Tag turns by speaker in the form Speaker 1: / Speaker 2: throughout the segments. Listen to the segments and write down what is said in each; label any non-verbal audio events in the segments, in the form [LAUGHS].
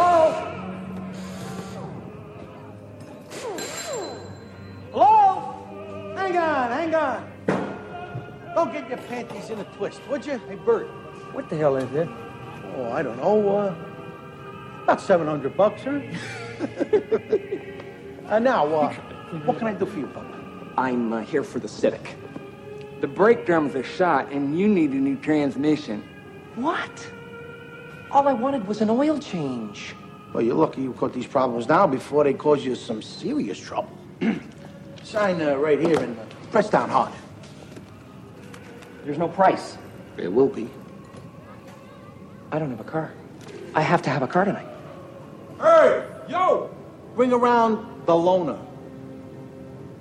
Speaker 1: Hello? Hello? Hang on, hang on. Don't get your panties in a twist, would you? Hey, Bert.
Speaker 2: What the hell is this?
Speaker 1: Oh, I don't know. Uh, about 700 bucks,
Speaker 2: [LAUGHS]
Speaker 1: sir. uh, now, uh, what can I do for you, Buck?
Speaker 2: I'm uh, here for the Civic. The brake drums are shot, and you need a new transmission.
Speaker 3: What? All I wanted was an oil change.
Speaker 1: Well, you're lucky you caught these problems now before they cause you some serious trouble. Sign uh, right here and uh, press down hard.
Speaker 3: There's no price.
Speaker 1: There will be.
Speaker 3: I don't have a car. I have to have a car tonight.
Speaker 1: Hey, yo! Bring around the loner.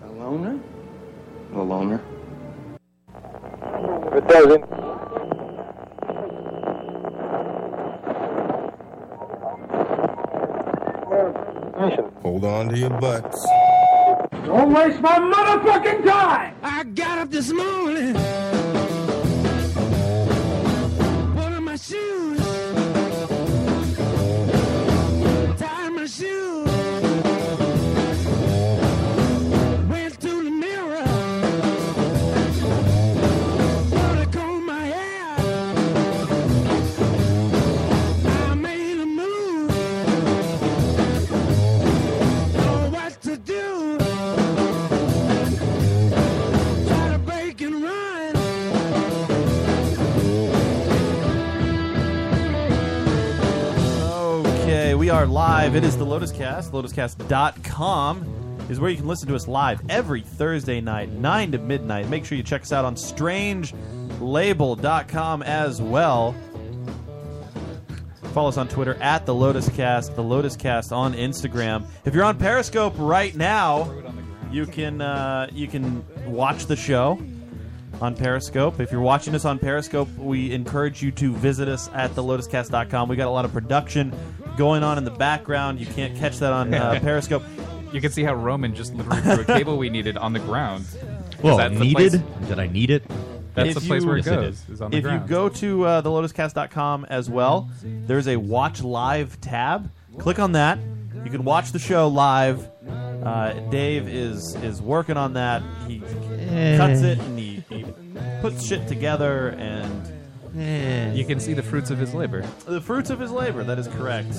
Speaker 3: A loner?
Speaker 2: The loner.
Speaker 4: It doesn't.
Speaker 5: Hold on to your butts.
Speaker 6: Don't waste my motherfucking time!
Speaker 7: I got up this morning. Put on my shoes. Tied my shoes. Went to the mirror. Wanna comb my hair. I made a move. Know what to do. Try to break and run.
Speaker 8: Okay, we are live. It is the Lotus Cast. LotusCast.com is where you can listen to us live every Thursday night, 9 to midnight. Make sure you check us out on strangelabel.com as well. Follow us on Twitter at the Lotus Cast, the Lotus Cast on Instagram. If you're on Periscope right now, you can uh, you can watch the show on Periscope. If you're watching us on Periscope, we encourage you to visit us at thelotuscast.com. We got a lot of production going on in the background. You can't catch that
Speaker 9: [LAUGHS]
Speaker 8: on uh, Periscope.
Speaker 9: You can see how Roman just literally threw a cable we needed on the ground. 'Cause
Speaker 10: Well,
Speaker 9: that's the
Speaker 10: needed?
Speaker 9: place-
Speaker 10: Did I need it?
Speaker 9: That's
Speaker 8: If
Speaker 9: the place where it
Speaker 8: you-
Speaker 9: goes. Is. on the
Speaker 8: if
Speaker 9: ground.
Speaker 8: you go to uh, thelotuscast.com as well, there's a watch live tab. Click on that. You can watch the show live. Uh, Dave is is working on that. He
Speaker 10: Eh.
Speaker 8: cuts it and he, he puts shit together, and
Speaker 10: Eh.
Speaker 9: you can see the fruits of his labor.
Speaker 8: the fruits of his labor. That is correct.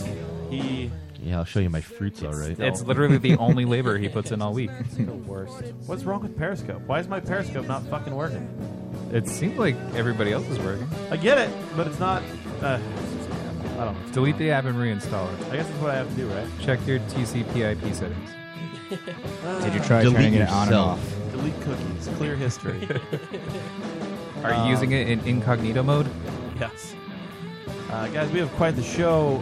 Speaker 8: He
Speaker 10: Yeah, I'll show you my fruits, all right.
Speaker 9: It's literally the only labor he puts in all week. the
Speaker 8: worst. What's wrong with Periscope? Why is my Periscope not fucking working?
Speaker 9: It seems like everybody else is working.
Speaker 8: I get it, but it's not. Uh, I don't.
Speaker 9: Delete the app and reinstall it.
Speaker 8: I guess that's what I have to do, right?
Speaker 9: Check your TCP/IP settings. Did
Speaker 8: you
Speaker 9: try
Speaker 10: Delete
Speaker 9: turning it on and
Speaker 10: yourself.
Speaker 9: off?
Speaker 8: Delete cookies. Clear history.
Speaker 9: Are you
Speaker 11: Uh,
Speaker 8: Um,
Speaker 9: using it in incognito mode?
Speaker 8: Yes. Uh, guys, we have quite the show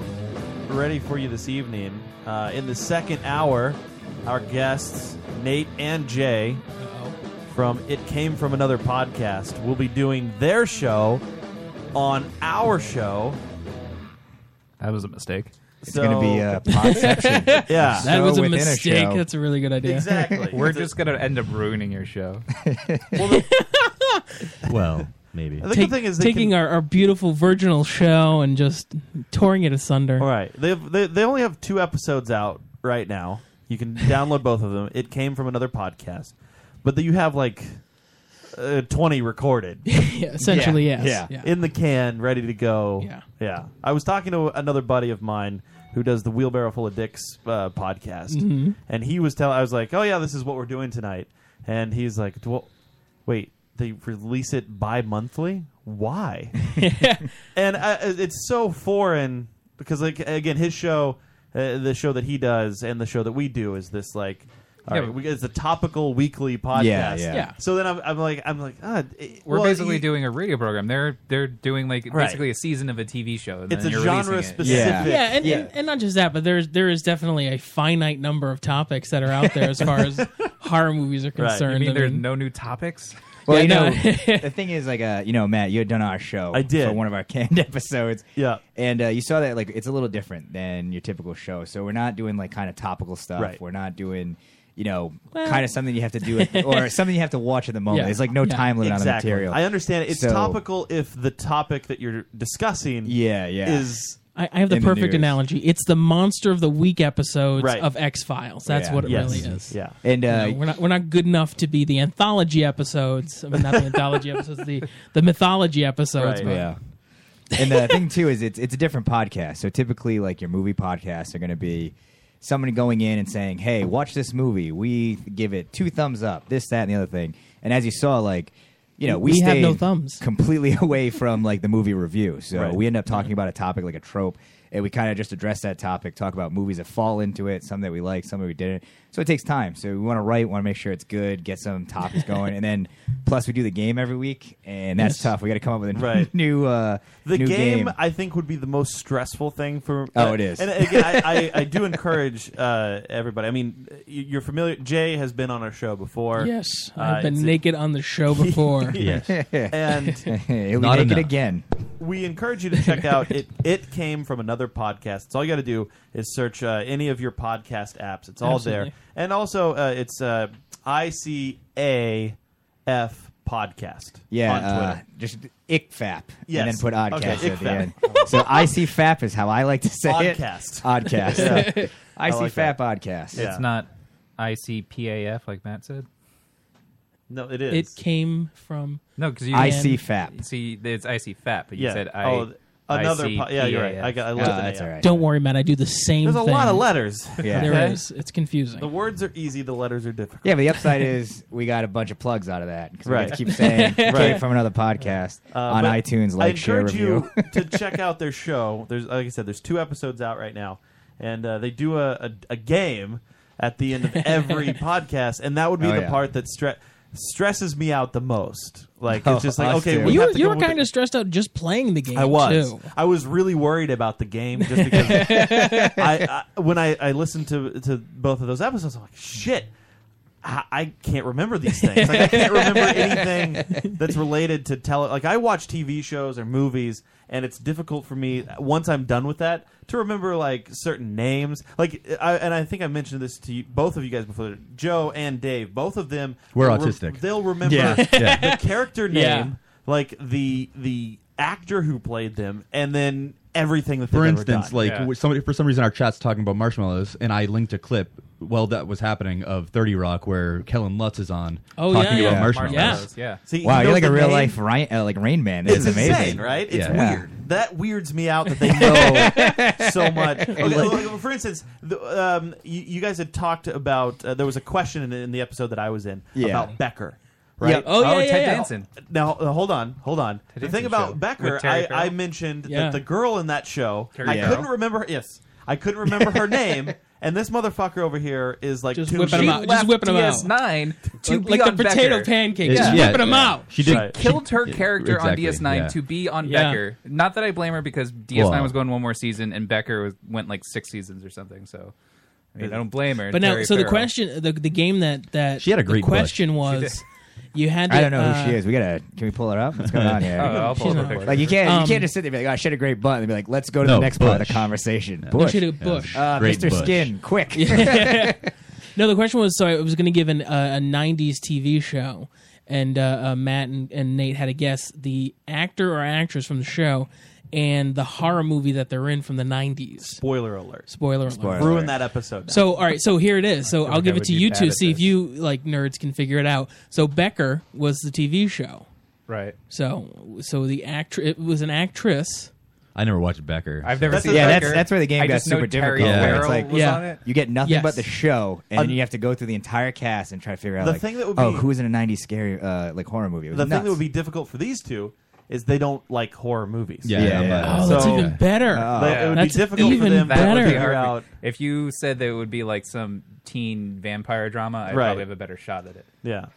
Speaker 8: ready for you this evening. Uh, in the second hour, our guests, Nate and Jay from It Came From Another Podcast, will be doing their show on our show.
Speaker 9: That was a mistake.
Speaker 8: It's
Speaker 11: gonna be, uh, [LAUGHS] podception.
Speaker 8: yeah.
Speaker 11: That was a
Speaker 9: within
Speaker 11: mistake.
Speaker 9: show.
Speaker 11: That's a really good idea. Exactly.
Speaker 9: [LAUGHS] We're
Speaker 11: It's a-
Speaker 9: just gonna end up ruining your
Speaker 11: [LAUGHS]
Speaker 9: show.
Speaker 10: [LAUGHS] well, maybe.
Speaker 8: I think
Speaker 11: Take-
Speaker 8: the thing is they
Speaker 11: taking our, our beautiful virginal show and just touring it asunder.
Speaker 8: All right. They've, they they only have two episodes out right now. You
Speaker 11: [LAUGHS]
Speaker 8: can download both of them. It came from another podcast, but that you have like uh, twenty
Speaker 11: [LAUGHS]
Speaker 8: recorded. yeah,
Speaker 11: essentially, yes.
Speaker 8: Yeah.
Speaker 11: Yeah.
Speaker 8: in the can, ready to go. Yeah, yeah. I was talking to another buddy of mine who does the Wheelbarrow Full of Dicks uh, podcast,
Speaker 11: Mhm.
Speaker 8: and he was telling. I was like, "Oh yeah, this is what we're doing tonight," and he's like, well, "Wait, they release it bi-monthly?
Speaker 9: [LAUGHS]
Speaker 8: Why?" [LAUGHS] and I, it's so foreign because, like, again, his show, uh, the show that he does, and the show that we do is this like. all
Speaker 9: Yeah,
Speaker 8: right,
Speaker 9: but-
Speaker 8: we, it's a topical weekly podcast.
Speaker 9: Yeah, yeah. Yeah.
Speaker 8: So then I'm, I'm like, I'm like, ah, it-
Speaker 9: We're
Speaker 8: well,
Speaker 9: basically
Speaker 8: you-
Speaker 9: doing a radio program. They're they're doing like
Speaker 8: Right.
Speaker 9: basically a season of a TV show. And
Speaker 8: It's
Speaker 9: then
Speaker 8: a
Speaker 9: you're releasing
Speaker 8: genre
Speaker 9: it.
Speaker 8: specific- Yeah.
Speaker 11: Yeah, and, And, and not just that, but there's there is definitely a finite number of topics that are out there
Speaker 8: [LAUGHS]
Speaker 11: as far as horror movies are concerned.
Speaker 9: You mean
Speaker 11: I
Speaker 9: there's
Speaker 11: mean-
Speaker 9: no new topics?
Speaker 11: Well,
Speaker 9: Yeah, no.
Speaker 11: you know-
Speaker 8: [LAUGHS]
Speaker 4: the thing is, like, uh, you know, Matt, you had done our show.
Speaker 8: I did.
Speaker 4: for one of our [LAUGHS] canned episodes.
Speaker 8: Yeah,
Speaker 4: and uh, you saw that like it's a little different than your typical show. So we're not doing like kind of topical stuff.
Speaker 8: Right.
Speaker 4: We're not doing. You know,
Speaker 8: Well-
Speaker 4: kind of something you have to do, at
Speaker 8: [LAUGHS]
Speaker 4: the, or something you have to watch at the moment.
Speaker 8: Yeah.
Speaker 4: There's like no
Speaker 8: Yeah.
Speaker 4: time limit on the
Speaker 8: Exactly.
Speaker 4: material.
Speaker 8: I understand it. it's
Speaker 4: So-
Speaker 8: topical if the topic that you're discussing
Speaker 4: Yeah, yeah.
Speaker 8: is
Speaker 11: [LAUGHS] I, I have the
Speaker 8: In the
Speaker 11: perfect
Speaker 8: news.
Speaker 11: analogy. It's the monster of the week episodes
Speaker 8: Right.
Speaker 11: of X Files. That's
Speaker 8: Yeah.
Speaker 11: what it
Speaker 8: Yes.
Speaker 11: really is.
Speaker 8: Yeah.
Speaker 4: And,
Speaker 11: You
Speaker 4: uh,
Speaker 11: know, we're not we're not good enough to be the anthology episodes. I mean, not the anthology episodes. The the mythology episodes. but-
Speaker 4: Yeah. And the thing too is it's it's a different podcast. So typically like your movie podcasts are going to be someone going in and saying, "Hey, watch this movie. We give it two thumbs up. This, that, and the other thing." And as you saw, like you know, we,
Speaker 11: We have
Speaker 4: stayed
Speaker 11: no thumbs.
Speaker 4: completely [LAUGHS] away from like the movie review. So
Speaker 11: Right.
Speaker 4: we end up talking about a topic like a trope, and we kind of just address that topic, talk about movies that fall into it, some that we like, some that we didn't. So it takes time. So we want to write, want to make sure it's good, get some
Speaker 11: [LAUGHS]
Speaker 4: topics going, and then plus we do the game every week, and that's
Speaker 8: Yes.
Speaker 4: tough. We got to come up with a
Speaker 8: Right.
Speaker 4: [LAUGHS] new uh,
Speaker 8: The
Speaker 4: new
Speaker 8: game, I think, would be the most stressful thing for. uh,
Speaker 4: Oh, it is.
Speaker 8: And again, I, I, I
Speaker 4: [LAUGHS]
Speaker 8: do encourage uh, everybody. I mean, y- you're familiar. Jay has been on our show before.
Speaker 11: Yes,
Speaker 8: Uh,
Speaker 11: I've been
Speaker 8: it's-
Speaker 11: naked on
Speaker 8: [LAUGHS]
Speaker 11: the show
Speaker 8: [LAUGHS]
Speaker 11: before.
Speaker 8: and
Speaker 4: He'll be Not naked enough. again.
Speaker 8: We encourage you to check out it. It came from another podcast. So all you got to do is search uh, any of your podcast apps. It's all
Speaker 11: Absolutely.
Speaker 8: there. And also, uh, it's uh, ICAF podcast.
Speaker 4: Yeah,
Speaker 8: on Twitter.
Speaker 4: uh, just ICFAP
Speaker 8: Yes.
Speaker 4: and then put
Speaker 8: Okay,
Speaker 4: oddcast at the
Speaker 8: ICFAP.
Speaker 4: end. so ICFAP is how I like to say
Speaker 9: Oddcast.
Speaker 4: it. Oddcast.
Speaker 9: Yeah.
Speaker 4: [LAUGHS] I see fat podcast.
Speaker 9: It's not ICPAF like Matt said.
Speaker 8: No, it
Speaker 11: It came from
Speaker 9: No, because you See, it's ICFAP, but you
Speaker 8: Yeah.
Speaker 9: said I.
Speaker 8: Oh, th- another
Speaker 9: ICPAF.
Speaker 8: po- yeah, you're right. I got- I looked at that, yeah.
Speaker 11: Don't worry, Matt. I do the same.
Speaker 8: There's a
Speaker 11: thing.
Speaker 8: lot of
Speaker 11: [LAUGHS]
Speaker 8: letters.
Speaker 11: there is. It's confusing.
Speaker 8: The words are easy. The letters are difficult.
Speaker 4: Yeah, but
Speaker 8: [LAUGHS]
Speaker 4: the upside is we got a bunch of plugs out of that because we
Speaker 8: Right.
Speaker 4: get to keep
Speaker 8: [LAUGHS]
Speaker 4: saying came
Speaker 8: Right.
Speaker 4: from another podcast
Speaker 8: Uh,
Speaker 4: on
Speaker 8: but
Speaker 4: iTunes,
Speaker 8: I
Speaker 4: like share
Speaker 8: encourage
Speaker 4: review.
Speaker 8: you
Speaker 4: [LAUGHS]
Speaker 8: to check out their show. There's, like I said, there's two episodes out right now, and uh, they do a, a, a game at the end of
Speaker 4: [LAUGHS]
Speaker 8: every podcast, and that would be
Speaker 11: Oh,
Speaker 8: the
Speaker 11: yeah.
Speaker 8: part that stre- stresses me out the most. [LAUGHS] Like
Speaker 11: Oh,
Speaker 8: it's just like
Speaker 11: us
Speaker 8: okay,
Speaker 11: too.
Speaker 8: we
Speaker 11: you,
Speaker 8: have
Speaker 11: were-
Speaker 8: to
Speaker 11: you
Speaker 8: come
Speaker 11: were
Speaker 8: up with
Speaker 11: kind of stressed out just playing the game.
Speaker 8: I was.
Speaker 11: too.
Speaker 8: I was really worried about the game just because
Speaker 11: [LAUGHS]
Speaker 8: I, I when I, I listened to to both of those episodes, I'm like, shit, I, I can't remember these things. Like, I can't
Speaker 11: [LAUGHS]
Speaker 8: remember anything that's related to tele. Like I watch TV shows or movies, and it's difficult for me once I'm done with that to remember like certain names. Like I, and I think I mentioned this to you, both of you guys before, Joe and Dave. Both of them
Speaker 10: We're
Speaker 8: will rem-
Speaker 10: autistic.
Speaker 8: they'll remember
Speaker 10: Yeah. Yeah.
Speaker 8: the character name
Speaker 10: Yeah.
Speaker 8: like the the actor who played them, and then everything that they've
Speaker 10: For
Speaker 8: ever
Speaker 10: instance,
Speaker 8: done.
Speaker 10: like w somebody for some reason our chat's talking about marshmallows, and I linked a clip while that was happening of Thirty Rock where Kellen Lutz is on
Speaker 8: Oh, yeah,
Speaker 10: talking about
Speaker 8: yeah.
Speaker 10: marshmallows.
Speaker 8: Marshmallows, yeah. See, he
Speaker 4: wow, you're
Speaker 8: knows
Speaker 4: like a
Speaker 8: the
Speaker 4: real
Speaker 8: name.
Speaker 4: life Ryan, uh, like Rain Man. This
Speaker 8: it's
Speaker 4: is amazing,
Speaker 8: insane, right? It's
Speaker 4: Yeah.
Speaker 8: weird. That weirds me out that they know so much.
Speaker 4: Like-
Speaker 8: Okay, look, for instance, the, um, you, you guys had talked about uh, there was a question in, in the episode that I was in
Speaker 9: Yeah.
Speaker 8: about Becker. Right?
Speaker 9: Yeah. Oh, yeah, Oh, yeah, Ted yeah. Danson.
Speaker 8: Now, uh, hold on, hold on. the
Speaker 9: Danson
Speaker 8: thing about
Speaker 9: show.
Speaker 8: Becker,
Speaker 9: With Terry
Speaker 8: I,
Speaker 9: Farrell?
Speaker 8: I mentioned
Speaker 9: Yeah.
Speaker 8: that the girl in that show,
Speaker 9: Terry
Speaker 8: I
Speaker 9: Farrell.
Speaker 8: couldn't remember. Her, yes, I couldn't remember her name. And this motherfucker over here is like
Speaker 11: Just
Speaker 8: two
Speaker 11: whipping 'em
Speaker 8: she
Speaker 11: out. Just
Speaker 8: left
Speaker 11: whipping 'em out.
Speaker 8: DS9 to
Speaker 11: Like-
Speaker 8: be
Speaker 11: like the
Speaker 8: on Becker.
Speaker 11: potato pancake, just Yeah. whipping 'em out.
Speaker 9: She,
Speaker 11: She did-
Speaker 9: She killed her
Speaker 11: she-
Speaker 9: character
Speaker 10: exactly,
Speaker 9: on DS9
Speaker 10: yeah.
Speaker 9: to be on
Speaker 10: Yeah.
Speaker 9: Becker. Not that I blame her because DS9
Speaker 10: Well.
Speaker 9: was going one more season and Becker was, went like six seasons or something. So I mean, I don't blame her.
Speaker 11: But now,
Speaker 9: Terry
Speaker 11: so the
Speaker 9: Farrell.
Speaker 11: question, the, the game that that
Speaker 9: She had a great
Speaker 11: the
Speaker 9: butt.
Speaker 11: question
Speaker 9: She
Speaker 11: was,
Speaker 9: did.
Speaker 11: you had. The,
Speaker 4: I don't know
Speaker 11: uh,
Speaker 4: who she is. We gotta. Can we pull her up? What's going on
Speaker 11: [LAUGHS]
Speaker 4: here?
Speaker 11: Oh, I'll pull She's up a not- picture.
Speaker 4: Like you can't.
Speaker 11: Um,
Speaker 4: you can't just sit there and be like, "Oh, I shed a great butt," and be like, "Let's go to
Speaker 10: No,
Speaker 4: the next part of
Speaker 10: Bush.
Speaker 4: the conversation."
Speaker 10: No,
Speaker 4: Bush.
Speaker 11: she did Bush.
Speaker 8: Ah,
Speaker 4: Uh,
Speaker 10: Great
Speaker 4: Mr.
Speaker 10: Bush.
Speaker 4: Skin, quick.
Speaker 8: [LAUGHS]
Speaker 11: no, the question was so I was going to give an, uh, a 90s TV show, and uh, uh, Matt and, and Nate had to guess the actor or actress from the show and the horror movie that they're in from the 90s.
Speaker 8: Spoiler alert.
Speaker 11: Spoiler alert.
Speaker 8: Spoiler Ruin alert. that episode now.
Speaker 11: So, all right, so here it is.
Speaker 8: I
Speaker 11: So
Speaker 8: feel
Speaker 11: I'll
Speaker 8: like
Speaker 11: give
Speaker 8: I
Speaker 11: it to
Speaker 8: would be
Speaker 11: you
Speaker 8: bad
Speaker 11: two,
Speaker 8: at
Speaker 11: see if you, like, nerds can figure it out. So Becker was the TV show.
Speaker 9: Right.
Speaker 11: So, so the actress, it was an actress.
Speaker 10: I never watched Becker.
Speaker 9: I've
Speaker 10: never
Speaker 4: yeah, that's that's where the game got super difficult. where It's like
Speaker 11: was Yeah. on it.
Speaker 4: you get nothing
Speaker 11: Yes.
Speaker 4: but the show, and
Speaker 11: Un-
Speaker 4: then you have to go through the entire cast and try to figure out
Speaker 8: Um, The
Speaker 4: like,
Speaker 8: thing that would
Speaker 4: oh,
Speaker 8: be-
Speaker 4: who was in a '90s scary uh, like horror movie. It was
Speaker 8: the
Speaker 4: nuts.
Speaker 8: thing that would be difficult for these two is they don't like horror movies.
Speaker 4: Yeah, Yeah, yeah. yeah. Oh.
Speaker 9: Oh, that's
Speaker 11: even better.
Speaker 8: They- It would
Speaker 11: That's
Speaker 8: be difficult
Speaker 11: even
Speaker 8: for them
Speaker 9: That would
Speaker 8: to
Speaker 9: be
Speaker 8: figure
Speaker 9: hard.
Speaker 8: out.
Speaker 9: If you said that it would be like some teen vampire drama, I'd
Speaker 8: Right.
Speaker 9: probably have a better shot at it.
Speaker 8: Yeah.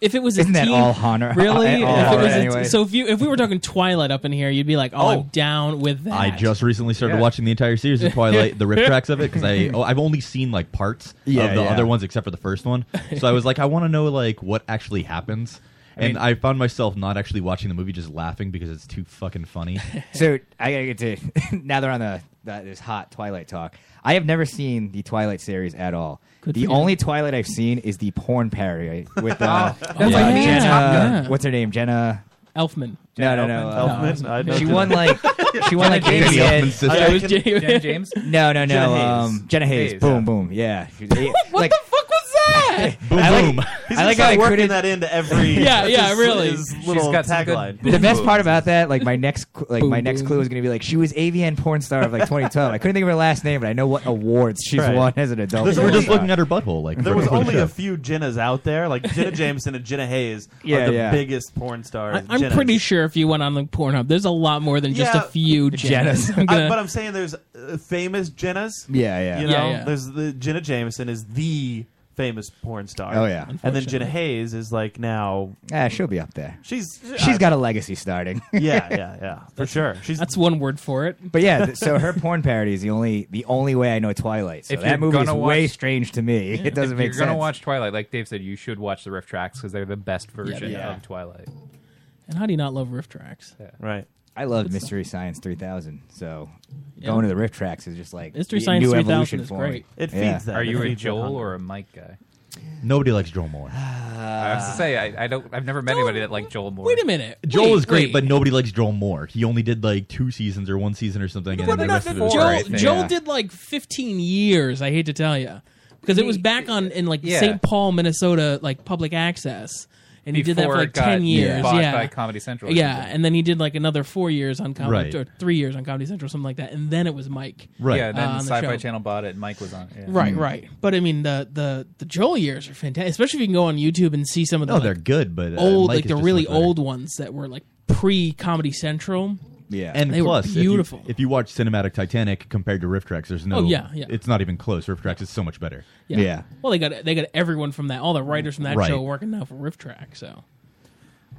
Speaker 11: If it was
Speaker 9: Isn't
Speaker 11: a
Speaker 9: that
Speaker 11: teen,
Speaker 9: all honor-
Speaker 11: Really?
Speaker 9: all
Speaker 11: If it
Speaker 9: horror
Speaker 11: was a-
Speaker 9: anyway?
Speaker 11: so if you if we were talking Twilight up in here, you'd be like, "Oh, I'm down with that."
Speaker 10: I just recently started
Speaker 11: Yeah.
Speaker 10: watching the entire series of Twilight, the
Speaker 11: [LAUGHS]
Speaker 10: rip tracks of it, because I oh, I've only seen like parts
Speaker 4: Yeah,
Speaker 10: of the
Speaker 4: yeah.
Speaker 10: other ones except for the first one. So I was like, I want to know like what actually happens,
Speaker 4: I
Speaker 10: and
Speaker 4: mean-
Speaker 10: I found myself not actually watching the movie, just laughing because it's too fucking
Speaker 11: [LAUGHS]
Speaker 10: funny.
Speaker 4: [LAUGHS] so I gotta get to [LAUGHS] now they're on the that this hot Twilight talk. I have never seen the Twilight series at all.
Speaker 10: Good
Speaker 4: the
Speaker 10: for you.
Speaker 4: only Twilight I've seen is the porn parody with
Speaker 8: [LAUGHS]
Speaker 4: uh,
Speaker 8: Oh,
Speaker 10: That's like me and
Speaker 4: Jenna.
Speaker 10: Top Gun.
Speaker 4: What's her name? Jenna.
Speaker 11: Elfman.
Speaker 4: No, no, no. uh,
Speaker 8: Elfman? I don't
Speaker 4: she
Speaker 8: know.
Speaker 4: won like she won like
Speaker 8: Jenna
Speaker 4: eighty.
Speaker 8: James.
Speaker 4: and-
Speaker 8: Elfman's sister. Oh, it was Jen- Jen James?
Speaker 4: No, no, no.
Speaker 8: Jenna Hayes.
Speaker 4: Um, Jenna Hayes.
Speaker 8: Hayes,
Speaker 4: boom, boom. Yeah.
Speaker 11: what the fuck was that?
Speaker 4: boom, I like,
Speaker 8: He's
Speaker 4: I like
Speaker 8: gonna start
Speaker 4: how I
Speaker 8: working
Speaker 4: created
Speaker 8: that into every
Speaker 11: [LAUGHS] Yeah, yeah,
Speaker 8: his-
Speaker 11: really.
Speaker 8: his
Speaker 11: She's
Speaker 8: little
Speaker 11: got some good
Speaker 8: tagline.
Speaker 4: The best part about that, like my next, cl- like my next clue is gonna be like she was AVN porn star of like 2012. I couldn't think of her last name, but I know what awards she's
Speaker 8: Right.
Speaker 4: won as an adult.
Speaker 8: There's
Speaker 4: porn
Speaker 8: only-
Speaker 4: star.
Speaker 8: there was only a few Jennas out there, like Jenna Jameson and Jenna Hayes
Speaker 11: Yeah,
Speaker 8: are the
Speaker 11: yeah.
Speaker 8: biggest porn stars.
Speaker 11: I'm
Speaker 8: Jennas.
Speaker 11: pretty sure if you went on like Pornhub, there's a lot more than just
Speaker 8: Yeah.
Speaker 11: a
Speaker 4: [LAUGHS]
Speaker 11: few Jennas. I'm
Speaker 8: I-
Speaker 11: gonna- [LAUGHS]
Speaker 8: but I'm saying there's uh, famous Jennas.
Speaker 4: Yeah, yeah.
Speaker 8: You know,
Speaker 11: Yeah, yeah.
Speaker 8: there's the Jenna Jameson is the famous porn star.
Speaker 4: Oh, yeah.
Speaker 8: and then Jenna Hayes is like now.
Speaker 4: Ah, she'll be up there.
Speaker 8: She's uh,
Speaker 4: she's got a legacy starting.
Speaker 8: [LAUGHS] yeah, yeah, yeah, for sure. She's
Speaker 11: that's one word for it.
Speaker 4: But yeah, th- so her porn parody is the only the only way I know Twilight. So
Speaker 9: If
Speaker 4: that
Speaker 9: you're
Speaker 4: movie is
Speaker 9: gonna
Speaker 4: way
Speaker 9: watch-
Speaker 4: strange
Speaker 8: [LAUGHS]
Speaker 4: to me. [LAUGHS] It doesn't
Speaker 9: if
Speaker 4: make
Speaker 9: you're
Speaker 4: sense.
Speaker 9: gonna watch Twilight, like Dave said, you should watch the riff tracks because they're the best version
Speaker 11: Yeah.
Speaker 9: of Twilight.
Speaker 11: And how do you not love riff tracks?
Speaker 8: Right.
Speaker 4: I loved Mystery Science 3000. So
Speaker 11: Yeah.
Speaker 4: going to the riff tracks is just like
Speaker 11: Mystery
Speaker 4: new
Speaker 11: Science
Speaker 4: evolution
Speaker 11: 3000 is
Speaker 4: for
Speaker 11: great.
Speaker 4: me.
Speaker 11: It
Speaker 4: Yeah.
Speaker 11: feeds that.
Speaker 9: Are you a
Speaker 11: feeds that
Speaker 9: Joel
Speaker 11: hunger.
Speaker 9: or a Mike guy?
Speaker 10: Nobody likes Joel Moore.
Speaker 4: Uh,
Speaker 9: I was to say I, I don't. I've never met anybody that liked Joel Moore.
Speaker 11: Wait a minute.
Speaker 10: Joel
Speaker 11: Wait,
Speaker 10: is great,
Speaker 11: wait.
Speaker 10: but nobody likes Joel Moore. He only did like two seasons or one season or something, and
Speaker 11: Well,
Speaker 10: then the
Speaker 11: no,
Speaker 10: rest of it was
Speaker 11: Joel,
Speaker 10: great.
Speaker 11: Joel did like 15 years. I hate to tell you, because it was back on in like
Speaker 9: Yeah.
Speaker 11: St. Paul, Minnesota, like public access, and he did that
Speaker 9: Before
Speaker 11: for
Speaker 9: it
Speaker 11: like
Speaker 9: got
Speaker 11: 10 years.
Speaker 9: bought
Speaker 11: yeah,
Speaker 9: by Comedy Central or
Speaker 11: Yeah,
Speaker 9: something.
Speaker 11: and then he did like another four years on Comedy
Speaker 9: Right.
Speaker 11: or three years on Comedy Central, something like that, and then it was Mike.
Speaker 9: Yeah. Then
Speaker 11: uh, on the
Speaker 9: Sci-Fi
Speaker 11: show.
Speaker 9: Channel bought it. and Mike was on it. Yeah.
Speaker 11: Right,
Speaker 10: Hmm.
Speaker 4: Hmm.
Speaker 11: right. But I mean, the the the Joel years are fantastic, especially if you can go on YouTube and see some of the.
Speaker 10: No,
Speaker 11: like,
Speaker 10: they're good, but, uh,
Speaker 11: old,
Speaker 10: Mike
Speaker 11: like
Speaker 10: is
Speaker 11: the
Speaker 10: just
Speaker 11: really
Speaker 10: much better.
Speaker 11: old ones that were like pre Comedy Central.
Speaker 10: and
Speaker 11: they
Speaker 10: plus,
Speaker 11: were
Speaker 10: if you-
Speaker 11: beautiful.
Speaker 10: If you, watch Cinematic Titanic compared to Riff Tracks, there's no.
Speaker 11: Oh, yeah, yeah.
Speaker 10: It's not even close. Riff Tracks is so much better.
Speaker 11: Well, they got they got everyone from that, all the writers from that
Speaker 10: Right.
Speaker 11: show working now for Riff Track. So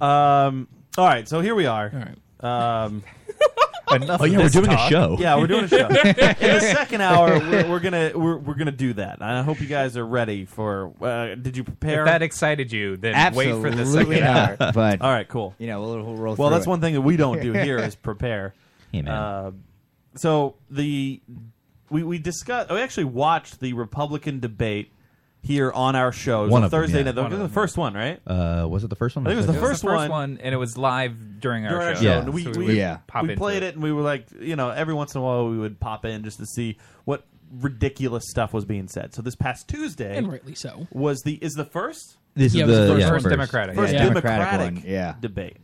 Speaker 8: Um. All right. So here we are. All right.
Speaker 9: [LAUGHS]
Speaker 8: Um.
Speaker 10: Oh, of yeah, we're this doing a talk. show.
Speaker 8: Yeah, we're doing a show. In the second hour, we're, we're gonna we're, we're gonna do that. I hope you guys are ready for. Uh, did you prepare?
Speaker 9: If that excited you, then wait for the
Speaker 4: Absolutely
Speaker 9: second hour.
Speaker 4: not, but
Speaker 8: all right, cool.
Speaker 4: You know, we'll, we'll roll.
Speaker 8: Well,
Speaker 4: through
Speaker 8: that's
Speaker 4: it.
Speaker 8: one thing that we don't
Speaker 10: [LAUGHS]
Speaker 8: do here is prepare.
Speaker 10: Hey, man.
Speaker 8: Uh, so the we we discussed. We actually watched the Republican debate here on our show. It was
Speaker 10: One
Speaker 8: a
Speaker 10: of them,
Speaker 8: Thursday
Speaker 10: yeah.
Speaker 8: night. That
Speaker 10: One
Speaker 8: was
Speaker 10: of
Speaker 8: the
Speaker 10: them,
Speaker 8: first one, right?
Speaker 10: Uh, was it the first one?
Speaker 8: I think it was the
Speaker 10: second
Speaker 8: first
Speaker 9: the first
Speaker 8: one.
Speaker 9: one, and it was live during our
Speaker 8: during
Speaker 9: show.
Speaker 10: Yeah.
Speaker 8: and we,
Speaker 9: So
Speaker 8: we,
Speaker 9: would
Speaker 10: Yeah.
Speaker 9: pop
Speaker 8: we
Speaker 9: into
Speaker 8: played
Speaker 9: it.
Speaker 8: it. and we were like, you know, every once in a while we would pop in just to see what ridiculous stuff was being said. So this past Tuesday,
Speaker 11: And rightly so.
Speaker 8: was the is the first.
Speaker 10: This
Speaker 11: Yeah, is it was the the- first yeah,
Speaker 9: first. Democratic.
Speaker 8: first
Speaker 9: Yeah.
Speaker 8: Democratic,
Speaker 9: Democratic one,
Speaker 4: yeah.
Speaker 8: debate.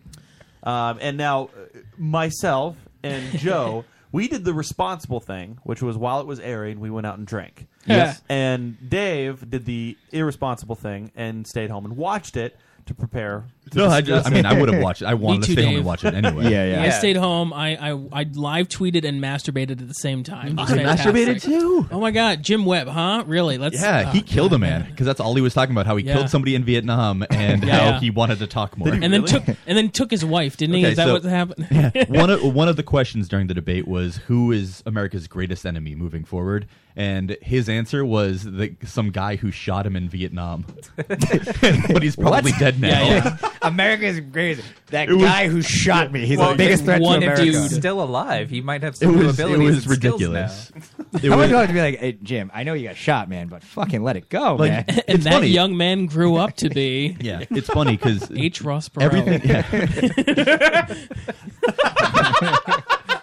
Speaker 8: Um, and now, uh, myself
Speaker 11: [LAUGHS]
Speaker 8: and Joe, we did the responsible thing, which was while it was airing, we went out and drank.
Speaker 11: Yes.
Speaker 8: and Dave did the irresponsible thing and stayed home and watched it to prepare. to
Speaker 10: No, I just-
Speaker 8: discuss
Speaker 10: I mean,
Speaker 8: it.
Speaker 10: I would've watched it. I wanted
Speaker 11: [LAUGHS]
Speaker 10: to
Speaker 11: Me too,
Speaker 10: stay home and
Speaker 11: Dave.
Speaker 10: watch it
Speaker 11: [LAUGHS]
Speaker 10: anyway. [LAUGHS] Yeah, yeah.
Speaker 11: I
Speaker 10: Yeah.
Speaker 11: stayed home. I, I I live tweeted and masturbated at the same time. It was
Speaker 10: I
Speaker 11: fantastic.
Speaker 10: masturbated too?
Speaker 11: Oh my god, Jim Webb, huh? Really? Let's
Speaker 10: Yeah, he
Speaker 11: uh,
Speaker 10: killed a man because that's all he was talking about. How he
Speaker 11: Yeah.
Speaker 10: killed somebody in
Speaker 11: [LAUGHS]
Speaker 10: Vietnam and
Speaker 11: Yeah.
Speaker 10: how
Speaker 11: Yeah.
Speaker 10: he wanted to talk more.
Speaker 11: and then took and then took his wife, didn't he?
Speaker 10: Okay,
Speaker 11: Is that
Speaker 10: so-
Speaker 11: what happened?
Speaker 10: [LAUGHS] Yeah.
Speaker 11: [LAUGHS]
Speaker 10: one of one of the questions during the debate was who is America's greatest enemy moving forward, and his answer was the, some guy who shot him in Vietnam, [LAUGHS] but he's probably
Speaker 4: What?
Speaker 10: dead now.
Speaker 4: Yeah, [LAUGHS] yeah. America's greatest. That guy who shot me. He's the biggest threat to
Speaker 9: one
Speaker 4: America.
Speaker 9: dude still alive. He might have
Speaker 4: It
Speaker 9: some new
Speaker 4: was- it
Speaker 9: abilities.
Speaker 4: was
Speaker 9: and skills
Speaker 4: ridiculous.
Speaker 10: [LAUGHS]
Speaker 9: now.
Speaker 4: It I would love to be like, hey, Jim, I know you got shot, man, but fucking let it go,
Speaker 10: Like,
Speaker 4: man.
Speaker 11: and that young man grew up to be.
Speaker 10: Yeah, it's funny because
Speaker 11: [LAUGHS] H. Ross Perot.
Speaker 10: everything.
Speaker 11: [LAUGHS]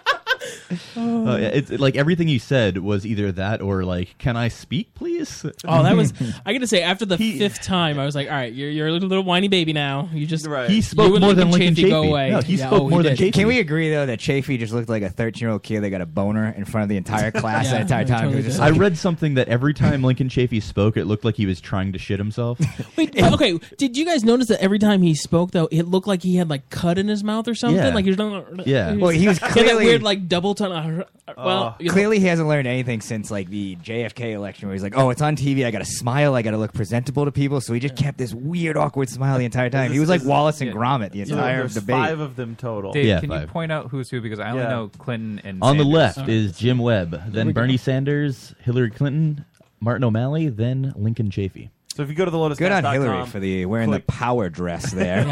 Speaker 10: Oh, yeah, it's like everything he said was either that or like, "Can I speak, please?"
Speaker 11: [LAUGHS] Oh, that
Speaker 10: [LAUGHS]
Speaker 11: was. I gotta say, after the fifth time, I was like, "All right, you're you're a little, little whiny baby now. You just
Speaker 10: [LAUGHS] He spoke
Speaker 11: you and
Speaker 10: more than Lincoln
Speaker 11: Go
Speaker 10: Chafee.
Speaker 11: away.
Speaker 10: No, he
Speaker 11: Yeah,
Speaker 10: spoke
Speaker 11: oh,
Speaker 10: more than
Speaker 11: did.
Speaker 4: Can we agree though that Chafee just looked like a 13 year old kid that got a boner in front of the entire
Speaker 11: [LAUGHS]
Speaker 4: class
Speaker 11: Yeah,
Speaker 4: that entire
Speaker 11: I
Speaker 4: time?
Speaker 11: totally
Speaker 4: He was just
Speaker 10: I
Speaker 4: like-
Speaker 10: read something that every time Lincoln Chafee spoke, it looked like he was trying to shit
Speaker 11: [LAUGHS]
Speaker 10: himself.
Speaker 11: Wait, okay. Did you guys notice that every time he spoke, though, it looked like he had like cut in his mouth or something?
Speaker 10: Yeah.
Speaker 11: Like he was doing.
Speaker 10: Yeah.
Speaker 11: [LAUGHS]
Speaker 4: Well, he was
Speaker 11: had that
Speaker 4: clearly- Oh,
Speaker 11: weird like double ton. Uh,
Speaker 8: Oh.
Speaker 11: Well, you know, [LAUGHS]
Speaker 4: Clearly, he hasn't learned anything since like the JFK election, where he's like, "Oh, it's on TV. I got to smile. I got to look presentable to people." So he just kept this weird, awkward smile the entire time.
Speaker 8: This
Speaker 4: He was
Speaker 8: is-
Speaker 4: like
Speaker 8: this is-
Speaker 4: Wallace
Speaker 8: yeah.
Speaker 4: and Gromit the
Speaker 8: So
Speaker 4: entire
Speaker 8: there's
Speaker 4: debate.
Speaker 8: Five of them total.
Speaker 9: Dave,
Speaker 10: Yeah,
Speaker 9: can you
Speaker 10: five.
Speaker 9: point out who's who? Because I only
Speaker 8: Yeah.
Speaker 9: know Clinton and
Speaker 10: On the
Speaker 9: Sanders.
Speaker 10: left is Jim Webb,
Speaker 11: we
Speaker 10: then
Speaker 9: [LAUGHS]
Speaker 11: go. [LAUGHS]
Speaker 10: Bernie Sanders, Hillary Clinton, Martin O'Malley, then Lincoln Chafee.
Speaker 8: So So if you go to the Lotus
Speaker 4: Good on Hillary for the wearing
Speaker 8: click-
Speaker 4: the power
Speaker 11: [LAUGHS]
Speaker 4: dress there.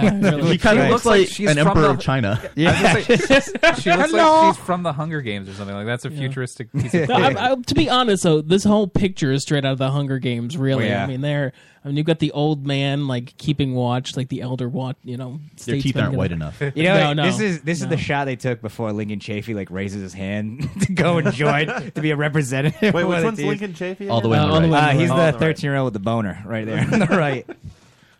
Speaker 4: [LAUGHS]
Speaker 10: She kind of looks like an
Speaker 9: from
Speaker 10: emperor
Speaker 9: the-
Speaker 10: of
Speaker 8: [LAUGHS]
Speaker 10: China.
Speaker 9: Yeah. I was gonna say, she looks
Speaker 11: Hello.
Speaker 9: like she's from the Hunger Games or something like that's a
Speaker 8: [LAUGHS]
Speaker 9: futuristic piece of
Speaker 11: No, I'm- I'm- to be honest, though, this whole picture is straight out of the Hunger Games.
Speaker 4: Oh,
Speaker 11: Really,
Speaker 9: Well, yeah.
Speaker 11: I mean, there. I mean, you've got the old man like keeping watch, like the elder watch. You know, statesman gonna-
Speaker 4: You
Speaker 11: [LAUGHS] no,
Speaker 4: know,
Speaker 11: no,
Speaker 4: this is this is
Speaker 11: no.
Speaker 4: the shot they took before Lincoln Chafee like raises his hand [LAUGHS] to go and
Speaker 8: [LAUGHS]
Speaker 4: join to be a representative.
Speaker 8: Wait,
Speaker 4: of one
Speaker 8: which
Speaker 4: of the
Speaker 8: one's
Speaker 4: teams.
Speaker 8: Lincoln Chafee?
Speaker 4: All the way
Speaker 11: Uh,
Speaker 4: on the
Speaker 11: all the
Speaker 4: right.
Speaker 11: way on
Speaker 4: Uh,
Speaker 11: the
Speaker 4: he's
Speaker 11: right.
Speaker 4: the
Speaker 11: All the right.
Speaker 4: 13 year old with the boner right there [LAUGHS] on the right.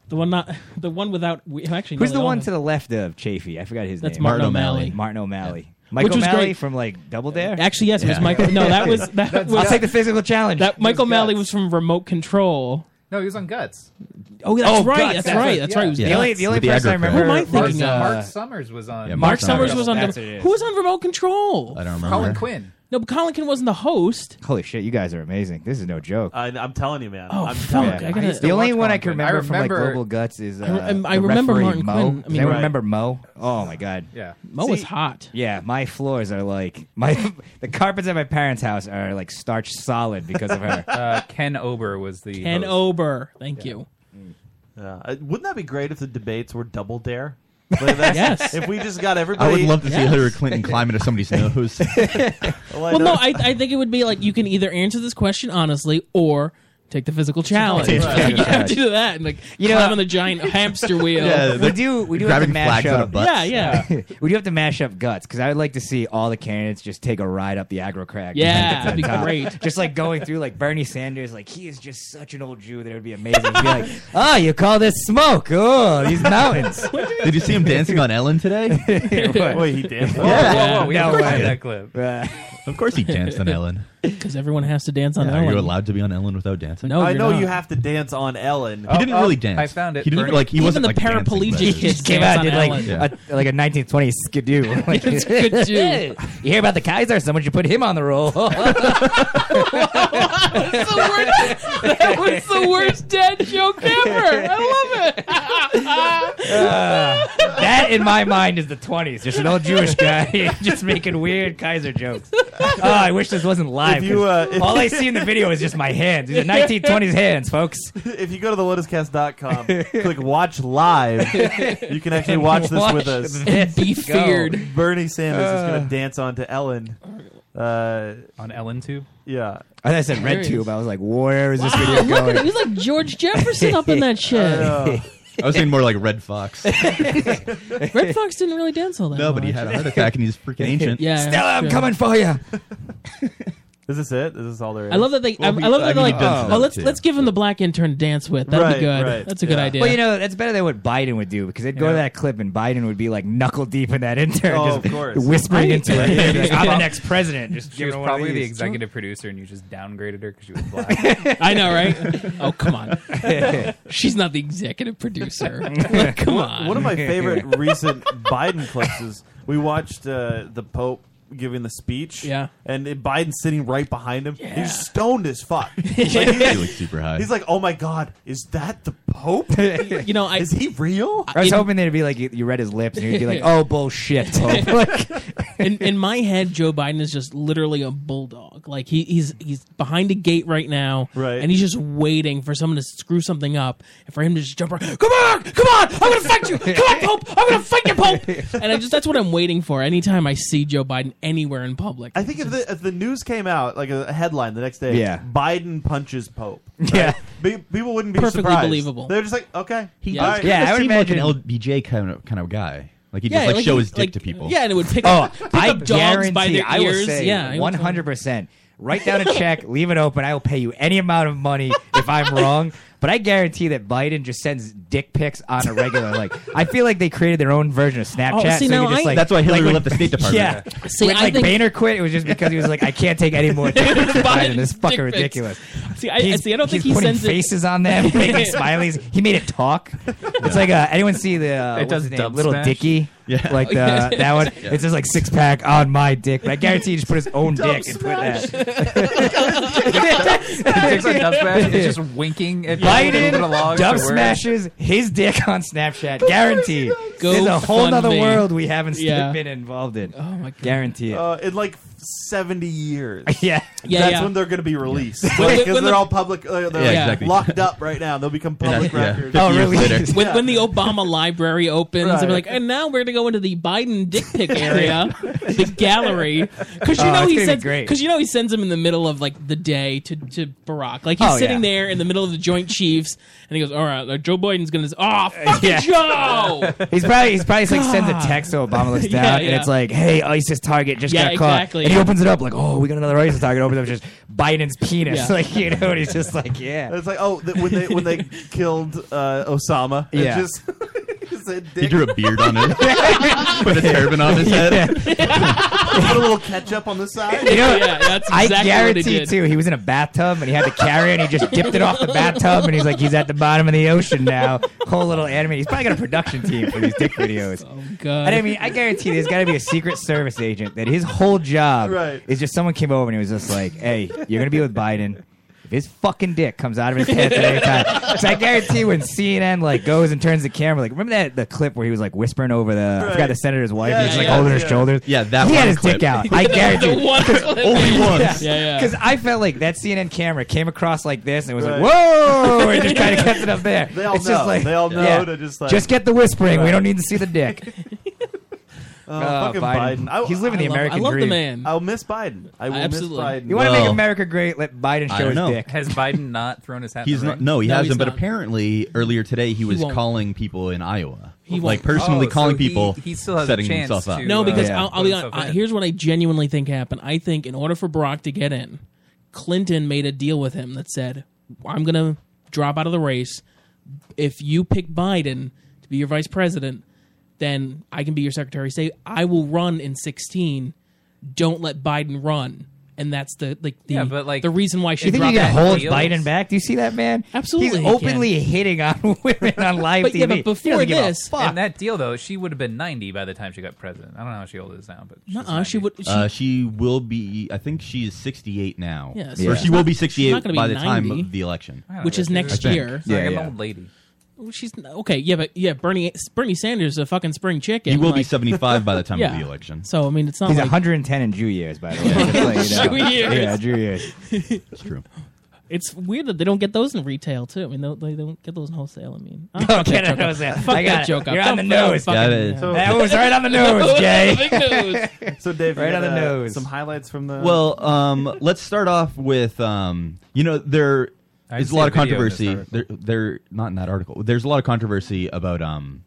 Speaker 11: the one not the one without. we- Actually,
Speaker 4: Who's
Speaker 11: no, they
Speaker 4: the
Speaker 11: all
Speaker 4: one
Speaker 11: have-
Speaker 4: to the left of Chafee? I forgot his
Speaker 11: That's
Speaker 4: name.
Speaker 11: Martin Martin O'Malley. O'Malley.
Speaker 4: Martin O'Malley.
Speaker 11: Yeah.
Speaker 4: Michael
Speaker 11: Which was
Speaker 4: O'Malley
Speaker 11: great. Uh,
Speaker 4: from like Double Dare.
Speaker 11: Actually, yes, it was Michael. No, that
Speaker 4: [LAUGHS]
Speaker 11: was that was.
Speaker 4: I'll take the physical challenge.
Speaker 11: That Michael Malley was from Remote Control.
Speaker 9: No, he was on Guts.
Speaker 11: Oh, that's right. That's, right. That's right. It was
Speaker 4: The only,
Speaker 11: Guts.
Speaker 4: the only person I remember.
Speaker 11: Who am I thinking
Speaker 4: was,
Speaker 11: of?
Speaker 9: uh, Mark Summers was on.
Speaker 4: Yeah,
Speaker 11: Mark,
Speaker 4: Mark
Speaker 11: Summers
Speaker 4: Summers.
Speaker 11: was on.
Speaker 4: That's
Speaker 11: Dem-
Speaker 4: it, yeah.
Speaker 11: Who was on Remote Control?
Speaker 4: I don't remember.
Speaker 9: Colin Quinn.
Speaker 11: No, but Colin Quinn wasn't the host.
Speaker 4: Holy shit, you guys are amazing. This is no joke.
Speaker 8: I, I'm telling you, man.
Speaker 11: Oh,
Speaker 8: I'm
Speaker 11: fuck.
Speaker 8: telling
Speaker 11: I
Speaker 8: you.
Speaker 11: gotta- I used to
Speaker 4: the only
Speaker 11: watch
Speaker 4: one I
Speaker 11: Colin
Speaker 4: can
Speaker 11: Quinn. I
Speaker 4: remember, from like
Speaker 11: remember-
Speaker 4: Global Guts is uh,
Speaker 11: I rem- I
Speaker 4: the
Speaker 11: remember
Speaker 4: referee,
Speaker 11: Martin
Speaker 4: Mo.
Speaker 11: Quinn. I
Speaker 4: Does
Speaker 11: mean-
Speaker 4: anyone
Speaker 11: Right.
Speaker 4: remember Mo? Oh my god.
Speaker 9: Yeah.
Speaker 11: Mo was hot.
Speaker 4: Yeah, my floors are like my [LAUGHS] the carpets at my parents' house are like starch solid because of her.
Speaker 9: Uh, Ken Ober was the
Speaker 11: Ken
Speaker 9: host.
Speaker 11: Ober. Thank you.
Speaker 8: Yeah. Uh, wouldn't that be great if the debates were double [LAUGHS] dare? Like, that's-
Speaker 11: Yes.
Speaker 8: If we just got everybody.
Speaker 10: I would love to see
Speaker 11: Yes.
Speaker 10: Hillary Clinton climb into somebody's [LAUGHS] nose.
Speaker 8: I
Speaker 11: well, no,
Speaker 8: know-
Speaker 11: I, I think it would be like you can either answer this question honestly or take the physical challenge.
Speaker 4: Take the
Speaker 11: Like, you
Speaker 4: physical
Speaker 11: have to
Speaker 4: challenge.
Speaker 11: do that and like
Speaker 4: You
Speaker 11: climb
Speaker 4: know-
Speaker 11: on the giant hamster wheel.
Speaker 10: Yeah,
Speaker 4: we do. We do have to
Speaker 10: grabbing
Speaker 4: mash
Speaker 10: flags out
Speaker 4: up.
Speaker 10: of butts.
Speaker 11: Yeah, yeah.
Speaker 4: we do have to mash up guts because I would like to see all the candidates just take a ride up the aggro crack. and
Speaker 10: [LAUGHS]
Speaker 11: Yeah,
Speaker 4: then [LAUGHS] get to
Speaker 11: that'd
Speaker 4: the
Speaker 11: be
Speaker 4: top.
Speaker 11: great.
Speaker 4: Just like going through like Bernie Sanders, like he is just such an old Jew that it would be amazing. He'd be
Speaker 10: [LAUGHS]
Speaker 4: like, oh, you call this smoke? Oh, these mountains.
Speaker 10: Did you see him dancing on Ellen
Speaker 4: [LAUGHS]
Speaker 10: today?
Speaker 8: Wait, he danced.
Speaker 10: Yeah.
Speaker 9: Whoa, whoa, we
Speaker 4: No
Speaker 9: have to
Speaker 4: way.
Speaker 9: find
Speaker 10: [LAUGHS]
Speaker 9: that clip.
Speaker 4: Uh,
Speaker 10: of course he danced on Ellen.
Speaker 11: because everyone has to dance on
Speaker 10: Yeah,
Speaker 11: Ellen.
Speaker 10: Are you allowed to be on Ellen without dancing?
Speaker 11: No,
Speaker 8: I
Speaker 11: you're
Speaker 8: know
Speaker 11: not.
Speaker 8: you have to dance on Ellen.
Speaker 10: He didn't
Speaker 9: Oh,
Speaker 10: really
Speaker 9: oh,
Speaker 10: dance.
Speaker 9: I found it.
Speaker 10: He didn't
Speaker 9: Bernie-
Speaker 10: like. He
Speaker 11: Even
Speaker 10: wasn't
Speaker 11: the
Speaker 10: like dancing,
Speaker 11: paraplegic
Speaker 10: but-
Speaker 11: kids
Speaker 4: he just came
Speaker 11: dance on
Speaker 4: out and did like
Speaker 11: Ellen.
Speaker 4: a, like a 1920s skidoo. Like, [LAUGHS]
Speaker 11: It's good Jew.
Speaker 4: "Hey, you hear about the Kaiser? Someone should put him on the roll. [LAUGHS]
Speaker 7: [LAUGHS]
Speaker 11: That's the worst, that was the worst dad joke ever. [LAUGHS] I love it.
Speaker 4: Uh, that in my mind is the 20s. Just an old Jewish guy [LAUGHS] just making weird Kaiser jokes. Oh,
Speaker 8: [LAUGHS]
Speaker 4: I wish this wasn't
Speaker 8: If
Speaker 4: live.
Speaker 8: you,
Speaker 4: 'cause
Speaker 8: uh, if-
Speaker 4: all
Speaker 8: [LAUGHS]
Speaker 4: I see in the video is just my hands. These are 1920s hands, folks.
Speaker 8: if you go to the lotuscast.com, click watch live, you can actually watch this
Speaker 4: Watch
Speaker 8: with us.
Speaker 4: this
Speaker 11: Be
Speaker 4: go. Uh.
Speaker 11: feared.
Speaker 8: Bernie Sanders is going to dance on to Ellen. Uh,
Speaker 9: on Ellen too.
Speaker 8: yeah.
Speaker 4: I thought I said
Speaker 11: Hilarious.
Speaker 4: RedTube. I was like, where is this video
Speaker 11: Wow, look at
Speaker 4: going?
Speaker 11: him. He's like George Jefferson up
Speaker 4: [LAUGHS]
Speaker 11: in that shit.
Speaker 8: Uh,
Speaker 10: [LAUGHS] I was saying more like Red
Speaker 11: [LAUGHS]
Speaker 10: Fox.
Speaker 11: Red Fox didn't really dance all that.
Speaker 10: no, but he
Speaker 11: much.
Speaker 10: had a heart attack and he's freaking ancient.
Speaker 11: Yeah,
Speaker 4: Stella,
Speaker 11: that's
Speaker 4: I'm
Speaker 11: true.
Speaker 4: coming for you.
Speaker 8: is this it? Is this all there is?
Speaker 11: I love that they.
Speaker 10: Well,
Speaker 11: I,
Speaker 10: he-
Speaker 11: I love
Speaker 10: I
Speaker 11: that
Speaker 10: mean,
Speaker 11: they're
Speaker 10: he
Speaker 11: like,
Speaker 10: does
Speaker 11: oh,
Speaker 10: that
Speaker 11: let's
Speaker 10: too.
Speaker 11: let's give him the black intern to dance with. That'd
Speaker 8: Right,
Speaker 11: be good.
Speaker 8: right,
Speaker 11: That's a good
Speaker 8: yeah.
Speaker 11: idea.
Speaker 4: Well, you know, that's better than what Biden would do because they'd go to that clip and Biden would be like knuckle deep in that intern,
Speaker 8: Oh,
Speaker 4: just
Speaker 8: of course.
Speaker 4: whispering
Speaker 11: I-
Speaker 4: [LAUGHS] into it. He'd be like, I'm the
Speaker 9: Yeah.
Speaker 4: next president. Just
Speaker 9: She
Speaker 4: give
Speaker 9: was
Speaker 4: him one of
Speaker 9: probably the
Speaker 4: these.
Speaker 9: executive producer, and you just downgraded her because
Speaker 4: [LAUGHS]
Speaker 9: she was black.
Speaker 11: I know, right? Oh,
Speaker 9: [LAUGHS]
Speaker 11: come on. [LAUGHS] She's not the executive
Speaker 4: [LAUGHS]
Speaker 11: producer. Like, come on.
Speaker 8: One of my favorite recent Biden clips is we watched uh, the Pope giving the speech.
Speaker 11: Yeah.
Speaker 8: And it- Biden's sitting right behind him.
Speaker 11: Yeah.
Speaker 8: He's stoned as
Speaker 11: [LAUGHS]
Speaker 8: fuck.
Speaker 10: he looks super high.
Speaker 8: He's like, oh my God, is that the Pope?
Speaker 11: [LAUGHS] you know, I
Speaker 8: Is he real?
Speaker 4: I was
Speaker 11: in-
Speaker 4: hoping that it'd be like you, you read his lips and you'd
Speaker 11: [LAUGHS]
Speaker 4: be like, "Oh bullshit!" Pope." Like,
Speaker 11: in, in my head, Joe Biden is just literally a bulldog. Like he, he's he's behind a gate right now,
Speaker 8: Right.
Speaker 11: And he's just waiting for someone to screw something up, and for him to just jump around. Come on, come on! I'm gonna fight you! Come on, Pope! I'm gonna
Speaker 4: [LAUGHS]
Speaker 11: fight you, Pope!
Speaker 8: [LAUGHS]
Speaker 11: And I just that's what I'm waiting for. Anytime I see Joe Biden anywhere in public,
Speaker 8: I think if the, if the news came out, like a, a headline the next day,
Speaker 4: Yeah.
Speaker 8: Biden punches Pope.
Speaker 4: yeah,
Speaker 8: Be- people wouldn't be
Speaker 11: Perfectly
Speaker 8: surprised.
Speaker 11: believable.
Speaker 8: They're just like, okay. He
Speaker 11: does
Speaker 8: does.
Speaker 4: Yeah, I would
Speaker 10: seemed like an
Speaker 4: imagine-
Speaker 10: LBJ kind of kind of guy. Like he just like, show
Speaker 11: he-
Speaker 10: his dick
Speaker 11: like-
Speaker 10: to people.
Speaker 11: Yeah, and it would pick,
Speaker 4: Oh,
Speaker 11: up, pick
Speaker 4: I
Speaker 11: up dogs by
Speaker 4: guarantee.
Speaker 11: their
Speaker 4: I will
Speaker 11: ears.
Speaker 4: say,
Speaker 11: yeah,
Speaker 4: one hundred percent. Write down a check, [LAUGHS] leave it open. I will pay you any amount of money if
Speaker 11: [LAUGHS]
Speaker 4: I'm wrong. But I guarantee that Biden just sends dick pics on a regular. Like, I feel like they created their own version of Snapchat.
Speaker 11: Oh, see,
Speaker 4: so you
Speaker 11: now
Speaker 4: could just,
Speaker 11: I-
Speaker 4: like,
Speaker 10: That's why Hillary
Speaker 4: like, when-
Speaker 10: left the State Department.
Speaker 4: [LAUGHS] Yeah.
Speaker 11: See,
Speaker 4: when
Speaker 11: I
Speaker 4: like
Speaker 11: think-
Speaker 4: Boehner quit, it was just because he was like, "I can't take any
Speaker 11: [LAUGHS]
Speaker 4: more." Dick pics from Biden.
Speaker 11: Biden's
Speaker 4: This
Speaker 11: dick
Speaker 4: fucking
Speaker 11: pics.
Speaker 4: ridiculous.
Speaker 11: See, I, see, I don't think
Speaker 4: he's
Speaker 11: he
Speaker 4: putting
Speaker 11: sends it.
Speaker 4: faces [LAUGHS]
Speaker 11: [LAUGHS]
Speaker 4: on them, making smileys. He made it talk. It's like uh, anyone see the uh,
Speaker 9: It
Speaker 4: what's
Speaker 9: does
Speaker 4: his name?
Speaker 9: dub
Speaker 4: Little
Speaker 9: smash.
Speaker 4: Dicky,
Speaker 10: Yeah.
Speaker 4: [LAUGHS]
Speaker 9: [LAUGHS]
Speaker 4: like the,
Speaker 11: yeah.
Speaker 4: that one. It's just like six pack on my dick, but I guarantee he just put his own dick and
Speaker 11: [LAUGHS]
Speaker 4: put that.
Speaker 9: It's like Dub Smash, it's
Speaker 4: [LAUGHS]
Speaker 9: just winking at people and
Speaker 4: Biden
Speaker 9: monologues
Speaker 4: dub
Speaker 9: or words.
Speaker 4: smashes his dick on Snapchat, guaranteed.
Speaker 11: Go
Speaker 4: There's a whole other
Speaker 11: fund me.
Speaker 4: world we haven't st-
Speaker 11: Yeah.
Speaker 4: been involved in.
Speaker 11: Oh my God.
Speaker 4: Guarantee it.
Speaker 8: Uh, in like seventy years.
Speaker 4: [LAUGHS] Yeah,
Speaker 11: Yeah,
Speaker 8: That's
Speaker 11: yeah.
Speaker 8: when they're going to be released
Speaker 11: Yeah.
Speaker 8: because
Speaker 11: When the- when
Speaker 8: they're
Speaker 11: the-
Speaker 8: all public. Uh, they're
Speaker 11: Yeah,
Speaker 8: like
Speaker 11: exactly.
Speaker 8: locked up right now. They'll become public
Speaker 11: Yeah.
Speaker 8: records.
Speaker 11: Oh, really? [LAUGHS] When, when the Obama library opens,
Speaker 8: Right.
Speaker 11: they're like, and now we're going to go into the Biden dick
Speaker 4: [LAUGHS]
Speaker 11: pic area, the gallery, because you
Speaker 4: Oh,
Speaker 11: know
Speaker 4: it's gonna
Speaker 11: he
Speaker 4: be
Speaker 11: sends
Speaker 4: great.
Speaker 11: because you know he sends him in the middle of like the day to to Barack, like he's
Speaker 4: Oh,
Speaker 11: sitting
Speaker 4: yeah.
Speaker 11: there in the middle of the Joint Chiefs, and he goes, all right, like, Joe Biden's going to, oh, fucking
Speaker 4: [LAUGHS] [LAUGHS] Yeah.
Speaker 11: Joe.
Speaker 4: He's probably he's probably just, like sends a
Speaker 11: God.
Speaker 4: text to Obama
Speaker 11: [LAUGHS]
Speaker 4: list
Speaker 11: Yeah,
Speaker 4: down, and
Speaker 11: yeah.
Speaker 4: it's like, "Hey, ISIS target just
Speaker 11: Yeah,
Speaker 4: got caught."
Speaker 11: exactly.
Speaker 4: And he opens it up like, "Oh, we got another ISIS target." Opens up it's just Biden's penis, [LAUGHS]
Speaker 8: Yeah.
Speaker 4: like you know, and he's just like, "Yeah."
Speaker 8: [LAUGHS] It's like oh, th- when they when they killed uh, Osama, it
Speaker 4: Yeah.
Speaker 8: just [LAUGHS] it's a dick.
Speaker 10: He drew a beard on it, [LAUGHS]
Speaker 4: [LAUGHS]
Speaker 10: put a turban on his head.
Speaker 8: [LAUGHS] put a little ketchup on the
Speaker 4: [LAUGHS]
Speaker 8: side.
Speaker 4: You know, I guarantee too. He was in a bathtub and he had to carry it. and He just dipped it off the bathtub, and he's like, he's at the bottom of the ocean now. Whole little anime. He's probably got a production team for these dick videos. Oh
Speaker 11: God!
Speaker 4: And I mean, I guarantee there's got to be a Secret Service agent that his whole job
Speaker 8: Right.
Speaker 4: is just someone came over and he was just like, "Hey, you're gonna be with Biden." If his fucking dick comes out of his pants at any time, so I guarantee when CNN like goes and turns the camera, like remember that the clip where he was like whispering over the I forgot
Speaker 10: Right.
Speaker 4: the senator's wife,
Speaker 10: Yeah,
Speaker 4: and he's like
Speaker 10: yeah,
Speaker 4: holding her
Speaker 10: yeah.
Speaker 4: shoulders.
Speaker 10: Yeah, that
Speaker 4: he
Speaker 10: one
Speaker 4: had his
Speaker 10: clip.
Speaker 4: dick
Speaker 8: [LAUGHS]
Speaker 4: out. I
Speaker 10: The
Speaker 4: guarantee.
Speaker 10: one
Speaker 4: [LAUGHS]
Speaker 10: clip. Only once. Yeah, yeah.
Speaker 4: Because I felt like that CNN camera came across like this and it was
Speaker 8: Right.
Speaker 4: like,
Speaker 8: [LAUGHS]
Speaker 4: whoa! And just kind of kept it up there.
Speaker 8: They all
Speaker 4: it's
Speaker 8: know.
Speaker 4: Just like,
Speaker 8: They all know
Speaker 4: yeah.
Speaker 8: to just, like-
Speaker 4: get the whispering. We
Speaker 8: Right.
Speaker 4: don't need to see the dick.
Speaker 8: Oh,
Speaker 4: Oh,
Speaker 8: fucking Biden!
Speaker 4: Biden. He's living the
Speaker 8: love-
Speaker 4: American dream.
Speaker 8: I'll miss Biden. I will
Speaker 4: Absolutely.
Speaker 8: miss Biden.
Speaker 4: You wanna make Well, America great? Let Biden
Speaker 10: I don't know.
Speaker 9: Has Biden not thrown his hat?
Speaker 10: He's
Speaker 9: in the
Speaker 10: not.
Speaker 9: ring?
Speaker 10: No, he hasn't. But apparently earlier today, he was
Speaker 9: won't.
Speaker 10: calling people in Iowa,
Speaker 11: He
Speaker 10: like
Speaker 11: won't.
Speaker 10: personally
Speaker 9: Oh, so
Speaker 10: calling
Speaker 9: he-
Speaker 10: people,
Speaker 9: he still has a
Speaker 10: setting
Speaker 9: chance
Speaker 10: himself up.
Speaker 9: to,
Speaker 4: uh,
Speaker 9: uh,
Speaker 11: No, because I'll, I'll be
Speaker 9: put himself
Speaker 11: honest.
Speaker 9: in.
Speaker 11: Here's what I genuinely think happened. I think in order for Barack to get in, Clinton made a deal with him that said, "I'm going to drop out of the race. If you pick Biden to be your vice president, then I can be your secretary of state. I will run in 16. Don't let Biden run." And that's the like the
Speaker 9: Yeah, but, like,
Speaker 11: the reason why she
Speaker 4: you think
Speaker 11: dropped
Speaker 4: you can
Speaker 11: out of
Speaker 4: hold
Speaker 11: deals.
Speaker 4: Biden back? Do you see that man?
Speaker 11: Absolutely
Speaker 4: He's
Speaker 11: he can.
Speaker 4: openly hitting on women on live
Speaker 11: But
Speaker 4: TV.
Speaker 11: yeah, but
Speaker 4: He doesn't
Speaker 11: before
Speaker 4: give a
Speaker 11: this-
Speaker 4: fuck.
Speaker 9: In that deal, though, she would have been 90 by the time she got president. I don't know how she old is now, but
Speaker 11: Nuh-uh, she would. She,
Speaker 10: Uh, she will be. I think she is 68 now.
Speaker 11: Yeah,
Speaker 10: Or
Speaker 11: so
Speaker 10: she
Speaker 11: she's
Speaker 10: will
Speaker 11: not-
Speaker 10: be
Speaker 11: she's not
Speaker 10: 68
Speaker 11: gonna be
Speaker 10: by the time
Speaker 11: 90.
Speaker 10: of the election,
Speaker 11: I don't Which know, is dude. next
Speaker 10: I think.
Speaker 11: year.
Speaker 9: She's like an old lady.
Speaker 11: well, she's okay. Yeah, but yeah, Bernie Bernie Sanders is a fucking spring chicken.
Speaker 10: He will be
Speaker 11: like- [LAUGHS]
Speaker 10: 75 by the time
Speaker 11: Yeah.
Speaker 10: of the election.
Speaker 11: So I mean, it's not
Speaker 4: He's
Speaker 11: like
Speaker 4: 110 in Jew years, by the way. Just so
Speaker 11: [LAUGHS]
Speaker 4: you know.
Speaker 11: Jew years.
Speaker 4: Yeah, Jew years.
Speaker 10: That's true.
Speaker 11: It's weird that they don't get those in retail too. I mean, they- they don't get those in wholesale. I
Speaker 4: [LAUGHS]
Speaker 11: mean, Oh,
Speaker 4: No,
Speaker 11: fuck
Speaker 4: get
Speaker 11: that
Speaker 4: it,
Speaker 11: joke up.
Speaker 4: Jose.
Speaker 11: Fuck
Speaker 4: I got
Speaker 11: that
Speaker 4: it.
Speaker 11: joke up.
Speaker 4: You're on
Speaker 11: Don't-
Speaker 4: the
Speaker 11: don't
Speaker 4: nose.
Speaker 11: fucking-
Speaker 10: Got it.
Speaker 11: yeah.
Speaker 10: So-
Speaker 4: That was
Speaker 11: [LAUGHS]
Speaker 4: right on the nose, Jay.
Speaker 11: Big nose.
Speaker 8: So Dave, you
Speaker 4: Right on
Speaker 8: got,
Speaker 4: the
Speaker 8: uh,
Speaker 4: nose.
Speaker 8: Some highlights from the
Speaker 10: Well, um, let's start off with um, you know there
Speaker 9: I
Speaker 10: is
Speaker 9: see
Speaker 10: a lot
Speaker 9: a
Speaker 10: of
Speaker 9: video of this
Speaker 10: controversy. There, there, not in that article. There's a lot of controversy about um,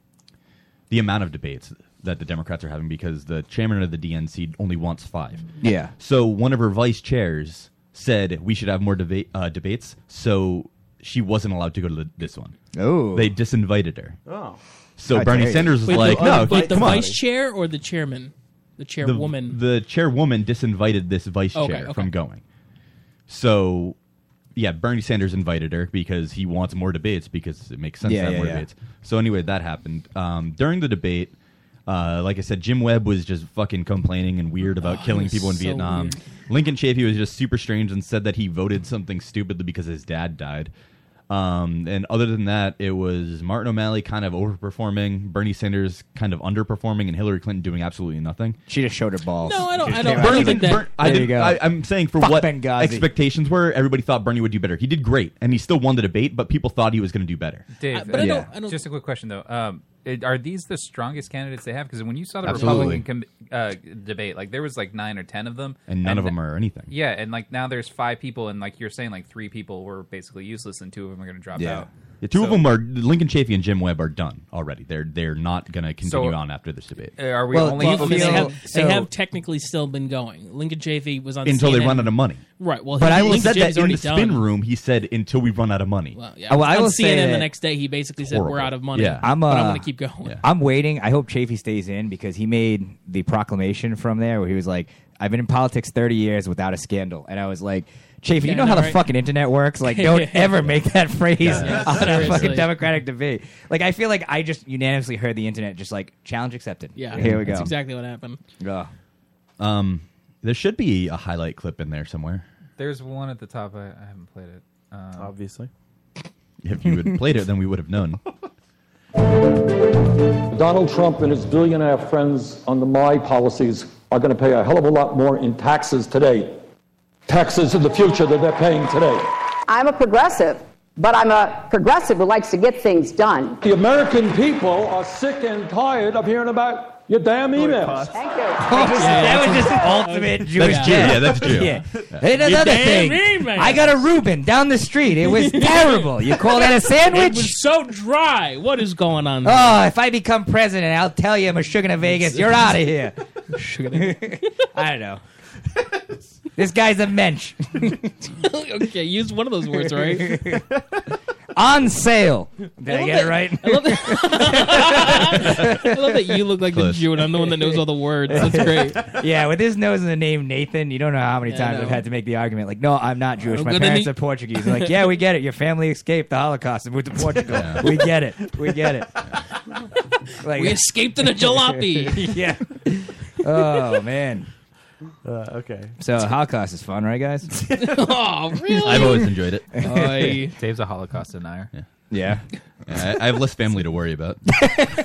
Speaker 10: the amount of debates that the Democrats are having because the chairman of the DNC only wants five.
Speaker 4: Yeah.
Speaker 10: So one of her vice chairs said we should have more debate uh, debates. So she wasn't allowed to go to the, this one.
Speaker 4: Oh.
Speaker 10: they disinvited her.
Speaker 8: Oh.
Speaker 10: So
Speaker 4: How
Speaker 10: Bernie
Speaker 4: dare you.
Speaker 10: Sanders was
Speaker 11: Wait,
Speaker 10: like,
Speaker 11: the,
Speaker 10: no,
Speaker 11: wait, the
Speaker 10: come on.
Speaker 11: vice chair or the chairman,
Speaker 10: the-
Speaker 11: the chairwoman.
Speaker 10: The, chairwoman disinvited this vice
Speaker 11: Okay,
Speaker 10: chair
Speaker 11: okay.
Speaker 10: from going. So, yeah, Bernie Sanders invited her because he wants more debates because it makes sense
Speaker 4: Yeah,
Speaker 10: to have
Speaker 4: yeah,
Speaker 10: more
Speaker 4: yeah.
Speaker 10: debates. So anyway, that happened um, during the debate. Uh, like I said, Jim Webb was just fucking complaining and weird about
Speaker 9: Oh,
Speaker 11: he
Speaker 10: killing
Speaker 11: was
Speaker 10: people in
Speaker 11: so
Speaker 10: Vietnam.
Speaker 11: weird.
Speaker 10: Lincoln Chafee was just super strange and said that he voted something stupidly because his dad died. Um, and other than that, it was Martin O'Malley kind of overperforming, Bernie Sanders kind of underperforming, and Hillary Clinton doing absolutely nothing.
Speaker 4: She just showed her balls.
Speaker 11: No, I don't-
Speaker 4: She
Speaker 11: I
Speaker 4: just
Speaker 11: don't-
Speaker 4: came
Speaker 11: I
Speaker 4: out.
Speaker 11: don't
Speaker 10: Bernie-
Speaker 11: think that-
Speaker 10: Bern- I
Speaker 4: There you
Speaker 10: did,
Speaker 4: go.
Speaker 10: I, I'm saying for
Speaker 4: Fuck
Speaker 10: what
Speaker 4: Benghazi.
Speaker 10: expectations were, everybody thought Bernie would do better. He did great, and he still won the debate, but people thought he was going to do better.
Speaker 9: Dave,
Speaker 11: I- but I
Speaker 9: uh,
Speaker 11: don't- I don't-
Speaker 9: just a quick question though. Um, it- are these the strongest candidates they have? Because when you saw the
Speaker 10: Absolutely.
Speaker 9: Republican com- uh, debate, like there was like nine or ten of them,
Speaker 10: And none of them are anything.
Speaker 9: Yeah, and like now there's five people, and like you're saying, like three people were basically useless, and two of them are going to drop out.
Speaker 10: The two of
Speaker 9: So-
Speaker 10: them are Lincoln Chafee and Jim Webb are done already. They're they're not going to continue
Speaker 9: So-
Speaker 10: on after this debate
Speaker 9: Uh, Are we
Speaker 4: Well,
Speaker 9: only
Speaker 4: do you
Speaker 11: Well, they,
Speaker 9: focusing?
Speaker 11: have,
Speaker 4: feel-
Speaker 11: they
Speaker 4: so-
Speaker 11: have technically still been going. Lincoln Chafee was on
Speaker 10: until they
Speaker 11: CNN.
Speaker 10: run out of money.
Speaker 11: Right. Well,
Speaker 10: but
Speaker 11: he-
Speaker 10: I will
Speaker 11: Lincoln
Speaker 10: said
Speaker 11: Chafee's
Speaker 10: that in
Speaker 11: already
Speaker 10: the spin
Speaker 11: done.
Speaker 10: room. He said until we run out of money.
Speaker 11: Well, yeah.
Speaker 4: Oh, well, I
Speaker 11: on
Speaker 4: will
Speaker 11: CNN
Speaker 4: say that-
Speaker 11: the next day, he [LAUGHS] basically said,
Speaker 10: Horrible.
Speaker 11: "We're out of money.
Speaker 10: Yeah.
Speaker 4: I'm, uh,
Speaker 11: but I'm going to keep going."
Speaker 4: I'm waiting. I hope Chafee stays in because he made the proclamation from there where he was like, "I've been in politics 30 years without a scandal," and I was like, "Chafee,
Speaker 11: Yeah,
Speaker 4: you know
Speaker 11: I
Speaker 4: how
Speaker 11: know,
Speaker 4: the
Speaker 11: right?
Speaker 4: fucking internet
Speaker 11: [LAUGHS]
Speaker 4: works. Like, don't ever make that phrase [LAUGHS]
Speaker 11: Yeah.
Speaker 4: on a
Speaker 11: Seriously.
Speaker 4: fucking Democratic debate." Like, I feel like I just unanimously heard the internet just like challenge accepted.
Speaker 11: Yeah,
Speaker 4: here we go.
Speaker 11: That's exactly what happened.
Speaker 4: Ugh.
Speaker 10: Um, there should be a highlight clip in there somewhere.
Speaker 9: There's one at the top. I, I haven't played it. Um,
Speaker 8: obviously.
Speaker 10: If you had played it, then we would have
Speaker 4: [LAUGHS]
Speaker 10: known.
Speaker 12: Donald Trump and his billionaire friends under my policies are going to pay a hell of a lot more in taxes today, taxes in the future than they're paying today.
Speaker 13: I'm a progressive, but I'm a progressive who likes to get things done.
Speaker 12: The American people are sick and tired of hearing about your damn emails.
Speaker 13: Thank
Speaker 4: that was just the ultimate Jewish
Speaker 10: That's Jew.
Speaker 4: joke.
Speaker 10: Yeah, that's Jew.
Speaker 4: Yeah.
Speaker 10: Yeah.
Speaker 4: And another
Speaker 10: You damn
Speaker 4: thing,
Speaker 11: right,
Speaker 4: I got a Reuben down the street. It
Speaker 11: [LAUGHS]
Speaker 4: was terrible. You call that a
Speaker 11: It
Speaker 4: sandwich?
Speaker 11: was so dry. What is going on? there?
Speaker 4: Oh, if I become president, I'll tell you I'm a sugar to Vegas.
Speaker 11: [LAUGHS]
Speaker 4: You're out of here. [LAUGHS] I don't know. This guy's a mensch.
Speaker 11: okay, use one of those words,
Speaker 4: [LAUGHS]
Speaker 11: right?
Speaker 4: On sale.
Speaker 11: I
Speaker 4: Did I,
Speaker 11: love
Speaker 4: get
Speaker 11: that-
Speaker 4: it right?
Speaker 11: I love I love that [LAUGHS] you look like the Jew, and I'm the one that knows all the words. That's great.
Speaker 4: [LAUGHS] yeah, with his nose and the name Nathan, you don't know how many
Speaker 11: Yeah, I
Speaker 4: times I've
Speaker 11: know.
Speaker 4: had to make the argument like, no, I'm not Jewish.
Speaker 11: Oh,
Speaker 4: My
Speaker 11: good, then
Speaker 4: parents
Speaker 11: he-
Speaker 4: are Portuguese. I'm like, yeah, we get it. Your family escaped the Holocaust and moved to Portugal.
Speaker 11: Yeah.
Speaker 4: We get it. We get it.
Speaker 11: we escaped in a jalopy.
Speaker 4: [LAUGHS] yeah. Oh man.
Speaker 7: okay.
Speaker 4: So Holocaust is fun,
Speaker 11: [LAUGHS]
Speaker 4: right, guys?
Speaker 11: oh, really?
Speaker 10: I've always enjoyed
Speaker 11: [LAUGHS]
Speaker 10: it.
Speaker 9: [LAUGHS]
Speaker 8: Dave's a Holocaust denier. Yeah.
Speaker 10: Yeah. I, I have less family to worry about.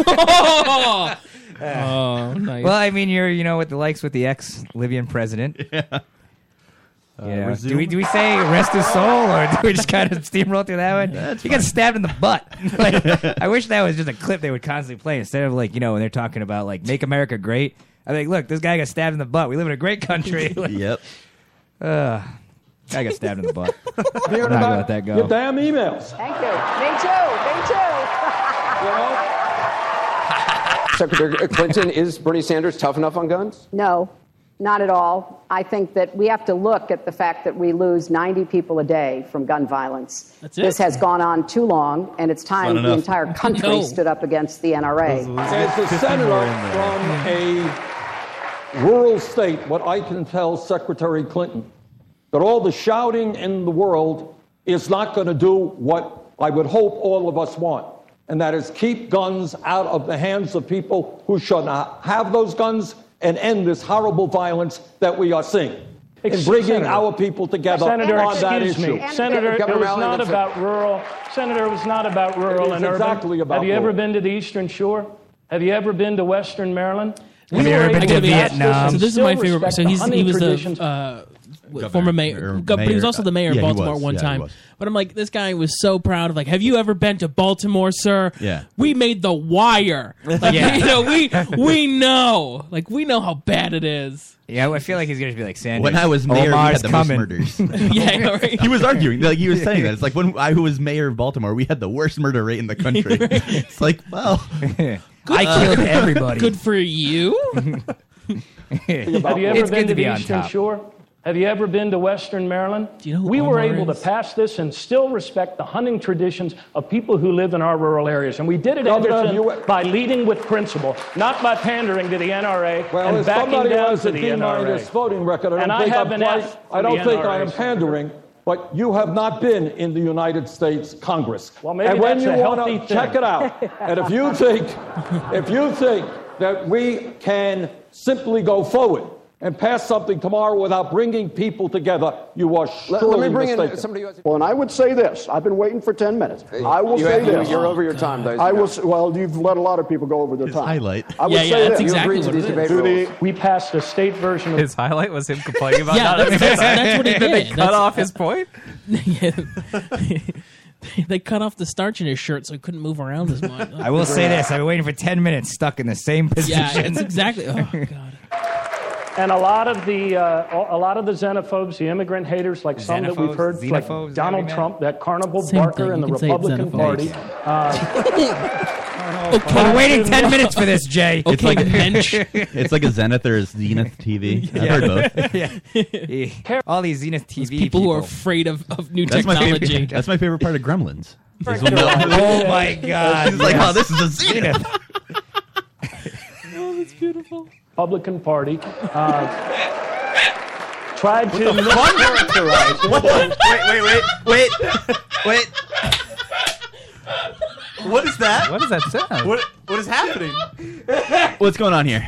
Speaker 11: oh, oh, nice.
Speaker 4: Well, I mean, you're you know with the likes with the ex Libyan president. Yeah. do
Speaker 11: resume?
Speaker 4: we do we say rest his soul or do we just kind of steamroll through that one? he got stabbed in the butt. [LAUGHS] like, I wish that was just a clip they would constantly play instead of like you know when they're talking about like make America great. I think look, this guy got stabbed in the butt. We live in a great country.
Speaker 10: [LAUGHS]
Speaker 4: [LAUGHS]
Speaker 10: yep.
Speaker 4: Uh, I got stabbed in the butt. I'm
Speaker 12: Hearing
Speaker 4: not gonna
Speaker 12: about
Speaker 4: let that
Speaker 12: Your
Speaker 4: go.
Speaker 12: damn emails.
Speaker 13: Thank you. Me too. Me too.
Speaker 9: Secretary Clinton, is Bernie Sanders tough enough on guns?
Speaker 13: [LAUGHS] No, not at all. I think that we have to look at the fact that we lose 90 people a day from gun violence.
Speaker 9: That's it.
Speaker 13: This has gone on too long, and it's time
Speaker 9: not
Speaker 13: the
Speaker 9: enough. [LAUGHS]
Speaker 13: entire country
Speaker 9: No.
Speaker 13: stood up against the NRA.
Speaker 12: As a senator from a rural state, what I can tell Secretary Clinton, that all the shouting in the world is not going to do what I would hope all of us want, and that is keep guns out of the hands of people who should not have those guns and end this horrible violence that we are seeing.
Speaker 14: Ex-
Speaker 12: And bringing
Speaker 14: Senator.
Speaker 12: our people together
Speaker 14: Senator,
Speaker 12: on that
Speaker 14: excuse
Speaker 12: issue.
Speaker 14: me. Senator, it
Speaker 12: Governor
Speaker 14: was
Speaker 12: Rowley,
Speaker 14: not
Speaker 12: that's it.
Speaker 14: about rural. Senator, it was not about rural
Speaker 12: is
Speaker 14: and urban.
Speaker 12: exactly about
Speaker 14: Have you ever
Speaker 12: rural.
Speaker 14: been to the Eastern Shore? Have you ever been to Western Maryland?
Speaker 11: Have you
Speaker 14: were
Speaker 11: ever been
Speaker 14: able
Speaker 11: to
Speaker 14: pass this
Speaker 11: Vietnam?
Speaker 14: and
Speaker 11: So this is
Speaker 14: still
Speaker 11: my favorite-
Speaker 14: respect
Speaker 11: so
Speaker 14: the
Speaker 11: he's- he
Speaker 14: hunting
Speaker 11: was the, [LAUGHS]
Speaker 14: traditions.
Speaker 11: uh, former mayor,
Speaker 14: or
Speaker 11: but he was
Speaker 14: mayor.
Speaker 11: also the
Speaker 14: Yeah,
Speaker 11: mayor of
Speaker 14: he
Speaker 11: Baltimore
Speaker 14: was.
Speaker 11: one
Speaker 14: Yeah, he
Speaker 11: time.
Speaker 14: was.
Speaker 11: But I'm like, this guy was so proud of like, have you ever been to Baltimore, sir?
Speaker 10: Yeah.
Speaker 11: we made the wire. Like, [LAUGHS]
Speaker 4: Yeah.
Speaker 11: you know, we we know, [LAUGHS] like, we know how bad it is.
Speaker 4: Yeah, I feel like he's gonna be like Sanders.
Speaker 10: When I was mayor, we
Speaker 4: Omar's
Speaker 10: had the
Speaker 4: coming.
Speaker 11: [LAUGHS]
Speaker 4: [LAUGHS]
Speaker 10: [LAUGHS] most murders. He was arguing, like [LAUGHS] he was saying that. It's like when I was mayor of Baltimore, we had the worst murder rate in the [LAUGHS] country. It's like,
Speaker 4: [LAUGHS]
Speaker 10: well,
Speaker 7: [LAUGHS]
Speaker 10: I
Speaker 11: Good for-
Speaker 10: killed everybody.
Speaker 11: Good for you.
Speaker 14: Have you ever been to the Eastern Shore? Have you ever been to Western Maryland? we were
Speaker 11: Omar
Speaker 14: able
Speaker 11: is?
Speaker 14: to pass this and still respect the hunting traditions of people who live in our rural areas. And we did it,
Speaker 12: Governor,
Speaker 14: Anderson,
Speaker 12: you-
Speaker 14: by leading with principle, not by pandering to the NRA
Speaker 12: Well,
Speaker 14: and
Speaker 12: if
Speaker 14: backing
Speaker 12: somebody
Speaker 14: down
Speaker 12: has
Speaker 14: to
Speaker 12: a
Speaker 14: the
Speaker 12: D-minus
Speaker 14: NRA.
Speaker 12: voting record, I
Speaker 14: And
Speaker 12: don't
Speaker 14: I
Speaker 12: think
Speaker 14: have
Speaker 12: I'm
Speaker 14: an
Speaker 12: pri-
Speaker 14: F
Speaker 12: I don't
Speaker 14: for the
Speaker 12: think I am
Speaker 14: NRA.
Speaker 12: pandering, but you have not been in the United States Congress.
Speaker 14: Well, maybe
Speaker 12: and when
Speaker 14: that's
Speaker 12: you
Speaker 14: a
Speaker 12: wanna
Speaker 14: healthy thing. [LAUGHS]
Speaker 12: check it out, and if you think, if you think that we can simply go forward and pass something tomorrow without bringing people together, you are
Speaker 9: let
Speaker 12: surely
Speaker 9: me bring in
Speaker 12: mistaken.
Speaker 9: somebody who
Speaker 15: Well, and I would say this. I've been waiting for 10 minutes. I will
Speaker 9: You
Speaker 15: say
Speaker 9: have- you-
Speaker 15: this.
Speaker 9: you're over your time, though, as
Speaker 15: I
Speaker 9: you know.
Speaker 15: will. s- Well, you've let a lot of people go over their time.
Speaker 10: highlight.
Speaker 15: I would
Speaker 9: Yeah, yeah,
Speaker 15: say
Speaker 9: that's
Speaker 15: this.
Speaker 9: exactly what it is.
Speaker 15: To the-
Speaker 14: We passed a state version of
Speaker 8: His highlight was him complaining about
Speaker 11: Yeah,
Speaker 8: not
Speaker 11: that's- that's- [LAUGHS] that's
Speaker 14: [LAUGHS]
Speaker 11: what he
Speaker 8: [LAUGHS] They
Speaker 11: did.
Speaker 8: cut
Speaker 11: That's-
Speaker 8: off his point.
Speaker 11: [LAUGHS] they cut off the starch in his shirt so he couldn't move around as much.
Speaker 4: I
Speaker 11: [LAUGHS]
Speaker 4: will say this: I've been waiting for ten minutes, stuck in the same position.
Speaker 11: Yeah, it's exactly. Oh,
Speaker 14: And a lot of the uh, a lot of the xenophobes, the immigrant haters, like some that we've
Speaker 4: Xenophobes,
Speaker 14: heard,
Speaker 4: xenophobes,
Speaker 14: like Donald
Speaker 4: man.
Speaker 14: Trump, that carnival
Speaker 4: Same
Speaker 14: barker,
Speaker 4: thing,
Speaker 14: and
Speaker 4: you
Speaker 14: the
Speaker 4: can say
Speaker 14: Republican
Speaker 4: xenophobe.
Speaker 14: Party.
Speaker 11: okay.
Speaker 4: We're waiting ten minutes for this, Jay.
Speaker 10: it's like [LAUGHS] it's like a Zenith or a Zenith
Speaker 4: [LAUGHS]
Speaker 10: TV. [LAUGHS] I've heard both.
Speaker 4: yeah. Yeah. All these Zenith TV people,
Speaker 11: people who are afraid of, of new
Speaker 10: That's my
Speaker 11: technology.
Speaker 10: favorite. That's my favorite part of Gremlins. Is when the-
Speaker 4: oh my god!
Speaker 10: She's like,
Speaker 4: yes.
Speaker 10: oh, this is a Zenith.
Speaker 8: [LAUGHS]
Speaker 14: oh, that's beautiful. Republican Party uh, tried to mischaracterize.
Speaker 10: What the-
Speaker 7: [LAUGHS]
Speaker 10: Wait, wait, wait, wait, wait.
Speaker 7: What is that?
Speaker 8: What does that sound?
Speaker 7: What What
Speaker 10: [LAUGHS]
Speaker 7: is happening?
Speaker 10: What's going on here?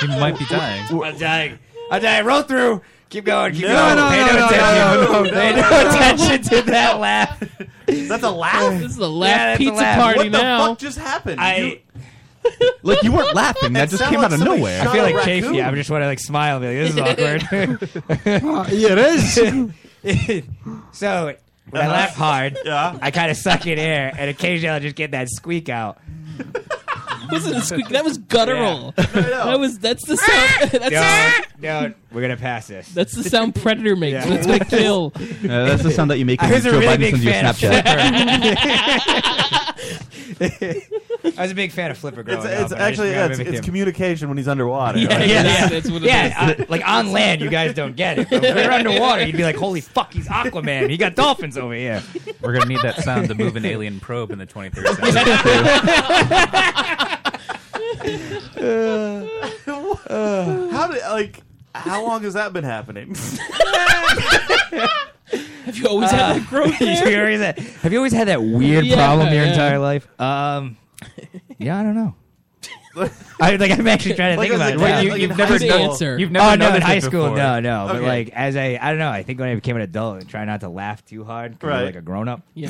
Speaker 8: He might be dying.
Speaker 4: I'm dying. I'm dying. Roll through. Keep going. Keep
Speaker 8: No,
Speaker 4: going.
Speaker 8: no,
Speaker 4: Pay
Speaker 8: no, no,
Speaker 4: attention.
Speaker 8: no, no,
Speaker 4: Pay
Speaker 8: no, no.
Speaker 4: attention to that laugh.
Speaker 7: Is that the laugh?
Speaker 11: This is the
Speaker 4: Yeah,
Speaker 11: last
Speaker 4: that's the
Speaker 11: pizza
Speaker 4: laugh.
Speaker 11: party
Speaker 4: What the
Speaker 11: now.
Speaker 4: fuck
Speaker 7: just happened?
Speaker 4: I
Speaker 10: like you weren't laughing. That
Speaker 16: It
Speaker 10: just
Speaker 16: sounded
Speaker 10: came
Speaker 16: like
Speaker 10: out of
Speaker 16: somebody
Speaker 10: nowhere.
Speaker 16: shot I feel a like Chafee. raccoon. I would just
Speaker 4: want to like smile. Like, this is awkward. [LAUGHS]
Speaker 16: yeah,
Speaker 4: it is. so when I
Speaker 16: Uh-huh.
Speaker 4: laugh hard, I kind of suck in air, and occasionally I'll just get that squeak out.
Speaker 9: [LAUGHS]
Speaker 11: Wasn't a squeak- that was guttural. That was that's the sound. [LAUGHS] That's,
Speaker 4: Don't. We're gonna pass this.
Speaker 11: that's the sound Predator makes.
Speaker 4: Yeah.
Speaker 11: when it's
Speaker 10: [LAUGHS]
Speaker 11: gonna kill.
Speaker 10: Uh, that's the sound that you make
Speaker 4: I
Speaker 10: when
Speaker 4: was a
Speaker 10: Joe
Speaker 4: really
Speaker 10: Biden
Speaker 4: big
Speaker 10: sends you a
Speaker 4: fan of [LAUGHS]
Speaker 10: Snapchat.
Speaker 4: I was a big fan of Flipper growing
Speaker 8: It's,
Speaker 4: up.
Speaker 8: it's
Speaker 4: and I just
Speaker 8: actually
Speaker 4: grew up
Speaker 8: it's,
Speaker 4: with
Speaker 8: it's
Speaker 4: him.
Speaker 8: communication when he's underwater. right?
Speaker 4: yeah, yeah. Yeah, uh, like on [LAUGHS] land, you guys don't get it. But if we were underwater, you'd be like, "Holy fuck, he's Aquaman! He got dolphins over here."
Speaker 9: We're gonna need that sound to move an alien probe in the 23rd century.
Speaker 8: [LAUGHS] Uh, how did like how long has that been happening? [LAUGHS]
Speaker 11: Have you always
Speaker 8: Uh,
Speaker 11: had that growth
Speaker 4: you
Speaker 11: there?
Speaker 4: always had- have you always had that weird
Speaker 11: Yeah,
Speaker 4: problem your
Speaker 11: yeah.
Speaker 4: entire life? Um, yeah, I don't know. I like I'm actually trying to
Speaker 16: Like,
Speaker 4: think
Speaker 16: as a
Speaker 4: about
Speaker 16: kid,
Speaker 4: it. now.
Speaker 16: like, You- you've in never high done- school. answer. you've never
Speaker 4: oh, no, in
Speaker 16: noticed
Speaker 4: high
Speaker 16: it
Speaker 4: school,
Speaker 16: before.
Speaker 4: no, no. But
Speaker 16: Okay.
Speaker 4: like as I, I don't know. I think when I became an adult, and try not to laugh too hard, 'cause you're
Speaker 16: Right.
Speaker 4: like a grown up. [LAUGHS]
Speaker 11: Yeah.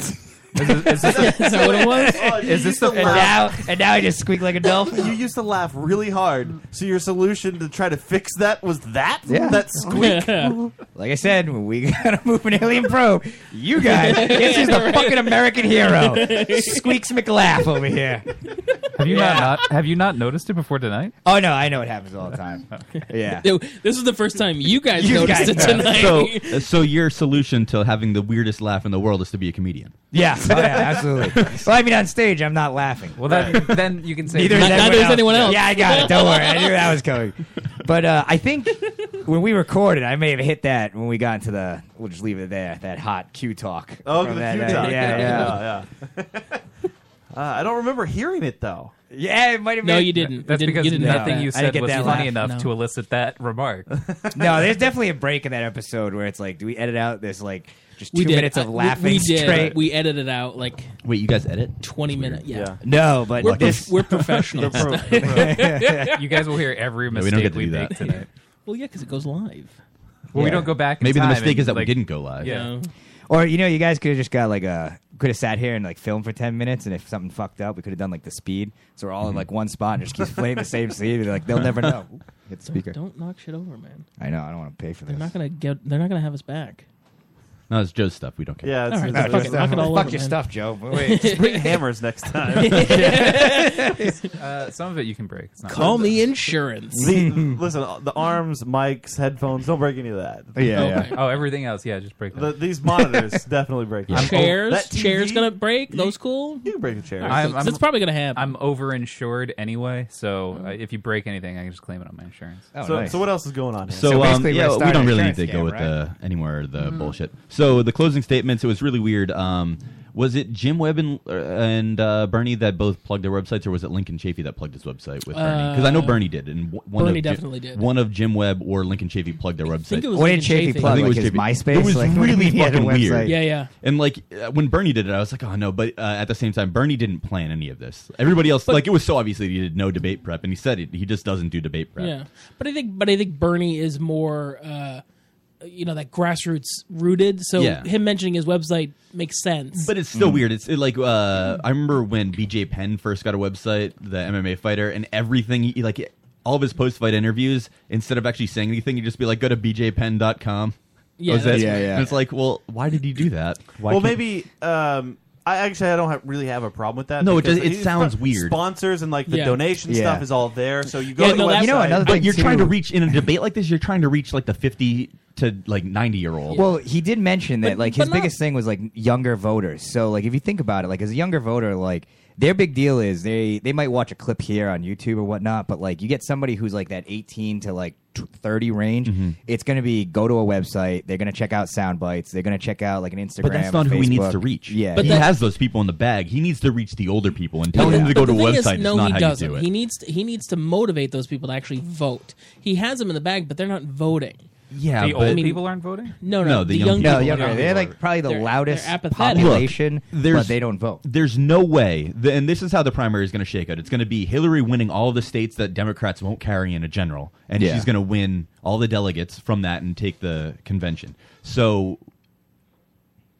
Speaker 16: Is this- [LAUGHS] is that what it was?
Speaker 4: Is this the and now and now I just squeak like a dolphin.
Speaker 8: You used to laugh really hard, so your solution to try to fix that was that
Speaker 4: Yeah.
Speaker 8: that
Speaker 4: [LAUGHS]
Speaker 8: squeak. Uh,
Speaker 4: Like I said, when we [LAUGHS] gotta move an alien probe, you guys, this
Speaker 8: [LAUGHS]
Speaker 4: is the fucking American hero, Squeaks McLaugh over here.
Speaker 9: Have you
Speaker 4: Yeah.
Speaker 9: not, not have you not noticed it before tonight?
Speaker 4: Oh no, I know it happens all
Speaker 8: [LAUGHS]
Speaker 4: the time. Yeah.
Speaker 11: Yo, This is the first time you guys
Speaker 4: You
Speaker 11: noticed
Speaker 4: guys
Speaker 11: it tonight. [LAUGHS]
Speaker 10: so, so your solution to having the weirdest laugh in the world is to be a comedian.
Speaker 4: Yeah, oh, yeah, absolutely.
Speaker 8: [LAUGHS]
Speaker 4: Well, I mean, on stage, I'm not laughing.
Speaker 9: Well, then, then you can say
Speaker 4: Neither is,
Speaker 9: Not-
Speaker 4: anyone,
Speaker 9: neither is
Speaker 4: else.
Speaker 9: anyone else.
Speaker 4: Yeah, I got it. Don't worry. I knew that was
Speaker 8: [LAUGHS]
Speaker 4: coming. But uh, I think when we recorded, I may have hit that when we got into the. We'll just leave it there. That hot Q talk.
Speaker 8: Oh,
Speaker 4: From
Speaker 8: the
Speaker 4: that-
Speaker 8: cue
Speaker 4: that-
Speaker 8: talk.
Speaker 4: Yeah, yeah,
Speaker 8: yeah. yeah. uh, I don't remember hearing it though.
Speaker 4: Yeah, it might have
Speaker 11: No, been- you didn't.
Speaker 9: That's
Speaker 11: You didn't-
Speaker 9: because
Speaker 11: you didn't get
Speaker 9: nothing
Speaker 11: that. I
Speaker 9: you
Speaker 11: didn't
Speaker 9: said
Speaker 11: get
Speaker 9: was
Speaker 11: that
Speaker 9: funny
Speaker 11: laugh,
Speaker 9: enough
Speaker 11: no.
Speaker 9: to elicit that remark.
Speaker 4: No, there's definitely a break in that episode where it's like, do we edit out this like just two
Speaker 11: we did.
Speaker 4: minutes
Speaker 11: Uh,
Speaker 4: of
Speaker 11: we-
Speaker 4: laughing
Speaker 11: We, did.
Speaker 4: straight?
Speaker 11: We edited out like
Speaker 10: Wait, you guys edit?
Speaker 11: twenty minutes. Yeah.
Speaker 4: No, but
Speaker 11: we're,
Speaker 4: this-
Speaker 11: we're professionals.
Speaker 9: We're
Speaker 11: [LAUGHS]
Speaker 9: pro- [LAUGHS] you guys will hear every
Speaker 10: Yeah,
Speaker 9: mistake
Speaker 10: we don't get to
Speaker 9: we
Speaker 10: do
Speaker 9: make
Speaker 10: that.
Speaker 9: tonight.
Speaker 11: well, yeah, because it goes live.
Speaker 9: Well, we
Speaker 4: Yeah.
Speaker 9: don't go back. In
Speaker 10: Maybe the
Speaker 9: time
Speaker 10: mistake
Speaker 9: and,
Speaker 10: is that we
Speaker 9: like-
Speaker 10: didn't go live.
Speaker 9: Yeah.
Speaker 4: Or you know, you guys could have just got like a could have sat here and like filmed for ten minutes, and if something fucked up, we could have done like the speed. So we're all
Speaker 10: Mm-hmm.
Speaker 4: in like one spot and just keep [LAUGHS] playing the same scene. And like they'll never know. Ooh, Hit the speaker.
Speaker 11: Don't knock shit over, man.
Speaker 4: I know. I don't want to pay for
Speaker 11: They're
Speaker 4: this.
Speaker 11: not gonna get. They're not gonna have us back.
Speaker 10: [LAUGHS] No, it's Joe's stuff. We don't care.
Speaker 8: Yeah,
Speaker 11: it's- All right, it's- fuck it, knock it all
Speaker 4: Fuck
Speaker 11: over,
Speaker 4: your
Speaker 11: man.
Speaker 4: stuff, Joe.
Speaker 8: Just
Speaker 4: Wait.
Speaker 8: bring hammers next [LAUGHS] time.
Speaker 10: [LAUGHS]
Speaker 9: [LAUGHS] uh, some of it you can break. It's not
Speaker 11: Call me insurance.
Speaker 8: [LAUGHS] The, listen, uh, the arms, mics, headphones, don't break any of that.
Speaker 9: Yeah, yeah.
Speaker 8: [LAUGHS]
Speaker 9: Okay. Oh, everything else, yeah, just break
Speaker 8: The,
Speaker 9: that.
Speaker 8: these monitors definitely break. that.
Speaker 11: Chairs.
Speaker 8: That TV
Speaker 11: chairs gonna break. Those cool.
Speaker 8: You can break the chair.
Speaker 9: I'm- I'm-
Speaker 11: That's probably gonna happen.
Speaker 9: I'm overinsured anyway, so uh, if you break anything, I can just claim it on my insurance.
Speaker 8: Oh. so, so what else is going on? Here?
Speaker 10: So, um,
Speaker 9: basically, we're
Speaker 10: yeah, we
Speaker 9: starting
Speaker 10: don't really need
Speaker 9: insurance
Speaker 10: to go
Speaker 9: scam,
Speaker 10: with
Speaker 9: right?
Speaker 10: the anymore the
Speaker 9: Mhm.
Speaker 10: bullshit. So the closing statements. It was really weird. Um, was it Jim Webb and, uh, and uh, Bernie that both plugged their websites, or was it Lincoln Chafee that plugged his website with Bernie? Because I know
Speaker 11: Uh,
Speaker 10: Bernie did, and w- one
Speaker 11: Bernie
Speaker 10: of Jim-
Speaker 11: definitely did.
Speaker 10: One of Jim Webb or Lincoln Chafee plugged their website.
Speaker 11: it was What did Lincoln Chafee Chafee. plug?
Speaker 10: I think it was
Speaker 11: Like
Speaker 4: his
Speaker 10: Chafee.
Speaker 4: MySpace?
Speaker 10: It was
Speaker 4: Like, what do you
Speaker 10: really
Speaker 4: mean he had a
Speaker 10: fucking weird.
Speaker 4: website? Yeah, yeah.
Speaker 10: And like uh, when Bernie did it, I was like, oh no. But uh, at the same time, Bernie didn't plan any of this. Everybody else, like, it was so obvious that he did no debate prep, and he said it, he just doesn't do debate prep.
Speaker 11: Yeah, but I think but I think Bernie is more uh, you know that grassroots rooted. So
Speaker 10: Yeah.
Speaker 11: him mentioning his website makes sense.
Speaker 10: But it's still weird. It's it, like uh, I remember when BJ Penn first got a website, the MMA fighter, and everything he, like all of his post fight interviews, instead of actually saying anything, he'd just be like, "Go to bjpenn.com." That
Speaker 8: Yeah,
Speaker 10: was
Speaker 8: that's
Speaker 10: it.
Speaker 8: right. Yeah, yeah.
Speaker 10: And it's like, well, why did he do that? Why
Speaker 8: well,
Speaker 10: can't-
Speaker 8: maybe. Um, I actually I don't have, really have a problem with that.
Speaker 10: No, it
Speaker 8: because
Speaker 10: does- it
Speaker 8: he's-
Speaker 10: sounds weird.
Speaker 8: Sponsors and like the
Speaker 10: Yeah.
Speaker 8: donation
Speaker 10: Yeah.
Speaker 8: stuff is all there, so you go. to the
Speaker 10: But
Speaker 8: website.
Speaker 10: you know another thing. You're trying to reach in a debate like this. You're trying to reach like the fifty to like ninety year old.
Speaker 4: Well, he did mention that
Speaker 10: But-
Speaker 4: like
Speaker 10: but
Speaker 4: his biggest thing was like younger voters. So like if you think about it, like as a younger voter, like their big deal is they they might watch a clip here on YouTube or whatnot, but like you get somebody who's like that 18 to like tw- 30 range,
Speaker 10: Mm-hmm.
Speaker 4: it's going to be go to a website, they're going to check out sound bites, they're going to check out like an Instagram.
Speaker 10: But that's
Speaker 4: a
Speaker 10: not who he needs to
Speaker 4: Facebook.
Speaker 10: reach.
Speaker 4: Yeah,
Speaker 10: he
Speaker 4: yeah.
Speaker 10: has those people in the bag. He needs to reach the older people and telling
Speaker 11: But
Speaker 10: them to
Speaker 11: the
Speaker 10: go to a
Speaker 11: thing is,
Speaker 10: website
Speaker 11: no,
Speaker 10: is not
Speaker 11: he
Speaker 10: how
Speaker 11: doesn't.
Speaker 10: you do it.
Speaker 11: He needs to, he needs to motivate those people to actually vote. He has them in the bag, but they're not voting.
Speaker 10: Yeah, The but- old
Speaker 9: people aren't voting?
Speaker 11: No, no, the, young,
Speaker 4: no,
Speaker 11: people. are
Speaker 4: young people.
Speaker 11: not
Speaker 4: They're
Speaker 11: voting.
Speaker 4: like probably the
Speaker 11: They're-
Speaker 4: loudest
Speaker 11: they're apathetic.
Speaker 4: population,
Speaker 10: there's-
Speaker 4: but they don't vote.
Speaker 10: There's no way, th- and this is how the primary is going to shake out. It's going to be Hillary winning all the states that Democrats won't carry in a general, and
Speaker 4: Yeah.
Speaker 10: she's going to win all the delegates from that and take the convention. So,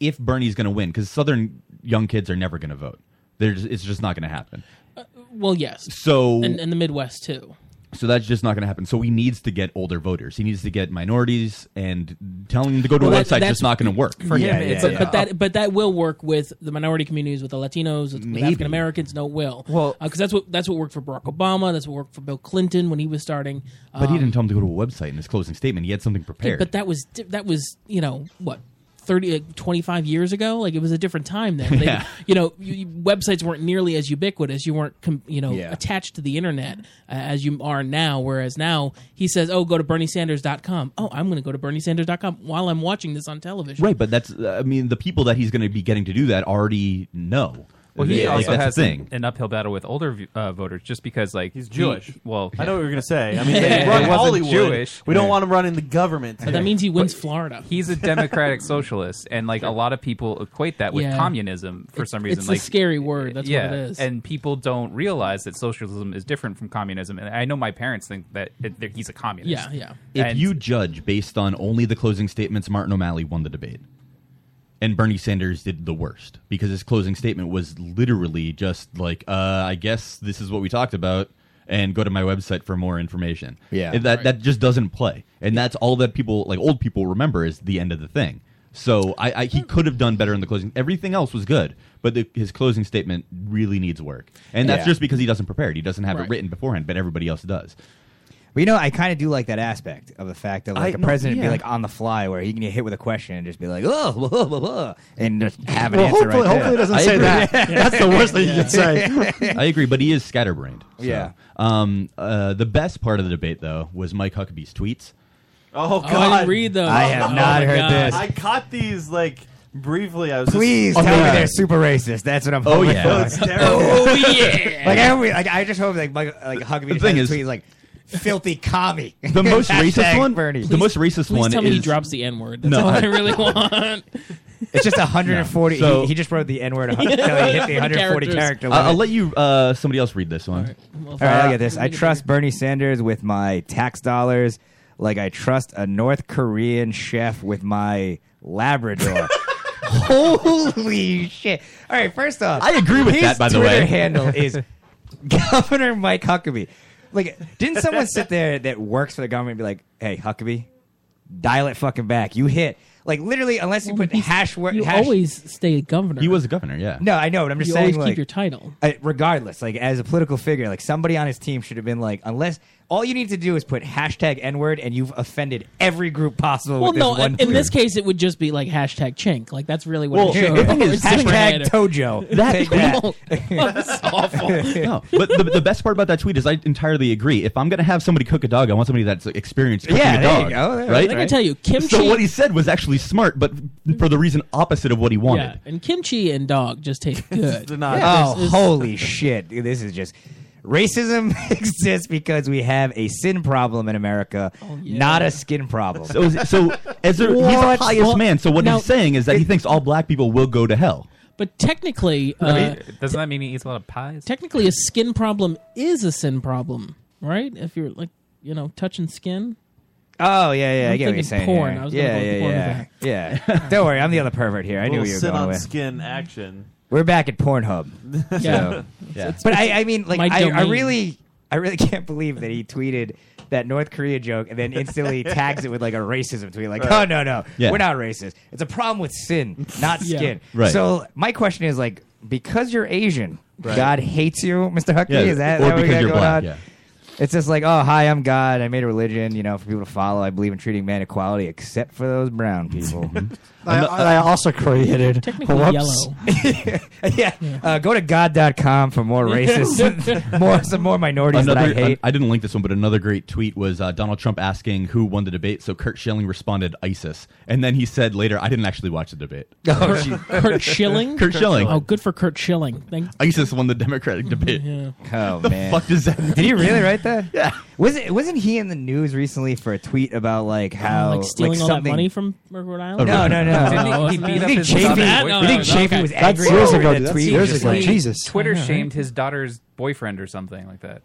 Speaker 10: if Bernie's going to win, because Southern young kids are never going to vote, They're just, it's just not going to happen.
Speaker 11: Uh, Well, yes.
Speaker 10: So-
Speaker 11: and, uh, and the Midwest too.
Speaker 10: So that's just not going to happen. So he needs to get older voters. He needs to get minorities, and telling them to go to
Speaker 11: Well,
Speaker 10: a
Speaker 11: that-
Speaker 10: website
Speaker 11: that's-
Speaker 10: just not going to work for him.
Speaker 11: but, but that but that will work with the minority communities, with the Latinos, with,
Speaker 10: Maybe.
Speaker 11: African Americans. No, it will well because that's what that's what worked for Barack Obama. That's what worked for Bill Clinton when he was starting.
Speaker 10: But he
Speaker 11: Um,
Speaker 10: didn't tell him to go to a website in his closing statement. He had something
Speaker 11: Yeah,
Speaker 10: prepared.
Speaker 11: but that was di- that was you know what 30 like 25 years ago like it was a different time then
Speaker 10: [LAUGHS]
Speaker 11: They-
Speaker 10: Yeah.
Speaker 11: you know you, you- websites weren't nearly as ubiquitous you weren't com, you know
Speaker 10: Yeah.
Speaker 11: attached to the internet uh, as you are now whereas now he says oh go to berniesanders.com oh i'm going to go to berniesanders.com while i'm watching this on television
Speaker 10: Right, but that's I mean the people that he's going to be getting to do that already know.
Speaker 9: Well, he
Speaker 10: Like,
Speaker 9: also
Speaker 10: that's
Speaker 9: has
Speaker 10: the thing.
Speaker 9: An, an uphill battle with older v- uh, voters, just because like he's
Speaker 8: Jewish.
Speaker 9: well,
Speaker 8: I know what you were gonna say.
Speaker 9: [LAUGHS]
Speaker 8: I mean,
Speaker 9: Yeah.
Speaker 8: they run
Speaker 9: It wasn't
Speaker 8: Hollywood.
Speaker 9: Jewish.
Speaker 8: We don't want him running the government.
Speaker 11: But that means he wins Florida.
Speaker 9: He's a
Speaker 11: [LAUGHS]
Speaker 9: democratic socialist, and like a lot of people equate that with
Speaker 11: Yeah.
Speaker 9: communism for some reason.
Speaker 11: it's
Speaker 9: like
Speaker 11: a scary word that's
Speaker 9: yeah,
Speaker 11: what it is
Speaker 9: and people don't realize that socialism is different from communism. And I know my parents think that, it, that he's a communist.
Speaker 11: Yeah,
Speaker 10: If
Speaker 9: And-
Speaker 10: you judge based on only the closing statements, Martin O'Malley won the debate. And Bernie Sanders did the worst because his closing statement was literally just like, uh, I guess this is what we talked about, and go to my website for more information.
Speaker 4: Yeah.
Speaker 10: And that,
Speaker 4: Right.
Speaker 10: that just doesn't play. And that's all that people, like old people, remember is the end of the thing. So I, I he could have done better in the closing. Everything else was good, but the, his closing statement really needs work. And that's
Speaker 4: Yeah.
Speaker 10: just because he doesn't prepare it. He doesn't have
Speaker 4: Right.
Speaker 10: it written beforehand, but everybody else does.
Speaker 4: But you know, I kind of do like that aspect of the fact that like
Speaker 10: I-
Speaker 4: a
Speaker 10: no,
Speaker 4: president
Speaker 10: yeah.
Speaker 4: be like on the fly, where he can get hit with a question and just be like, oh,
Speaker 10: [LAUGHS]
Speaker 4: blah, blah, blah, blah," and just have an
Speaker 10: Well,
Speaker 4: answer
Speaker 10: hopefully-
Speaker 4: right there.
Speaker 10: hopefully it doesn't I say agree. [LAUGHS]
Speaker 4: [LAUGHS]
Speaker 10: that. That's the worst thing you can say. [LAUGHS] I agree, but he is scatterbrained. So,
Speaker 4: Yeah.
Speaker 10: Um, uh, the best part of the debate, though, was Mike Huckabee's tweets.
Speaker 8: Oh God!
Speaker 11: I didn't read those.
Speaker 4: I
Speaker 10: Oh,
Speaker 4: have not
Speaker 8: Oh, my
Speaker 4: heard this. Oh,
Speaker 8: I caught these like briefly. I was
Speaker 4: Please
Speaker 8: just,
Speaker 4: tell me they're super racist. That's what I'm.
Speaker 8: Oh,
Speaker 4: hoping
Speaker 10: [LAUGHS]
Speaker 8: yeah. Oh, it's
Speaker 4: for.
Speaker 8: terrible. Oh,
Speaker 10: yeah.
Speaker 4: like I hope we- like I just hope like Mike- like Huckabee
Speaker 10: The thing is-
Speaker 4: just tweet like [LAUGHS] filthy commie. [LAUGHS]
Speaker 10: The most
Speaker 4: Hashtag
Speaker 10: racist one.
Speaker 4: Bernie.
Speaker 10: The most racist
Speaker 11: please
Speaker 10: one
Speaker 11: tell
Speaker 10: is
Speaker 11: me he drops the n-word that's all i really want
Speaker 4: [LAUGHS] It's just 140.
Speaker 10: No. So-
Speaker 4: he, he just wrote the N word.
Speaker 11: [LAUGHS]
Speaker 4: He hit the 140
Speaker 11: Characters.
Speaker 4: character.
Speaker 10: I'll, I'll
Speaker 4: limit.
Speaker 10: let you. Uh, somebody else read this one.
Speaker 4: All right, I get this. I trust Bernie Sanders with my tax dollars, like I trust a North Korean chef with my Labrador. Holy shit! All right, first off,
Speaker 10: I agree with
Speaker 4: his
Speaker 10: that, by the
Speaker 4: Twitter
Speaker 10: way. [LAUGHS]
Speaker 4: handle is Governor Mike Huckabee. Like, didn't someone sit there that works for the government and be like, "Hey, Huckabee, dial it fucking back. You hit." Like literally, unless you put hash word,
Speaker 11: you
Speaker 4: hash
Speaker 11: always stay a governor
Speaker 10: He was a governor. Yeah.
Speaker 4: no, I know, but I'm just
Speaker 11: You
Speaker 4: saying,
Speaker 11: always keep
Speaker 4: like,
Speaker 11: your title.
Speaker 4: I- regardless, like as a political figure, like somebody on his team should have been like, unless all you need to do is put hashtag N word, and you've offended every group possible.
Speaker 11: well
Speaker 4: with
Speaker 11: no
Speaker 4: this one
Speaker 11: in, in
Speaker 4: tweet.
Speaker 11: this case it would just be like hashtag chink like that's really what
Speaker 4: Well,
Speaker 11: it should [LAUGHS]
Speaker 4: the thing
Speaker 11: Or
Speaker 4: is,
Speaker 11: Superhead
Speaker 4: hashtag
Speaker 11: or- [LAUGHS]
Speaker 4: Tojo. Take that. [LAUGHS]
Speaker 11: That's awful.
Speaker 10: no, but the, the best part about that tweet is I entirely agree. If I'm going to have somebody cook a dog, I want somebody that's experienced cooking
Speaker 4: Yeah,
Speaker 10: a
Speaker 4: there
Speaker 10: dog.
Speaker 4: you go. There,
Speaker 10: right?
Speaker 4: I gotta tell you,
Speaker 10: So
Speaker 11: kimchi-
Speaker 10: what he said was actually smart, but for the reason opposite of what he wanted.
Speaker 11: Yeah, and kimchi and dog just taste good.
Speaker 4: Oh, holy shit. Dude, This is just. Racism [LAUGHS] exists because we have a sin problem in America,
Speaker 11: Oh,
Speaker 4: not a skin problem.
Speaker 10: So, so as a, he's a
Speaker 4: What?
Speaker 10: pious
Speaker 4: Well,
Speaker 10: man, so what
Speaker 4: now-
Speaker 10: he's saying is that he thinks all black people will go to hell.
Speaker 11: But technically, uh,
Speaker 9: I mean, doesn't that mean he eats a lot of pies?
Speaker 11: technically, a skin problem is a sin problem, right? If you're like, you know, touching skin.
Speaker 4: Oh yeah, yeah,
Speaker 11: I'm
Speaker 4: I get what
Speaker 11: thinking
Speaker 4: you're saying.
Speaker 11: porn.
Speaker 4: here.
Speaker 11: I was gonna
Speaker 4: yeah,
Speaker 11: go with
Speaker 4: yeah,
Speaker 11: porn
Speaker 4: yeah,
Speaker 11: [LAUGHS]
Speaker 4: yeah. Don't worry, I'm the other pervert here. I knew
Speaker 8: Little
Speaker 4: where you were
Speaker 8: sin
Speaker 4: going
Speaker 8: on
Speaker 4: with.
Speaker 8: skin action.
Speaker 4: We're back at Pornhub.
Speaker 8: Yeah.
Speaker 4: So-
Speaker 8: Yeah. It's-
Speaker 4: But
Speaker 8: it's
Speaker 4: I, I mean, like,
Speaker 8: my
Speaker 4: I, I
Speaker 8: domain.
Speaker 4: really, I really [LAUGHS] can't believe that he tweeted that North Korea joke and then instantly tags it with like a racism tweet, like,
Speaker 16: Right.
Speaker 4: "Oh no, no,
Speaker 16: Yeah.
Speaker 4: we're not racist. It's a problem with sin, not
Speaker 16: Yeah.
Speaker 4: skin."
Speaker 16: Right.
Speaker 4: So my question is like, because you're Asian,
Speaker 16: Right.
Speaker 4: God hates you, Mr. Huckabee.
Speaker 16: Yeah,
Speaker 4: is that,
Speaker 16: or
Speaker 4: that what we
Speaker 16: because
Speaker 4: got
Speaker 16: you're
Speaker 4: going
Speaker 16: black,
Speaker 4: on?
Speaker 16: yeah.
Speaker 4: It's just like, oh, hi, I'm God. I made a religion, you know, for people to follow. I believe in treating man equality, except for those brown people.
Speaker 16: Mm-hmm.
Speaker 17: [LAUGHS] I, I also created. Whoops.
Speaker 4: [LAUGHS] yeah. Uh, go to god.com for more racist, [LAUGHS] more some more minorities
Speaker 10: Another-
Speaker 4: that I hate.
Speaker 10: I didn't link this one, but another great tweet was uh, Donald Trump asking who won the debate. So Kurt Schilling responded, ISIS. And then he said later, I didn't actually watch the
Speaker 4: [LAUGHS]
Speaker 10: debate.
Speaker 4: Oh,
Speaker 11: Kurt, Kurt Schilling.
Speaker 10: Kurt Schilling.
Speaker 11: Oh, good for Kurt Schilling. Thank
Speaker 10: ISIS won the Democratic debate.
Speaker 4: Oh
Speaker 10: the
Speaker 4: man,
Speaker 10: fuck does that mean?
Speaker 4: Did he really
Speaker 10: [LAUGHS]
Speaker 4: write that? yeah. Was it? Wasn't he in the news recently for a tweet about like how
Speaker 11: like stealing all that
Speaker 4: something-
Speaker 11: money from Rhode Island.
Speaker 4: No, no,
Speaker 11: Oh,
Speaker 4: no. Didn't he- he
Speaker 11: wasn't
Speaker 4: beat
Speaker 11: it?
Speaker 4: up his Chafee- daughter? you think Chafee was
Speaker 9: okay.
Speaker 4: angry That's years over ago, that dude. That's tweet? years
Speaker 9: Just
Speaker 4: ago.
Speaker 9: like
Speaker 4: Jesus.
Speaker 9: Twitter
Speaker 4: I know, right?
Speaker 9: shamed his daughter's boyfriend or something like that.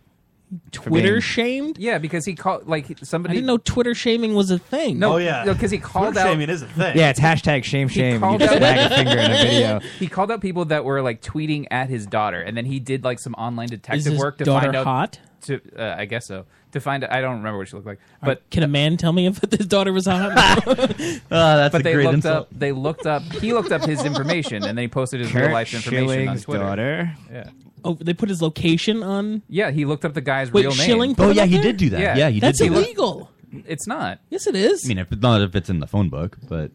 Speaker 11: Twitter shamed?
Speaker 9: Yeah, because he called like somebody.
Speaker 11: I didn't know Twitter shaming was a thing.
Speaker 9: No, no, because he called out.
Speaker 11: [LAUGHS]
Speaker 4: Yeah, it's hashtag shame
Speaker 9: He
Speaker 4: shame. and You
Speaker 9: called
Speaker 4: just
Speaker 9: out-
Speaker 4: wag a finger
Speaker 9: [LAUGHS]
Speaker 4: [LAUGHS] in a video.
Speaker 9: He called out people that were like tweeting at his daughter, and then he did like some online detective
Speaker 11: his
Speaker 9: work to
Speaker 11: daughter
Speaker 9: find out.
Speaker 11: hot?
Speaker 9: To uh, I guess so. To find out, I don't remember what she looked like, but
Speaker 11: Can a man tell me if [LAUGHS] his daughter was
Speaker 9: [LAUGHS]
Speaker 11: hot?
Speaker 10: that's
Speaker 9: but
Speaker 11: Oh, a
Speaker 9: they
Speaker 11: great
Speaker 9: looked
Speaker 11: insult.
Speaker 9: up. They looked up. He looked up his information, and then he posted his
Speaker 11: Kurt
Speaker 9: real life information
Speaker 11: Schilling's
Speaker 9: on Twitter.
Speaker 11: daughter.
Speaker 9: Yeah.
Speaker 11: oh, they put his location on.
Speaker 9: Yeah, he looked up the guy's
Speaker 11: Wait,
Speaker 9: real name.
Speaker 11: Schilling put Oh, it [LAUGHS] yeah, up he there? did do
Speaker 10: that. Yeah, he
Speaker 11: That's
Speaker 10: did do that.
Speaker 11: illegal.
Speaker 9: It's not.
Speaker 11: Yes, it is.
Speaker 10: I mean, if, not if it's in the phone book, but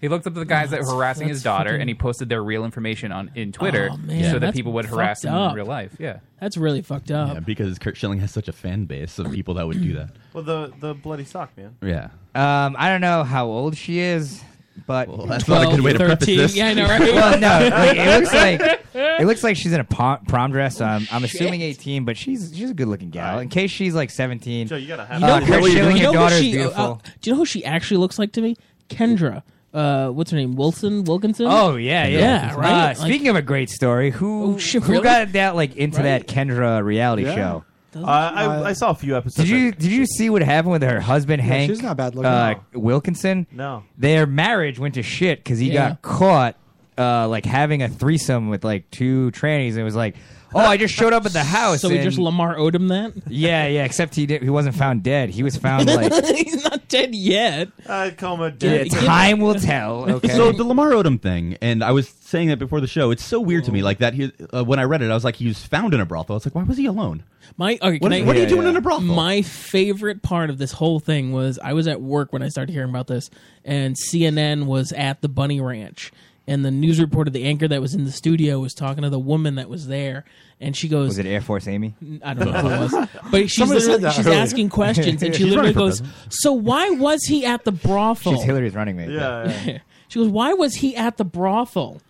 Speaker 9: He looked up the guys that
Speaker 11: That's-
Speaker 9: were harassing his
Speaker 11: that's
Speaker 9: daughter,
Speaker 11: fucking-
Speaker 9: and he posted their real information on in Twitter,
Speaker 11: Oh, man,
Speaker 9: so that
Speaker 11: that's
Speaker 9: people would
Speaker 11: fucked
Speaker 9: harass him
Speaker 11: up.
Speaker 9: in real life. Yeah.
Speaker 11: That's really fucked up.
Speaker 10: yeah, because Kurt Schilling has such a fan base of people that would do that.
Speaker 8: Well, the the bloody sock man.
Speaker 10: [LAUGHS] Yeah.
Speaker 4: [CLEARS THROAT] Um,
Speaker 11: [LAUGHS]
Speaker 4: I don't know how old she is, but
Speaker 10: that's not a good way to preface 13. this. Yeah,
Speaker 4: [LAUGHS]
Speaker 10: I know, right?
Speaker 4: well, no, like, it looks like it looks like she's in a prom, prom dress. So I'm, I'm assuming 18, but she's she's a good looking gal. In case she's like 17,
Speaker 8: Joe, you gotta
Speaker 11: You
Speaker 4: uh,
Speaker 11: know,
Speaker 4: Kurt
Speaker 11: you
Speaker 4: Schilling, your
Speaker 11: know who
Speaker 4: daughter's
Speaker 11: she, uh,
Speaker 4: beautiful.
Speaker 11: uh, do you know who she actually looks like to me? Kendra. Uh, what's her name? Wilson Wilkinson.
Speaker 4: Oh yeah, yeah.
Speaker 11: yeah. Right.
Speaker 4: Uh, speaking of a great story, who
Speaker 11: shit,
Speaker 4: who
Speaker 11: really?
Speaker 4: got that like into that Kendra reality
Speaker 8: Yeah.
Speaker 4: show?
Speaker 8: Uh, I, I saw a few episodes.
Speaker 4: Oh, Did you did you see what happened with her husband
Speaker 8: Yeah,
Speaker 4: Hank?
Speaker 8: she's not bad looking.
Speaker 4: Uh, Wilkinson.
Speaker 8: No.
Speaker 4: their marriage went to shit because he
Speaker 8: Yeah.
Speaker 4: got caught uh, like having a threesome with like two trannies. And it was like, oh, I just [LAUGHS] showed up at the house.
Speaker 11: So we
Speaker 4: and-
Speaker 11: just Lamar Odom that.
Speaker 4: yeah, yeah. Except he did. He wasn't found dead. He
Speaker 8: [LAUGHS]
Speaker 4: was found like
Speaker 11: [LAUGHS] He's not dead yet.
Speaker 8: I'd call him a
Speaker 4: yeah, time
Speaker 11: [LAUGHS]
Speaker 4: will tell. Okay.
Speaker 10: So the Lamar Odom thing, and I was saying that before the show. It's so weird to me, like that. He, uh, when I read it, I was like, he was found in a brothel. I was like, why was he alone?
Speaker 11: My okay,
Speaker 10: What
Speaker 11: can
Speaker 10: is-
Speaker 11: I-
Speaker 10: what are you Yeah, doing yeah. in a brothel?
Speaker 11: My favorite part of this whole thing was I was at work when I started hearing about this, and CNN was at the Bunny Ranch, and the news reporter, the anchor that was in the studio, was talking to the woman that was there, and she goes,
Speaker 4: was it Air Force Amy?
Speaker 11: I don't know who it
Speaker 4: [LAUGHS]
Speaker 11: was. But she's, literally, she's asking questions, and she literally goes, "So why was he at the brothel?"
Speaker 4: She's Hillary's running mate.
Speaker 11: [LAUGHS] she goes, "Why was he at the brothel?"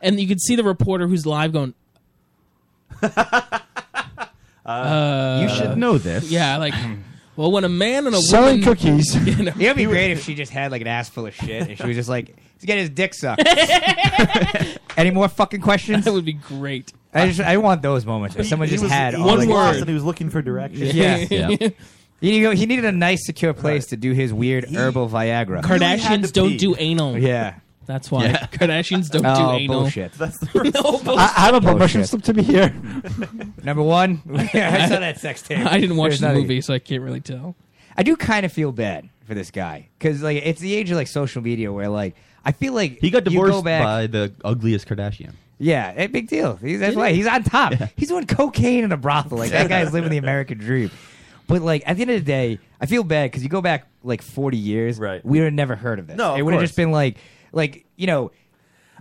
Speaker 11: And you could see the reporter who's live going, uh,
Speaker 8: Uh,
Speaker 10: you should know this.
Speaker 11: Yeah, like, well, when a man and a
Speaker 4: Selling
Speaker 11: woman
Speaker 4: cookies.
Speaker 11: [LAUGHS] you know,
Speaker 4: It would be great if she
Speaker 11: [LAUGHS]
Speaker 4: just had like an ass full of shit and she was just like, "Let's get his dick sucked." Any more fucking questions? That
Speaker 11: would be great.
Speaker 4: I just I want those moments where someone
Speaker 8: He
Speaker 4: just
Speaker 8: was-
Speaker 4: had
Speaker 8: he
Speaker 4: all
Speaker 8: was
Speaker 4: the-
Speaker 8: lost and he was looking for directions.
Speaker 4: Yeah. He, needed, he needed a nice, secure place to do his weird herbal Viagra.
Speaker 11: Kardashians don't do anal.
Speaker 4: Yeah.
Speaker 11: That's why
Speaker 4: Yeah.
Speaker 11: [LAUGHS] Kardashians don't do
Speaker 4: Oh,
Speaker 11: anal.
Speaker 4: bullshit.
Speaker 11: That's the [LAUGHS] no, bullshit.
Speaker 17: I, I have a permission
Speaker 4: Bullshit.
Speaker 17: slip to
Speaker 4: [LAUGHS]
Speaker 17: be here.
Speaker 4: Number one, [LAUGHS] I saw that sex tape.
Speaker 11: I didn't watch
Speaker 4: There's
Speaker 11: the
Speaker 4: nothing-
Speaker 11: movie, so I can't really
Speaker 4: [LAUGHS]
Speaker 11: tell.
Speaker 4: I do kind of feel bad for this guy because like it's the age of like social media where like I feel like
Speaker 10: He got
Speaker 4: you go
Speaker 10: divorced
Speaker 4: back-
Speaker 10: by the ugliest Kardashian.
Speaker 4: Yeah, eh, big deal. He's, that's
Speaker 10: Did
Speaker 4: why
Speaker 10: he?
Speaker 4: he's on top. He's doing cocaine in a brothel. Like that guy's living the American dream. But like at the end of the day, I feel bad because you go back like forty years, right? We would have never heard of this.
Speaker 16: No, of
Speaker 4: it would have just
Speaker 16: course.
Speaker 4: been like, like you know,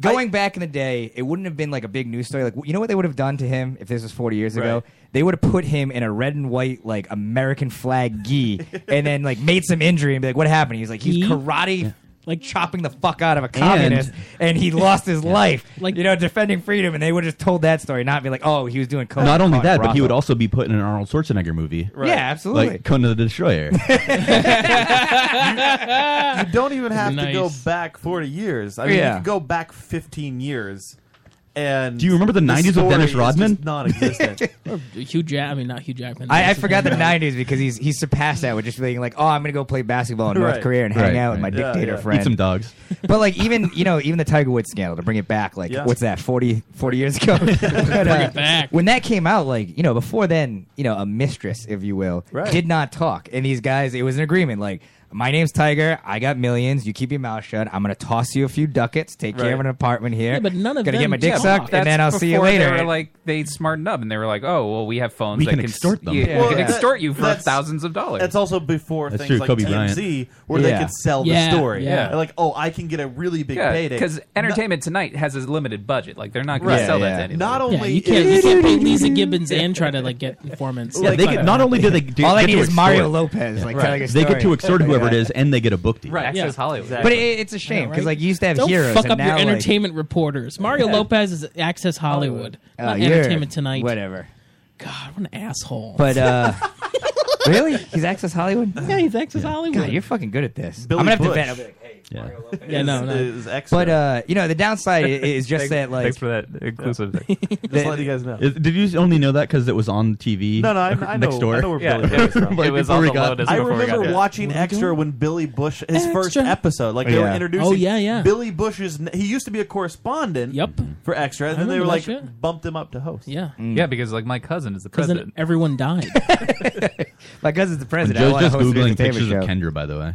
Speaker 4: going back in the day, it wouldn't have been like a big news story. Like you know what they would have done to him if this was forty years ago?
Speaker 16: Right.
Speaker 4: They would have put him in a red and white like American flag gi, and then like made some injury and be like, what happened? He's like he's
Speaker 16: Gi?
Speaker 4: karate. Like chopping the fuck out of a communist, and, he lost his
Speaker 10: Yeah.
Speaker 4: life. Like you know, defending freedom, and they would have just told that story, not be like, oh, he was doing coke.
Speaker 10: Not only
Speaker 4: Caught
Speaker 10: that, but he
Speaker 4: brothel.
Speaker 10: would also be put in an Arnold Schwarzenegger movie.
Speaker 4: Right. Yeah, absolutely.
Speaker 10: Like Conan the
Speaker 4: [LAUGHS]
Speaker 10: Destroyer.
Speaker 8: you don't even have to go
Speaker 10: Nice.
Speaker 8: back 40 years. I mean,
Speaker 10: Yeah.
Speaker 8: you could go back 15 years. And
Speaker 10: Do you remember the 90s with
Speaker 8: story
Speaker 10: Dennis
Speaker 8: is
Speaker 10: Rodman?
Speaker 8: just
Speaker 11: [LAUGHS]
Speaker 8: Non-existent.
Speaker 11: Hugh Jack, I mean not Hugh Jackman.
Speaker 4: I, I forgot the '90s because he's he's surpassed that with just being like, oh, I'm gonna go play basketball in North
Speaker 11: Right.
Speaker 4: Korea and
Speaker 10: Right,
Speaker 4: hang out with my
Speaker 10: right. Yeah,
Speaker 4: dictator
Speaker 10: yeah. Eat
Speaker 4: friend,
Speaker 10: some dogs.
Speaker 4: [LAUGHS] But like even you know even the Tiger Woods scandal to bring it back, like
Speaker 10: Yeah.
Speaker 4: what's that 40, 40 years
Speaker 10: [LAUGHS]
Speaker 4: ago? [LAUGHS] But, uh, When that came out, like you know before then, you know a mistress, if you will,
Speaker 16: Right.
Speaker 4: did not talk, and these guys, it was an agreement, like. My name's Tiger. I got millions. You keep your mouth shut. I'm gonna toss you a few ducats. Take care
Speaker 9: Right.
Speaker 4: of an apartment here.
Speaker 9: Yeah, but none of
Speaker 4: gonna
Speaker 9: them
Speaker 4: get my dick
Speaker 9: talk.
Speaker 4: sucked,
Speaker 9: That's
Speaker 4: and then I'll see you
Speaker 9: before
Speaker 4: later.
Speaker 9: They were like they smartened up and they were like, oh well, we have phones
Speaker 4: We
Speaker 9: that
Speaker 4: can
Speaker 9: s-
Speaker 4: extort them.
Speaker 9: Yeah,
Speaker 4: Yeah.
Speaker 9: we can
Speaker 4: Well,
Speaker 9: extort you for
Speaker 8: that's-
Speaker 9: thousands of dollars.
Speaker 8: That's also before
Speaker 9: That's
Speaker 8: things
Speaker 9: true,
Speaker 8: like
Speaker 9: Kobe
Speaker 8: TMZ, where
Speaker 9: Bryant.
Speaker 8: they could sell
Speaker 9: Yeah,
Speaker 8: the story.
Speaker 9: yeah.
Speaker 8: They're Like, oh, I can get a really big payday.
Speaker 9: because Entertainment Tonight has a limited budget. Like they're not going
Speaker 8: Right.
Speaker 9: to sell
Speaker 8: Yeah,
Speaker 9: that
Speaker 8: yeah.
Speaker 9: to anyone.
Speaker 8: Not
Speaker 11: Yeah, you can't, you can't pay
Speaker 4: [LAUGHS]
Speaker 11: Lisa Gibbons and try to like get informants.
Speaker 10: Yeah, they get, not only do they do,
Speaker 4: All I
Speaker 10: get
Speaker 4: need
Speaker 10: to
Speaker 4: is Mario
Speaker 10: extort-
Speaker 4: Lopez, like, telling a
Speaker 10: They get to
Speaker 4: story.
Speaker 10: extort whoever it
Speaker 4: [LAUGHS] Yeah.
Speaker 10: is, and they get a book deal.
Speaker 9: Right. Access Hollywood.
Speaker 4: But it, it's a shame because like you used to have
Speaker 11: Don't
Speaker 4: heroes.
Speaker 11: fuck
Speaker 4: and
Speaker 11: up
Speaker 4: now,
Speaker 11: your
Speaker 4: like-
Speaker 11: entertainment reporters. Mario
Speaker 4: Yeah.
Speaker 11: Lopez is Access Hollywood,
Speaker 4: Uh,
Speaker 11: not
Speaker 4: you're-
Speaker 11: Entertainment Tonight.
Speaker 4: Whatever.
Speaker 11: [LAUGHS] God, what an asshole.
Speaker 4: But uh, really? He's Access Hollywood?
Speaker 11: Yeah, he's Access Hollywood.
Speaker 4: God, you're fucking good at this.
Speaker 11: Billy
Speaker 4: I'm gonna have
Speaker 11: Bush.
Speaker 4: to bet. I'll be like, hey,
Speaker 10: yeah.
Speaker 11: Yeah, no, no.
Speaker 4: But uh, you know, the downside i- is just
Speaker 10: Thanks-
Speaker 4: that like
Speaker 10: thanks
Speaker 9: for that inclusive
Speaker 4: [LAUGHS]
Speaker 10: thing.
Speaker 8: Just letting you guys know.
Speaker 10: Is- Did you only know that because it was on TV?
Speaker 8: No, no, I,
Speaker 10: [LAUGHS]
Speaker 8: I know.
Speaker 10: next door.
Speaker 8: I know where
Speaker 10: Yeah,
Speaker 8: Billy
Speaker 10: it
Speaker 8: Bush [LAUGHS]
Speaker 10: was [LAUGHS] from.
Speaker 8: Like,
Speaker 10: It was
Speaker 8: before
Speaker 10: on
Speaker 8: we
Speaker 10: the
Speaker 8: got-
Speaker 10: low disc
Speaker 8: I
Speaker 10: before we
Speaker 8: remember
Speaker 10: got there.
Speaker 8: watching
Speaker 10: What are we
Speaker 8: Extra
Speaker 10: doing?
Speaker 8: when Billy Bush his first
Speaker 10: Extra?
Speaker 8: episode. Like they
Speaker 10: Yeah.
Speaker 8: were introducing.
Speaker 10: Oh, yeah, yeah.
Speaker 8: Billy Bush's. He used to be a correspondent. Yep. For Extra, and
Speaker 11: I
Speaker 8: then they were
Speaker 11: remember
Speaker 8: like
Speaker 11: that
Speaker 8: bumped him up to host.
Speaker 11: Yeah.
Speaker 4: Mm.
Speaker 10: Mm.
Speaker 4: [LAUGHS]
Speaker 9: Yeah, because like my cousin is the
Speaker 11: Because
Speaker 9: president.
Speaker 11: then everyone died.
Speaker 4: My cousin's the president.
Speaker 10: Joe's just googling pictures of Kendra, by the way.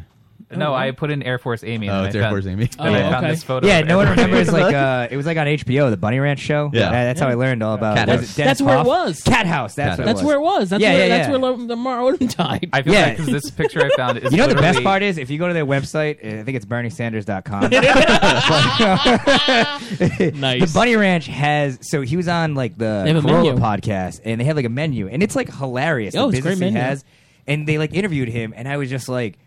Speaker 9: No, I put in Air Force Amy. and
Speaker 10: Oh,
Speaker 9: then
Speaker 10: it's
Speaker 9: I
Speaker 10: Air
Speaker 9: found-
Speaker 10: Force Amy.
Speaker 9: Then I
Speaker 10: Oh,
Speaker 9: found
Speaker 10: okay.
Speaker 9: this photo.
Speaker 4: Yeah,
Speaker 9: of
Speaker 4: no one
Speaker 9: Air Force
Speaker 4: remembers
Speaker 9: Amy.
Speaker 4: like
Speaker 9: [LAUGHS]
Speaker 4: uh, it was like on HBO, the Bunny Ranch show.
Speaker 10: Yeah.
Speaker 4: that's how I learned all about.
Speaker 10: Cat
Speaker 4: was
Speaker 10: House.
Speaker 4: it Dennis
Speaker 11: that's where it
Speaker 4: Hoff?
Speaker 11: was.
Speaker 4: Cat House. That's what
Speaker 11: that's where it was. That's
Speaker 4: yeah,
Speaker 11: where
Speaker 4: yeah, yeah.
Speaker 11: that's where Lo- Lamar Odom died.
Speaker 9: I feel
Speaker 4: Yeah.
Speaker 9: like 'cause this picture I
Speaker 4: [LAUGHS]
Speaker 9: found is
Speaker 4: you know the best
Speaker 9: literally- [LAUGHS]
Speaker 4: part is if you go to their website, uh, I think
Speaker 8: [LAUGHS]
Speaker 4: it's [LAUGHS] BernieSanders.com.
Speaker 11: nice.
Speaker 4: The Bunny Ranch has so he was on like the
Speaker 11: They have a
Speaker 4: Corolla
Speaker 11: menu.
Speaker 4: podcast, and they have like a menu, and it's like hilarious.
Speaker 11: Oh,
Speaker 4: the
Speaker 11: it's a great
Speaker 4: business he
Speaker 11: menu.
Speaker 4: has, and they like interviewed him, and I was just like,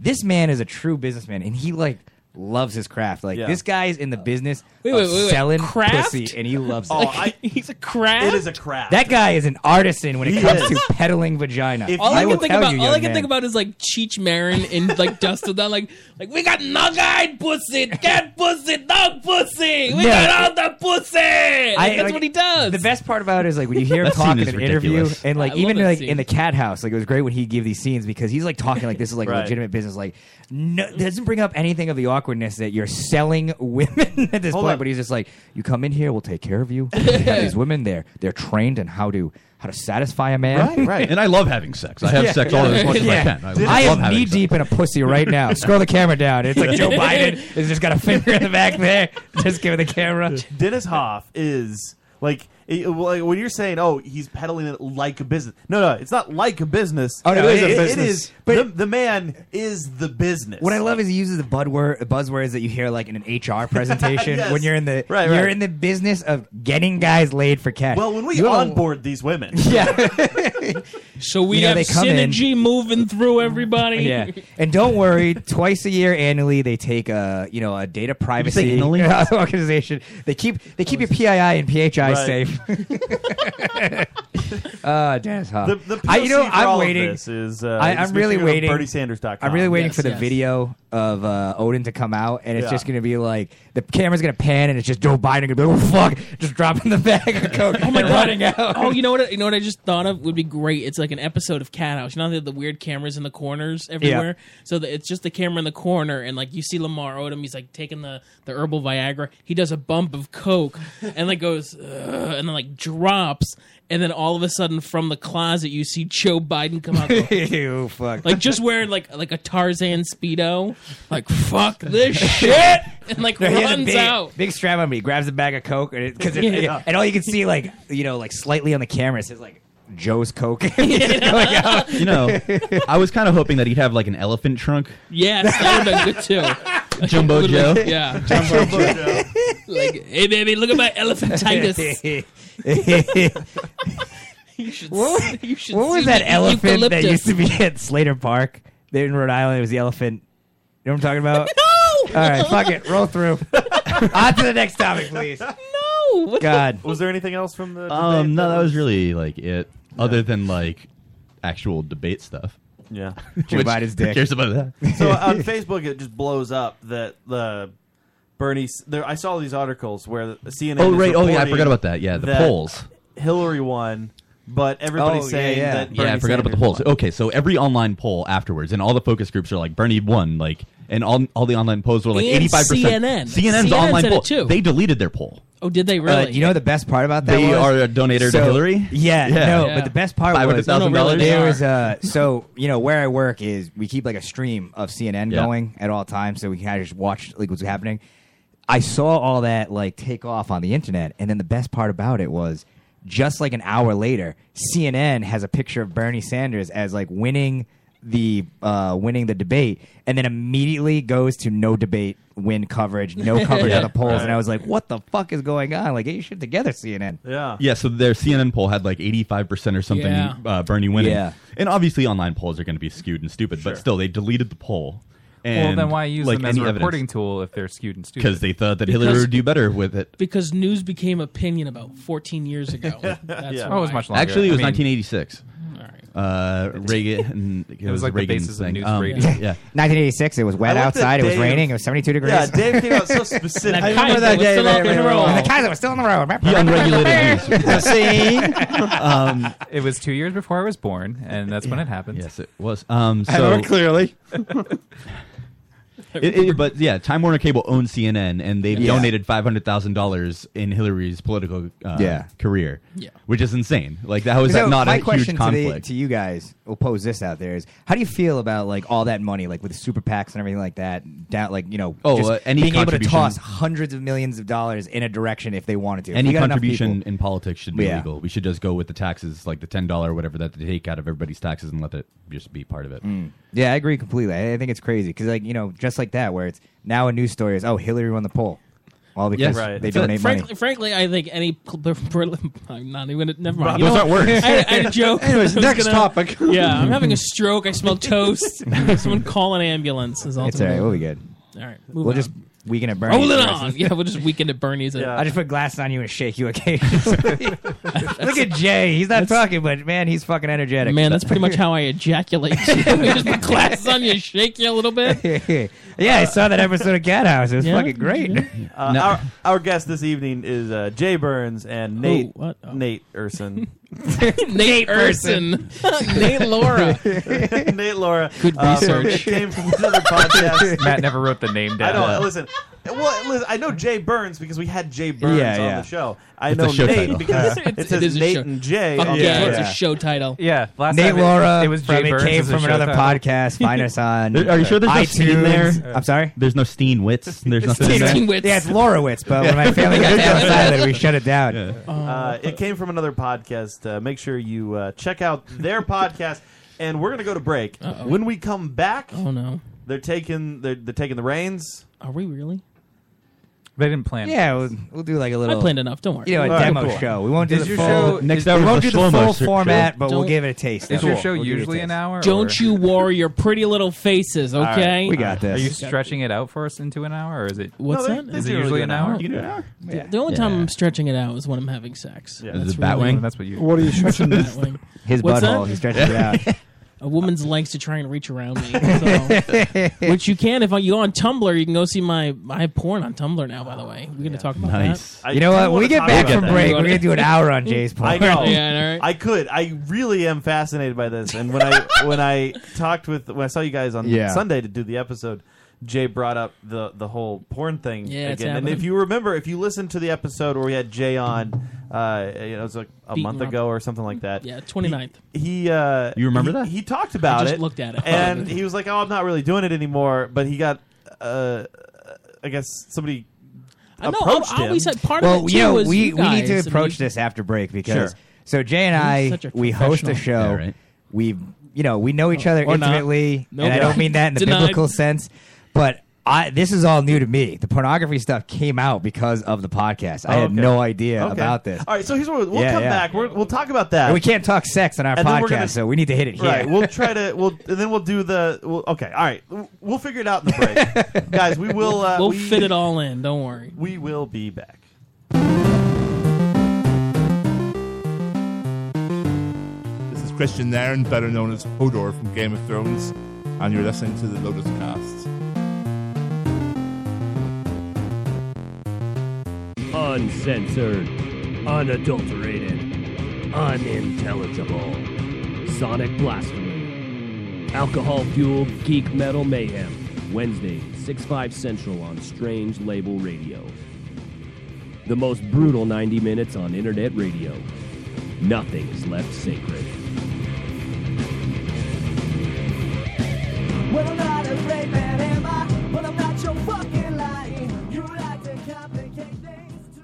Speaker 4: this man is a true businessman, and he like loves his craft. Like
Speaker 8: Yeah. Uh,
Speaker 4: this guy's in the business
Speaker 11: Wait,
Speaker 4: of
Speaker 11: wait, wait, wait.
Speaker 4: selling
Speaker 11: Craft?
Speaker 4: pussy, and he loves
Speaker 8: Oh,
Speaker 4: it.
Speaker 8: I,
Speaker 11: he's a [LAUGHS] crap.
Speaker 8: it is a crap.
Speaker 4: [LAUGHS] That guy is an artisan when it
Speaker 8: He
Speaker 4: comes
Speaker 8: is.
Speaker 4: to peddling vagina.
Speaker 8: If
Speaker 11: all I,
Speaker 4: will
Speaker 11: can think
Speaker 4: tell
Speaker 11: about,
Speaker 4: you,
Speaker 11: all I
Speaker 4: young
Speaker 11: can think
Speaker 4: man.
Speaker 11: about is like Cheech Marin and like Dustin Dunn, like like we got nog-eyed pussy, cat pussy, dog pussy, we
Speaker 4: No.
Speaker 11: got all the pussy. Like, that's
Speaker 4: like,
Speaker 11: what he does.
Speaker 4: The best part about it is like when you hear him
Speaker 10: That scene
Speaker 4: talk in
Speaker 10: is
Speaker 4: an
Speaker 10: ridiculous.
Speaker 4: interview, and like
Speaker 11: I
Speaker 4: even
Speaker 11: love that
Speaker 4: like
Speaker 11: scene.
Speaker 4: in the cat house, like it was great when he gave these scenes because he's like talking like this is like
Speaker 8: Right.
Speaker 4: legitimate business. Like, no, doesn't bring up anything of the awkwardness that you're selling women [LAUGHS] at this
Speaker 8: Hold
Speaker 4: point.
Speaker 8: on.
Speaker 4: But he's just like, you come in here, we'll take care
Speaker 11: [LAUGHS]
Speaker 4: of you. We have these women there, they're trained in how to how to satisfy a man.
Speaker 8: Right, right.
Speaker 10: And I love having sex. I have
Speaker 4: Yeah.
Speaker 10: sex all as much as I
Speaker 4: Yeah.
Speaker 10: can. I,
Speaker 4: I
Speaker 10: love
Speaker 4: am
Speaker 10: having
Speaker 4: knee
Speaker 10: sex.
Speaker 4: deep in a pussy right now. Scroll the camera down. It's like
Speaker 11: [LAUGHS]
Speaker 4: Joe Biden has just got a finger in the back there, just giving the camera.
Speaker 8: [LAUGHS] Dennis Hoff is like. it- like, when you're saying, "Oh, he's peddling it like a business," no, no, it's not like a business.
Speaker 4: Oh, no, it is a
Speaker 8: It
Speaker 4: business.
Speaker 8: is.
Speaker 4: But-
Speaker 8: the, the man is the business.
Speaker 4: What I love is he uses the buzzword, buzzwords that you hear like in an
Speaker 8: [LAUGHS]
Speaker 4: HR presentation
Speaker 8: Yes.
Speaker 4: when you're in the
Speaker 8: Right,
Speaker 4: you're
Speaker 8: right.
Speaker 4: in the business of getting guys laid for cash.
Speaker 8: Well, when we
Speaker 4: You have a-
Speaker 8: onboard these
Speaker 4: [LAUGHS]
Speaker 8: women,
Speaker 11: so we
Speaker 4: you know,
Speaker 11: have
Speaker 4: they come in-
Speaker 11: synergy moving through everybody.
Speaker 4: yeah, and don't worry, twice a year annually they take a you know a data privacy
Speaker 10: annually?
Speaker 4: [LAUGHS] organization. They keep they keep your PII and PHI
Speaker 8: Right. [LAUGHS]
Speaker 4: safe. [LAUGHS] uh, Dennis Hoff.
Speaker 8: the, the POC
Speaker 4: I, you know
Speaker 8: for
Speaker 4: I'm
Speaker 8: all
Speaker 4: waiting.
Speaker 8: Of this is uh,
Speaker 4: I,
Speaker 8: is
Speaker 4: I'm really
Speaker 8: Mr.
Speaker 4: waiting.
Speaker 8: BernieSanders.com.
Speaker 4: I'm really waiting
Speaker 11: Yes,
Speaker 4: for the
Speaker 11: yes.
Speaker 4: video of uh, Odin to come out, and it's
Speaker 8: Yeah.
Speaker 4: just going to be like the camera's going to pan, and it's just Joe Biden going to be like, "Oh fuck," just dropping the bag of coke
Speaker 11: Oh my
Speaker 4: and
Speaker 11: God.
Speaker 4: running out.
Speaker 11: Oh, you know what? You know what I just thought of would be great. It's like an episode of Cat House. You know they have the weird cameras in the corners everywhere. So that it's just the camera in the corner, and like you see Lamar Odom, he's like taking the the herbal Viagra. He does a bump of
Speaker 4: [LAUGHS]
Speaker 11: coke, and like goes, "Ugh," and then like drops, and then all of a sudden from the closet you see Joe Biden come
Speaker 4: [LAUGHS]
Speaker 11: out. go,
Speaker 4: Ew, fuck.
Speaker 11: Like just wearing like like a Tarzan speedo, like fuck
Speaker 4: [LAUGHS]
Speaker 11: this shit, and like
Speaker 4: No, he has a
Speaker 11: runs
Speaker 4: big,
Speaker 11: out.
Speaker 4: big strap on me. Grabs a bag of coke, and it, cause it,
Speaker 11: Yeah.
Speaker 4: and all you can see, like you know, like slightly on the camera, it says like
Speaker 10: [LAUGHS]
Speaker 4: Joe's coke. [LAUGHS] Just going out.
Speaker 10: You
Speaker 4: [LAUGHS]
Speaker 10: know, I was kind of hoping that he'd have like an
Speaker 8: [LAUGHS]
Speaker 10: elephant trunk,
Speaker 11: Yes, that would have been good
Speaker 4: [LAUGHS]
Speaker 11: too.
Speaker 10: [LAUGHS] Jumbo
Speaker 11: Good
Speaker 10: Joe.
Speaker 11: one. Yeah. like, hey baby, look at my elephantitis. [LAUGHS] you should.
Speaker 4: What-
Speaker 11: you should
Speaker 4: what was
Speaker 11: see
Speaker 4: that
Speaker 11: the
Speaker 4: elephant that
Speaker 11: eucalyptus.
Speaker 4: used to be
Speaker 11: [LAUGHS]
Speaker 4: at Slater Park? There in Rhode Island, it was the elephant. You know what I'm talking about?
Speaker 11: [LAUGHS] No.
Speaker 4: All right, fuck it.
Speaker 11: [LAUGHS]
Speaker 4: Roll through. On to the next topic, please.
Speaker 11: No. What the-
Speaker 4: [LAUGHS] God.
Speaker 8: Was there anything else from the?
Speaker 10: Um,
Speaker 8: debate?
Speaker 10: no, that was really like it. Other than like actual debate stuff.
Speaker 4: [LAUGHS]
Speaker 8: Yeah.
Speaker 10: Which,
Speaker 4: Biden's
Speaker 10: [LAUGHS]
Speaker 4: dick.
Speaker 10: Who cares about
Speaker 8: [LAUGHS]
Speaker 10: that? [LAUGHS]
Speaker 8: so uh, on Facebook, it just blows up that the Bernie. There, I saw these articles where CNN.
Speaker 10: Oh,
Speaker 8: is
Speaker 10: right. Oh, yeah, I
Speaker 8: reporting
Speaker 10: forgot about that. Yeah, the polls.
Speaker 8: Hillary won, but everybody's
Speaker 4: Oh, yeah,
Speaker 8: saying
Speaker 4: yeah.
Speaker 8: that.
Speaker 10: Yeah, I
Speaker 8: Bernie
Speaker 10: forgot about the
Speaker 8: Sanders
Speaker 10: polls.
Speaker 8: won.
Speaker 10: Okay, so every online poll afterwards, and all the focus groups are like Bernie won, like, and all all the online polls were like
Speaker 11: And
Speaker 10: eighty five percent.
Speaker 11: CNN.
Speaker 10: CNN's
Speaker 11: CNN
Speaker 10: online
Speaker 11: said it
Speaker 10: poll.
Speaker 11: too.
Speaker 10: They deleted their poll.
Speaker 11: Oh, did they
Speaker 4: Uh,
Speaker 11: really?
Speaker 4: you know the best part about that?
Speaker 10: They
Speaker 4: was?
Speaker 10: are a donator
Speaker 4: So-
Speaker 10: to Hillary.
Speaker 4: Yeah,
Speaker 10: Yeah.
Speaker 4: no,
Speaker 11: Yeah.
Speaker 4: but the best part
Speaker 10: Five hundred
Speaker 4: was
Speaker 10: thousand
Speaker 11: No, no, really,
Speaker 10: dollars.
Speaker 11: they
Speaker 4: there
Speaker 11: are.
Speaker 4: was uh [LAUGHS] so you know where I work is we keep like a stream of CNN
Speaker 10: Yeah.
Speaker 4: going at all times, so we can kind of just watch like what's happening. I saw all that like take off on the internet, and then the best part about it was just like an hour later, CNN has a picture of Bernie Sanders as like winning the uh winning the debate and then immediately goes to no debate win coverage
Speaker 10: [LAUGHS]
Speaker 4: no coverage on the polls and i was like what the fuck is going on like get your shit together cnn
Speaker 8: Yeah.
Speaker 10: Yeah, so their CNN poll had like 85% or something
Speaker 11: Yeah.
Speaker 10: uh, Bernie winning.
Speaker 4: Yeah.
Speaker 10: And obviously online polls are going to be skewed and stupid,
Speaker 8: Sure.
Speaker 10: but still they deleted the poll.
Speaker 9: Well,
Speaker 10: And
Speaker 9: then why use
Speaker 10: like,
Speaker 9: them as a reporting tool if they're skewed and stupid?
Speaker 10: Because they thought that Hillary
Speaker 11: Because-
Speaker 10: would do better with it.
Speaker 11: because news became opinion about 14 years ago. That's
Speaker 8: Yeah.
Speaker 11: why.
Speaker 9: Oh, it was much longer.
Speaker 10: Actually, it was
Speaker 9: I mean,
Speaker 10: 1986. Uh, Reagan. [LAUGHS] It,
Speaker 4: was like the
Speaker 10: Reagan's
Speaker 4: basis of
Speaker 10: thing.
Speaker 4: news
Speaker 10: Um,
Speaker 4: radio. [LAUGHS]
Speaker 10: Yeah.
Speaker 4: 1986. It was wet
Speaker 10: I like that
Speaker 4: outside. It was
Speaker 10: Dave-
Speaker 4: raining. It was 72 degrees.
Speaker 10: Yeah, Dave came
Speaker 4: [LAUGHS]
Speaker 10: out so specific.
Speaker 4: I remember that day. Right, right,
Speaker 10: Oh.
Speaker 4: right, right. And The Kaiser was still on the road. [LAUGHS] See?
Speaker 10: um,
Speaker 9: it was two years before I was born, and that's when it happened.
Speaker 10: Yes, it was.
Speaker 4: [LAUGHS]
Speaker 9: [LAUGHS]
Speaker 10: Um, I remember so- [LAUGHS] clearly.
Speaker 4: [LAUGHS]
Speaker 10: It- it- but yeah, Time Warner Cable owns CNN, and they've
Speaker 4: Yeah.
Speaker 10: donated five hundred thousand dollars in Hillary's political uh,
Speaker 4: Yeah.
Speaker 10: career,
Speaker 4: Yeah.
Speaker 10: which is insane. Like, how is
Speaker 4: So
Speaker 10: that not
Speaker 4: my
Speaker 10: a
Speaker 4: question
Speaker 10: huge
Speaker 4: to the-
Speaker 10: conflict?
Speaker 4: To, you guys, we'll pose this out there: is how do you feel about like all that money, like with the super PACs and everything like that? Down, like you know,
Speaker 10: Oh,
Speaker 4: just
Speaker 10: uh, any
Speaker 4: being able to
Speaker 10: contribution-
Speaker 4: toss hundreds of millions of dollars in a direction if they wanted to. If
Speaker 10: Any
Speaker 4: you got enough
Speaker 10: contribution
Speaker 4: people-
Speaker 10: in politics should be
Speaker 4: Yeah.
Speaker 10: legal. We should just go with the taxes, like the ten dollar whatever that they take out of everybody's taxes, and let it just be part of it.
Speaker 4: Mm. Yeah, I agree completely. I I think it's crazy because, like, you know, just like that, where it's now a news story is, oh, Hillary won the poll, all because
Speaker 10: Yeah, right.
Speaker 4: they
Speaker 10: That's it.
Speaker 4: donate money.
Speaker 11: Frankly, frankly, I think any. pl- [LAUGHS] pl- pl- I'm not even gonna. Never mind.
Speaker 4: Those
Speaker 11: know
Speaker 4: aren't
Speaker 11: what?
Speaker 4: words.
Speaker 11: I, I had
Speaker 10: [LAUGHS]
Speaker 11: a joke.
Speaker 4: Anyways,
Speaker 11: I was
Speaker 4: next topic.
Speaker 11: Yeah, I'm having a stroke. I
Speaker 10: [LAUGHS]
Speaker 11: smell toast. Someone call an ambulance. Is all
Speaker 4: It's all right.
Speaker 11: gonna-
Speaker 4: We'll be good.
Speaker 11: All right, move
Speaker 4: we'll
Speaker 11: on.
Speaker 4: just weekend at Bernie's.
Speaker 11: Roll it
Speaker 4: for the rest
Speaker 11: on.
Speaker 4: of-
Speaker 11: Yeah, we'll just weekend at Bernie's. and-
Speaker 4: I'll just put glasses on you and shake you
Speaker 11: [LAUGHS]
Speaker 4: occasionally. Look at Jay. He's not
Speaker 11: That's-
Speaker 4: talking, but man, he's fucking energetic.
Speaker 11: Man, that's pretty much how I ejaculate. [LAUGHS] just put glasses on you, shake you a little bit.
Speaker 4: [LAUGHS]
Speaker 11: [LAUGHS]
Speaker 4: yeah, I saw that episode of Cat House. It was fucking great.
Speaker 8: [LAUGHS] Uh, our, our guest this evening is uh, Jay Burns and Nate Nate Urson.
Speaker 11: [LAUGHS] Nate Urson. Nate Laura.
Speaker 8: [LAUGHS] Nate Laura.
Speaker 11: Good
Speaker 8: uh,
Speaker 11: research.
Speaker 8: Came from another
Speaker 9: [LAUGHS]
Speaker 8: podcast.
Speaker 9: Matt never wrote the name down.
Speaker 8: I don't listen. Well, listen, I know Jay Burns because we had Jay Burns
Speaker 9: Yeah,
Speaker 8: on
Speaker 9: yeah.
Speaker 8: the show. I
Speaker 9: It's
Speaker 8: know
Speaker 9: a show
Speaker 8: Nate
Speaker 9: title.
Speaker 8: because
Speaker 9: Yeah.
Speaker 8: it says
Speaker 9: It is a
Speaker 8: Nate
Speaker 9: show-
Speaker 8: and Jay.
Speaker 11: Fuck
Speaker 8: on the
Speaker 11: yeah, it's a
Speaker 8: podcast.
Speaker 11: show title.
Speaker 9: Yeah, last
Speaker 4: Nate
Speaker 9: time it-
Speaker 4: Laura,
Speaker 9: it was Jay
Speaker 4: from It
Speaker 9: Burns
Speaker 4: Came
Speaker 9: as a
Speaker 4: From Another
Speaker 9: showtime.
Speaker 4: Podcast. Find
Speaker 11: [LAUGHS]
Speaker 4: us on.
Speaker 10: Are you sure there's no
Speaker 4: iTunes.
Speaker 10: steen there?
Speaker 4: I'm sorry.
Speaker 10: There's no steen
Speaker 4: [LAUGHS]
Speaker 10: wits. There's nothing. in there?
Speaker 4: Yeah, it's Lorowitz, but when my
Speaker 9: [LAUGHS]
Speaker 4: family got so excited that we shut it down.
Speaker 8: Uh, it came from another podcast. Uh, make sure you uh, check out their podcast. And we're gonna go to break. When we come back,
Speaker 11: oh no,
Speaker 8: they're taking they're, they're taking the reins.
Speaker 11: Are we really?
Speaker 9: They didn't plan.
Speaker 4: Yeah, we'll, we'll do like a little.
Speaker 11: planned enough, don't worry.
Speaker 4: You know, a
Speaker 9: All right,
Speaker 4: demo
Speaker 9: cool.
Speaker 4: show. We won't do
Speaker 9: Is
Speaker 4: the
Speaker 9: your
Speaker 4: full.
Speaker 9: show- is-
Speaker 4: we
Speaker 9: we
Speaker 4: won't
Speaker 9: won't
Speaker 4: do
Speaker 9: do the
Speaker 4: the full
Speaker 9: show.
Speaker 4: format, but we'll
Speaker 11: Don't-
Speaker 4: give it a taste.
Speaker 9: Is
Speaker 4: of
Speaker 9: your
Speaker 4: it.
Speaker 9: show
Speaker 4: We'll give it a
Speaker 9: usually
Speaker 4: taste.
Speaker 9: an hour?
Speaker 11: Don't
Speaker 9: or-
Speaker 11: you worry your pretty little faces,
Speaker 9: All right.
Speaker 11: okay?
Speaker 9: Are you stretching it out for us into an hour, or is it?
Speaker 11: What's
Speaker 9: No, they-
Speaker 11: that?
Speaker 9: Is it usually an hour?
Speaker 11: The- The only time I'm stretching it out is when I'm having sex.
Speaker 9: Yeah.
Speaker 10: Is
Speaker 11: That's
Speaker 10: it bat
Speaker 11: really-
Speaker 10: wing?
Speaker 9: That's what you-
Speaker 17: What are you stretching?
Speaker 11: Bat wing.
Speaker 4: His
Speaker 11: What's
Speaker 4: butthole,
Speaker 11: that?
Speaker 4: he stretches it out.
Speaker 11: [LAUGHS] A woman's legs to try and reach around me,
Speaker 4: [LAUGHS]
Speaker 11: so. which you can if you go on Tumblr. You can go see my I have porn on Tumblr now. By the way, we're going to talk about
Speaker 10: Nice.
Speaker 11: that.
Speaker 8: I
Speaker 4: You know
Speaker 8: do
Speaker 4: what?
Speaker 8: wanna
Speaker 4: We get
Speaker 8: talk
Speaker 4: back
Speaker 8: about
Speaker 4: from
Speaker 8: that.
Speaker 4: break. We're gonna do an hour on Jay's
Speaker 11: [LAUGHS]
Speaker 4: porn.
Speaker 8: I [LAUGHS] know.
Speaker 11: Yeah,
Speaker 8: I could. I really am fascinated by this. And when
Speaker 11: [LAUGHS]
Speaker 8: I when I talked with when I saw you guys on
Speaker 4: Yeah.
Speaker 8: Sunday to do the episode, Jay brought up the the whole porn thing
Speaker 11: Yeah, it's
Speaker 8: again. And
Speaker 11: happening.
Speaker 8: if you remember, if you listened to the episode where we had Jay on, uh, you know, it was like a
Speaker 11: Beating
Speaker 8: month
Speaker 11: her up.
Speaker 8: ago or something like that.
Speaker 11: Yeah, 29th.
Speaker 8: He, he uh,
Speaker 10: You remember
Speaker 8: he-
Speaker 10: that?
Speaker 8: He talked about
Speaker 11: I just
Speaker 8: it.
Speaker 11: looked at it. [LAUGHS]
Speaker 8: and he was like, "Oh, I'm not really doing it anymore." But he got, uh, I guess somebody.
Speaker 11: I know, I-
Speaker 8: approached
Speaker 11: I always
Speaker 8: him.
Speaker 11: said part of
Speaker 4: well,
Speaker 11: it, too,
Speaker 4: you know,
Speaker 11: is
Speaker 4: we,
Speaker 11: you
Speaker 4: we need
Speaker 11: guys, I mean,
Speaker 4: to approach
Speaker 11: you-
Speaker 4: this after break because
Speaker 11: Sure.
Speaker 4: so Jay and
Speaker 11: He's
Speaker 4: I
Speaker 11: such a
Speaker 4: we host a
Speaker 11: professional. Oh,
Speaker 4: show. We you know we know each other
Speaker 11: Or not.
Speaker 4: intimately,
Speaker 11: Nope.
Speaker 4: and I don't mean that in the
Speaker 11: Denied.
Speaker 4: biblical sense, but. I, this is all new to me. The pornography stuff came out because of the podcast. I
Speaker 8: Oh,
Speaker 4: had
Speaker 8: okay.
Speaker 4: no idea
Speaker 8: Okay.
Speaker 4: about this.
Speaker 8: All right, so here's what we'll, we'll
Speaker 4: Yeah,
Speaker 8: come
Speaker 4: yeah.
Speaker 8: back. We're, we'll talk about that.
Speaker 4: And we can't talk sex on our
Speaker 8: And then we're
Speaker 4: podcast,
Speaker 8: gonna-
Speaker 4: so we need to hit it here.
Speaker 8: Right. We'll try to. We'll and then we'll do the. We'll, okay. All right. We'll- We'll figure it out in the
Speaker 4: [LAUGHS]
Speaker 8: break, guys. We will. Uh,
Speaker 11: we'll
Speaker 8: we,
Speaker 11: fit it all in. Don't worry.
Speaker 8: We will be back.
Speaker 5: This is Christian Nairn, better known as Hodor from Game of Thrones, and you're listening to the Lotus Cast.
Speaker 18: Uncensored, unadulterated, unintelligible. Sonic blasphemy. Alcohol fueled geek metal mayhem. Wednesday, 6 5 Central on Strange Label Radio. The most brutal 90 minutes on internet radio. Nothing is left sacred.
Speaker 7: Well, I'm not a great man, am I? But I'm not your fucking lying. You like to complicate things.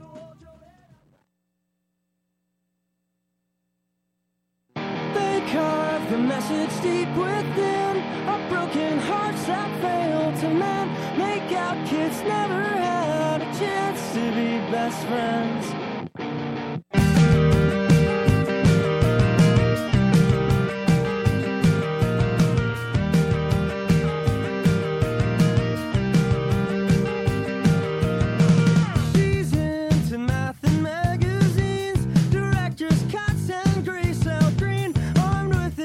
Speaker 7: They carve the message deep within. Our broken hearts that fail to mend. Make out kids never had a chance to be best friends. Seasoned to math and magazines, directors Cots and Graysell Green, armed with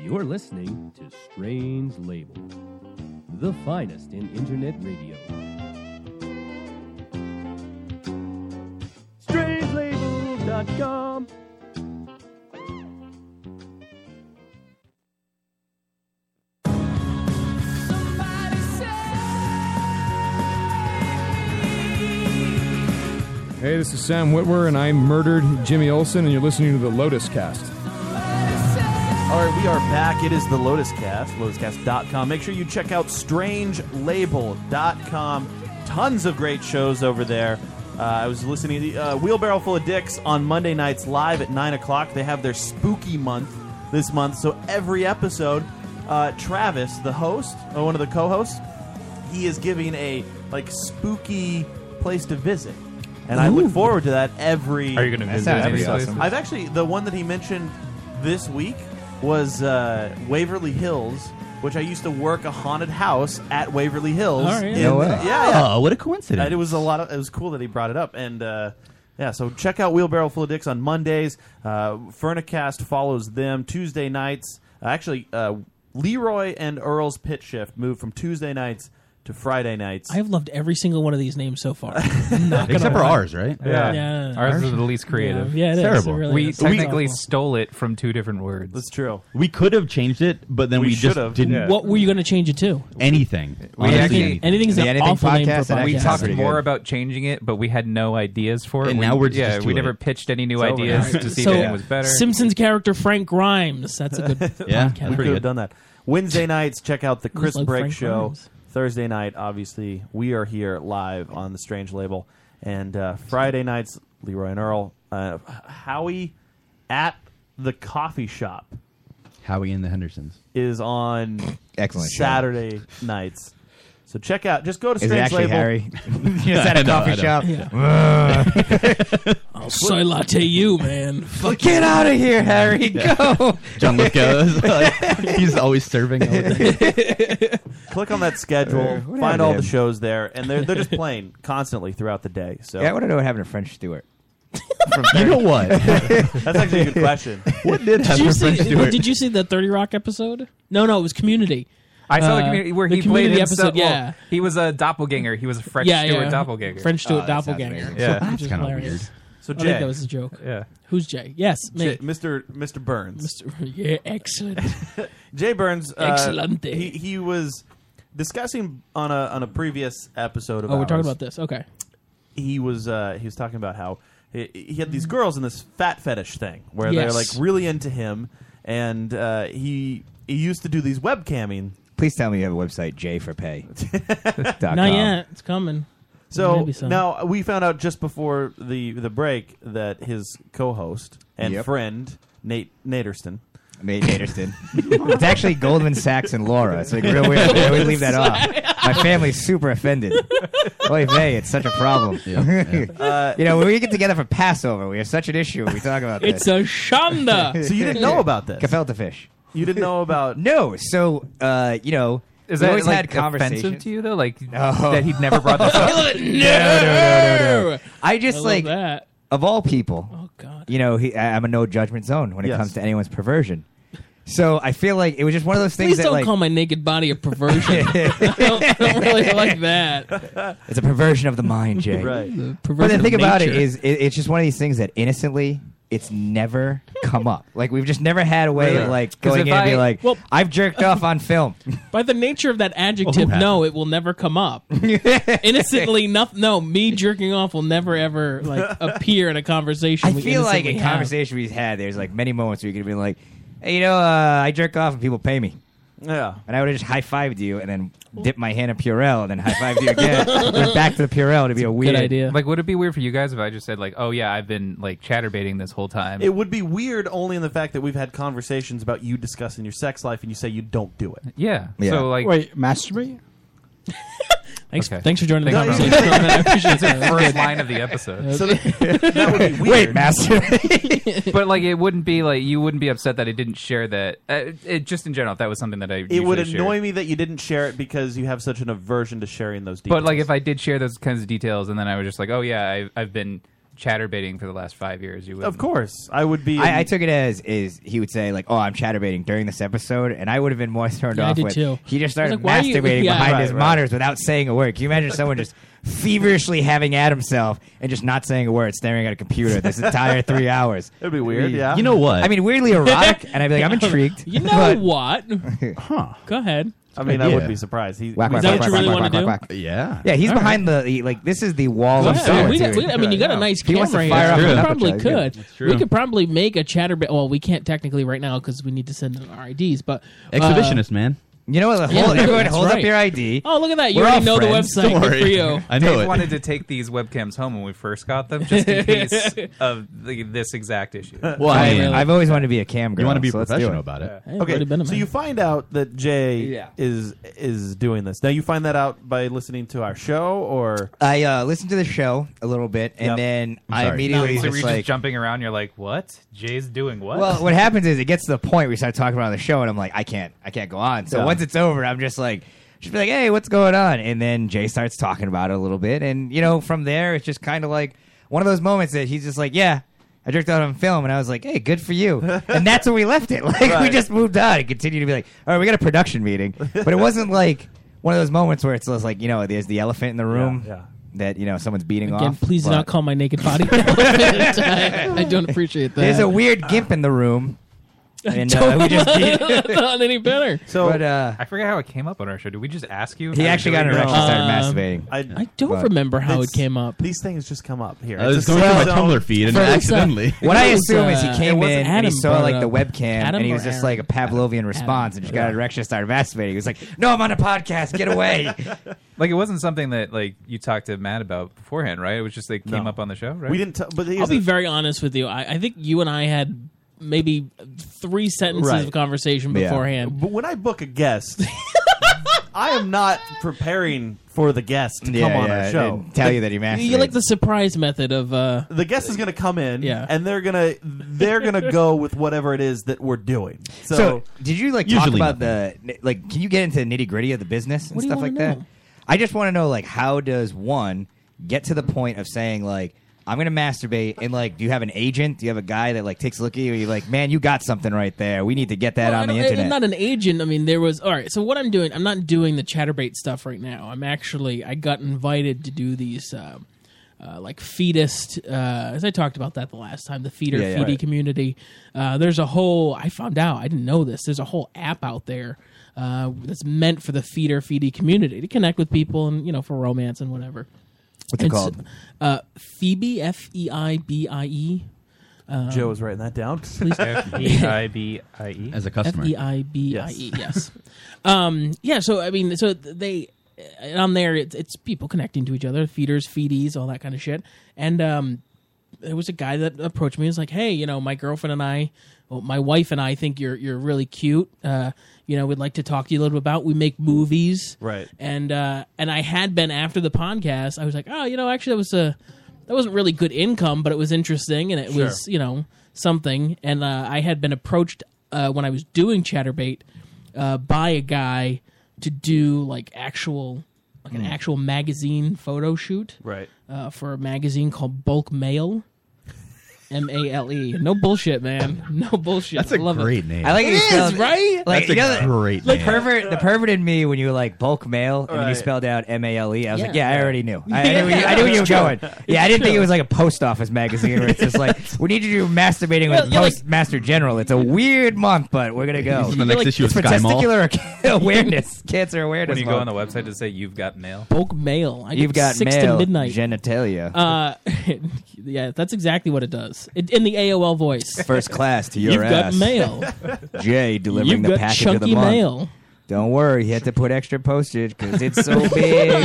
Speaker 18: You're listening to Strange Label, the finest in internet radio. StrangeLabel.com.
Speaker 19: Hey, this is Sam Whitwer, and I murdered Jimmy Olsen, and you're listening to the Lotus Cast.
Speaker 8: All right, we are back. It is the Lotus Cast, lotuscast.com. Make sure you check out strangelabel.com. Tons of great shows over there. Uh, I was listening to the, uh, Wheelbarrow Full of Dicks on Monday nights live at 9 o'clock. They have their spooky month this month. So every episode, uh, Travis, the host, or one of the co hosts, he is giving a like spooky place to visit. And I
Speaker 2: Ooh.
Speaker 8: look forward to that every.
Speaker 2: Are you gonna That visit sounds any of pretty these awesome. places?
Speaker 8: I've actually the one that he mentioned this week was uh, Waverly Hills, which I used to work a haunted house at Waverly Hills.
Speaker 10: All right,
Speaker 8: in-
Speaker 10: Oh, No way.
Speaker 8: yeah, yeah.
Speaker 10: Ah, what a coincidence.
Speaker 8: And it was a lot. Of, it was cool that he brought it up, and uh, yeah. So check out Wheelbarrow Full of Dicks on Mondays. Uh, Furnicast follows them Tuesday nights. Uh, actually, uh, Leroy and Earl's Pit Shift moved from Tuesday nights to Friday nights.
Speaker 11: I've loved every single one of these names so far. I'm not gonna
Speaker 8: Except for
Speaker 11: lie.
Speaker 8: ours, right?
Speaker 11: Yeah.
Speaker 9: Yeah.
Speaker 11: yeah.
Speaker 9: Ours is the least creative.
Speaker 11: Yeah, yeah it is. It really
Speaker 9: we
Speaker 11: is.
Speaker 9: technically stole it from two different words.
Speaker 8: That's true.
Speaker 10: We could have changed it, but then we, just didn't.
Speaker 11: What were you going to change it to?
Speaker 10: Anything.
Speaker 9: We
Speaker 10: Honestly,
Speaker 9: actually
Speaker 11: anything's an awful name for a podcast.
Speaker 9: We talked
Speaker 10: Pretty good.
Speaker 9: more about changing it, but we had no ideas for it.
Speaker 10: And
Speaker 9: we,
Speaker 10: now we're
Speaker 9: yeah,
Speaker 10: just
Speaker 9: we
Speaker 10: doing
Speaker 9: never
Speaker 10: it.
Speaker 9: pitched any new
Speaker 10: It's over
Speaker 9: ideas
Speaker 10: now.
Speaker 9: to see
Speaker 11: So,
Speaker 9: if it was better.
Speaker 11: Simpsons character Frank Grimes. That's
Speaker 9: [LAUGHS]
Speaker 11: a
Speaker 8: [LAUGHS]
Speaker 11: good. podcast.
Speaker 8: we could have done that. Wednesday nights, check out the Chris
Speaker 11: like
Speaker 8: Break
Speaker 11: Frank
Speaker 8: Show.
Speaker 11: Grimes.
Speaker 8: Thursday night, obviously, we are here live on the Strange Label, and uh, Friday nights, Leroy and Earl, uh, Howie at the coffee shop
Speaker 10: Howie and the Hendersons.
Speaker 8: is on
Speaker 10: Excellent show.
Speaker 8: Saturday nights. So check out. Just go to
Speaker 10: Is it
Speaker 8: Strange
Speaker 10: actually
Speaker 8: Label. [LAUGHS]
Speaker 10: Harry? Yes, at a [LAUGHS] I know, coffee I know. shop.
Speaker 11: Yeah. I'll soy latte you, man. Fuck
Speaker 4: Get
Speaker 11: you.
Speaker 4: out of
Speaker 11: [LAUGHS]
Speaker 4: here, Harry. Go.
Speaker 10: John
Speaker 8: [LAUGHS]
Speaker 10: Lithgow. is like- [LAUGHS] he's always serving. all the things.
Speaker 8: Click on that schedule.
Speaker 4: happened
Speaker 8: find
Speaker 4: to
Speaker 8: all
Speaker 4: him?
Speaker 8: the shows there, and they're
Speaker 4: [LAUGHS]
Speaker 8: they're just playing constantly throughout the day. So
Speaker 4: Yeah, I want to know what happened
Speaker 8: [LAUGHS]
Speaker 4: to French Stewart.
Speaker 10: you know
Speaker 4: [LAUGHS]
Speaker 10: what?
Speaker 8: That's actually a good question.
Speaker 10: What did
Speaker 11: Did you, see, did you see the Thirty Rock episode? No, no, it was Community.
Speaker 9: I saw the
Speaker 11: Uh,
Speaker 9: community where
Speaker 11: the
Speaker 9: he
Speaker 11: community
Speaker 9: played himself.
Speaker 11: episode.
Speaker 9: well,
Speaker 11: yeah,
Speaker 9: he was a doppelganger. He was a French
Speaker 11: yeah,
Speaker 9: Stewart
Speaker 11: yeah.
Speaker 9: doppelganger.
Speaker 11: French Stewart
Speaker 9: Oh, that sounds
Speaker 11: doppelganger.
Speaker 9: amazing. Yeah,
Speaker 11: Which is hilarious.
Speaker 8: So
Speaker 11: I think
Speaker 8: Jay.
Speaker 11: that was a joke.
Speaker 8: Yeah.
Speaker 11: Who's Jay? Yes,
Speaker 8: Jay-
Speaker 11: me.
Speaker 8: Mr. Mr. Burns.
Speaker 11: Mr. [LAUGHS] Yeah,
Speaker 7: [LAUGHS]
Speaker 11: excellent.
Speaker 8: [LAUGHS] Jay Burns. Uh,
Speaker 11: Excellente.
Speaker 8: He, he was discussing on a on a previous episode of.
Speaker 11: Oh, we're talking
Speaker 8: ours,
Speaker 11: about this. Okay.
Speaker 8: He was uh, he was talking about how he, he had these girls in this fat fetish thing where
Speaker 11: Mm. Yes.
Speaker 8: they're like really into him, and uh, he he used to do these webcamming.
Speaker 4: Please tell me you have a website, J for
Speaker 8: [LAUGHS]
Speaker 4: Pay. [LAUGHS] Dot com.
Speaker 11: Not yet. It's coming.
Speaker 8: So
Speaker 11: Maybe some.
Speaker 8: now we found out just before the the break that his co-host and
Speaker 4: Yep.
Speaker 8: friend Nate Naderston.
Speaker 4: Nate Naderston.
Speaker 8: [LAUGHS]
Speaker 4: [LAUGHS] it's actually Goldman Sachs and Laura. It's like real weird. I would leave that off. My family's super offended. Oy vey, it's such a problem. [LAUGHS] you know, when we get together for Passover, we have such an issue. when We talk about this.
Speaker 11: It's a
Speaker 4: [LAUGHS]
Speaker 11: shanda.
Speaker 8: So you didn't know about this?
Speaker 4: Gefilte fish.
Speaker 8: You didn't know about?
Speaker 4: [LAUGHS] no. So uh, you know,
Speaker 9: Is
Speaker 4: we
Speaker 9: that
Speaker 4: always
Speaker 9: like,
Speaker 4: had
Speaker 9: offensive
Speaker 4: conversations.
Speaker 9: to you though? Like
Speaker 4: No.
Speaker 9: that he'd never
Speaker 11: [LAUGHS]
Speaker 9: brought this up.
Speaker 4: no, no, no, no. I
Speaker 11: I
Speaker 4: just
Speaker 11: love
Speaker 4: like
Speaker 11: that.
Speaker 4: of all people. Oh
Speaker 11: God.
Speaker 4: You know, he, I, I'm a no judgment zone when it
Speaker 11: Yes.
Speaker 4: comes to anyone's perversion. So I feel like it was just one of those things
Speaker 11: Please
Speaker 4: that
Speaker 11: don't
Speaker 4: like
Speaker 11: call my naked body a perversion. [LAUGHS] I, don't, I don't really like that.
Speaker 4: It's a perversion of the
Speaker 11: [LAUGHS]
Speaker 4: mind, Jay.
Speaker 11: Right. The
Speaker 4: But
Speaker 11: perversion
Speaker 4: the
Speaker 11: of
Speaker 4: thing about it
Speaker 11: nature.
Speaker 4: is, it, it's just one of these things that innocently, it's never come up. Like we've just never had a way of
Speaker 11: Right.
Speaker 4: like
Speaker 11: [LAUGHS] 'Cause
Speaker 4: going in
Speaker 11: if
Speaker 4: and be
Speaker 11: I-
Speaker 4: like,
Speaker 11: Well-
Speaker 4: I've jerked off on
Speaker 11: [LAUGHS]
Speaker 4: film.
Speaker 11: By the nature of that adjective,
Speaker 8: Oh,
Speaker 4: Well, who
Speaker 11: no, it will never come
Speaker 8: [LAUGHS]
Speaker 11: up. Innocently, no, no, me jerking off will never ever
Speaker 8: [LAUGHS]
Speaker 11: like appear in a conversation.
Speaker 4: I
Speaker 11: we
Speaker 4: feel like
Speaker 11: innocently
Speaker 4: in
Speaker 11: have.
Speaker 4: conversation we've had, there's like many moments where you could be like, hey, you know, uh, I jerk off and people pay me.
Speaker 8: Yeah.
Speaker 4: And I would have just high fived you and then dipped my hand in Purell and then high fived
Speaker 11: [LAUGHS]
Speaker 4: you again. Went back to the Purell to be a weird
Speaker 9: Like, would it be weird for you guys if I just said like, "Oh yeah, I've been like chatterbaiting this whole time"?
Speaker 8: It would be weird only in the fact that we've had conversations about you discussing your sex life and you say you don't do it.
Speaker 9: Yeah. So like,
Speaker 17: wait, masturbate?
Speaker 11: Thanks, thanks for joining the
Speaker 9: Thank you. [LAUGHS]
Speaker 11: conversation.
Speaker 17: [LAUGHS]
Speaker 11: I appreciate
Speaker 9: It's
Speaker 11: that.
Speaker 9: the
Speaker 11: That's
Speaker 9: first
Speaker 11: good.
Speaker 9: line of the episode.
Speaker 11: That's-
Speaker 9: So that- that would
Speaker 11: [LAUGHS]
Speaker 9: be
Speaker 4: Wait,
Speaker 9: weird.
Speaker 4: master.
Speaker 9: but like, it wouldn't be like you wouldn't be upset that I didn't share that. Uh, it, just in general, if that was something that I
Speaker 8: It would annoy me that you didn't share it because you have such an aversion to sharing those details.
Speaker 9: But like, if I did share those kinds of details, and then I was just like, "Oh yeah, I, I've been chatterbaiting for the last five years. You would,
Speaker 8: I would be.
Speaker 4: I, took it as is he would say like, "Oh, I'm chatterbaiting during this episode," and I would have been more turned
Speaker 11: Yeah, I
Speaker 4: off
Speaker 11: did
Speaker 4: with.
Speaker 11: too.
Speaker 4: He just
Speaker 11: I was
Speaker 4: started
Speaker 11: like, why are you-
Speaker 4: masturbating
Speaker 11: yeah.
Speaker 4: behind
Speaker 11: Right,
Speaker 4: his
Speaker 11: right.
Speaker 4: monitors without saying a word. Can you imagine someone just feverishly having at himself and just not saying a word, staring at a computer this entire three hours?
Speaker 8: It'd be weird, yeah.
Speaker 10: You know what?
Speaker 4: I mean, weirdly [LAUGHS] erotic, and I'd be like, I'm intrigued.
Speaker 11: You know
Speaker 8: [LAUGHS]
Speaker 4: but-
Speaker 11: what? Huh? Go ahead.
Speaker 8: I mean, I would be surprised. He,
Speaker 4: Whack,
Speaker 8: he-
Speaker 4: whack, whack, whack, whack, whack, whack, whack.
Speaker 10: Yeah.
Speaker 4: Yeah, he's
Speaker 11: All
Speaker 4: behind the he- like. This is the wall
Speaker 11: Well,
Speaker 4: of
Speaker 11: yeah, we
Speaker 4: solitude.
Speaker 11: got- we- I mean, you got a nice
Speaker 4: He wants
Speaker 11: camera.
Speaker 4: to
Speaker 11: here.
Speaker 4: fire up
Speaker 11: we
Speaker 4: an
Speaker 11: probably
Speaker 4: appetizer.
Speaker 11: could.
Speaker 4: That's true.
Speaker 11: We could probably make a chatterbait. Well, we can't technically right now because we need to send in our IDs. But uh,
Speaker 10: Exhibitionist, man.
Speaker 4: You know what?
Speaker 11: Yeah,
Speaker 4: hold, everyone,
Speaker 11: that's
Speaker 4: hold up
Speaker 11: right.
Speaker 4: your ID.
Speaker 11: Oh, look at that. You already know the website. Good for you.
Speaker 4: [LAUGHS]
Speaker 9: Dave [LAUGHS] wanted to take these webcams home when we first got them, just
Speaker 11: [LAUGHS]
Speaker 9: in case of the, this exact issue.
Speaker 4: Well, I have always wanted to be a cam girl.
Speaker 10: wanna be
Speaker 4: so let's do
Speaker 10: professional about it.
Speaker 4: Yeah.
Speaker 8: okay, so you find out that Jay is is doing this. Now you find that out by listening to our show, or
Speaker 4: I uh, listened to the show a little bit, and
Speaker 8: Yep.
Speaker 4: then
Speaker 8: I'm
Speaker 4: I
Speaker 8: sorry.
Speaker 4: immediately
Speaker 9: so
Speaker 4: just
Speaker 9: you're
Speaker 4: like.
Speaker 9: just jumping around. You're like, "What? Jay's doing what?"
Speaker 4: Well,
Speaker 9: [LAUGHS]
Speaker 4: what happens is it gets to the point where we start talking about it on the show, and I'm like, I can't, I can't go on. So
Speaker 9: Yeah.
Speaker 4: once it's over, I'm just like, just be like, hey, what's going on? And then Jay starts talking about it a little bit, and you know, from there, it's just kind of like one of those moments that he's just like, yeah. I jerked out on film, and I was like, "Hey, good for you!"
Speaker 9: [LAUGHS]
Speaker 4: And that's where we left it. [LAUGHS] Like we
Speaker 16: Right.
Speaker 4: just moved on and continued to be like, "All right, we got a production meeting," but it wasn't like one of those moments where it's just like you know, there's the elephant in the room that you know someone's beating
Speaker 11: Again,
Speaker 4: off.
Speaker 11: please do
Speaker 4: but-
Speaker 11: not call my naked body. [LAUGHS] an elephant. I,
Speaker 4: [LAUGHS]
Speaker 11: I don't appreciate that.
Speaker 4: There's a weird gimp in the
Speaker 11: [LAUGHS]
Speaker 4: room. And uh,
Speaker 11: Don't-
Speaker 9: [LAUGHS]
Speaker 4: we just [LAUGHS]
Speaker 11: not any better.
Speaker 8: So
Speaker 4: but, uh,
Speaker 9: I forget how it came up on our show. Did we just ask you?
Speaker 4: He actually got an erection, started
Speaker 9: Um,
Speaker 4: masturbating.
Speaker 8: I,
Speaker 11: don't
Speaker 4: But-
Speaker 11: remember how
Speaker 8: It's-
Speaker 11: it came up.
Speaker 8: These things just come up here.
Speaker 10: I was
Speaker 8: It's a
Speaker 10: going through my
Speaker 8: zone.
Speaker 10: Tumblr feed and accidentally.
Speaker 4: [LAUGHS] What I
Speaker 11: It was,
Speaker 4: assume is he
Speaker 11: uh, it
Speaker 4: came in
Speaker 11: wasn't
Speaker 4: and he
Speaker 11: Adam
Speaker 4: saw
Speaker 11: brought
Speaker 4: like the
Speaker 11: up.
Speaker 4: webcam
Speaker 11: Adam
Speaker 4: and he
Speaker 11: or
Speaker 4: was just
Speaker 11: Aaron?
Speaker 4: like a Pavlovian response and just got an erection, started masturbating. He was like, "No, I'm on a podcast. [LAUGHS]
Speaker 11: [LAUGHS]
Speaker 4: Get away!"
Speaker 9: [LAUGHS] Like it wasn't something that like you talked to Matt about beforehand, right? It was just like came up on the show, right?
Speaker 8: t- but
Speaker 11: I'll be very honest with you. I, I think you and I had maybe three sentences
Speaker 8: Right.
Speaker 11: of conversation beforehand.
Speaker 8: But when I book a guest, I am not preparing for the guest to come
Speaker 11: Yeah,
Speaker 8: on
Speaker 11: yeah,
Speaker 8: our show.
Speaker 11: and tell you
Speaker 4: that he
Speaker 11: You like the surprise method of uh,
Speaker 8: the guest is going to come in,
Speaker 11: Yeah.
Speaker 8: and they're gonna they're gonna go with whatever it is that we're doing. So,
Speaker 4: So, did you like talk about the like? Can you get into the nitty gritty of the business and
Speaker 8: What do you
Speaker 4: stuff
Speaker 8: wanna
Speaker 4: like that?
Speaker 8: know?
Speaker 4: I just want to know like how does one get to the point of saying like I'm gonna masturbate and like do you have an agent? Do you have a guy that like takes a look at you? You're like, man, you got something right there. We need to get that
Speaker 11: Well,
Speaker 4: on
Speaker 11: I
Speaker 4: the
Speaker 11: don't-
Speaker 4: internet.
Speaker 11: I'm not an agent. I mean, there was all right. So what I'm doing, I'm not doing the ChatterBait stuff right now. I'm actually I got invited to do these. Uh, uh, like fetus, uh, as I talked about that the last time, the feeder
Speaker 16: Yeah, yeah.
Speaker 11: feedy
Speaker 16: Right.
Speaker 11: community. Uh, there's a whole. I found out. I didn't know this. There's a whole app out there uh, that's meant for the feeder feedy community to connect with people and you know for romance and whatever.
Speaker 4: What's it
Speaker 11: It's,
Speaker 4: called?
Speaker 11: Uh, Phoebe F E I B I E. Um,
Speaker 8: Joe is writing that down.
Speaker 11: Please
Speaker 9: F-E-I-B-I-E? As a customer.
Speaker 11: F E I B I E. Yes. um, yeah. So I mean, so they and on there it's, it's people connecting to each other, feeders, feedies, all that kind of shit. And um, there was a guy that approached me. and was like, "Hey, you know, my girlfriend and I, well, my wife and I think you're you're really cute. Uh, you know, we'd like to talk to you a little bit about. We make movies,
Speaker 8: Right.
Speaker 11: And uh, and I had been after the podcast. I was like, oh, you know, actually that was a that wasn't really good income, but it was interesting and it
Speaker 16: Sure.
Speaker 11: was you know something. And uh, I had been approached uh, when I was doing ChatterBait uh, by a guy to do like actual like an
Speaker 16: Hmm.
Speaker 11: actual magazine photo shoot
Speaker 8: right
Speaker 11: uh, for a magazine called Bulk Mail. M A L E. No bullshit, man. No bullshit. That's a Love
Speaker 10: great
Speaker 11: it.
Speaker 10: name.
Speaker 4: I like
Speaker 11: it
Speaker 4: that you
Speaker 11: is,
Speaker 4: spelled-
Speaker 11: right?
Speaker 4: Like
Speaker 10: That's a
Speaker 4: you know, the-
Speaker 10: great
Speaker 4: Like
Speaker 10: name.
Speaker 4: pervert, the pervert in me when you were like bulk mail and then you
Speaker 10: Right.
Speaker 4: spelled out M A L E. I was like,
Speaker 10: Yeah.
Speaker 4: yeah, I already knew. I, I knew, where you, I
Speaker 11: Yeah.
Speaker 4: knew where you were
Speaker 11: It's true.
Speaker 4: going. Yeah, I
Speaker 11: It's
Speaker 4: didn't think
Speaker 11: true.
Speaker 4: it was like a post office magazine where it's just like we need you to do masturbating with
Speaker 11: Well, yeah, like-
Speaker 4: Postmaster General. It's a weird month, but we're gonna go. [LAUGHS]
Speaker 10: This is the next Like- issue of
Speaker 4: It's for
Speaker 10: Sky Mall.
Speaker 9: [LAUGHS]
Speaker 4: testicular [LAUGHS] awareness, cancer awareness.
Speaker 9: When you go
Speaker 4: month.
Speaker 9: on the website to say you've got mail,
Speaker 11: Bulk mail. I
Speaker 4: You've
Speaker 11: get
Speaker 4: got
Speaker 11: six
Speaker 4: mail,
Speaker 11: to midnight.
Speaker 4: genitalia.
Speaker 11: Uh, [LAUGHS] yeah, that's exactly what it does. It, in the AOL voice.
Speaker 4: First class
Speaker 11: [LAUGHS]
Speaker 4: to your
Speaker 11: You've got
Speaker 4: ass.
Speaker 11: mail.
Speaker 4: [LAUGHS] Jay delivering
Speaker 11: You've
Speaker 4: the
Speaker 11: got
Speaker 4: package of the
Speaker 11: chunky
Speaker 4: month.
Speaker 11: mail.
Speaker 4: Don't worry, you had to put extra postage because it's so big.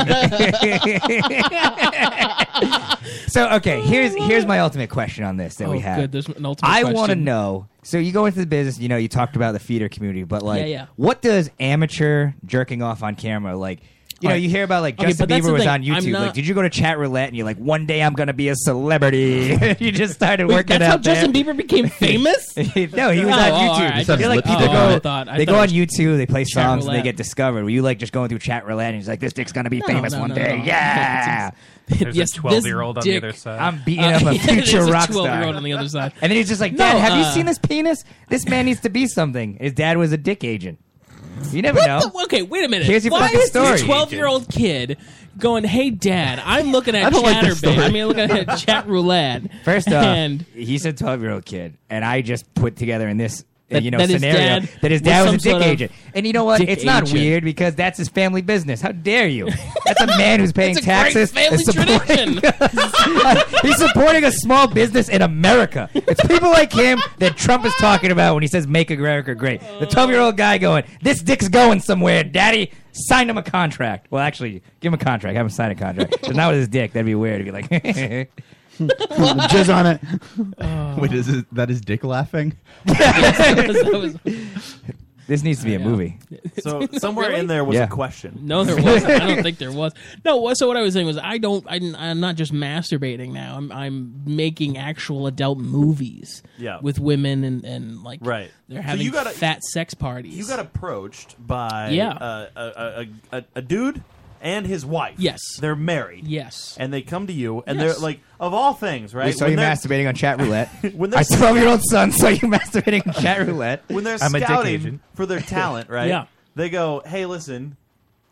Speaker 4: [LAUGHS] so okay, here's here's my ultimate question on this that
Speaker 11: Oh,
Speaker 4: we have.
Speaker 11: good. There's an ultimate
Speaker 4: I want to
Speaker 11: question.
Speaker 4: know. So you go into the business, you know, you talked about the feeder community, but like,
Speaker 11: Yeah, yeah.
Speaker 4: what does amateur jerking off on camera like? You know, you hear about like
Speaker 16: Okay,
Speaker 4: Justin
Speaker 16: but that's
Speaker 4: Bieber
Speaker 16: the
Speaker 4: was
Speaker 16: thing.
Speaker 4: on
Speaker 16: I'm
Speaker 4: YouTube.
Speaker 16: not-
Speaker 4: Like, did you go to chat roulette and you're like, one day I'm gonna be a celebrity? [LAUGHS] you just started
Speaker 11: Wait,
Speaker 4: working
Speaker 11: that's how
Speaker 4: out there.
Speaker 11: Justin Bieber
Speaker 4: [LAUGHS]
Speaker 11: became famous?
Speaker 4: no, he was on
Speaker 11: Oh, oh, all
Speaker 4: YouTube.
Speaker 11: right.
Speaker 4: You're like,
Speaker 11: Oh,
Speaker 4: people
Speaker 11: oh,
Speaker 4: go,
Speaker 11: I thought- I
Speaker 4: they
Speaker 11: thought
Speaker 4: go
Speaker 11: it
Speaker 4: on
Speaker 11: was
Speaker 4: YouTube, they play
Speaker 11: chat
Speaker 4: songs, and they
Speaker 11: roulette.
Speaker 4: get discovered. Were you like just going through chat roulette and he's like, this dick's gonna be
Speaker 11: No,
Speaker 4: famous
Speaker 11: no,
Speaker 4: one
Speaker 11: no,
Speaker 4: day?
Speaker 11: no. [LAUGHS]
Speaker 4: [LAUGHS] Yeah.
Speaker 9: There's a 12 year old on the other side.
Speaker 4: I'm beating up a future rock star.
Speaker 11: 12-year-old on the other side.
Speaker 4: And then he's just like,
Speaker 11: No,
Speaker 4: Dad, have you
Speaker 11: uh,
Speaker 4: seen this penis? This man needs to be something. His dad was a dick agent. You never know.
Speaker 11: the- okay, wait a minute.
Speaker 4: Here's your
Speaker 11: Why
Speaker 4: fucking
Speaker 11: is
Speaker 4: story.
Speaker 11: this twelve-year-old kid going, "Hey, Dad, I'm looking
Speaker 4: I
Speaker 11: at
Speaker 4: don't like this
Speaker 11: Chatterbait.
Speaker 4: story.
Speaker 11: I mean, looking
Speaker 4: [LAUGHS]
Speaker 11: at Chat Roulette." [LAUGHS]
Speaker 4: First off,
Speaker 11: and
Speaker 4: he's a 12 year old kid, and I just put together in this. uh,
Speaker 11: That-
Speaker 4: you know,
Speaker 11: that his
Speaker 4: scenario
Speaker 11: dad
Speaker 4: that his
Speaker 11: was
Speaker 4: dad was,
Speaker 11: some
Speaker 4: a dick
Speaker 11: sort of
Speaker 4: agent, and you know what?
Speaker 11: dick
Speaker 4: It's not
Speaker 11: agent.
Speaker 4: weird because that's his family business. How dare
Speaker 11: [LAUGHS]
Speaker 4: you? That's a [LAUGHS] man who's paying
Speaker 11: It's a great
Speaker 4: taxes.
Speaker 11: family
Speaker 4: is supporting- [LAUGHS] he's supporting a small business in America. It's people like him that Trump is talking about when he says "Make America Great." The 12 year old guy going, "This dick's going somewhere, Daddy." Sign him a contract. Well, actually, give him a contract. Have him sign a contract. Because now with his dick, that'd be weird. He'd be like,
Speaker 17: [LAUGHS] Jizz on
Speaker 8: [LAUGHS]
Speaker 17: it.
Speaker 10: Wait, is it that
Speaker 4: [LAUGHS]
Speaker 10: is Dick laughing?
Speaker 4: This needs to be a movie.
Speaker 11: [LAUGHS]
Speaker 8: So somewhere in there was
Speaker 4: Yeah.
Speaker 8: a question.
Speaker 11: No, there wasn't.
Speaker 8: [LAUGHS]
Speaker 11: I don't think there was. No. what- So what I was saying was, I don't. I, didn't- I'm not just masturbating now. I'm I'm making actual adult movies.
Speaker 8: Yeah.
Speaker 11: With women and and like
Speaker 8: Right.
Speaker 11: They're
Speaker 8: So
Speaker 11: having
Speaker 8: you gotta-
Speaker 11: fat sex parties.
Speaker 8: You got approached by
Speaker 11: Yeah.
Speaker 8: uh, a, a, a, a dude and his wife.
Speaker 11: Yes.
Speaker 8: They're married.
Speaker 11: Yes.
Speaker 8: And they come to you, and
Speaker 11: Yes.
Speaker 8: they're like, of all things, right?
Speaker 4: We saw
Speaker 8: When
Speaker 4: you
Speaker 8: they're-
Speaker 4: masturbating on chat roulette.
Speaker 8: [LAUGHS] When
Speaker 4: Our
Speaker 8: they're-
Speaker 4: 12 year old son saw you
Speaker 8: [LAUGHS]
Speaker 4: masturbating on chat roulette.
Speaker 8: When they're
Speaker 4: I'm a dick
Speaker 8: scouting
Speaker 4: agent.
Speaker 8: for their talent, right?
Speaker 11: Yeah.
Speaker 8: They go, hey, listen,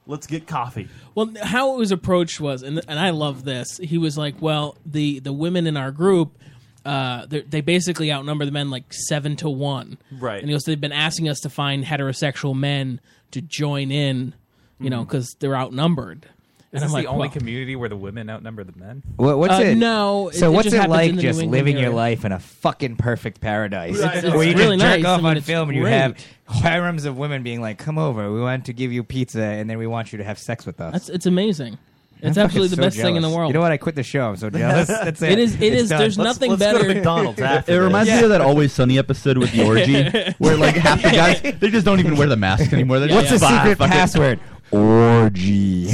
Speaker 8: let's get coffee.
Speaker 11: Well, how it was approached was, and and I love this. He was like, "Well, the the women in our group, uh, they're- they basically outnumber the men like seven to one,
Speaker 8: Right.
Speaker 11: And he goes, "They've been asking us to find heterosexual men to join in, you
Speaker 8: Mm.
Speaker 11: know,
Speaker 9: Mhm.
Speaker 11: because they're outnumbered."
Speaker 9: Is
Speaker 11: and I'm
Speaker 9: this
Speaker 11: like,
Speaker 9: the only
Speaker 11: "Well,
Speaker 9: community where the women outnumber the men?
Speaker 4: What, what's
Speaker 11: Uh,
Speaker 4: it?
Speaker 11: no, it-
Speaker 4: So
Speaker 11: it
Speaker 4: what's
Speaker 11: just
Speaker 4: it
Speaker 11: happens
Speaker 4: like
Speaker 11: in the
Speaker 4: just
Speaker 11: New England
Speaker 4: living your
Speaker 11: area.
Speaker 4: life in a fucking perfect paradise
Speaker 11: Right. It's-
Speaker 4: where
Speaker 11: it's
Speaker 4: you
Speaker 11: really
Speaker 4: just jerk
Speaker 11: nice. I
Speaker 4: off
Speaker 11: mean,
Speaker 4: on
Speaker 11: it's
Speaker 4: film and you
Speaker 11: great.
Speaker 4: have harems of women being like, "Come over, we want to give you pizza, and then we want you to have sex with us."
Speaker 11: That's it's amazing.
Speaker 4: I'm
Speaker 11: It's
Speaker 4: fucking
Speaker 11: absolutely the
Speaker 4: so
Speaker 11: best thing in the
Speaker 4: jealous.
Speaker 11: world.
Speaker 4: You know what? I quit the show.
Speaker 11: [LAUGHS]
Speaker 4: I'm so jealous. That's it.
Speaker 11: It is- it
Speaker 4: It's
Speaker 11: is-
Speaker 4: done.
Speaker 11: there's Let's- nothing let's go to better- [LAUGHS] McDonald's
Speaker 10: It, reminds me of that Always Sunny episode with the
Speaker 4: [LAUGHS]
Speaker 10: orgy, where like half the guys they just don't even wear the mask anymore. They're
Speaker 4: What's
Speaker 10: just
Speaker 4: the
Speaker 10: "Bah,
Speaker 4: secret
Speaker 10: fuck it."
Speaker 4: password?
Speaker 10: [LAUGHS]
Speaker 4: Orgy.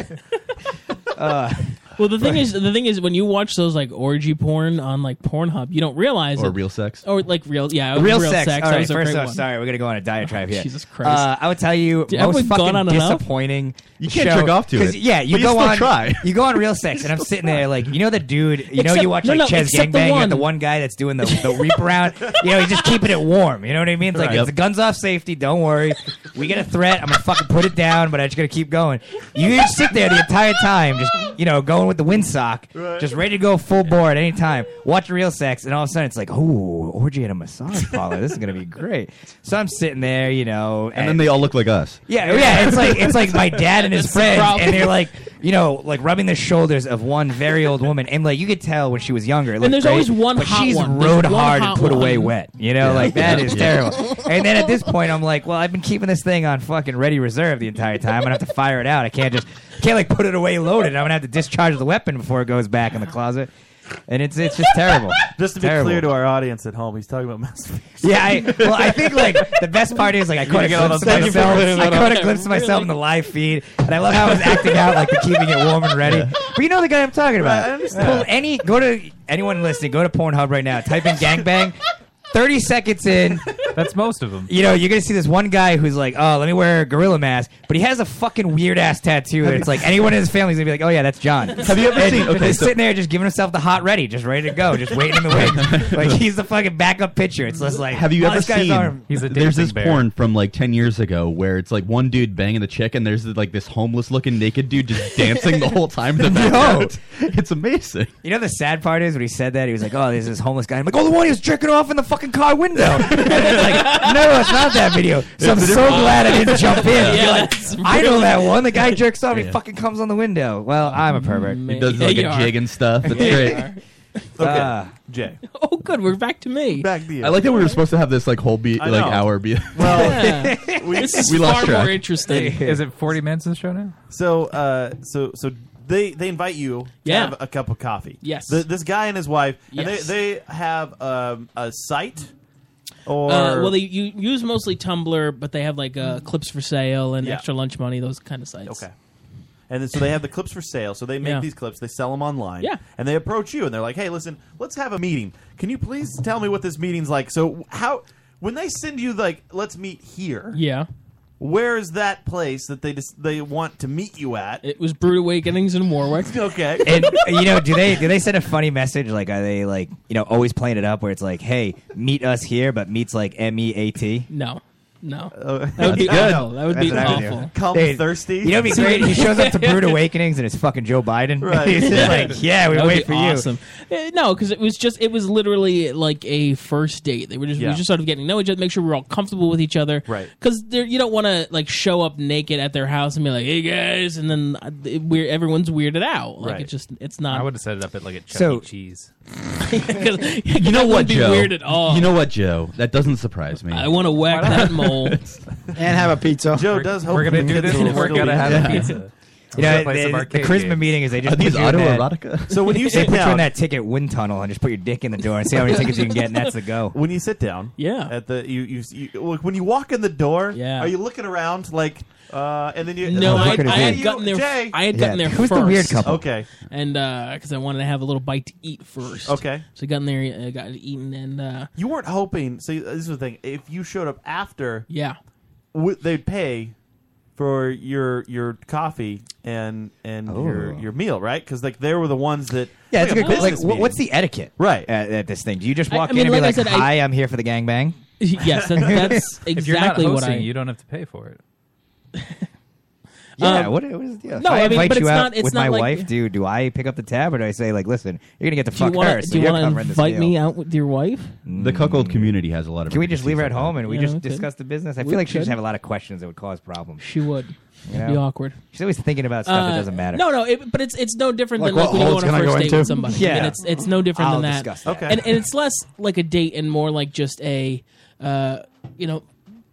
Speaker 11: [LAUGHS]
Speaker 4: Uh,
Speaker 11: well, the thing is, the thing is, when you watch those like orgy porn on like Pornhub, you don't realize
Speaker 4: Or
Speaker 11: it-
Speaker 4: real sex.
Speaker 11: or like real, yeah,
Speaker 4: real, sex. All
Speaker 11: that
Speaker 4: right,
Speaker 11: was a
Speaker 4: first
Speaker 11: great
Speaker 4: off,
Speaker 11: one.
Speaker 4: sorry, we're gonna go on a
Speaker 11: [LAUGHS]
Speaker 4: diatribe here.
Speaker 11: Jesus Christ.
Speaker 4: Uh, I would tell you,
Speaker 11: Dude, have we
Speaker 4: most
Speaker 11: gone
Speaker 4: fucking
Speaker 11: on enough?
Speaker 4: disappointing.
Speaker 10: You can't
Speaker 4: show-
Speaker 10: jerk off to
Speaker 4: 'cause,
Speaker 10: it,
Speaker 4: Yeah, you
Speaker 10: but you
Speaker 4: go
Speaker 10: still
Speaker 4: on.
Speaker 10: try.
Speaker 4: [LAUGHS] You go on real sex, and I'm sitting there like, you know, the dude. You know,
Speaker 16: Except-
Speaker 4: you watch
Speaker 16: no,
Speaker 4: like
Speaker 16: no,
Speaker 4: Ches
Speaker 16: except the
Speaker 4: Gangbang, you got the
Speaker 16: one.
Speaker 4: one guy that's doing the the reap around. You know, he's just keeping it warm. You know what I mean? It's like
Speaker 16: Right.
Speaker 4: it's guns off safety. Don't worry, we get a threat. I'm gonna fucking put it down, but I just gotta keep going. You just sit there the entire time, just you know, going with the windsock,
Speaker 16: Right.
Speaker 4: just ready to go full bore at any time. Watch real sex, and all of a sudden it's like, oh, orgy at a massage parlor. This is gonna be great. So I'm sitting there, you know,
Speaker 10: And then they all look like us.
Speaker 4: yeah, oh yeah. It's like it's like my dad and his
Speaker 16: That's the
Speaker 4: friends,
Speaker 16: problem.
Speaker 4: and they're like, you know, like rubbing the shoulders of one very old woman, and like you could tell when she was younger. It
Speaker 16: And
Speaker 4: looked
Speaker 16: there's
Speaker 4: great,
Speaker 16: always one
Speaker 4: but
Speaker 16: hot
Speaker 4: she's
Speaker 16: one. There's
Speaker 4: rode
Speaker 16: one
Speaker 4: hard
Speaker 16: hot
Speaker 4: and put away
Speaker 16: one.
Speaker 4: wet. You know,
Speaker 16: Yeah.
Speaker 4: like that
Speaker 8: [LAUGHS]
Speaker 4: is
Speaker 16: Yeah.
Speaker 4: terrible. And then at this point, I'm like, well, I've been keeping this thing on fucking ready reserve the entire time. I'm gonna have to fire it out. I can't just can't like put it away loaded. I'm gonna have to discharge the weapon before it goes back in the closet. And it's it's just terrible.
Speaker 8: Just to be
Speaker 4: Terrible.
Speaker 8: clear to our audience at home, he's talking about masturbation.
Speaker 4: Yeah, I, well, I think like
Speaker 8: [LAUGHS]
Speaker 4: the best part is like I
Speaker 8: You
Speaker 4: caught
Speaker 8: need
Speaker 4: a
Speaker 8: to get all
Speaker 4: glimpse of
Speaker 8: those things.
Speaker 4: myself.
Speaker 8: Thank you for
Speaker 4: I
Speaker 8: putting
Speaker 4: caught
Speaker 8: that [LAUGHS]
Speaker 4: a
Speaker 8: on.
Speaker 4: glimpse of myself in the live feed, and I love how I was acting out like the keeping it warm and ready. But you know the guy I'm talking about.
Speaker 10: Uh,
Speaker 16: Right, I understand.
Speaker 4: Pull any, go to anyone listening, go to Pornhub right now. Type in gangbang. Thirty seconds in,
Speaker 9: That's most of them.
Speaker 4: you know you're gonna see this one guy who's like, "Oh, let me wear a gorilla mask," but he has a fucking weird ass tattoo.
Speaker 10: Have
Speaker 4: That
Speaker 10: you-
Speaker 4: it's like anyone in his family's gonna be like, "Oh yeah, that's John."
Speaker 10: Have you ever
Speaker 4: And
Speaker 10: seen- okay,
Speaker 4: he's
Speaker 10: so-
Speaker 4: sitting there just giving himself the hot ready, just ready to go, just waiting
Speaker 10: [LAUGHS]
Speaker 4: in the wings. like he's the fucking backup pitcher. It's just like,
Speaker 10: Have you
Speaker 4: "Oh,
Speaker 10: ever
Speaker 4: this guy's
Speaker 10: seen?
Speaker 4: Arm.
Speaker 10: there's this porn from like ten years ago where it's like one dude banging the chick, and there's like this homeless looking naked dude just dancing the whole time. In the
Speaker 4: [LAUGHS] No.
Speaker 10: background. it's amazing.
Speaker 4: You know the sad part is when he said that he was like, "Oh, there's this homeless guy." I'm like, "Oh, the one he was jerking off in the fucking car window."
Speaker 10: [LAUGHS]
Speaker 4: And it's like, no, it's not that video. So I'm
Speaker 16: It's a
Speaker 4: so
Speaker 16: different-
Speaker 4: glad I
Speaker 10: [LAUGHS]
Speaker 4: didn't jump in.
Speaker 16: Yeah,
Speaker 4: You're like,
Speaker 16: that's
Speaker 4: I know that
Speaker 16: brilliant.
Speaker 4: one. The guy jerks off. He
Speaker 16: Yeah.
Speaker 4: fucking comes on the window. Well, I'm a pervert.
Speaker 10: He does like a jig and stuff. It's great.
Speaker 8: Okay,
Speaker 4: Ah.
Speaker 8: Jay.
Speaker 11: [LAUGHS] Oh, good. We're back to me.
Speaker 8: Back to you.
Speaker 10: I like that we were supposed to have this like whole be
Speaker 8: I
Speaker 10: like
Speaker 8: know.
Speaker 10: hour be. [LAUGHS]
Speaker 11: [LAUGHS]
Speaker 4: [LAUGHS]
Speaker 11: Well, we, this is
Speaker 10: we
Speaker 11: far
Speaker 10: lost track.
Speaker 11: more interesting.
Speaker 9: Is it 40 minutes of the show now?
Speaker 8: So, uh, so, so they they invite you to
Speaker 9: Yeah.
Speaker 8: have a cup of coffee.
Speaker 11: Yes.
Speaker 8: The, this guy and his wife, and
Speaker 11: Yes.
Speaker 8: they they have um, a site Or
Speaker 11: Uh, well, they you use mostly Tumblr, but they have like uh, clips for sale and
Speaker 8: Yeah.
Speaker 11: extra lunch money, those kind of sites.
Speaker 8: Okay. And then, so they have the clips for sale. So they make
Speaker 11: Yeah.
Speaker 8: these clips, they sell them online.
Speaker 11: Yeah.
Speaker 8: And they approach you and they're like, "Hey, listen, let's have a meeting. Can you please tell me what this meeting's like?" So how when they send you like, "Let's meet here."
Speaker 11: Yeah.
Speaker 8: Where is that place that they just, they want to meet you at?
Speaker 11: It was Brood Awakenings in Warwick.
Speaker 8: [LAUGHS] okay.
Speaker 4: [LAUGHS] And you know, do they do they send a funny message? Like, are they like you know always playing it up where it's like, hey, meet us here, but meets like M E A T.
Speaker 11: No. No. that would be
Speaker 4: Uh, [LAUGHS] That's
Speaker 11: awful. That would be
Speaker 4: what I do.
Speaker 11: awful.
Speaker 4: Hey, You [LAUGHS] know, what'd be great. He shows up to [LAUGHS] Brood Awakenings and it's fucking Joe Biden. [LAUGHS] He's just like, yeah, we
Speaker 11: That would
Speaker 4: wait
Speaker 11: be
Speaker 4: for
Speaker 11: awesome. Uh, no, because it was just it was literally like a first date. They were just we
Speaker 4: Yeah.
Speaker 11: were just sort of getting to know each other, make sure we we're all comfortable with each other.
Speaker 8: Right.
Speaker 11: Because you don't want to like show up naked at their house and be like, hey guys, and then uh, it, we're everyone's weirded out. Like
Speaker 9: Right.
Speaker 11: it just it's not.
Speaker 9: I would have set it up at like a Chuck
Speaker 11: So-
Speaker 9: E. Cheese.
Speaker 11: [LAUGHS] 'Cause- 'cause
Speaker 10: You know
Speaker 11: that
Speaker 10: what,
Speaker 11: wouldn't be
Speaker 10: Joe?
Speaker 11: Weird at all.
Speaker 10: You know what, Joe? That doesn't surprise me.
Speaker 11: I want to whack
Speaker 10: [LAUGHS]
Speaker 11: that
Speaker 4: [LAUGHS]
Speaker 11: mole.
Speaker 17: [LAUGHS] and have a pizza.
Speaker 8: Joe
Speaker 9: does hope We're gonna do this and we're gonna have
Speaker 4: [LAUGHS]
Speaker 9: a pizza.
Speaker 4: You know, the, the charisma meeting is they just
Speaker 10: Are these
Speaker 4: put you in that- [LAUGHS]
Speaker 10: autoerotica?
Speaker 8: So when you
Speaker 4: they
Speaker 8: sit
Speaker 4: put you
Speaker 8: down-
Speaker 4: in that ticket wind tunnel and just put your dick in the door and see how many tickets you can get, and that's the go.
Speaker 8: [LAUGHS] When you sit down, yeah. At the you you, you look, when you walk in the door, yeah. Are you looking around like uh and then you
Speaker 11: No, I,
Speaker 8: like,
Speaker 11: I had
Speaker 8: you-
Speaker 11: gotten there.
Speaker 8: Jay.
Speaker 11: I had gotten there first.
Speaker 8: Okay.
Speaker 11: and because I wanted to have a little bite to eat first.
Speaker 8: Okay.
Speaker 11: so I got in there, uh, got it eaten, and uh, [LAUGHS]
Speaker 8: You weren't hoping. So this is the thing. If you showed up after,
Speaker 11: Yeah.
Speaker 8: w- they'd pay for your your coffee and and your
Speaker 4: Oh.
Speaker 8: your meal, right? Because like they were the ones that
Speaker 4: Yeah,
Speaker 8: it's
Speaker 4: it's a good. Like,
Speaker 8: business
Speaker 4: wh-
Speaker 8: meeting.
Speaker 4: what's the etiquette,
Speaker 8: right,
Speaker 4: at, at this thing? Do you just
Speaker 11: I-
Speaker 4: walk
Speaker 11: I mean,
Speaker 4: in and
Speaker 11: like I
Speaker 4: be
Speaker 11: said,
Speaker 4: like,
Speaker 11: I-
Speaker 4: "Hi, I, am here for the [LAUGHS] gangbang"?
Speaker 11: yes, that,
Speaker 4: [LAUGHS]
Speaker 11: that's exactly
Speaker 9: if you're not hosting,
Speaker 11: what I.
Speaker 9: you don't have to pay for it.
Speaker 4: Yeah,
Speaker 11: Um,
Speaker 4: what, what is the deal?
Speaker 11: no,
Speaker 4: if I,
Speaker 11: I mean,
Speaker 4: invite
Speaker 11: but
Speaker 4: you
Speaker 11: it's
Speaker 4: out
Speaker 11: not- it's
Speaker 4: with
Speaker 11: not
Speaker 4: my
Speaker 11: like-
Speaker 4: wife, do do I pick up the tab or do I say like, listen, you're gonna get to
Speaker 11: do you
Speaker 4: fuck
Speaker 11: want
Speaker 4: her,
Speaker 11: to
Speaker 4: so you're covering this
Speaker 11: invite
Speaker 4: deal.
Speaker 11: me out with your wife?
Speaker 10: The cuckold community has a lot of.
Speaker 4: Can we just leave her at
Speaker 10: intricacies like
Speaker 4: home
Speaker 10: that.
Speaker 4: and we
Speaker 11: Yeah,
Speaker 4: just
Speaker 11: we could.
Speaker 4: discuss the business? I
Speaker 11: We
Speaker 4: feel like she
Speaker 11: could.
Speaker 4: just have a lot of questions that would cause problems.
Speaker 11: She would.
Speaker 4: You
Speaker 11: Be
Speaker 4: know?
Speaker 11: awkward.
Speaker 4: She's always thinking about stuff that
Speaker 11: Uh,
Speaker 4: doesn't matter.
Speaker 11: No, no, it, but it's it's no different
Speaker 4: Like
Speaker 11: than like
Speaker 4: what
Speaker 11: when you go
Speaker 4: hole's
Speaker 11: on a
Speaker 4: gonna
Speaker 11: first
Speaker 4: go
Speaker 11: date
Speaker 4: into?
Speaker 11: with somebody. I mean,
Speaker 4: Yeah.
Speaker 11: it's it's no different
Speaker 4: I'll
Speaker 11: than that.
Speaker 4: discuss that. Okay.
Speaker 11: and, and it's less like a date and more like just a, uh, you know,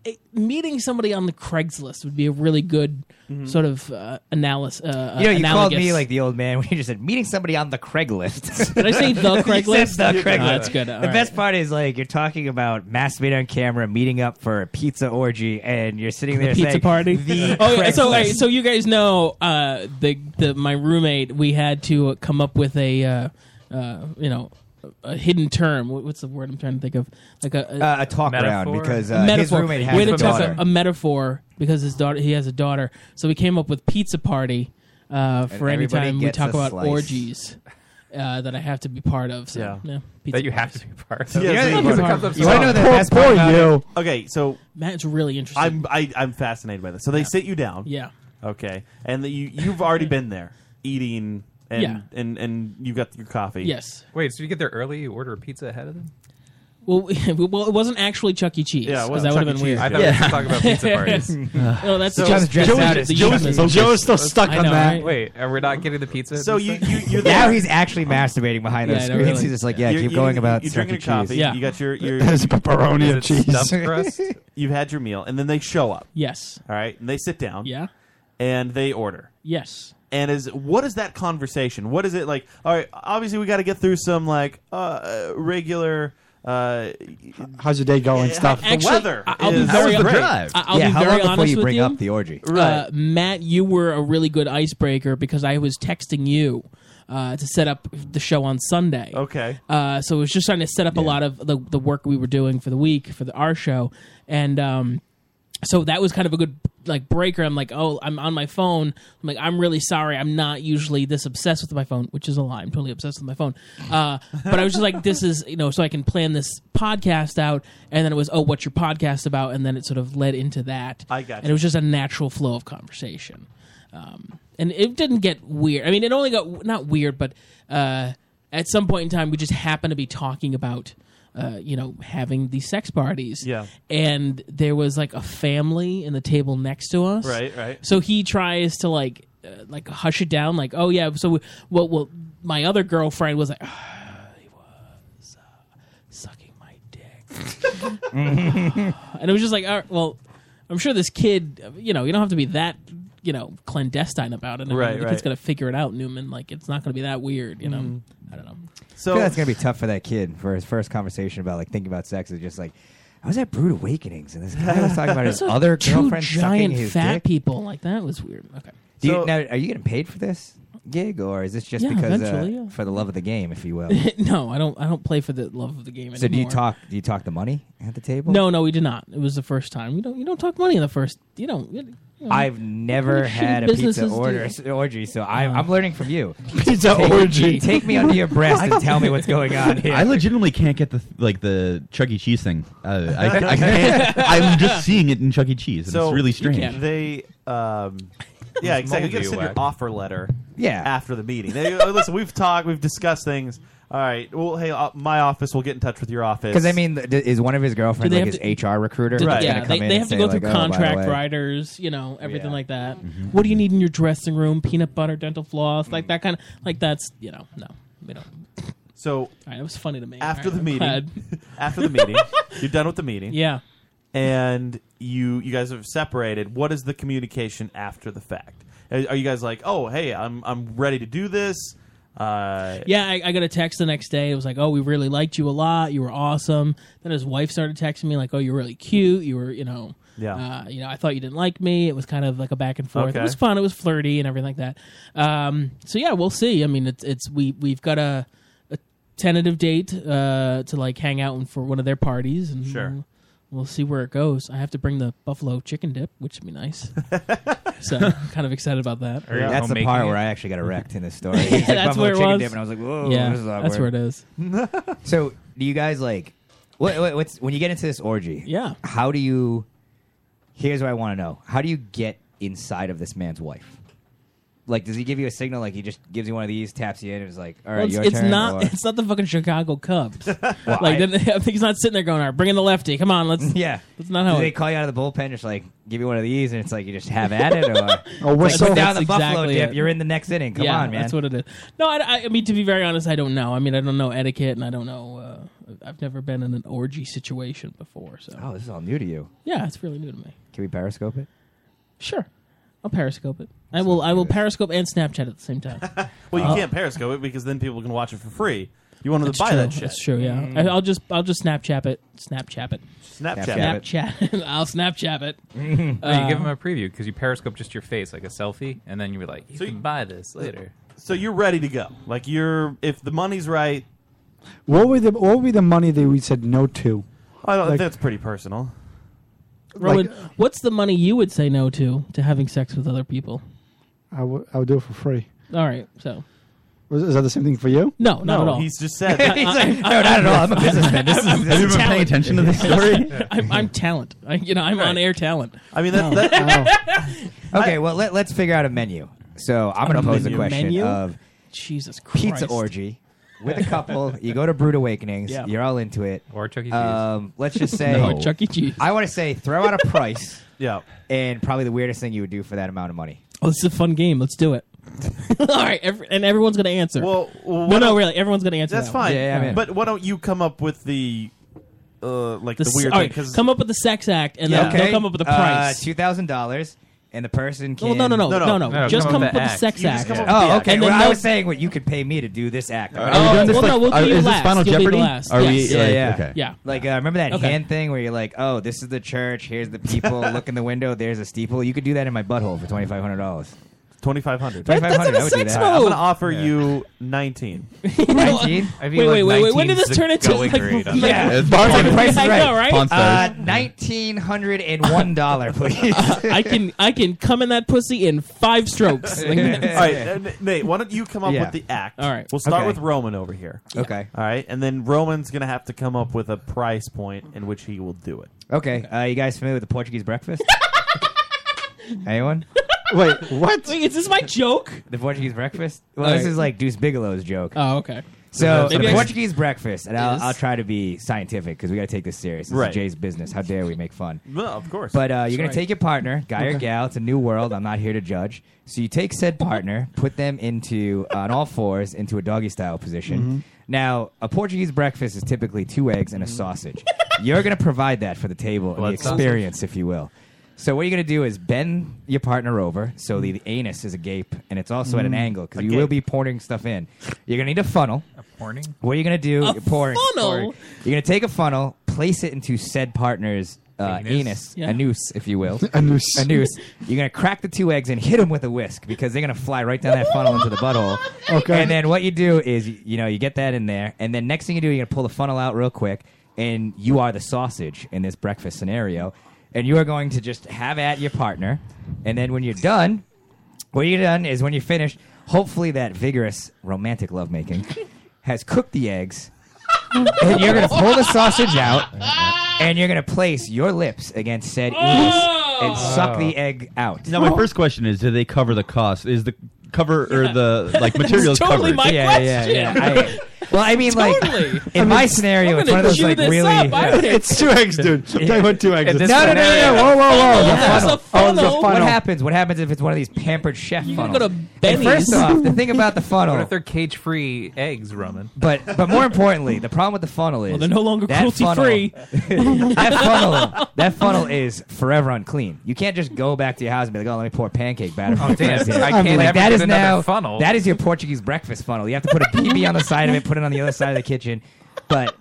Speaker 11: it, meeting somebody on the Craigslist would be a really good
Speaker 4: Mm-hmm.
Speaker 11: sort of uh, analysis. Uh,
Speaker 4: You know, you
Speaker 11: analogous.
Speaker 4: called me like the old man when you just said meeting somebody on the Craigslist.
Speaker 11: Did I say the
Speaker 4: [LAUGHS] you
Speaker 11: Craigslist?
Speaker 4: said the
Speaker 11: Yeah.
Speaker 4: Craigslist.
Speaker 11: Oh, [LAUGHS] that's good. All
Speaker 4: the
Speaker 11: right.
Speaker 4: best part is like you're talking about mass media on camera, meeting up for a pizza orgy, and you're sitting there
Speaker 11: pizza
Speaker 4: saying,
Speaker 11: party.
Speaker 4: The
Speaker 11: [LAUGHS] oh, yeah, so
Speaker 4: Craigslist.
Speaker 11: wait, so you guys know uh, the the my roommate. We had to uh, come up with a uh, uh, you know a hidden term. What- What's the word I'm trying to think of? Like a
Speaker 4: Uh, a talk around, Metaphor? because, uh,
Speaker 11: A
Speaker 4: his
Speaker 11: metaphor.
Speaker 4: roommate
Speaker 11: We
Speaker 4: has
Speaker 11: had
Speaker 4: a
Speaker 11: to talk
Speaker 4: daughter.
Speaker 11: A metaphor because his daughter he has a daughter. So we came up with pizza party uh, for any
Speaker 9: everybody
Speaker 11: time we
Speaker 9: gets
Speaker 11: talk
Speaker 9: a
Speaker 11: about
Speaker 9: slice.
Speaker 11: orgies. Uh, that I have to be part of. So,
Speaker 9: Yeah.
Speaker 11: yeah. pizza
Speaker 9: That you have to be part of.
Speaker 8: Yeah, so
Speaker 11: party.
Speaker 8: you-
Speaker 11: You wanna know the best part about it?
Speaker 8: Okay, so
Speaker 11: Matt's really interesting.
Speaker 8: I'm I, I'm fascinated by this. So they sit you down.
Speaker 11: Yeah.
Speaker 8: Okay, and the, you you've already been there eating and
Speaker 11: Yeah.
Speaker 8: and and you got your coffee.
Speaker 9: Wait, so you get there early, you order a pizza ahead of them?
Speaker 11: Well, [LAUGHS] we- well, it wasn't actually Chuck E. Cheese.
Speaker 9: Yeah, it
Speaker 11: 'cause
Speaker 9: wasn't
Speaker 11: that
Speaker 9: Chuck
Speaker 11: would have
Speaker 9: E.
Speaker 11: been
Speaker 9: Cheese.
Speaker 11: weird.
Speaker 9: I thought we were just talking about
Speaker 11: [LAUGHS]
Speaker 9: pizza parties.
Speaker 11: no, that's
Speaker 9: So-
Speaker 11: just
Speaker 9: Joe's-
Speaker 11: Joe's,
Speaker 9: Joe's- Joe's-
Speaker 4: Joe's still stuck
Speaker 11: I
Speaker 4: on
Speaker 11: know,
Speaker 4: that.
Speaker 11: right?
Speaker 9: Wait, are we not getting the pizza?
Speaker 8: So you you
Speaker 11: [LAUGHS]
Speaker 8: you're
Speaker 4: now
Speaker 8: there.
Speaker 9: [LAUGHS]
Speaker 4: he's actually masturbating behind
Speaker 8: Yeah,
Speaker 4: those
Speaker 8: I know,
Speaker 4: screens.
Speaker 8: really.
Speaker 4: He's just like, yeah,
Speaker 8: You're
Speaker 4: keep
Speaker 8: eating-
Speaker 4: going about
Speaker 8: you're
Speaker 4: Chuck
Speaker 8: drinking
Speaker 4: E.
Speaker 8: your coffee.
Speaker 4: Cheese.
Speaker 8: You got your
Speaker 4: [LAUGHS]
Speaker 8: your
Speaker 17: There's pepperoni and cheese.
Speaker 8: [LAUGHS] stuffed crust. You've had your meal, and then they show up.
Speaker 11: Yes.
Speaker 8: All right, and they sit down.
Speaker 11: Yeah.
Speaker 8: And they order.
Speaker 11: Yes.
Speaker 8: And is what is that conversation? What is it like? All right, obviously we got to get through some like uh, uh, regular. Uh,
Speaker 17: How's your day going? Stuff.
Speaker 8: The weather
Speaker 11: I- I'll
Speaker 8: is
Speaker 11: be very
Speaker 8: great.
Speaker 11: I- I'll be very honest with you.
Speaker 4: Right.
Speaker 11: Uh, Matt, you were a really good icebreaker because I was texting you uh, to set up the show on Sunday.
Speaker 8: Okay.
Speaker 11: Uh, so it was just trying to set up a lot of the, the work we were doing for the week for the our show, and um, so that was kind of a good like breaker. I'm like, oh, I'm on my phone. I'm like, I'm really sorry. I'm not usually this obsessed with my phone, which is a lie. I'm totally obsessed with my phone. Uh, but I was just like, this is you know, so I can plan this podcast out. And then it was, oh, what's your podcast about? And then it sort of led into that.
Speaker 8: I got
Speaker 11: And
Speaker 8: you.
Speaker 11: it was just a natural flow of conversation. Um, and it didn't get weird. I mean, it only got not weird, but uh, at some point in time, we just happened to be talking about, uh, you know, having these sex parties.
Speaker 8: Yeah.
Speaker 11: And there was like a family in the table next to us.
Speaker 8: Right, right.
Speaker 11: So he tries to like, uh, like hush it down. Like, oh yeah. So, we, well, well, my other girlfriend was like, and it was just like, all right, well, I'm sure this kid, you know, you don't have to be that, you know, clandestine about it. I mean,
Speaker 4: Right,
Speaker 11: the kid's
Speaker 4: right.
Speaker 11: gonna figure it out, Newman. Like, it's not gonna be that weird, you know.
Speaker 4: Mm.
Speaker 11: I don't know.
Speaker 4: [LAUGHS] I feel that's gonna be tough for that kid for his first conversation about like thinking about sex is just like I was at Brood Awakenings, and this guy was
Speaker 11: [LAUGHS]
Speaker 4: talking about his
Speaker 11: Those are
Speaker 4: other
Speaker 11: two
Speaker 4: girlfriend sucking
Speaker 11: giant
Speaker 4: his
Speaker 11: fat
Speaker 4: dick.
Speaker 11: people. Like that was weird. Okay.
Speaker 4: Do you, now, are you getting paid for this gig, or is this just
Speaker 11: Yeah,
Speaker 4: because uh,
Speaker 11: eventually, yeah.
Speaker 4: for the love of the game, if
Speaker 11: [LAUGHS]
Speaker 4: you will?
Speaker 11: no, I don't. I don't play for the love of the game.
Speaker 4: so do you
Speaker 11: anymore.
Speaker 4: talk? Do you talk the money at the table?
Speaker 11: No, no, we did not. It was the first time. You don't. You don't talk money in the first. You don't. You know,
Speaker 4: I've
Speaker 11: what
Speaker 4: never
Speaker 11: kind of [LAUGHS]
Speaker 4: had
Speaker 11: shitty
Speaker 4: a pizza
Speaker 11: businesses do
Speaker 4: order,
Speaker 11: you-
Speaker 4: orgy, so I, I'm learning from you.
Speaker 11: Oh. [LAUGHS] Pizza
Speaker 4: Take-
Speaker 11: orgy.
Speaker 4: Take me under your breast and tell me what's going
Speaker 10: [LAUGHS]
Speaker 4: on here.
Speaker 10: I legitimately can't get the like the Chuck E. Cheese thing. Uh,
Speaker 4: [LAUGHS]
Speaker 10: I, I can't. I'm just seeing it in Chuck E. Cheese. And it's really strange.
Speaker 8: They,
Speaker 4: [LAUGHS]
Speaker 8: um, yeah,
Speaker 10: It's
Speaker 8: exactly. You gotta
Speaker 10: moldy,
Speaker 8: send
Speaker 10: wack.
Speaker 8: your offer letter.
Speaker 10: Yeah.
Speaker 8: After the meeting, They- oh, listen, we've talked, we've discussed things. All right. Well, hey, uh, my office. We'll get in touch with your office.
Speaker 4: Because I mean, th- is one of his
Speaker 8: Do
Speaker 4: girlfriends
Speaker 8: they have
Speaker 4: like his HR recruiter?
Speaker 8: Did-
Speaker 4: that's
Speaker 8: yeah,
Speaker 4: gonna
Speaker 11: they,
Speaker 4: come in
Speaker 11: they
Speaker 4: and
Speaker 11: have to
Speaker 4: say,
Speaker 11: go through
Speaker 4: like, "Oh, by the
Speaker 11: contract
Speaker 4: way, Mm-hmm.
Speaker 11: writers, you know, everything like that. What do you need in your dressing room? Peanut butter, dental floss,
Speaker 4: Mm.
Speaker 11: like that kind of, like that's, you know, no, we don't.
Speaker 8: So
Speaker 11: All right, it was funny to me.
Speaker 8: [LAUGHS] after
Speaker 11: All
Speaker 8: the
Speaker 11: right, I'm
Speaker 8: meeting,
Speaker 11: glad.
Speaker 8: [LAUGHS] after the
Speaker 11: [LAUGHS]
Speaker 8: meeting, you're done with the meeting.
Speaker 11: Yeah.
Speaker 8: And you you guys have separated. What is the communication after the fact? Are are you guys like, oh, hey, I'm I'm ready to do this? Uh,
Speaker 11: yeah, I, I got a text the next day. It was like, "Oh, we really liked you a lot. You were awesome." Then his wife started texting me like, "Oh, you're really cute. You were, you know,
Speaker 8: Yeah.
Speaker 11: uh, you know, I thought you didn't like me." It was kind of like a back and forth.
Speaker 8: Okay.
Speaker 11: It was fun. It was flirty and everything like that. Um, so yeah, we'll see. I mean, it's it's we we've got a, a tentative date uh, to like hang out and for one of their parties, and
Speaker 8: Sure.
Speaker 11: We'll, we'll see where it goes. I have to bring the buffalo chicken dip, which would be
Speaker 4: [LAUGHS]
Speaker 11: nice. so I'm kind of excited about that.
Speaker 4: Or your That's the homemaking part where it. I
Speaker 11: [LAUGHS]
Speaker 4: actually got erect in this story. He's like,
Speaker 11: that's
Speaker 4: "Buffalo
Speaker 11: where it
Speaker 4: chicken
Speaker 11: was.
Speaker 4: dip," and I was like, "Whoa,
Speaker 11: yeah,
Speaker 4: this is
Speaker 11: that's where it is.
Speaker 4: is." [LAUGHS] so, do you guys like what, what, what's when you get into this orgy?
Speaker 11: Yeah.
Speaker 4: How do you? Here's what I want to know: How do you get inside of this man's wife? Like, does he give you a signal? Like, he just gives you one of these, taps you in, and is like, "All right,
Speaker 11: Well, it's,
Speaker 4: your
Speaker 11: it's
Speaker 4: turn."
Speaker 11: not. [LAUGHS]
Speaker 4: or-
Speaker 11: It's not the fucking Chicago [LAUGHS] Cubs.
Speaker 4: I-
Speaker 11: like then- I, think he's not sitting there going, "All right, bring in the lefty. Come on, let's."
Speaker 4: [LAUGHS] Yeah,
Speaker 11: that's not how
Speaker 4: Do
Speaker 11: it-
Speaker 4: they call you out of the bullpen. Just like give you one of these, and it's like you just have at
Speaker 11: [LAUGHS]
Speaker 4: it, or
Speaker 11: Oh, we're
Speaker 4: It's
Speaker 11: so-
Speaker 4: like, put down the
Speaker 11: That's
Speaker 4: buffalo
Speaker 11: exactly
Speaker 4: dip.
Speaker 11: it.
Speaker 4: You're in the next inning. Come
Speaker 11: yeah,
Speaker 4: on, man.
Speaker 11: That's what it is. No, I, I- I mean to be very honest, I don't know. I mean, I don't know etiquette, and I don't know. Uh, I've never been in an orgy situation before, so
Speaker 4: oh, this is all new
Speaker 7: [LAUGHS]
Speaker 4: to you.
Speaker 11: yeah, it's really new to me.
Speaker 4: Can we periscope it?
Speaker 11: Sure, I'll periscope it. I will. I will periscope and Snapchat at the same [LAUGHS] time.
Speaker 8: well, you
Speaker 11: Uh,
Speaker 8: can't Periscope it because then people can watch it for free. You want them to
Speaker 11: That's
Speaker 8: buy
Speaker 11: true.
Speaker 8: that shit.
Speaker 11: That's true. Yeah,
Speaker 4: Mm.
Speaker 11: I, I'll just I'll just Snapchat it. Snapchat it.
Speaker 8: Snapchat
Speaker 9: it.
Speaker 11: Snapchat. it. [LAUGHS] I'll Snapchat it.
Speaker 9: No, you give
Speaker 11: Uh,
Speaker 9: him a preview because you periscope just your face like a selfie, and then you be like, you can buy this later.
Speaker 8: So you're ready to go. Like you're, if the money's right,
Speaker 17: What were the What would be the money that we said no to?
Speaker 8: I don't,
Speaker 17: Like-
Speaker 8: that's pretty personal.
Speaker 11: Rowan,
Speaker 17: uh,
Speaker 11: what's the money you would say no to to having sex with other people?
Speaker 17: I would I would do it for free.
Speaker 11: All right, so
Speaker 17: Was, is that the same thing for you?
Speaker 11: no, not at all. [LAUGHS]
Speaker 17: He's like, no, not at all. I'm a businessman. This is-
Speaker 11: I'm- I'm
Speaker 17: Have
Speaker 11: [LAUGHS]
Speaker 17: you been paying
Speaker 11: talent.
Speaker 17: attention to this story?
Speaker 11: I'm, I'm talent. I, you know, I'm on air talent.
Speaker 8: I mean,
Speaker 11: that's [LAUGHS]
Speaker 4: Okay, well let, let's figure out a menu. So I'm
Speaker 11: A
Speaker 4: going to pose
Speaker 11: menu.
Speaker 4: the question
Speaker 11: Menu?
Speaker 4: of
Speaker 11: Jesus Christ.
Speaker 4: pizza orgy
Speaker 11: [LAUGHS]
Speaker 4: with a couple. you go to Brood Awakenings.
Speaker 11: Yeah.
Speaker 4: You're all into it.
Speaker 9: Or Chuck E. Cheese.
Speaker 4: Um,
Speaker 11: [LAUGHS]
Speaker 4: let's just say
Speaker 9: No. Or Chuck
Speaker 11: E. Cheese.
Speaker 4: I want to say throw out
Speaker 9: [LAUGHS]
Speaker 4: a price.
Speaker 8: yeah.
Speaker 4: And probably the weirdest thing you would do for that amount of money.
Speaker 11: Oh, this is a fun game. Let's do it. [LAUGHS] all right, every, and everyone's going to answer.
Speaker 8: Well,
Speaker 11: no, no, really, everyone's going to answer.
Speaker 8: That's
Speaker 11: that one.
Speaker 8: fine. But why don't you come up with the, uh, like the,
Speaker 11: The s-
Speaker 8: weird
Speaker 11: all
Speaker 8: thing?
Speaker 11: right, come up with the sex act, and they'll, they'll come up with a price.
Speaker 4: Uh, Two thousand dollars, and the person can.
Speaker 11: Well, no, no, no, No, no. no, no. No, Just come come up up with with the the sex act. act. You just come up with the
Speaker 4: Oh,
Speaker 11: act.
Speaker 4: okay.
Speaker 11: And
Speaker 4: Well,
Speaker 11: then
Speaker 4: I
Speaker 11: they'll-
Speaker 4: was saying what you could pay me to do this act.
Speaker 10: Are we Oh, doing this well, like- no, we'll do are- you is this last. Final You'll be the Jeopardy? last. Are we, Yes.
Speaker 4: Yeah,
Speaker 10: like-
Speaker 4: yeah.
Speaker 10: okay.
Speaker 11: Yeah.
Speaker 4: Like uh, remember that
Speaker 11: Okay.
Speaker 4: hand thing where you're like, oh, this is the church. Here's the people. Look in the window. There's a steeple. You could do that in my butthole for twenty five hundred dollars.
Speaker 8: Twenty five hundred.
Speaker 4: Twenty five hundred. I would do that.
Speaker 8: I'm gonna offer [LAUGHS] you nineteen.
Speaker 4: Nineteen.
Speaker 8: Wait, wait, wait, wait, when did this turn into, like, [LAUGHS] like- Yeah,
Speaker 4: yeah,
Speaker 8: it's
Speaker 4: Barnes
Speaker 8: porn.
Speaker 4: and Price is
Speaker 8: I
Speaker 4: right.
Speaker 8: know, right? Porn stars.
Speaker 4: Uh, nineteen hundred and
Speaker 8: [LAUGHS]
Speaker 4: one dollar, please.
Speaker 11: I can I can come in that pussy in five
Speaker 4: [LAUGHS]
Speaker 11: strokes. Like
Speaker 8: All
Speaker 11: that.
Speaker 8: right, uh, N- Nate. Why don't you come up
Speaker 11: Yeah.
Speaker 8: with the act?
Speaker 11: All right.
Speaker 8: we'll start
Speaker 11: Okay.
Speaker 8: with Roman over here.
Speaker 4: Okay.
Speaker 8: all right, and then Roman's gonna have to come up with a price point in which he will do it.
Speaker 4: Okay, uh, you guys familiar with the Portuguese breakfast? [LAUGHS] Anyone?
Speaker 17: Wait, what?
Speaker 11: Wait, is this my joke?
Speaker 4: The Portuguese breakfast? Well,
Speaker 11: All
Speaker 4: this
Speaker 11: right.
Speaker 4: is like Deuce Bigelow's joke.
Speaker 11: Oh, okay.
Speaker 4: So
Speaker 11: Maybe I
Speaker 4: the
Speaker 11: should-
Speaker 4: Portuguese breakfast, and I'll,
Speaker 11: Is-
Speaker 4: I'll try to be scientific because we got to take this serious. This
Speaker 8: Right.
Speaker 4: is Jay's business. How dare we make fun?
Speaker 8: No, of course.
Speaker 4: But uh,
Speaker 8: That's
Speaker 4: you're gonna
Speaker 8: right.
Speaker 4: take your partner, guy or
Speaker 8: Okay.
Speaker 4: gal. It's a new world. I'm not here to judge. So you take said partner, put them into uh, on all fours into a doggy style position.
Speaker 16: Mhm.
Speaker 4: Now, a Portuguese breakfast is typically two eggs and a sausage. you're gonna provide that for the table and the
Speaker 16: Blood sausage.
Speaker 4: experience, if you will. So what you're gonna do is bend your partner over so the, the anus is agape and it's also at an
Speaker 16: Mm.
Speaker 4: angle because
Speaker 16: A
Speaker 4: you
Speaker 16: gape.
Speaker 4: will be pouring stuff in. You're gonna need a funnel.
Speaker 9: Morning.
Speaker 4: What are you gonna do?
Speaker 16: A
Speaker 4: You're pouring.
Speaker 16: funnel?
Speaker 4: pouring. You're gonna take a funnel, place it into said partner's uh, anus,
Speaker 11: Yeah.
Speaker 4: a noose, if you will.
Speaker 17: [LAUGHS] A noose.
Speaker 4: A noose. You're going to crack the two eggs and hit them with a whisk because they're going to fly right down that funnel into the butthole.
Speaker 17: [LAUGHS] Okay.
Speaker 4: And then what you do is, you know, you get that in there. And then next thing you do, you're going to pull the funnel out real quick. And you are the sausage in this breakfast scenario. And you are going to just have at your partner. And then when you're done, what you've done is when you're finished, hopefully that vigorous romantic
Speaker 17: [LAUGHS]
Speaker 4: lovemaking has cooked the eggs. and you're
Speaker 17: [LAUGHS]
Speaker 4: going to pull the sausage out.
Speaker 9: [LAUGHS]
Speaker 4: And you're going to place your lips against said
Speaker 9: Oh.
Speaker 4: anus and suck the egg out.
Speaker 10: Now, my first question is: Do they cover the cost? Is the cover or the
Speaker 9: [LAUGHS]
Speaker 11: [LAUGHS]
Speaker 10: like materials covered?
Speaker 4: yeah, Yeah, yeah, I- well, I mean,
Speaker 10: Totally.
Speaker 4: like in my scenario, it's one of those like really.
Speaker 5: it's two eggs,
Speaker 7: [LAUGHS]
Speaker 5: dude. They want two eggs.
Speaker 4: No, no, no, no, no! Whoa, whoa, whoa! The
Speaker 5: Yeah.
Speaker 4: funnel.
Speaker 5: Oh, the
Speaker 4: What
Speaker 5: funnel.
Speaker 4: happens? What happens if it's one of these pampered chef funnels?
Speaker 9: go to
Speaker 4: And
Speaker 9: Benny's.
Speaker 4: First off, the thing about the
Speaker 9: What [LAUGHS]
Speaker 4: funnel,
Speaker 9: if they're cage-free eggs, Roman?
Speaker 4: but but more importantly, the problem with the funnel is
Speaker 9: Well, they're no longer
Speaker 4: that funnel-
Speaker 9: cruelty-free. [LAUGHS]
Speaker 17: [LAUGHS]
Speaker 4: that funnel, that funnel is forever unclean. You can't just go back to your house and be like, "Oh, let me pour pancake batter." for
Speaker 9: Oh,
Speaker 4: my
Speaker 9: damn.
Speaker 4: breakfast."
Speaker 9: I can't
Speaker 4: like,
Speaker 9: ever
Speaker 4: that
Speaker 9: get
Speaker 4: is
Speaker 9: another
Speaker 4: now
Speaker 9: funnel.
Speaker 4: that is your Portuguese breakfast funnel. You have to
Speaker 9: [LAUGHS]
Speaker 4: put a BB on the side of it, put it on the other side of the kitchen. But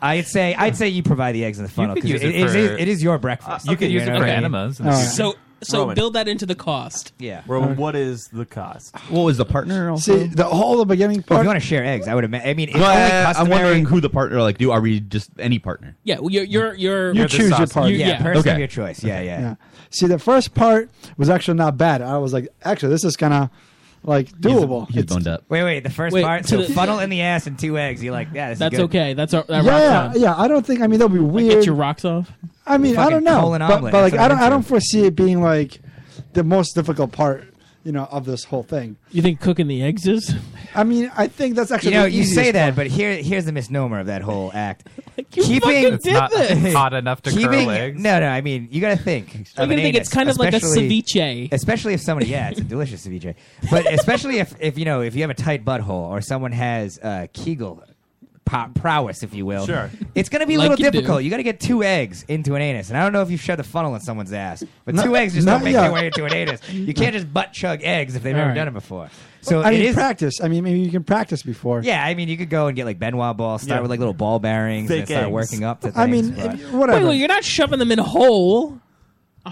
Speaker 4: I'd say I'd say you provide the eggs in the funnel
Speaker 9: could
Speaker 4: 'cause
Speaker 9: use
Speaker 4: it,
Speaker 9: it
Speaker 4: it is-
Speaker 9: for-
Speaker 4: it is your breakfast.
Speaker 9: You Uh, could use
Speaker 4: know
Speaker 9: it
Speaker 4: what
Speaker 9: for
Speaker 4: I mean?
Speaker 9: enemas and
Speaker 4: All right.
Speaker 11: So so
Speaker 8: Roman.
Speaker 11: build that into the cost.
Speaker 4: Yeah.
Speaker 8: Roman, what is the cost?
Speaker 10: What was the partner?
Speaker 8: also?
Speaker 10: See,
Speaker 17: the whole the beginning
Speaker 4: Well, if you want to share eggs, I would imagine. I [LAUGHS] mean, it's
Speaker 10: No,
Speaker 4: only
Speaker 10: I, am
Speaker 4: customary-
Speaker 10: Uh, wondering who the partner. Like, do are we just any partner?
Speaker 11: Yeah, well, you're you're you're
Speaker 17: You choose your partner.
Speaker 11: You- yeah.
Speaker 4: person of
Speaker 10: Okay.
Speaker 4: your choice. Yeah, yeah.
Speaker 17: Yeah. See, the first part was actually not bad. I was like, actually, this is kind of like doable.
Speaker 10: He's boned
Speaker 4: [LAUGHS]
Speaker 10: up.
Speaker 4: Wait, wait. The first
Speaker 17: Wait,
Speaker 4: part,
Speaker 17: to
Speaker 4: so
Speaker 17: the-
Speaker 4: funnel in the ass and two eggs. You're like, yeah, this
Speaker 11: That's
Speaker 4: is good.
Speaker 11: okay. That's our, that
Speaker 17: yeah,
Speaker 11: rocks on.
Speaker 17: yeah. I don't think. I mean, that would be weird.
Speaker 11: Get your rocks off.
Speaker 17: I mean, I
Speaker 4: Fucking
Speaker 17: don't know,
Speaker 4: colon
Speaker 17: but,
Speaker 4: omelet.
Speaker 17: but like,
Speaker 4: That's what
Speaker 17: I don't,
Speaker 4: I'm
Speaker 17: I don't foresee it being like the most difficult part, you know, of this whole thing.
Speaker 11: You think cooking the eggs is?
Speaker 17: I mean, I think that's actually
Speaker 4: you know,
Speaker 17: the
Speaker 4: you say
Speaker 17: easiest
Speaker 4: that,
Speaker 17: part.
Speaker 4: but here, here's the misnomer of that whole
Speaker 11: [LAUGHS]
Speaker 4: act.
Speaker 11: you fucking It's did not
Speaker 4: [LAUGHS]
Speaker 11: this.
Speaker 9: hot enough to curl
Speaker 4: Keeping-
Speaker 9: eggs.
Speaker 4: No, no. I mean, you got to think.
Speaker 11: I'm
Speaker 4: of an
Speaker 11: gonna think it's
Speaker 4: anus,
Speaker 11: kind of like a
Speaker 4: especially-
Speaker 11: ceviche.
Speaker 4: Especially if somebody, yeah, it's a
Speaker 10: [LAUGHS]
Speaker 4: delicious ceviche. [LAUGHS] But especially if, if you know, if you have a tight butthole or someone has uh, Kegel po- prowess, if you will,
Speaker 8: Sure.
Speaker 4: it's going to be a
Speaker 8: Like
Speaker 4: little
Speaker 8: you do.
Speaker 4: difficult. You got to get two eggs into an anus, and I don't know if you've shoved a funnel in someone's ass, but
Speaker 17: Not-
Speaker 4: two eggs just
Speaker 17: not
Speaker 4: don't make
Speaker 17: yet.
Speaker 4: their way into an anus. You can't just butt chug eggs if they've
Speaker 17: All
Speaker 4: never
Speaker 17: right.
Speaker 4: done it before. So
Speaker 17: I
Speaker 4: it
Speaker 17: mean,
Speaker 4: is.
Speaker 17: practice. I mean, maybe you can practice before.
Speaker 4: Yeah, I mean, you could go and get like Benoit balls, start
Speaker 17: Yeah.
Speaker 4: with like little ball bearings,
Speaker 17: Fake
Speaker 4: and start
Speaker 17: eggs.
Speaker 4: working up to things.
Speaker 17: I mean,
Speaker 4: but-
Speaker 17: whatever.
Speaker 11: Wait, wait, you're not shoving them in a hole.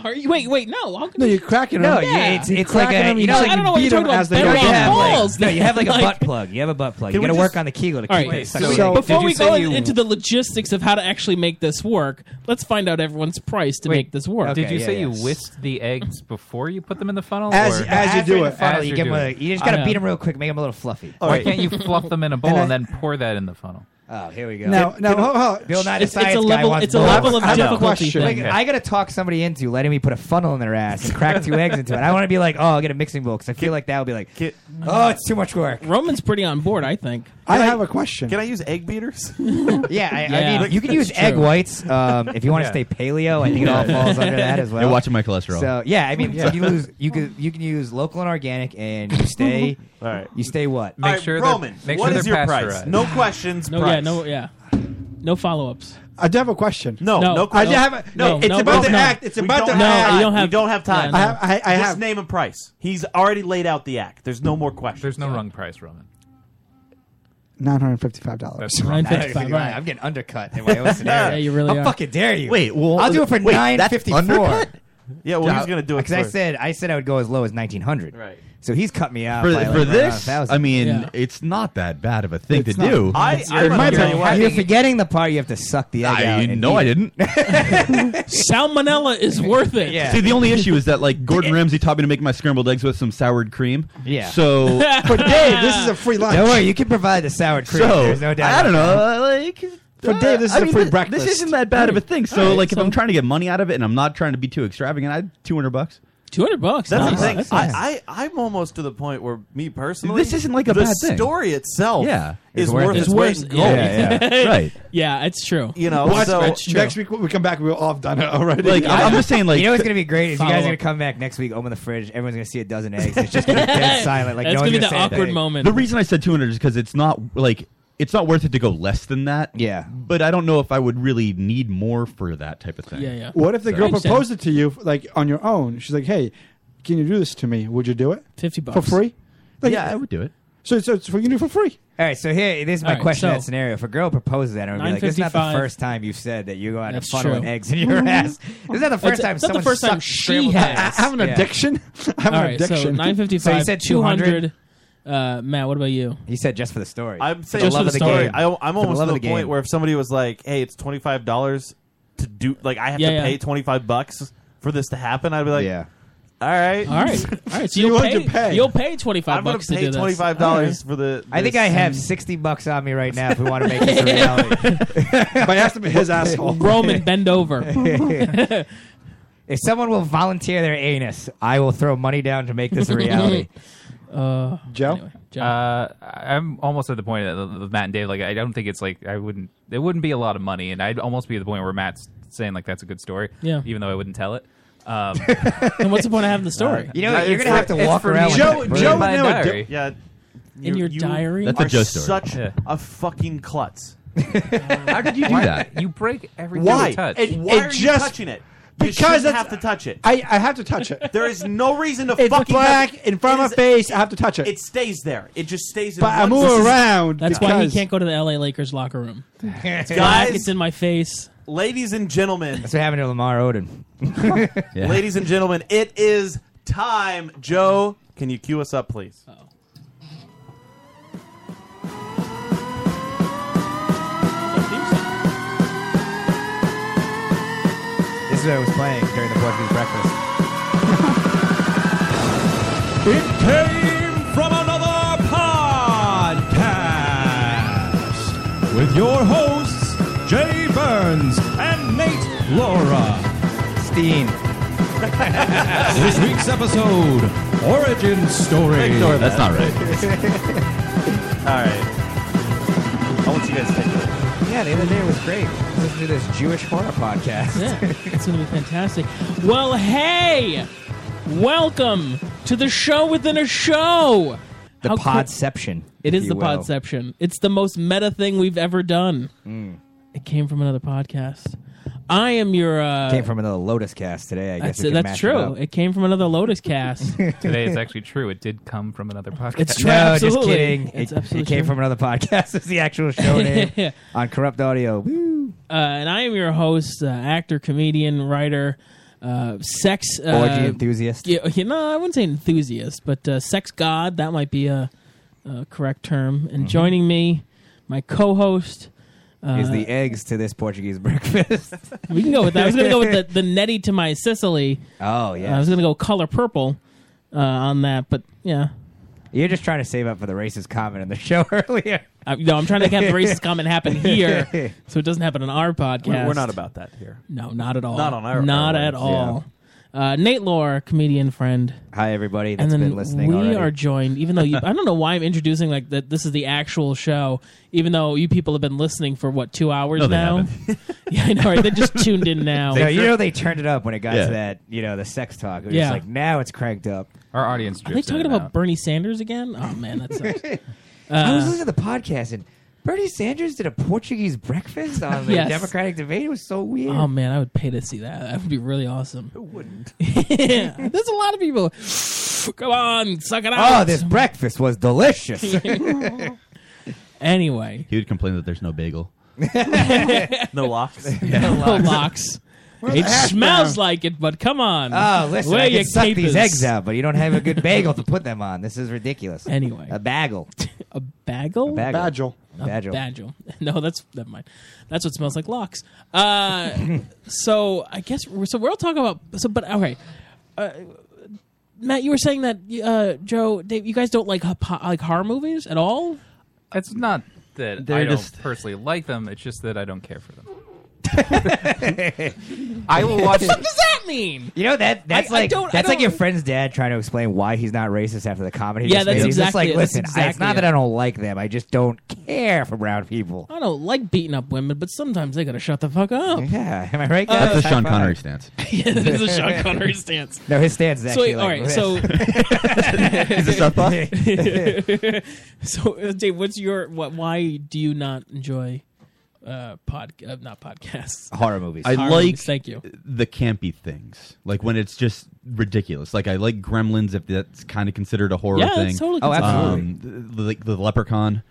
Speaker 11: Are you? Wait, wait, no. How can
Speaker 17: No, you're cracking
Speaker 4: No,
Speaker 17: them.
Speaker 4: you-
Speaker 11: Yeah.
Speaker 4: it's
Speaker 11: You're
Speaker 4: it's like
Speaker 11: cracking
Speaker 4: a
Speaker 11: them,
Speaker 4: you
Speaker 11: you
Speaker 4: know
Speaker 11: just-
Speaker 4: like
Speaker 11: I don't know what you're talking
Speaker 4: as they
Speaker 11: about,
Speaker 4: go
Speaker 11: Benoit
Speaker 4: down.
Speaker 11: balls.
Speaker 4: Like, no, you have like a
Speaker 11: [LAUGHS] Like-
Speaker 4: butt plug. You have a butt plug. You
Speaker 11: Can
Speaker 4: got to
Speaker 11: we
Speaker 4: work
Speaker 11: just-
Speaker 4: on the kegel to keep
Speaker 11: All
Speaker 4: it.
Speaker 11: right.
Speaker 4: sucked
Speaker 11: So,
Speaker 4: in.
Speaker 11: before we go in- into the logistics of how to actually make this work, let's find out everyone's price to make this work.
Speaker 9: Did you say you whisked the eggs before you put them in the funnel?
Speaker 4: As-
Speaker 9: or?
Speaker 4: as you do
Speaker 9: you're
Speaker 4: it. Funnel,
Speaker 9: as
Speaker 4: you
Speaker 9: you're
Speaker 4: give 'em
Speaker 9: doing
Speaker 4: a-
Speaker 9: it?
Speaker 4: you just gotta
Speaker 9: I
Speaker 4: beat
Speaker 9: know.
Speaker 4: 'em real quick, make 'em a little fluffy.
Speaker 9: Why
Speaker 4: All right.
Speaker 9: can't you fluff them in a bowl and,
Speaker 4: And I-
Speaker 9: then pour that in the funnel?
Speaker 4: Oh, here we go.
Speaker 17: Now, now, hold- hold.
Speaker 4: Bill Nye the
Speaker 17: It's- it's a
Speaker 4: Science Guy
Speaker 17: level-
Speaker 4: wants
Speaker 17: it's a
Speaker 4: balls.
Speaker 17: level of
Speaker 4: I have
Speaker 17: difficulty
Speaker 4: question.
Speaker 17: thing.
Speaker 4: Like, I got to talk somebody into letting me put a funnel in their ass and crack two eggs into it. I want to be like, oh, I'll get a mixing bowl because I feel like that would be like, oh, it's too much work.
Speaker 11: Roman's pretty on board, I think.
Speaker 17: I have a question.
Speaker 8: Can I use egg [LAUGHS] beaters?
Speaker 4: Yeah, I, I
Speaker 11: Yeah.
Speaker 4: mean, you can use
Speaker 11: That's
Speaker 4: egg
Speaker 11: true.
Speaker 4: whites um, if you want to
Speaker 11: Yeah.
Speaker 4: stay paleo. I think it all falls under that as well.
Speaker 10: You're watching my cholesterol.
Speaker 4: So yeah, I mean,
Speaker 10: Yeah.
Speaker 4: you lose. You can you can use local and organic, and
Speaker 11: [LAUGHS]
Speaker 4: you stay.
Speaker 8: all right.
Speaker 4: You stay what?
Speaker 8: All right, Roman, What is your price? No questions.
Speaker 11: No,
Speaker 8: price.
Speaker 11: yeah, no, yeah, no follow-ups.
Speaker 17: I do have a question.
Speaker 8: No, no, no
Speaker 17: I
Speaker 8: question.
Speaker 17: do have a, no, it's about
Speaker 8: no.
Speaker 17: the act. It's
Speaker 8: We
Speaker 17: about the
Speaker 8: don't
Speaker 17: act.
Speaker 8: Have, time. We don't have time.
Speaker 17: I have. I, I
Speaker 8: Just
Speaker 17: have.
Speaker 8: name a price. He's already laid out the act. There's no more questions.
Speaker 9: There's no wrong price, Roman.
Speaker 17: Nine hundred fifty-five dollars.
Speaker 4: I'm getting undercut in my
Speaker 11: [LAUGHS]
Speaker 4: own
Speaker 8: [LAUGHS]
Speaker 4: scenario.
Speaker 11: Yeah, you really
Speaker 4: How
Speaker 11: are.
Speaker 4: fucking dare you?
Speaker 10: Wait, well,
Speaker 4: I'll do it for
Speaker 10: wait,
Speaker 4: nine
Speaker 10: that's
Speaker 4: fifty four.
Speaker 10: undercut?
Speaker 8: Yeah, well, he's gonna do it
Speaker 4: because I
Speaker 8: for-
Speaker 4: said I said I would go as low as nineteen hundred. Right. So he's cut me out
Speaker 10: for,
Speaker 4: by, like,
Speaker 10: for
Speaker 4: right around
Speaker 10: this,
Speaker 4: 1,000.
Speaker 10: I mean, it's not that bad of a thing to do.
Speaker 8: I- I
Speaker 4: You're-
Speaker 8: might
Speaker 4: you're-
Speaker 8: tell you what.
Speaker 4: you're forgetting the part you have to suck the egg out.
Speaker 10: I
Speaker 4: and
Speaker 10: no,
Speaker 4: eat
Speaker 10: I
Speaker 4: it.
Speaker 10: didn't.
Speaker 11: Salmonella
Speaker 8: [LAUGHS]
Speaker 11: is worth it.
Speaker 10: See, the only issue is that
Speaker 4: [LAUGHS]
Speaker 10: like Gordon Ramsay taught me to make my scrambled eggs with some soured cream.
Speaker 4: Yeah.
Speaker 10: So
Speaker 17: But Dave, this is a free
Speaker 4: [LAUGHS]
Speaker 17: lunch.
Speaker 4: Don't worry, you can provide the sour cream.
Speaker 10: So,
Speaker 4: There's no doubt.
Speaker 10: I don't
Speaker 4: about
Speaker 7: Uh,
Speaker 10: know. Like,
Speaker 17: But Dave, this is
Speaker 10: I
Speaker 17: a
Speaker 10: mean,
Speaker 17: free
Speaker 10: thi-
Speaker 17: breakfast.
Speaker 10: This isn't that bad of a thing. So,
Speaker 17: Alright,
Speaker 10: like, if
Speaker 17: so-
Speaker 10: I'm trying to get money out of it and I'm not trying to be too extravagant, I two hundred bucks.
Speaker 11: Two hundred bucks.
Speaker 8: That's
Speaker 11: nice.
Speaker 8: the thing.
Speaker 11: That's nice.
Speaker 8: I, I, I'm almost to the point where me personally,
Speaker 10: This isn't like a
Speaker 8: the
Speaker 10: bad thing.
Speaker 8: story itself.
Speaker 10: Yeah.
Speaker 8: is
Speaker 10: It's
Speaker 8: worth,
Speaker 10: worth
Speaker 8: its,
Speaker 10: it.
Speaker 8: weight in gold. [LAUGHS]
Speaker 11: [LAUGHS]
Speaker 10: Right.
Speaker 11: Yeah, it's true.
Speaker 8: You know,
Speaker 20: Watch
Speaker 8: so
Speaker 20: it. next week we come back. We'll all have
Speaker 17: [LAUGHS]
Speaker 20: done it already.
Speaker 10: Like, I'm, I'm just saying, like,
Speaker 4: you know what's gonna be great is you guys are
Speaker 10: Follow
Speaker 4: gonna
Speaker 10: up.
Speaker 4: come back next week, open the fridge, everyone's gonna see a dozen eggs. It's just gonna be dead
Speaker 11: [LAUGHS]
Speaker 4: silent. Like
Speaker 11: That's
Speaker 4: no
Speaker 11: gonna
Speaker 4: one's
Speaker 11: be the
Speaker 4: gonna say a
Speaker 11: awkward
Speaker 4: thing.
Speaker 11: moment.
Speaker 10: The reason I said 200 is because it's not like it's not worth it to go less than that.
Speaker 4: Yeah.
Speaker 10: But I don't know if I would really need more for that type of thing.
Speaker 17: What if the
Speaker 10: So-
Speaker 17: girl proposed it to you, like on your own? She's like, "Hey, can you do this to me? Would you do it?
Speaker 11: Fifty
Speaker 17: for
Speaker 11: bucks.
Speaker 17: free? Like,
Speaker 10: yeah, I would do it.
Speaker 17: So, so it's what you do for free.
Speaker 4: All right, so here, this is my
Speaker 17: All right,
Speaker 4: question.
Speaker 17: so-
Speaker 4: in that scenario: If a girl proposes that, I'm gonna be like, "This is not the
Speaker 11: 9:55.
Speaker 4: first time you've said that you're going to
Speaker 11: That's
Speaker 4: funnel
Speaker 11: true.
Speaker 4: eggs in your ass. This is not the
Speaker 11: It's-
Speaker 4: first time
Speaker 11: it's not the
Speaker 4: someone
Speaker 11: first time
Speaker 4: sucked
Speaker 11: she
Speaker 4: scrambled
Speaker 11: has.
Speaker 4: eggs."
Speaker 11: I have an
Speaker 17: [LAUGHS]
Speaker 11: addiction. I have an All right, so addiction. 955,
Speaker 4: So you said 200.
Speaker 11: 200. Uh, Matt, what about you?
Speaker 4: He said just for the story.
Speaker 8: I'm
Speaker 11: For
Speaker 8: saying
Speaker 11: the love of the
Speaker 8: story.
Speaker 11: game.
Speaker 8: I,
Speaker 11: For
Speaker 8: I'm
Speaker 11: the
Speaker 8: almost
Speaker 11: love
Speaker 8: to the
Speaker 11: of the
Speaker 8: point
Speaker 11: game.
Speaker 8: where if somebody was like, "Hey, it's twenty five dollars to do," like I have
Speaker 11: Yeah,
Speaker 8: to
Speaker 11: yeah.
Speaker 8: pay twenty five bucks for this to happen, I'd be like,
Speaker 4: "Yeah,
Speaker 8: all right,
Speaker 11: All
Speaker 8: [LAUGHS]
Speaker 11: right, all right. So
Speaker 17: [LAUGHS]
Speaker 11: you'll pay, You'll pay twenty five
Speaker 8: I'm gonna
Speaker 11: bucks
Speaker 8: pay
Speaker 11: to do this.
Speaker 8: $25
Speaker 11: All right.
Speaker 8: for the.
Speaker 4: I think I have sixty bucks on me right now. If we want to make this a reality, but it has to be his asshole.
Speaker 11: Roman, bend over.
Speaker 4: if someone will volunteer their anus, I will throw money down to make this a reality.
Speaker 11: uh,
Speaker 4: Joe,
Speaker 9: Uh, I'm almost at the point of of Matt and Dave. Like, I don't think it's like I wouldn't. It wouldn't be a lot of money, and I'd almost be at the point where Matt's saying like that's a good story.
Speaker 11: Yeah.
Speaker 9: Even though I wouldn't tell it.
Speaker 11: [LAUGHS]
Speaker 9: Um,
Speaker 11: And what's the point of having the story?
Speaker 9: You know, Uh, you're it's gonna for- have to it's walk for around me. with
Speaker 8: Joe,
Speaker 9: it. Put it
Speaker 8: Joe,
Speaker 9: in my
Speaker 8: no,
Speaker 9: diary.
Speaker 8: d- yeah,
Speaker 11: In your diary?
Speaker 10: That's a
Speaker 8: are
Speaker 10: Joe story.
Speaker 8: Such a fucking
Speaker 17: [LAUGHS]
Speaker 8: klutz.
Speaker 9: How did you do that? You break everything
Speaker 8: Why?
Speaker 9: you touch.
Speaker 8: And why are you touching it? You
Speaker 17: Because
Speaker 8: shouldn't
Speaker 17: that's-
Speaker 8: have to touch it.
Speaker 17: I, I have to touch it.
Speaker 8: There is no reason to
Speaker 17: It's
Speaker 8: fucking
Speaker 17: black
Speaker 8: touch it.
Speaker 17: in front of
Speaker 8: It
Speaker 17: my
Speaker 8: is-
Speaker 17: face. I have to touch it.
Speaker 8: It stays there. It just stays. in
Speaker 17: But I
Speaker 8: one-
Speaker 17: move
Speaker 8: This is-
Speaker 17: around
Speaker 11: That's why he
Speaker 17: because-
Speaker 11: can't go to the L.A. Lakers
Speaker 8: [LAUGHS]
Speaker 11: locker room. It's black,
Speaker 8: Guys,
Speaker 11: it's in my face.
Speaker 8: ladies and gentlemen,
Speaker 4: That's what happened to Lamar Odom.
Speaker 8: ladies and gentlemen, it is time. Joe, can you cue us up, please?
Speaker 4: This is what I was playing during the Portuguese breakfast.
Speaker 7: It came from another podcast with your hosts, Jay Burns and Nate Laura.
Speaker 4: Steen.
Speaker 7: [LAUGHS] this week's episode Origin Story.
Speaker 8: Ignore that.
Speaker 7: right.
Speaker 4: [LAUGHS]
Speaker 8: All right. I want you guys to take it.
Speaker 4: Yeah, the other day was great. Listen to this Jewish horror podcast.
Speaker 11: Yeah, it's going to be fantastic. Well, hey, welcome to the show within a show.
Speaker 4: The
Speaker 11: How could-
Speaker 4: podception.
Speaker 11: It
Speaker 4: if
Speaker 11: is
Speaker 4: you
Speaker 11: the
Speaker 4: will.
Speaker 11: podception. It's the most meta thing we've ever done.
Speaker 4: Mm.
Speaker 11: It came from another podcast. I am your. Uh,
Speaker 4: Came from another Lotus cast today. I guess
Speaker 11: that's
Speaker 4: we can
Speaker 11: that's
Speaker 4: match it
Speaker 11: true.
Speaker 4: up.
Speaker 11: It, came from another Lotus
Speaker 4: [LAUGHS]
Speaker 11: cast.
Speaker 9: Today it's actually true. It did come from
Speaker 11: [LAUGHS]
Speaker 9: another podcast.
Speaker 11: It's true.
Speaker 4: No, just
Speaker 11: Absolutely.
Speaker 4: kidding.
Speaker 11: It's
Speaker 4: it,
Speaker 11: absolutely
Speaker 4: it came
Speaker 11: true.
Speaker 4: from another podcast. [LAUGHS] It's the actual
Speaker 11: [LAUGHS]
Speaker 4: show name on Corrupt Audio. Woo.
Speaker 11: uh, and I am your host, uh, actor, comedian, writer, uh, sex uh,
Speaker 4: Orgy enthusiast?
Speaker 11: Yeah, okay, no, I wouldn't say enthusiast, but uh, sex god. That might be a, a correct term. And
Speaker 4: Mhm.
Speaker 11: joining me, my co-host uh,
Speaker 4: is the eggs to this Portuguese [LAUGHS] breakfast?
Speaker 11: We can go with that. I was going to go with
Speaker 4: [LAUGHS]
Speaker 11: the, the Nettie to my Sicily. Uh,
Speaker 4: Oh yeah.
Speaker 11: I was going to go color purple uh, on that, but yeah.
Speaker 4: You're just trying to save up for the racist comment in the show [LAUGHS] earlier.
Speaker 11: I, no, I'm trying to have
Speaker 8: [LAUGHS]
Speaker 11: the racist comment happen
Speaker 4: [LAUGHS]
Speaker 11: here, so it doesn't happen on our podcast.
Speaker 8: We're, we're not about that here.
Speaker 11: No, not at all.
Speaker 8: Not on our.
Speaker 11: Not
Speaker 8: our
Speaker 11: at
Speaker 8: waves.
Speaker 11: all. Uh, Nate Lore, comedian friend.
Speaker 4: Hi everybody
Speaker 11: and
Speaker 4: that's
Speaker 11: then
Speaker 4: been listening
Speaker 11: we
Speaker 4: already.
Speaker 11: are joined, even though
Speaker 4: [LAUGHS]
Speaker 11: you, I don't know why I'm introducing like that. This is the actual show, even though you people have been listening for what two hours
Speaker 4: No, they
Speaker 11: now. [LAUGHS] yeah, I know. Right? They just
Speaker 8: [LAUGHS]
Speaker 11: tuned in now.
Speaker 4: no, you know they turned it up when it got
Speaker 11: Yeah.
Speaker 4: to that, you know, the sex talk. It was
Speaker 11: Yeah.
Speaker 4: like now it's cranked up.
Speaker 9: Our audience
Speaker 11: Are they talking about Bernie Sanders again? Oh man, that sucks.
Speaker 8: [LAUGHS]
Speaker 4: I was
Speaker 11: Uh,
Speaker 4: listening to the podcast and Bernie Sanders did a Portuguese breakfast on
Speaker 11: [LAUGHS]
Speaker 4: the
Speaker 11: Yes.
Speaker 4: Democratic debate. It was so weird.
Speaker 11: Oh man, I would pay to see that. That would be really awesome. Who wouldn't? [LAUGHS] yeah, there's a lot of people. [SIGHS] Come on, suck it out.
Speaker 4: Oh, this breakfast [LAUGHS] was delicious.
Speaker 11: [LAUGHS] anyway,
Speaker 10: he would complain that there's no
Speaker 4: [LAUGHS]
Speaker 10: bagel. [LAUGHS]
Speaker 8: no locks.
Speaker 11: [LAUGHS] no
Speaker 10: [LAUGHS]
Speaker 11: locks. It smells like it, but come on.
Speaker 4: Oh, listen,
Speaker 11: Wear
Speaker 4: I can
Speaker 11: your
Speaker 4: suck
Speaker 11: capers.
Speaker 4: these eggs out, but you don't have a good bagel to put them on. This is ridiculous.
Speaker 11: Anyway.
Speaker 4: A bagel.
Speaker 11: [LAUGHS] a bagel?
Speaker 4: A bagel.
Speaker 11: A
Speaker 4: Bagel.
Speaker 11: bagel. [LAUGHS] No, that's never mind. That's what smells like locks.
Speaker 4: [LAUGHS]
Speaker 11: Uh, so I guess we're, so. We're all talking about so, but okay. Uh, Matt, you were saying that uh, Joe, Dave, you guys don't like ho- like horror movies at all.
Speaker 9: It's not that I
Speaker 11: They're
Speaker 9: don't
Speaker 11: just-
Speaker 9: personally like them. It's just that I don't care for [LAUGHS] them. I will watch.
Speaker 11: What the fuck does that mean?
Speaker 4: You know that that's
Speaker 11: I- I
Speaker 4: like
Speaker 11: don't- I
Speaker 4: that's like your
Speaker 11: don't-
Speaker 4: friend's dad trying to explain why he's not racist after the comedy.
Speaker 11: Yeah,
Speaker 4: just
Speaker 11: that's
Speaker 4: made. He's
Speaker 11: exactly it.
Speaker 4: just like,
Speaker 11: That's
Speaker 4: listen, I- it's
Speaker 11: exactly
Speaker 4: not that
Speaker 11: it.
Speaker 4: I don't like them. I just don't care for brown people.
Speaker 11: I don't like beating up women, but sometimes they gotta shut the fuck up.
Speaker 4: Yeah, [LAUGHS] am I right?
Speaker 11: Uh,
Speaker 4: guys?
Speaker 10: That's a Sean
Speaker 4: High five.
Speaker 10: Connery stance.
Speaker 11: [LAUGHS] yeah, this is Sean Connery stance.
Speaker 4: No, his stance is
Speaker 11: So,
Speaker 4: actually
Speaker 11: all
Speaker 4: like
Speaker 11: right,
Speaker 4: this.
Speaker 11: so
Speaker 4: [LAUGHS] Is this up, huh?
Speaker 11: [LAUGHS] so, uh, Dave, what's your what? Why do you not enjoy uh, pod, uh, not podcasts,
Speaker 4: Horror movies.
Speaker 10: I
Speaker 11: Horror
Speaker 10: like
Speaker 11: movies, Thank you.
Speaker 10: the campy things, like when it's just ridiculous. Like I like Gremlins if that's kind of considered a horror
Speaker 11: Yeah,
Speaker 10: thing.
Speaker 11: that's totally Oh, considered. absolutely.
Speaker 10: Um, th- th- like the Leprechaun.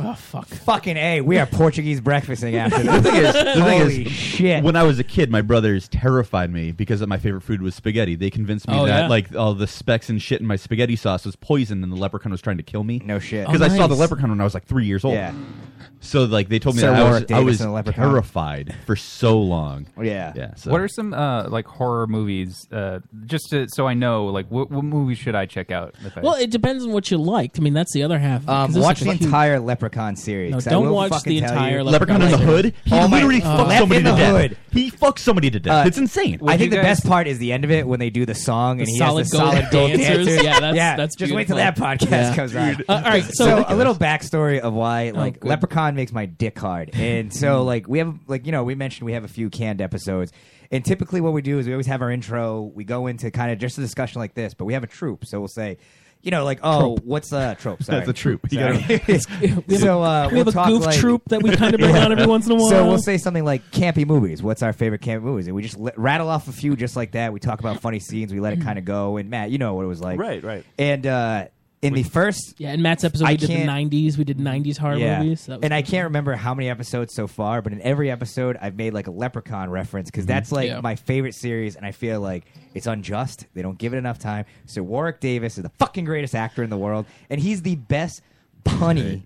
Speaker 11: Oh fuck!
Speaker 4: Fucking a. We are Portuguese breakfasting after
Speaker 10: the
Speaker 4: this.
Speaker 10: thing is, the thing
Speaker 11: [LAUGHS]
Speaker 4: Holy
Speaker 10: is,
Speaker 4: shit!
Speaker 10: When I was a kid, my brothers terrified me because my favorite food was spaghetti. They convinced me
Speaker 4: Oh,
Speaker 10: that
Speaker 4: yeah.
Speaker 10: like all the specks and shit in my spaghetti sauce was poison, and the leprechaun was trying to kill me. No
Speaker 4: shit.
Speaker 10: because
Speaker 4: Oh,
Speaker 10: I saw the
Speaker 4: nice.
Speaker 10: leprechaun when I was like three years old.
Speaker 4: Yeah.
Speaker 10: So like they told me
Speaker 4: Sir
Speaker 10: that I was,
Speaker 4: Warwick
Speaker 10: I
Speaker 4: Davis
Speaker 10: was
Speaker 4: and the leprechaun.
Speaker 10: terrified for so long.
Speaker 4: Yeah.
Speaker 10: yeah. So.
Speaker 9: What are some uh, like horror movies? Uh, just to, so I know, like what, what movie should I check out? If I,
Speaker 11: Well,
Speaker 9: [LAUGHS]
Speaker 11: it depends on what you liked. I mean, that's the other half. of it, 'cause
Speaker 4: Um,
Speaker 11: there's
Speaker 4: watch
Speaker 11: such a
Speaker 4: the
Speaker 11: huge-
Speaker 4: entire Leprechaun series.
Speaker 11: No,
Speaker 4: 'cause I
Speaker 11: don't
Speaker 4: will
Speaker 11: watch
Speaker 4: fucking
Speaker 11: the
Speaker 4: tell
Speaker 11: entire
Speaker 4: you.
Speaker 11: Leprechaun in the Hood?
Speaker 10: He
Speaker 4: Oh my-
Speaker 10: literally fucked
Speaker 4: Lep
Speaker 10: somebody
Speaker 4: in
Speaker 10: to
Speaker 4: the
Speaker 10: death.
Speaker 4: Hood.
Speaker 10: He fucked somebody to death.
Speaker 4: Uh,
Speaker 10: it's insane.
Speaker 4: I think the best part is the end of it when they do the song and
Speaker 11: The
Speaker 4: he
Speaker 11: solid
Speaker 4: has the
Speaker 11: gold
Speaker 4: solid gold
Speaker 11: dancers.
Speaker 4: dancers.
Speaker 11: Yeah, that's- that's
Speaker 4: just wait till that
Speaker 11: beautiful.
Speaker 4: podcast
Speaker 11: Yeah.
Speaker 4: comes on.
Speaker 11: Dude. Uh, all right, so-
Speaker 4: a little backstory of why like
Speaker 11: Oh, good. Mm.
Speaker 4: Leprechaun makes my dick hard, and so like we have like you know we mentioned we have a few canned episodes, and typically what we do is we always have our intro. We go into kind of just a discussion like this, but we have a troop, so we'll say. You know, like, oh,
Speaker 11: Trope.
Speaker 4: what's uh,
Speaker 11: [LAUGHS]
Speaker 4: trope? Sorry.
Speaker 10: That's a troop. You
Speaker 4: Sorry.
Speaker 11: We have
Speaker 4: [LAUGHS] so
Speaker 11: a-
Speaker 4: uh,
Speaker 11: we
Speaker 4: we'll
Speaker 11: have a
Speaker 4: talk
Speaker 11: goof
Speaker 4: like-
Speaker 11: troop that we kind of bring on every once in a
Speaker 4: [LAUGHS] So
Speaker 11: while.
Speaker 4: we'll say something like campy movies. What's our favorite campy movies? And we just let, rattle off a few just like that. We talk about funny scenes. We let it kind of go. And Matt, you know what it was like,
Speaker 8: Right, right.
Speaker 4: And uh, in the first,
Speaker 11: Yeah, in Matt's episode,
Speaker 4: I
Speaker 11: we did the
Speaker 4: can't-
Speaker 11: '90s. We did '90s horror
Speaker 4: yeah.
Speaker 11: movies. That was
Speaker 4: and I can't remember how many episodes so far, but in every episode, I've made like a Leprechaun reference
Speaker 8: Mm-hmm.
Speaker 4: because that's like
Speaker 11: Yeah.
Speaker 4: my favorite series, and I feel like it's unjust. They don't give it enough time. So Warwick Davis is the fucking greatest actor in the world, and he's the best punny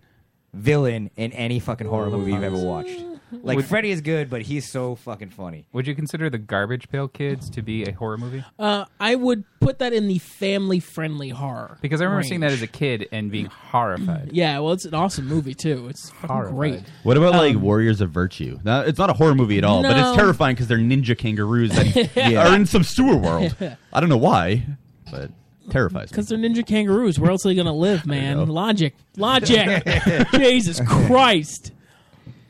Speaker 4: villain in any fucking horror movie you've ever watched. Like
Speaker 9: Would-
Speaker 4: Freddy is good, but he's so fucking funny.
Speaker 9: Would you consider the Garbage Pail Kids to be a horror movie?
Speaker 11: Uh, I would put that in the family-friendly horror
Speaker 9: Because I remember seeing that
Speaker 11: range.
Speaker 9: as a kid and being
Speaker 4: [CLEARS THROAT]
Speaker 9: horrified.
Speaker 11: Yeah, well, it's an awesome movie too. It's fucking
Speaker 9: Horrified.
Speaker 11: great.
Speaker 10: What about like Warriors of Virtue? Now, it's not a horror movie at all, but
Speaker 11: Um, No.
Speaker 10: it's terrifying because they're ninja kangaroos that
Speaker 11: [LAUGHS] Yeah.
Speaker 10: are in some sewer
Speaker 11: [LAUGHS]
Speaker 10: world. I don't know why, but terrifies me.
Speaker 11: Because they're ninja kangaroos. Where else are they gonna live, man? Logic, logic. Jesus Christ!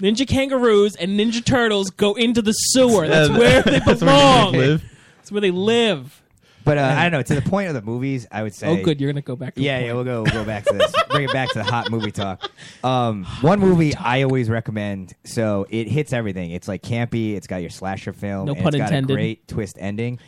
Speaker 11: Ninja kangaroos and ninja turtles go into the sewer. That's
Speaker 4: Yeah,
Speaker 11: where they
Speaker 4: that's where they
Speaker 11: belong.
Speaker 4: live.
Speaker 11: That's where they live.
Speaker 4: But uh, I don't know. To the point of the movies, I would say.
Speaker 11: Oh, good, you're gonna go back to the
Speaker 4: yeah, yeah.
Speaker 11: point.
Speaker 4: We'll go. We'll go back to this. Bring it back to the hot movie talk. Um, one movie I always recommend. So it hits everything. It's like campy. It's got your slasher film.
Speaker 11: No
Speaker 4: and
Speaker 11: pun
Speaker 4: it's got
Speaker 11: intended.
Speaker 4: A great twist ending.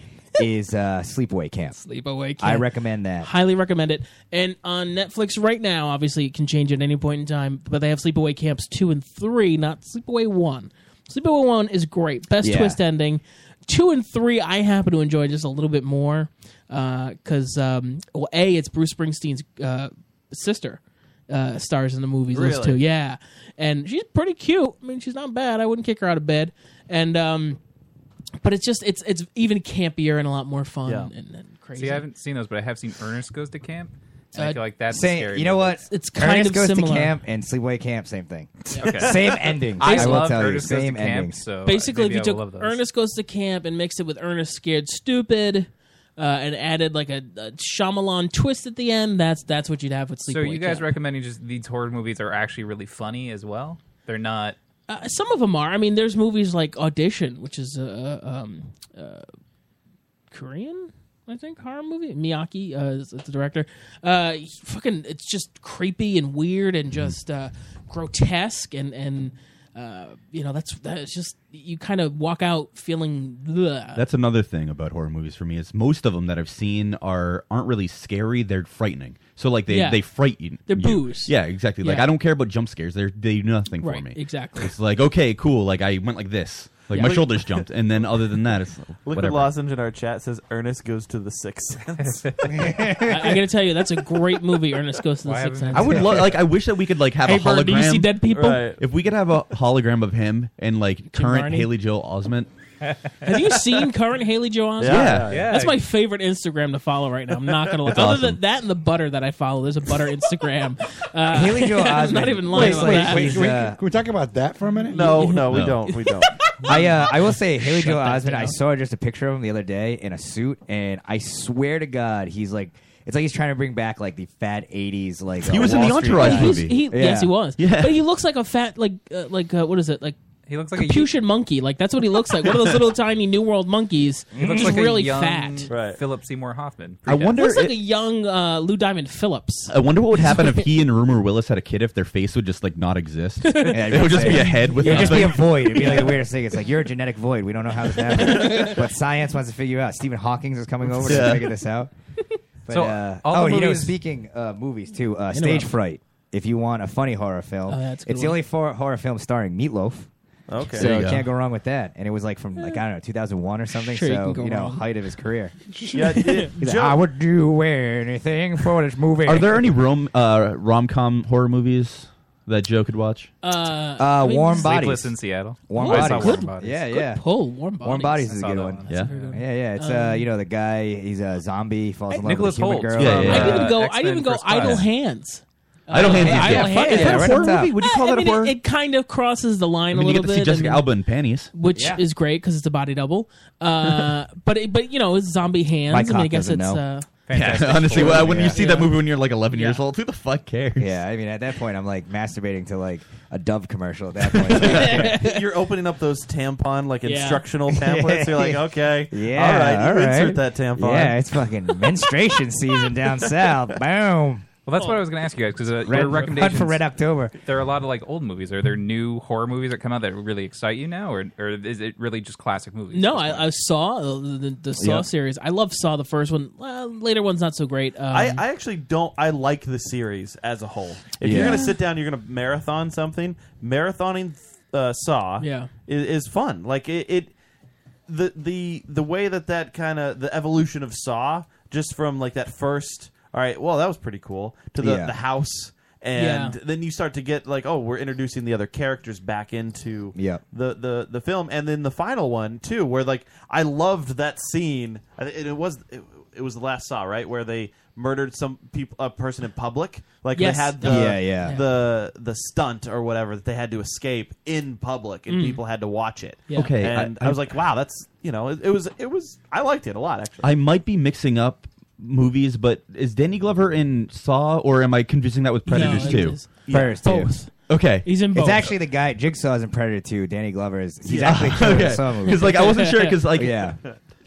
Speaker 4: is uh, Sleepaway Camp.
Speaker 11: Sleepaway
Speaker 4: I
Speaker 11: Camp.
Speaker 4: recommend that.
Speaker 11: Highly recommend it. And on Netflix right now, obviously it can change at any point in time, but they have Sleepaway Camps 2 and 3, not Sleepaway 1. Sleepaway 1 is great. Best
Speaker 7: Yeah.
Speaker 11: twist ending. 2 and 3 I happen to enjoy just a little bit more because, um, well, A, it's Bruce Springsteen's uh, sister. Uh, stars in the movies, those
Speaker 7: Really?
Speaker 11: two, yeah, and she's pretty cute. I mean, she's not bad. I wouldn't kick her out of bed, and um, but it's just it's it's even campier and a lot more fun.
Speaker 9: Yeah.
Speaker 11: And, and crazy.
Speaker 9: See, I haven't seen those, but I have seen Ernest Goes to Camp. And I
Speaker 11: Uh,
Speaker 9: feel like that's
Speaker 4: Same-
Speaker 9: scary.
Speaker 4: you know
Speaker 9: movie.
Speaker 4: what? Ernest goes to camp and Sleepaway Camp. Same thing.
Speaker 9: Okay.
Speaker 4: same ending.
Speaker 9: I
Speaker 4: will
Speaker 9: love
Speaker 4: tell
Speaker 9: Ernest
Speaker 4: you.
Speaker 9: Goes to
Speaker 4: Same
Speaker 9: Camp,
Speaker 4: ending.
Speaker 9: so- uh,
Speaker 11: Basically, if
Speaker 9: maybe
Speaker 11: you
Speaker 9: I will love
Speaker 11: took
Speaker 9: those.
Speaker 11: Ernest Goes to Camp and mixed it with Ernest Scared Stupid, uh, and added like a, a Shyamalan twist at the end, that's that's what you'd have with Sleepaway
Speaker 9: So you guys
Speaker 11: Camp.
Speaker 9: recommending just these horror movies are actually really funny as well? They're not.
Speaker 11: Uh, some of them are. I mean, there's movies like Audition, which is a, a um, uh, Korean, I think, horror movie. Miyaki uh, is the director. Uh, he fucking, it's just creepy and weird and just uh, grotesque and and uh, you know that's that's just you kind of walk out feeling. Bleh.
Speaker 10: That's another thing about horror movies for me is most of them that I've seen are aren't really scary. They're frightening. So like they
Speaker 11: Yeah.
Speaker 10: they frighten.
Speaker 11: They're
Speaker 10: you.
Speaker 11: boos.
Speaker 10: Yeah, exactly. Like
Speaker 11: Yeah.
Speaker 10: I don't care about jump scares. They're they do nothing
Speaker 11: Right,
Speaker 10: for me.
Speaker 11: exactly.
Speaker 10: It's like okay, cool. Like I went like this. Like
Speaker 8: Yeah.
Speaker 10: my
Speaker 8: Look-
Speaker 10: shoulders jumped, and then other than that, it's
Speaker 8: Liquid
Speaker 10: whatever.
Speaker 8: Lozenge in our chat says Ernest goes to the Sixth
Speaker 4: [LAUGHS]
Speaker 8: Sense.
Speaker 11: I, I gotta tell you, that's a great movie. Ernest Goes to the Sixth Sense.
Speaker 10: I would love, like, I wish that we could like have
Speaker 11: Hey,
Speaker 10: a
Speaker 11: Vern,
Speaker 10: hologram.
Speaker 11: do you see dead people? Right.
Speaker 10: If we could have a hologram of him and like current
Speaker 11: Barney?
Speaker 10: Haley Joel Osment.
Speaker 11: [LAUGHS] Have you seen current Haley Joel Osment?
Speaker 10: Yeah. Yeah.
Speaker 11: That's my favorite Instagram to follow right now. I'm not gonna lie.
Speaker 10: That's
Speaker 11: Other
Speaker 10: awesome.
Speaker 11: than that and the butter that I follow, there's a butter Instagram. Uh,
Speaker 4: [LAUGHS] Haley Joel
Speaker 11: [LAUGHS] I'm not
Speaker 4: Osment.
Speaker 11: even lying
Speaker 4: Wait,
Speaker 11: about
Speaker 4: wait,
Speaker 11: that.
Speaker 4: wait, He's, wait. uh,
Speaker 17: Can we talk about that for a minute?
Speaker 8: No, no, we [LAUGHS]
Speaker 4: No.
Speaker 8: don't.
Speaker 11: [LAUGHS]
Speaker 8: We don't.
Speaker 4: I uh, I will say Haley
Speaker 8: Shut
Speaker 4: Joel
Speaker 8: that
Speaker 4: Osment. I
Speaker 8: down.
Speaker 4: saw just a picture of him the other day in a suit, and I swear to God, he's like it's like he's trying to bring back like the fat '80s like
Speaker 10: He
Speaker 4: uh,
Speaker 10: was in
Speaker 4: Wall
Speaker 10: the
Speaker 4: Street
Speaker 10: Entourage
Speaker 4: guy.
Speaker 10: movie.
Speaker 11: He, Yes, he was. But he looks like a fat, like, uh, like uh, what is it, like
Speaker 9: He looks like a
Speaker 11: Capuchin monkey. Like that's what he looks like. One of those little tiny New World monkeys.
Speaker 9: He looks
Speaker 11: just
Speaker 9: like
Speaker 11: really
Speaker 9: a young
Speaker 11: fat.
Speaker 9: Philip Seymour Hoffman.
Speaker 10: I wonder
Speaker 11: Looks like
Speaker 10: if-
Speaker 11: a young uh, Lou Diamond Phillips.
Speaker 10: I wonder what would happen
Speaker 11: [LAUGHS]
Speaker 10: if he and Rumor Willis had a kid if their face would just like not exist.
Speaker 11: Yeah,
Speaker 10: it would just be a head with
Speaker 4: It'd just be
Speaker 10: nothing.
Speaker 4: a void. It'd be like
Speaker 16: [LAUGHS]
Speaker 4: the weirdest thing. It's like you're a genetic void. We don't know how this happened, but science wants to figure out. Stephen Hawking is coming over
Speaker 10: Yeah.
Speaker 4: to figure
Speaker 16: [LAUGHS]
Speaker 4: this out. But,
Speaker 16: So,
Speaker 4: uh,
Speaker 16: all the
Speaker 4: oh, you know,
Speaker 16: movies-
Speaker 4: speaking of movies too, uh,
Speaker 16: Interrupt.
Speaker 4: Stage Fright. If you want a funny horror film,
Speaker 16: Oh, that's a good
Speaker 4: it's the
Speaker 16: one.
Speaker 4: only for- horror film starring Meatloaf.
Speaker 16: Okay.
Speaker 4: so
Speaker 16: There you
Speaker 4: you
Speaker 16: go.
Speaker 4: can't go wrong with that. And it was like from like I don't know 2001 or something.
Speaker 16: Sure you
Speaker 4: so
Speaker 16: can
Speaker 4: you,
Speaker 16: go
Speaker 4: know,
Speaker 16: wrong.
Speaker 4: height of his career.
Speaker 16: [LAUGHS] Yeah, it-
Speaker 4: He's like,
Speaker 16: Joe-
Speaker 4: I would do anything for this movie.
Speaker 10: [LAUGHS] Are there any rom uh, rom com horror movies that Joe could watch?
Speaker 11: Uh,
Speaker 4: Uh, warm bodies.
Speaker 9: Sleepless in Seattle.
Speaker 4: Warm
Speaker 9: Oh, I saw
Speaker 4: bodies.
Speaker 9: Warm Bodies.
Speaker 4: Yeah,
Speaker 9: Good
Speaker 4: yeah.
Speaker 11: pull, Warm
Speaker 4: Warm
Speaker 11: Bodies.
Speaker 4: bodies is
Speaker 11: I
Speaker 4: a
Speaker 11: saw
Speaker 4: good
Speaker 11: that
Speaker 4: one.
Speaker 11: one. That's
Speaker 4: Yeah.
Speaker 11: a good one.
Speaker 4: yeah, yeah. It's uh,
Speaker 11: Um,
Speaker 4: you know, the guy. He's a zombie. Falls in love
Speaker 11: Nicholas
Speaker 4: with a human
Speaker 11: Holt.
Speaker 4: girl. uh,
Speaker 10: Yeah, yeah.
Speaker 11: I didn't go. I
Speaker 10: X-Men
Speaker 11: didn't go.
Speaker 10: First
Speaker 11: Idle
Speaker 10: Class.
Speaker 11: Hands. Uh,
Speaker 10: Idle Hands is-
Speaker 11: Idle
Speaker 10: yeah, fuck, is
Speaker 11: Hands.
Speaker 10: that a Yeah, right horror up top. movie? Would you
Speaker 11: I-
Speaker 10: call
Speaker 11: I
Speaker 10: that a
Speaker 11: mean, it-
Speaker 10: horror?
Speaker 11: It, kind of crosses the line
Speaker 10: I mean,
Speaker 11: a
Speaker 10: you
Speaker 11: little
Speaker 10: get to see
Speaker 11: bit,
Speaker 10: Jessica
Speaker 11: and-
Speaker 10: Alba in panties,
Speaker 11: which is great because it's a body double.
Speaker 10: [LAUGHS]
Speaker 11: Uh, but it, but you know, it's zombie hands.
Speaker 10: My
Speaker 11: I mean, I
Speaker 10: cock
Speaker 11: guess
Speaker 10: doesn't
Speaker 11: it's.
Speaker 10: know.
Speaker 11: Uh,
Speaker 10: [LAUGHS] Yeah, honestly, why wouldn't you see that
Speaker 11: Yeah.
Speaker 10: movie when you're like 11 years old? Who the fuck cares?
Speaker 4: Yeah, I mean, at that point, I'm like masturbating to like a Dove commercial. At that
Speaker 11: [LAUGHS]
Speaker 4: point, [LAUGHS]
Speaker 8: You're opening up those tampon like
Speaker 4: Yeah.
Speaker 8: instructional pamphlets. You're
Speaker 4: [LAUGHS]
Speaker 8: like, okay,
Speaker 4: yeah,
Speaker 8: all right,
Speaker 4: all
Speaker 8: you insert
Speaker 4: right.
Speaker 8: that tampon.
Speaker 4: Yeah, it's fucking menstruation season
Speaker 10: [LAUGHS]
Speaker 4: down south. Boom.
Speaker 9: Well, that's what I was going to ask you guys because uh,
Speaker 4: Red-
Speaker 9: your recommendations
Speaker 4: Hunt for Red October.
Speaker 9: There are a lot of like old movies. Are there new horror movies that come out that really excite you now, or or is it really just classic movies?
Speaker 11: No,
Speaker 10: [LAUGHS]
Speaker 11: I, I saw uh, the, the, the Saw
Speaker 9: Yeah.
Speaker 11: series. I love Saw the first one. Uh, later one's not so great. Um,
Speaker 8: I, I actually don't. I like the series as a whole. If you're
Speaker 11: Yeah.
Speaker 8: gonna sit down, you're gonna marathon something. Marathoning uh, Saw,
Speaker 11: Yeah.
Speaker 8: is, is fun. Like it, it, the the the way that that kind of the evolution of Saw, just from like that first. All right, well that was pretty cool. To the
Speaker 4: Yeah.
Speaker 8: the house. And
Speaker 4: Yeah.
Speaker 8: then you start to get like, oh, we're introducing the other characters back into
Speaker 4: Yeah.
Speaker 8: the, the the film, and then the final one too, where like I loved that scene. I thi- It, it was it, it was the last saw right where they murdered some people a person in public. Like
Speaker 4: Yes.
Speaker 8: they had the
Speaker 4: Yeah, yeah.
Speaker 8: the the stunt or whatever that they had to escape in public, and
Speaker 10: Mm.
Speaker 8: people had to watch it.
Speaker 10: Yeah. Okay,
Speaker 8: and I,
Speaker 10: I-
Speaker 8: was like, wow, that's you know, it, it was it was I liked it a lot actually.
Speaker 10: I might be mixing up movies, but is Danny Glover in Saw, or am I confusing that with Predators
Speaker 4: he
Speaker 10: too?
Speaker 4: is. Predators Yeah. 2. Both.
Speaker 10: Okay,
Speaker 4: It's actually the guy Jigsaw's in Predator 2. Danny Glover is. He's
Speaker 10: Yeah. [LAUGHS]
Speaker 4: actually killing
Speaker 10: Okay.
Speaker 4: Saw movie.
Speaker 10: Because like I wasn't sure because like [LAUGHS]
Speaker 4: yeah.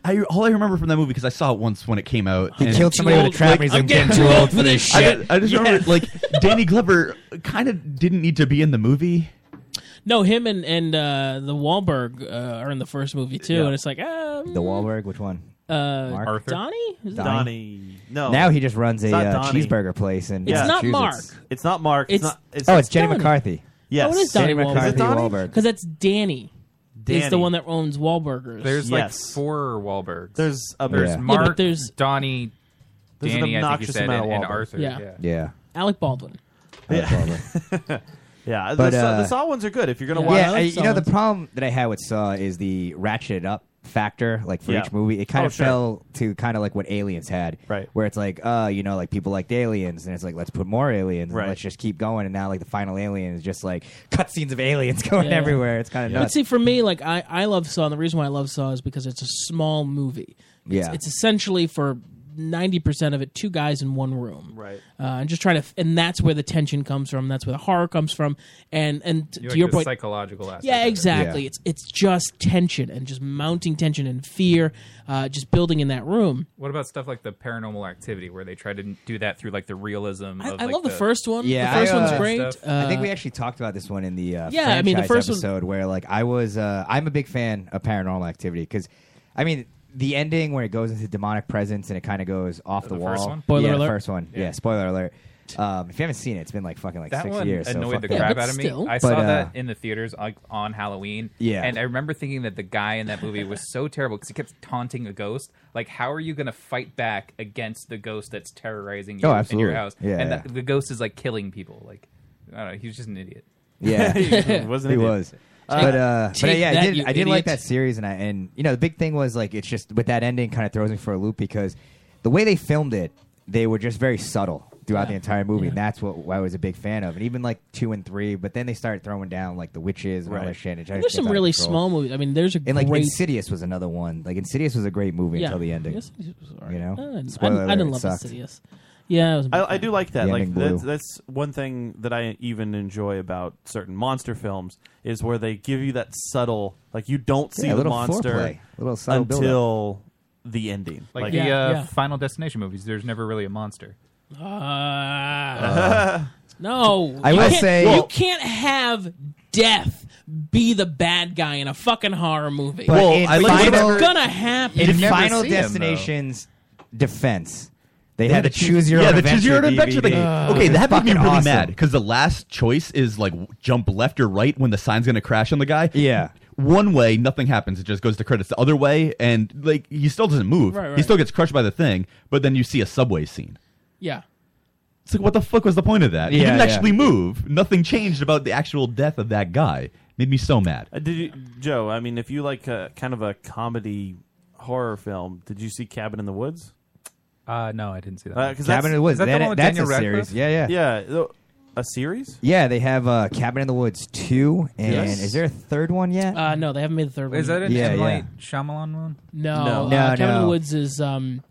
Speaker 10: I all I remember from that movie because I saw it once when it came out.
Speaker 4: He
Speaker 10: and-
Speaker 4: killed Too somebody with a old- trap and he's like, I'm getting "Getting too too old old for for this this
Speaker 10: I,
Speaker 4: shit."
Speaker 10: just- I just
Speaker 4: Yeah.
Speaker 10: remember like Danny Glover kind of didn't need to be in the movie.
Speaker 11: no, him and and uh, the Wahlberg uh, are in the first movie too,
Speaker 4: Yeah.
Speaker 11: and it's like uh,
Speaker 4: The Wahlberg, which one?
Speaker 11: Uh,
Speaker 4: Mark?
Speaker 11: Arthur? Donnie? Is it Donnie.
Speaker 8: No.
Speaker 4: Now he just runs
Speaker 8: It's
Speaker 4: a
Speaker 8: not
Speaker 4: uh,
Speaker 8: Donnie.
Speaker 4: cheeseburger place in.
Speaker 8: It's not
Speaker 4: Massachusetts.
Speaker 11: Mark.
Speaker 8: It's not Mark. It's,
Speaker 11: It's-
Speaker 8: not. It's
Speaker 4: oh,
Speaker 8: not-
Speaker 4: it's Jenny McCarthy.
Speaker 8: Yes.
Speaker 11: Oh, it is Donnie
Speaker 4: Jenny
Speaker 11: Wahlberg.
Speaker 4: McCarthy Wahlberg.
Speaker 11: Because that's Danny. Is
Speaker 9: Danny.
Speaker 11: the one that owns Wahlburgers.
Speaker 9: There's like four Wahlbergs.
Speaker 8: There's a-
Speaker 9: there's
Speaker 8: Yeah. Yeah,
Speaker 9: Mark,
Speaker 11: but there's-
Speaker 9: Donnie,
Speaker 11: There's
Speaker 9: Danny, I
Speaker 11: an
Speaker 9: think you
Speaker 11: obnoxious
Speaker 9: said,
Speaker 11: amount
Speaker 9: and,
Speaker 11: of
Speaker 9: and
Speaker 11: Wahlbergs.
Speaker 9: Arthur.
Speaker 11: Yeah.
Speaker 4: Yeah.
Speaker 11: Alec Baldwin.
Speaker 8: Yeah. [LAUGHS] yeah.
Speaker 4: But,
Speaker 8: the, Saw-
Speaker 4: uh,
Speaker 8: the Saw ones are good if you're gonna watch.
Speaker 4: yeah, I- you know the problem that I had with Saw is the ratcheted up factor. Like for
Speaker 8: Yeah.
Speaker 4: each movie, it kind
Speaker 8: Oh,
Speaker 4: of
Speaker 8: sure.
Speaker 4: fell to kind of like what Aliens had, right? Where it's like, uh, you know, like people liked Aliens, and it's like let's put more Aliens, and let's just keep going. And now like the final Alien is just like cutscenes of aliens [LAUGHS] going
Speaker 11: Yeah.
Speaker 4: everywhere. It's kind of
Speaker 11: But
Speaker 4: nuts.
Speaker 11: see, for me, like I, I love Saw, and the reason why I love Saw is because it's a small movie. It's,
Speaker 4: Yeah.
Speaker 11: it's essentially for ninety percent of it, two guys in one room,
Speaker 8: right?
Speaker 11: Uh, and just try to, f- and that's where the tension comes from. That's where the horror comes from. And and t-
Speaker 9: You
Speaker 11: to
Speaker 9: like
Speaker 11: your
Speaker 9: the
Speaker 11: point,
Speaker 9: psychological aspect
Speaker 11: Yeah,
Speaker 9: of it.
Speaker 11: exactly.
Speaker 9: Yeah.
Speaker 11: It's it's just tension and just mounting tension and fear, uh, just building in that room.
Speaker 9: What about stuff like the Paranormal Activity, where they try to do that through like the realism?
Speaker 11: I-
Speaker 9: of,
Speaker 11: I
Speaker 9: like,
Speaker 11: love the first one.
Speaker 4: Yeah,
Speaker 11: The first
Speaker 4: I,
Speaker 11: one's
Speaker 4: uh,
Speaker 11: great.
Speaker 4: I think
Speaker 11: Uh,
Speaker 4: we actually talked about this one in the uh,
Speaker 11: Yeah, I mean, the
Speaker 4: franchise
Speaker 11: first one-
Speaker 4: episode where like I was uh, I'm a big fan of Paranormal Activity because I mean the ending where it goes into demonic presence and it kind of goes off the,
Speaker 9: The
Speaker 4: wall.
Speaker 9: first one?
Speaker 4: yeah,
Speaker 9: Spoiler
Speaker 4: the
Speaker 9: alert?
Speaker 4: first one. Yeah,
Speaker 9: Yeah.
Speaker 4: spoiler alert. Um, if you haven't seen it, it's been like fucking like
Speaker 9: that
Speaker 4: six
Speaker 9: one
Speaker 4: years. so
Speaker 9: annoyed
Speaker 4: fuck
Speaker 9: the
Speaker 4: it.
Speaker 9: crap out of me. I
Speaker 4: But,
Speaker 9: saw
Speaker 4: uh,
Speaker 9: that in the theaters like, on Halloween.
Speaker 4: Yeah.
Speaker 9: and I remember thinking that the guy in that movie was so terrible because he kept taunting a ghost. Like, how are you going to fight back against the ghost that's terrorizing you
Speaker 4: Oh,
Speaker 9: in your
Speaker 4: absolutely.
Speaker 9: house?
Speaker 4: Yeah,
Speaker 9: and
Speaker 4: yeah.
Speaker 9: The, the ghost is like killing people. Like, I don't know. He was just an idiot. [LAUGHS]
Speaker 4: Yeah, [LAUGHS] he was. but uh, but uh,
Speaker 9: take
Speaker 4: yeah,
Speaker 9: that,
Speaker 4: I
Speaker 9: you
Speaker 4: did. I did like
Speaker 9: idiot.
Speaker 4: that series, and I and you know the big thing was like it's just with that ending kind of throws me for a loop because the way they filmed it, they were just very subtle throughout the entire movie, and that's what, I was a big fan of, and even like two and three, but then they started throwing down like the witches and all
Speaker 11: Right.
Speaker 4: that shit. And it
Speaker 11: There's
Speaker 4: just
Speaker 11: some
Speaker 4: gets out of
Speaker 11: really
Speaker 4: control.
Speaker 11: small movies. I mean, there's a
Speaker 4: and like
Speaker 11: great-
Speaker 4: Insidious was another one. Like Insidious was a great movie
Speaker 11: Yeah.
Speaker 4: until the ending.
Speaker 11: Yes,
Speaker 4: you know,
Speaker 11: Uh, I-
Speaker 4: Spoiler
Speaker 11: I,
Speaker 4: alert,
Speaker 11: didn't
Speaker 4: it
Speaker 11: love
Speaker 4: sucked.
Speaker 11: Insidious. Yeah, it was
Speaker 8: I, I do like that.
Speaker 11: Yeah,
Speaker 8: like
Speaker 11: Nick Blue.
Speaker 8: that's, that's one thing that I even enjoy about certain monster films is where they give you that subtle, like you don't see
Speaker 4: Yeah, a
Speaker 8: the
Speaker 4: little
Speaker 8: monster
Speaker 4: foreplay, a little subtle buildup.
Speaker 8: until the ending.
Speaker 9: Like, the uh, Final Destination movies, there's never really a monster.
Speaker 11: Uh, [LAUGHS] no,
Speaker 9: I
Speaker 11: You
Speaker 9: will
Speaker 11: can't-
Speaker 9: say-
Speaker 11: you can't have death be the bad guy in a fucking horror movie.
Speaker 4: But Well, in I-
Speaker 11: Like,
Speaker 4: Final-
Speaker 11: it's gonna happen.
Speaker 4: In Final Destination's defense, they, had, to choose your
Speaker 10: yeah,
Speaker 4: own
Speaker 10: the
Speaker 4: adventure.
Speaker 10: choose your own adventure thing.
Speaker 4: DVD.
Speaker 10: okay,
Speaker 4: Which
Speaker 10: that
Speaker 4: is
Speaker 10: made me
Speaker 4: fucking
Speaker 10: really
Speaker 4: awesome.
Speaker 10: mad because the last choice is like w- jump left or right when the sign's gonna crash on the guy. Yeah, one way nothing happens; it just goes to credits. The other way, and like he still doesn't move;
Speaker 11: Right, right.
Speaker 10: he still gets crushed by the thing. But then you see a subway scene.
Speaker 11: Yeah.
Speaker 10: It's like, what the fuck was the point of that? he
Speaker 8: Yeah,
Speaker 10: didn't
Speaker 8: yeah.
Speaker 10: actually move. Nothing changed about the actual death of that guy. Made me so mad.
Speaker 8: Uh, did you, Joe? I mean, if you like uh, kind of a comedy horror film, did you see Cabin in the Woods?
Speaker 9: Uh, no, I didn't see that.
Speaker 8: Uh, 'cause
Speaker 4: Cabin
Speaker 8: that's-
Speaker 4: in the Woods. Is that the That- one with that's Daniel a Radcliffe? series. Yeah, yeah.
Speaker 8: yeah. tho- A series?
Speaker 4: Yeah, they have uh, Cabin in the Woods two, and
Speaker 11: Yes.
Speaker 4: is there a third one yet?
Speaker 11: Uh, no, they haven't made the third one.
Speaker 4: Is that
Speaker 11: yet.
Speaker 4: an Yeah, M. Night
Speaker 9: Shyamalan one?
Speaker 11: No,
Speaker 4: No.
Speaker 11: uh,
Speaker 4: No,
Speaker 11: Cabin in the
Speaker 4: no.
Speaker 11: Woods is um.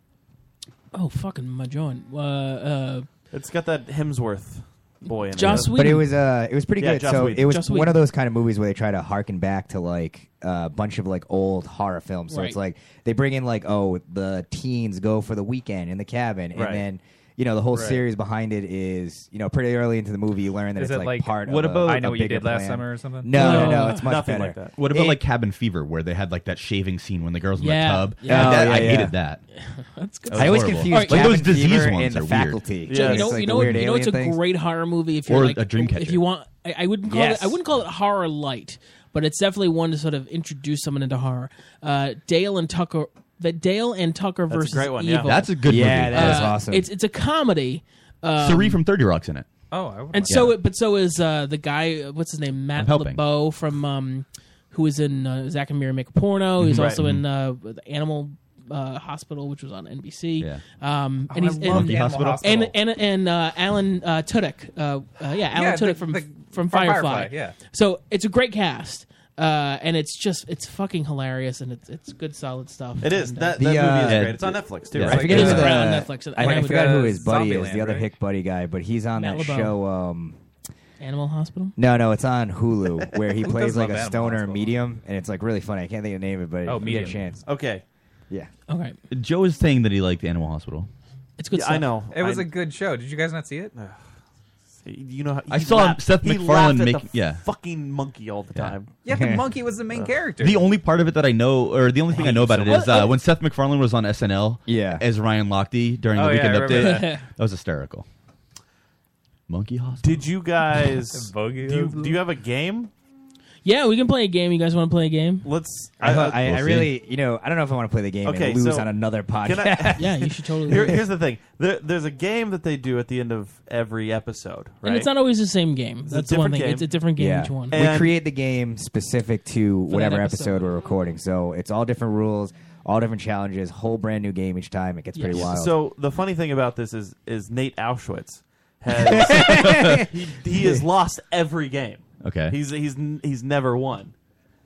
Speaker 11: Oh fucking my joint. Uh, uh,
Speaker 8: It's got that Hemsworth boy in
Speaker 11: Joss
Speaker 8: it.
Speaker 4: But it was uh, it was pretty
Speaker 8: Yeah,
Speaker 4: good.
Speaker 8: Joss
Speaker 4: so
Speaker 8: Whedon.
Speaker 4: it was
Speaker 8: Joss
Speaker 4: one
Speaker 8: Whedon.
Speaker 4: of those kind of movies where they try to harken back to like a bunch of like old horror films. So it's
Speaker 16: Right.
Speaker 4: like they bring in like oh the teens go for the weekend in the cabin, and
Speaker 16: Right.
Speaker 4: then you know the whole
Speaker 16: Right.
Speaker 4: series behind it is you know pretty early into the movie you learn that
Speaker 9: Is
Speaker 4: it's
Speaker 9: it
Speaker 4: like
Speaker 9: like-
Speaker 4: part.
Speaker 9: what
Speaker 4: of
Speaker 9: about
Speaker 4: a,
Speaker 9: I Know
Speaker 4: a
Speaker 9: What You
Speaker 4: bigger
Speaker 9: Did Last
Speaker 4: plan.
Speaker 9: Summer or something?
Speaker 4: No, no,
Speaker 9: No,
Speaker 4: no, it's much
Speaker 8: nothing
Speaker 4: better.
Speaker 8: like that.
Speaker 10: What about
Speaker 4: It-
Speaker 10: like Cabin Fever, where they had like that shaving scene when the girls in the
Speaker 4: Yeah,
Speaker 10: tub?
Speaker 4: yeah.
Speaker 10: Like that-
Speaker 4: Oh,
Speaker 10: I
Speaker 4: yeah, yeah.
Speaker 10: hated that.
Speaker 11: [LAUGHS] That's good.
Speaker 10: That was
Speaker 4: I always
Speaker 10: horrible.
Speaker 4: confuse
Speaker 10: like those
Speaker 4: Cabin
Speaker 10: disease
Speaker 4: Fever
Speaker 10: ones
Speaker 4: and The
Speaker 10: are weird.
Speaker 4: Faculty.
Speaker 11: Joe,
Speaker 4: It's
Speaker 11: you know,
Speaker 4: like
Speaker 11: you
Speaker 4: the
Speaker 11: know,
Speaker 4: weird
Speaker 11: you know
Speaker 4: alien
Speaker 11: it's a
Speaker 4: things.
Speaker 11: great horror movie if you're
Speaker 10: Or
Speaker 11: like
Speaker 10: a Dreamcatcher.
Speaker 11: If you want, I, I wouldn't call
Speaker 10: Yes.
Speaker 11: it. I wouldn't call it horror light, but it's definitely one to sort of introduce someone into horror. Uh, Dale and Tucker. That Dale and Tucker
Speaker 10: That's a
Speaker 11: versus
Speaker 10: great one, yeah.
Speaker 11: Evil. Uh,
Speaker 10: That's a good Yeah, movie. that is awesome.
Speaker 11: It's it's a comedy. Um,
Speaker 10: Sari from Thirty Rock's in it.
Speaker 9: Oh, I would
Speaker 11: and so it, but so is uh, the guy. uh, What's his name? Matt
Speaker 10: helping.
Speaker 11: LeBeau from um, who was in uh, Zack and Miri Make a Porno. He's
Speaker 9: Mhm. Right.
Speaker 11: also in uh, the Animal uh, Hospital, which was on NBC.
Speaker 9: Yeah.
Speaker 11: Um, and
Speaker 9: Oh, I
Speaker 11: he's
Speaker 9: loved
Speaker 11: in
Speaker 9: Monkey Animal Hospital.
Speaker 11: and and and uh, Alan uh, Tudyk. Uh, uh, yeah, Alan
Speaker 9: Yeah, the-
Speaker 11: Tudyk from
Speaker 9: the- from
Speaker 11: from Firefly.
Speaker 9: Firefly, yeah.
Speaker 11: So it's a great cast. Uh, and it's just it's fucking hilarious and it's it's good solid stuff.
Speaker 8: It is.
Speaker 11: And, uh,
Speaker 8: That, that movie is great. It's on Netflix, too,
Speaker 4: yeah,
Speaker 8: right?
Speaker 4: I forget
Speaker 11: It's
Speaker 4: who the,
Speaker 11: on Netflix.
Speaker 4: I,
Speaker 11: And
Speaker 4: I
Speaker 11: I
Speaker 4: forgot
Speaker 11: would, uh,
Speaker 4: who his buddy is,
Speaker 11: Zombieland,
Speaker 4: the other
Speaker 11: right?
Speaker 4: hick buddy guy, but he's on
Speaker 11: Matt
Speaker 4: that
Speaker 11: LeBeau.
Speaker 4: show. Um,
Speaker 11: Animal Hospital.
Speaker 4: no, no, it's
Speaker 8: [LAUGHS]
Speaker 4: on Hulu where he
Speaker 11: Who
Speaker 4: plays
Speaker 11: does
Speaker 4: like
Speaker 11: love
Speaker 4: a
Speaker 11: Animal
Speaker 4: stoner medium, and it's like really funny. I can't think of the name of it, but
Speaker 8: Oh,
Speaker 4: if you
Speaker 8: Medium.
Speaker 4: get a chance.
Speaker 8: Okay.
Speaker 4: Yeah.
Speaker 11: Okay.
Speaker 10: Joe is saying that he liked Animal Hospital.
Speaker 11: It's
Speaker 8: good Yeah, I stuff. know.
Speaker 9: It was
Speaker 8: I-
Speaker 9: a good show. Did you guys not see it?
Speaker 8: You know, how,
Speaker 10: I
Speaker 8: he
Speaker 10: saw
Speaker 8: laughed-
Speaker 10: Seth
Speaker 8: he
Speaker 10: MacFarlane
Speaker 8: laughed at
Speaker 10: make-
Speaker 8: the
Speaker 10: yeah.
Speaker 8: fucking monkey all the time.
Speaker 9: Yeah,
Speaker 10: [LAUGHS]
Speaker 9: the monkey was the main character.
Speaker 10: The only part of it that I know, or the only thing I know about it is uh, when Seth MacFarlane was on SNL, yeah. as Ryan Lochte during the
Speaker 9: Oh, yeah,
Speaker 10: weekend
Speaker 9: I
Speaker 10: update.
Speaker 9: remember
Speaker 10: That.
Speaker 9: that.
Speaker 10: was hysterical. Monkey Hospital.
Speaker 8: [LAUGHS] Did you guys? do,
Speaker 9: Bogey
Speaker 8: you, do you have a game?
Speaker 11: Yeah, we can play a game. You guys want to play a game?
Speaker 8: Let's. uh,
Speaker 4: I, I, I really, you know, I don't know if I want to
Speaker 8: [LAUGHS]
Speaker 4: play the game and lose
Speaker 8: so-
Speaker 4: on another
Speaker 8: can
Speaker 4: podcast.
Speaker 8: [LAUGHS] I-
Speaker 11: [LAUGHS] Yeah, you should totally
Speaker 8: Here-
Speaker 11: do it.
Speaker 8: here's the thing: there, there's a game that they do at the end of every episode, right?
Speaker 11: And it's not always the same game.
Speaker 8: It's a
Speaker 11: That's the one
Speaker 8: different
Speaker 11: thing.
Speaker 8: game.
Speaker 11: It's a different game each one.
Speaker 4: We create the game specific to
Speaker 11: that
Speaker 4: whatever
Speaker 11: episode.
Speaker 4: episode. we're recording. So it's all different rules, all different challenges, whole brand new game each time. It gets pretty wild.
Speaker 8: So the funny thing about this is, is Nate Auschwitz has [LAUGHS] he, he has lost every game.
Speaker 4: Okay.
Speaker 8: he's he's n- he's never won.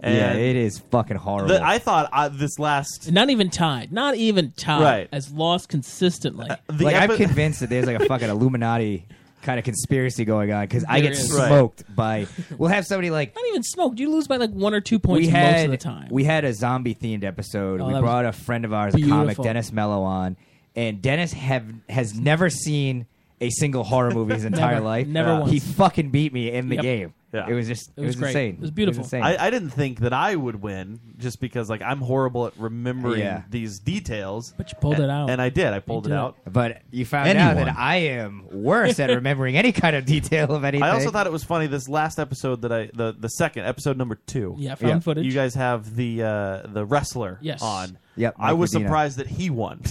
Speaker 8: And
Speaker 4: yeah, it is fucking horrible.
Speaker 8: the- uh, I thought I, this last
Speaker 11: Not even tied. Not even tied.
Speaker 4: Right.
Speaker 11: As lost consistently.
Speaker 8: Uh,
Speaker 4: like I'm convinced that there's
Speaker 8: [LAUGHS]
Speaker 4: like a fucking Illuminati kind of conspiracy going on because I
Speaker 11: There
Speaker 4: get
Speaker 11: is. Right.
Speaker 4: smoked by. We'll have somebody like
Speaker 11: Not even smoked. You lose by like one or two points
Speaker 4: we
Speaker 11: most
Speaker 4: had
Speaker 11: of the time.
Speaker 4: we had a zombie themed episode.
Speaker 11: Oh,
Speaker 4: we
Speaker 11: that was
Speaker 4: brought a friend of ours, a comic,
Speaker 11: beautiful.
Speaker 4: Dennis Mello, on, and Dennis have has never seen a single horror movie
Speaker 11: [LAUGHS]
Speaker 4: [LAUGHS] his entire
Speaker 11: Never.
Speaker 4: life.
Speaker 11: Never
Speaker 4: He
Speaker 11: once.
Speaker 4: fucking beat me in the
Speaker 11: Yep.
Speaker 4: game.
Speaker 8: Yeah.
Speaker 4: It was just it, was,
Speaker 11: great.
Speaker 4: insane.
Speaker 11: It was beautiful.
Speaker 4: insane.
Speaker 8: I, I didn't think that I would win just because like I'm horrible at remembering
Speaker 4: Yeah.
Speaker 8: these details. But
Speaker 11: you pulled it out.
Speaker 8: and I did. I pulled it
Speaker 4: did.
Speaker 8: out.
Speaker 4: But you found out that I am worse at remembering any kind of detail of
Speaker 8: [LAUGHS]
Speaker 4: anything.
Speaker 8: I also thought it was funny this last episode that I the, the second episode number two.
Speaker 11: Yeah, found footage.
Speaker 8: You guys have the uh, the wrestler
Speaker 11: Yes.
Speaker 8: on.
Speaker 4: Yep,
Speaker 8: I
Speaker 4: Mike
Speaker 8: was
Speaker 4: Medina.
Speaker 8: surprised that he won.